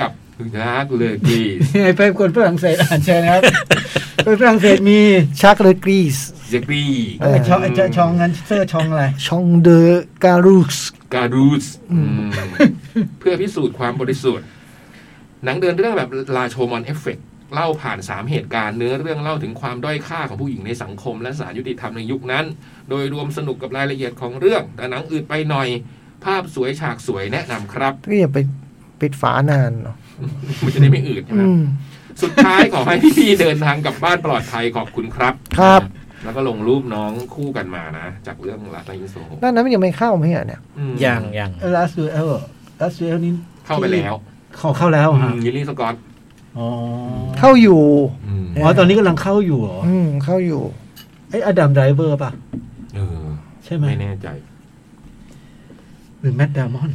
Speaker 3: กับลาร์กเลอกีส
Speaker 2: ไอ้เป๊ปคนฝรั่งเศสอ่านเชิญ ครับคนฝรั่งเศสมี
Speaker 5: ชักเลอกรีส
Speaker 3: เซกรี
Speaker 5: เออ
Speaker 2: ชองจะชองงั้นเสื้อชองอะไร
Speaker 5: ชองเดอการูส
Speaker 3: การูสเพื่อพิสูจน์ความบริสุทธิ์ หนังเดินเรื่องแบบลาโชมอนเอฟเฟกเล่าผ่าน 3 เหตุการณ์เนื้อเรื่องเล่าถึงความด้อยค่าของผู้หญิงในสังคม และสารยุติธรรมในยุคนั้น โดยรวมสนุกกับรายละเอียดของเรื่อง แต่หนังอื่นไปหน่อย ภาพสวยฉากสวยแนะนำครับ
Speaker 5: ก็อย่าไปปิดฝานานเนาะ
Speaker 3: มันจะได้ไม่อืดใช่ไหม
Speaker 5: อืม
Speaker 3: สุดท้ายขอให้พี่ๆเดินทางกลับบ้านปลอดภัยขอบคุณครับ
Speaker 5: ครับ
Speaker 3: แล้วก็ลงรูปน้องคู่กันมานะ จากเรื่องลาตาอินโซ
Speaker 5: นั่นนั้นมันยังไม่เข้าไหมอ่ะเนี่ย
Speaker 3: อืม
Speaker 4: อย่างอย่าง
Speaker 2: ลาสเวลลาสเวลนี้
Speaker 3: เข้าไปแล้ว
Speaker 2: ขอเข้าแล้วฮะ
Speaker 3: อืมยิลลี่สกอต
Speaker 2: อ๋อ
Speaker 5: เข้าอยู่
Speaker 3: อืม
Speaker 2: อ๋อตอนนี้กำลังเข้าอยู่เหรอ
Speaker 5: อืม เข้าอยู่
Speaker 2: ไอ้อดัมไดเวอร์ป่ะ
Speaker 3: เออ
Speaker 2: ใช่ไหม
Speaker 3: ไม่แน่ใจ
Speaker 2: หรือแมดดามอน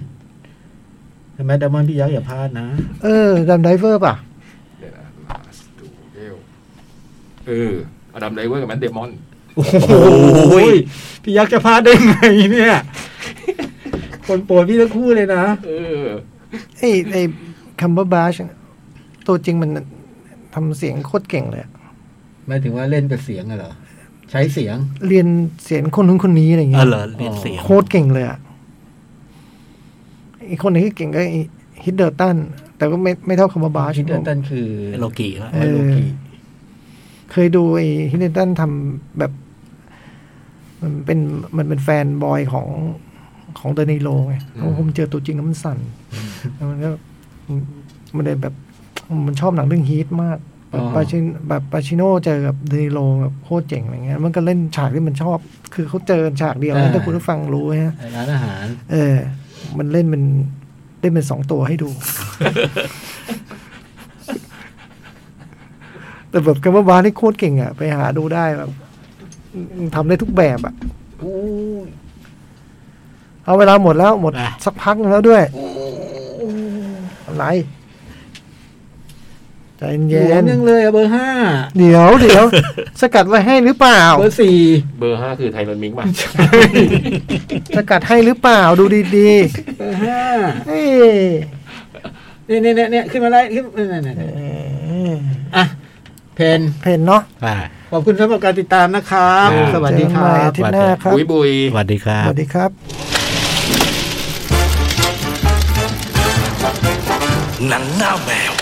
Speaker 2: แต่แมดดามอนพี่ยักษ์อย่าพลาดนะ
Speaker 5: เออดัมไดเวอร์ป่ะ
Speaker 3: เดี๋ยวนะ last duel เอออดัมไดเวอร์กับแมนเดมอน
Speaker 2: โอ้โหพี่ยักษ์จะพลาดได้ไงเนี่ย คนโปรดพี่ทั้งคู่เลยนะ
Speaker 3: เออ
Speaker 5: ไอ้ไอ้คัมเบอร์บาชตัวจริงมันทำเสียงโคตรเก่งเลยอะ
Speaker 2: หมายถึงว่าเล่นกับเสียงอะเหรอ ใช้เสียง
Speaker 5: เรียนเสียงคนนู้นคนนี้อะไรอย่าง
Speaker 4: เอ
Speaker 5: เงี้
Speaker 4: อย เหรอเรียนเสียง
Speaker 5: โคตรเก่งเลยอ่ะไอ้คนนี้เก่งก็ไอ้ฮิตเดอร์ตัน แต่ก็ไม่ไม่เท่าคัมเบอร์บาช
Speaker 2: คิดเดอร์ตันคือ
Speaker 4: โลกิวะ
Speaker 5: เออ
Speaker 2: โลกิ
Speaker 5: เคยดูไอ้ฮิเดนตันทำแบบ มันเป็นมันเป็นแฟนบอยของของเดนิโลไง
Speaker 3: อืม
Speaker 5: แล้วผมเจอตัวจริงแล้วมันสั่นแล้วมันก็มันเลยแบบมันชอบหนังเรื่องฮีทมากแบบปาชินแบบปาชิโน่เจอกับเดนิโลแบบโคตรเจ๋งอะไรเงี้ยมันก็เล่นฉากที่มันชอบ คือเขาเจอฉากเดียวนะถ้าคุณผู้ฟังรู้ฮะ
Speaker 2: ร้านอาหาร
Speaker 5: เออ มันเล่นเป็นเล่นเป็นสองตัวให้ดู แต่แบบแกว่าบาร์นี่โคตรเก่งอ่ะ ไปหาดูได้แบบทำได้ทุกแบบอ่ะเอาเวลาหมดแล้วหมด
Speaker 4: อ่ะ
Speaker 5: สักพักหนึงแล้วด้วยอะไร ใจ
Speaker 2: เห
Speaker 5: เย็
Speaker 2: ลือน หนึ่งเลยอะเบอร์ห้า
Speaker 5: เดี๋ยวเดี๋ยว สกัดไว้ให้หรือเปล่า
Speaker 2: เบอร์สี่
Speaker 3: เบอร์ห้าคือไทยรอนมิกป่ะ
Speaker 5: สกัดให้หรือเปล่าดูดี
Speaker 2: เบอร์ห้า
Speaker 5: ๆเอ้ย
Speaker 2: เนี่ยเนี่ยเนี่ยเนี่ยขึ้นมาไล่ขึ้นเนี่ยเนี่ยเนี่ย
Speaker 5: เอ่อ
Speaker 2: อ่ะเพน
Speaker 5: เพนเนาะ
Speaker 4: อ่า
Speaker 2: ขอบคุณสำหรับการติดตามนะครับ
Speaker 4: อ่า
Speaker 2: สวัส
Speaker 5: เจอ
Speaker 2: ดี
Speaker 5: กัน
Speaker 2: ค
Speaker 5: ใหม่
Speaker 2: รั
Speaker 5: อา
Speaker 2: บ
Speaker 5: ทิตย์หน้าครับ
Speaker 3: บุยบุย
Speaker 4: สวัสดีครั
Speaker 5: ส
Speaker 4: บ
Speaker 5: วัสดีครับ
Speaker 6: หนังหน้าแมว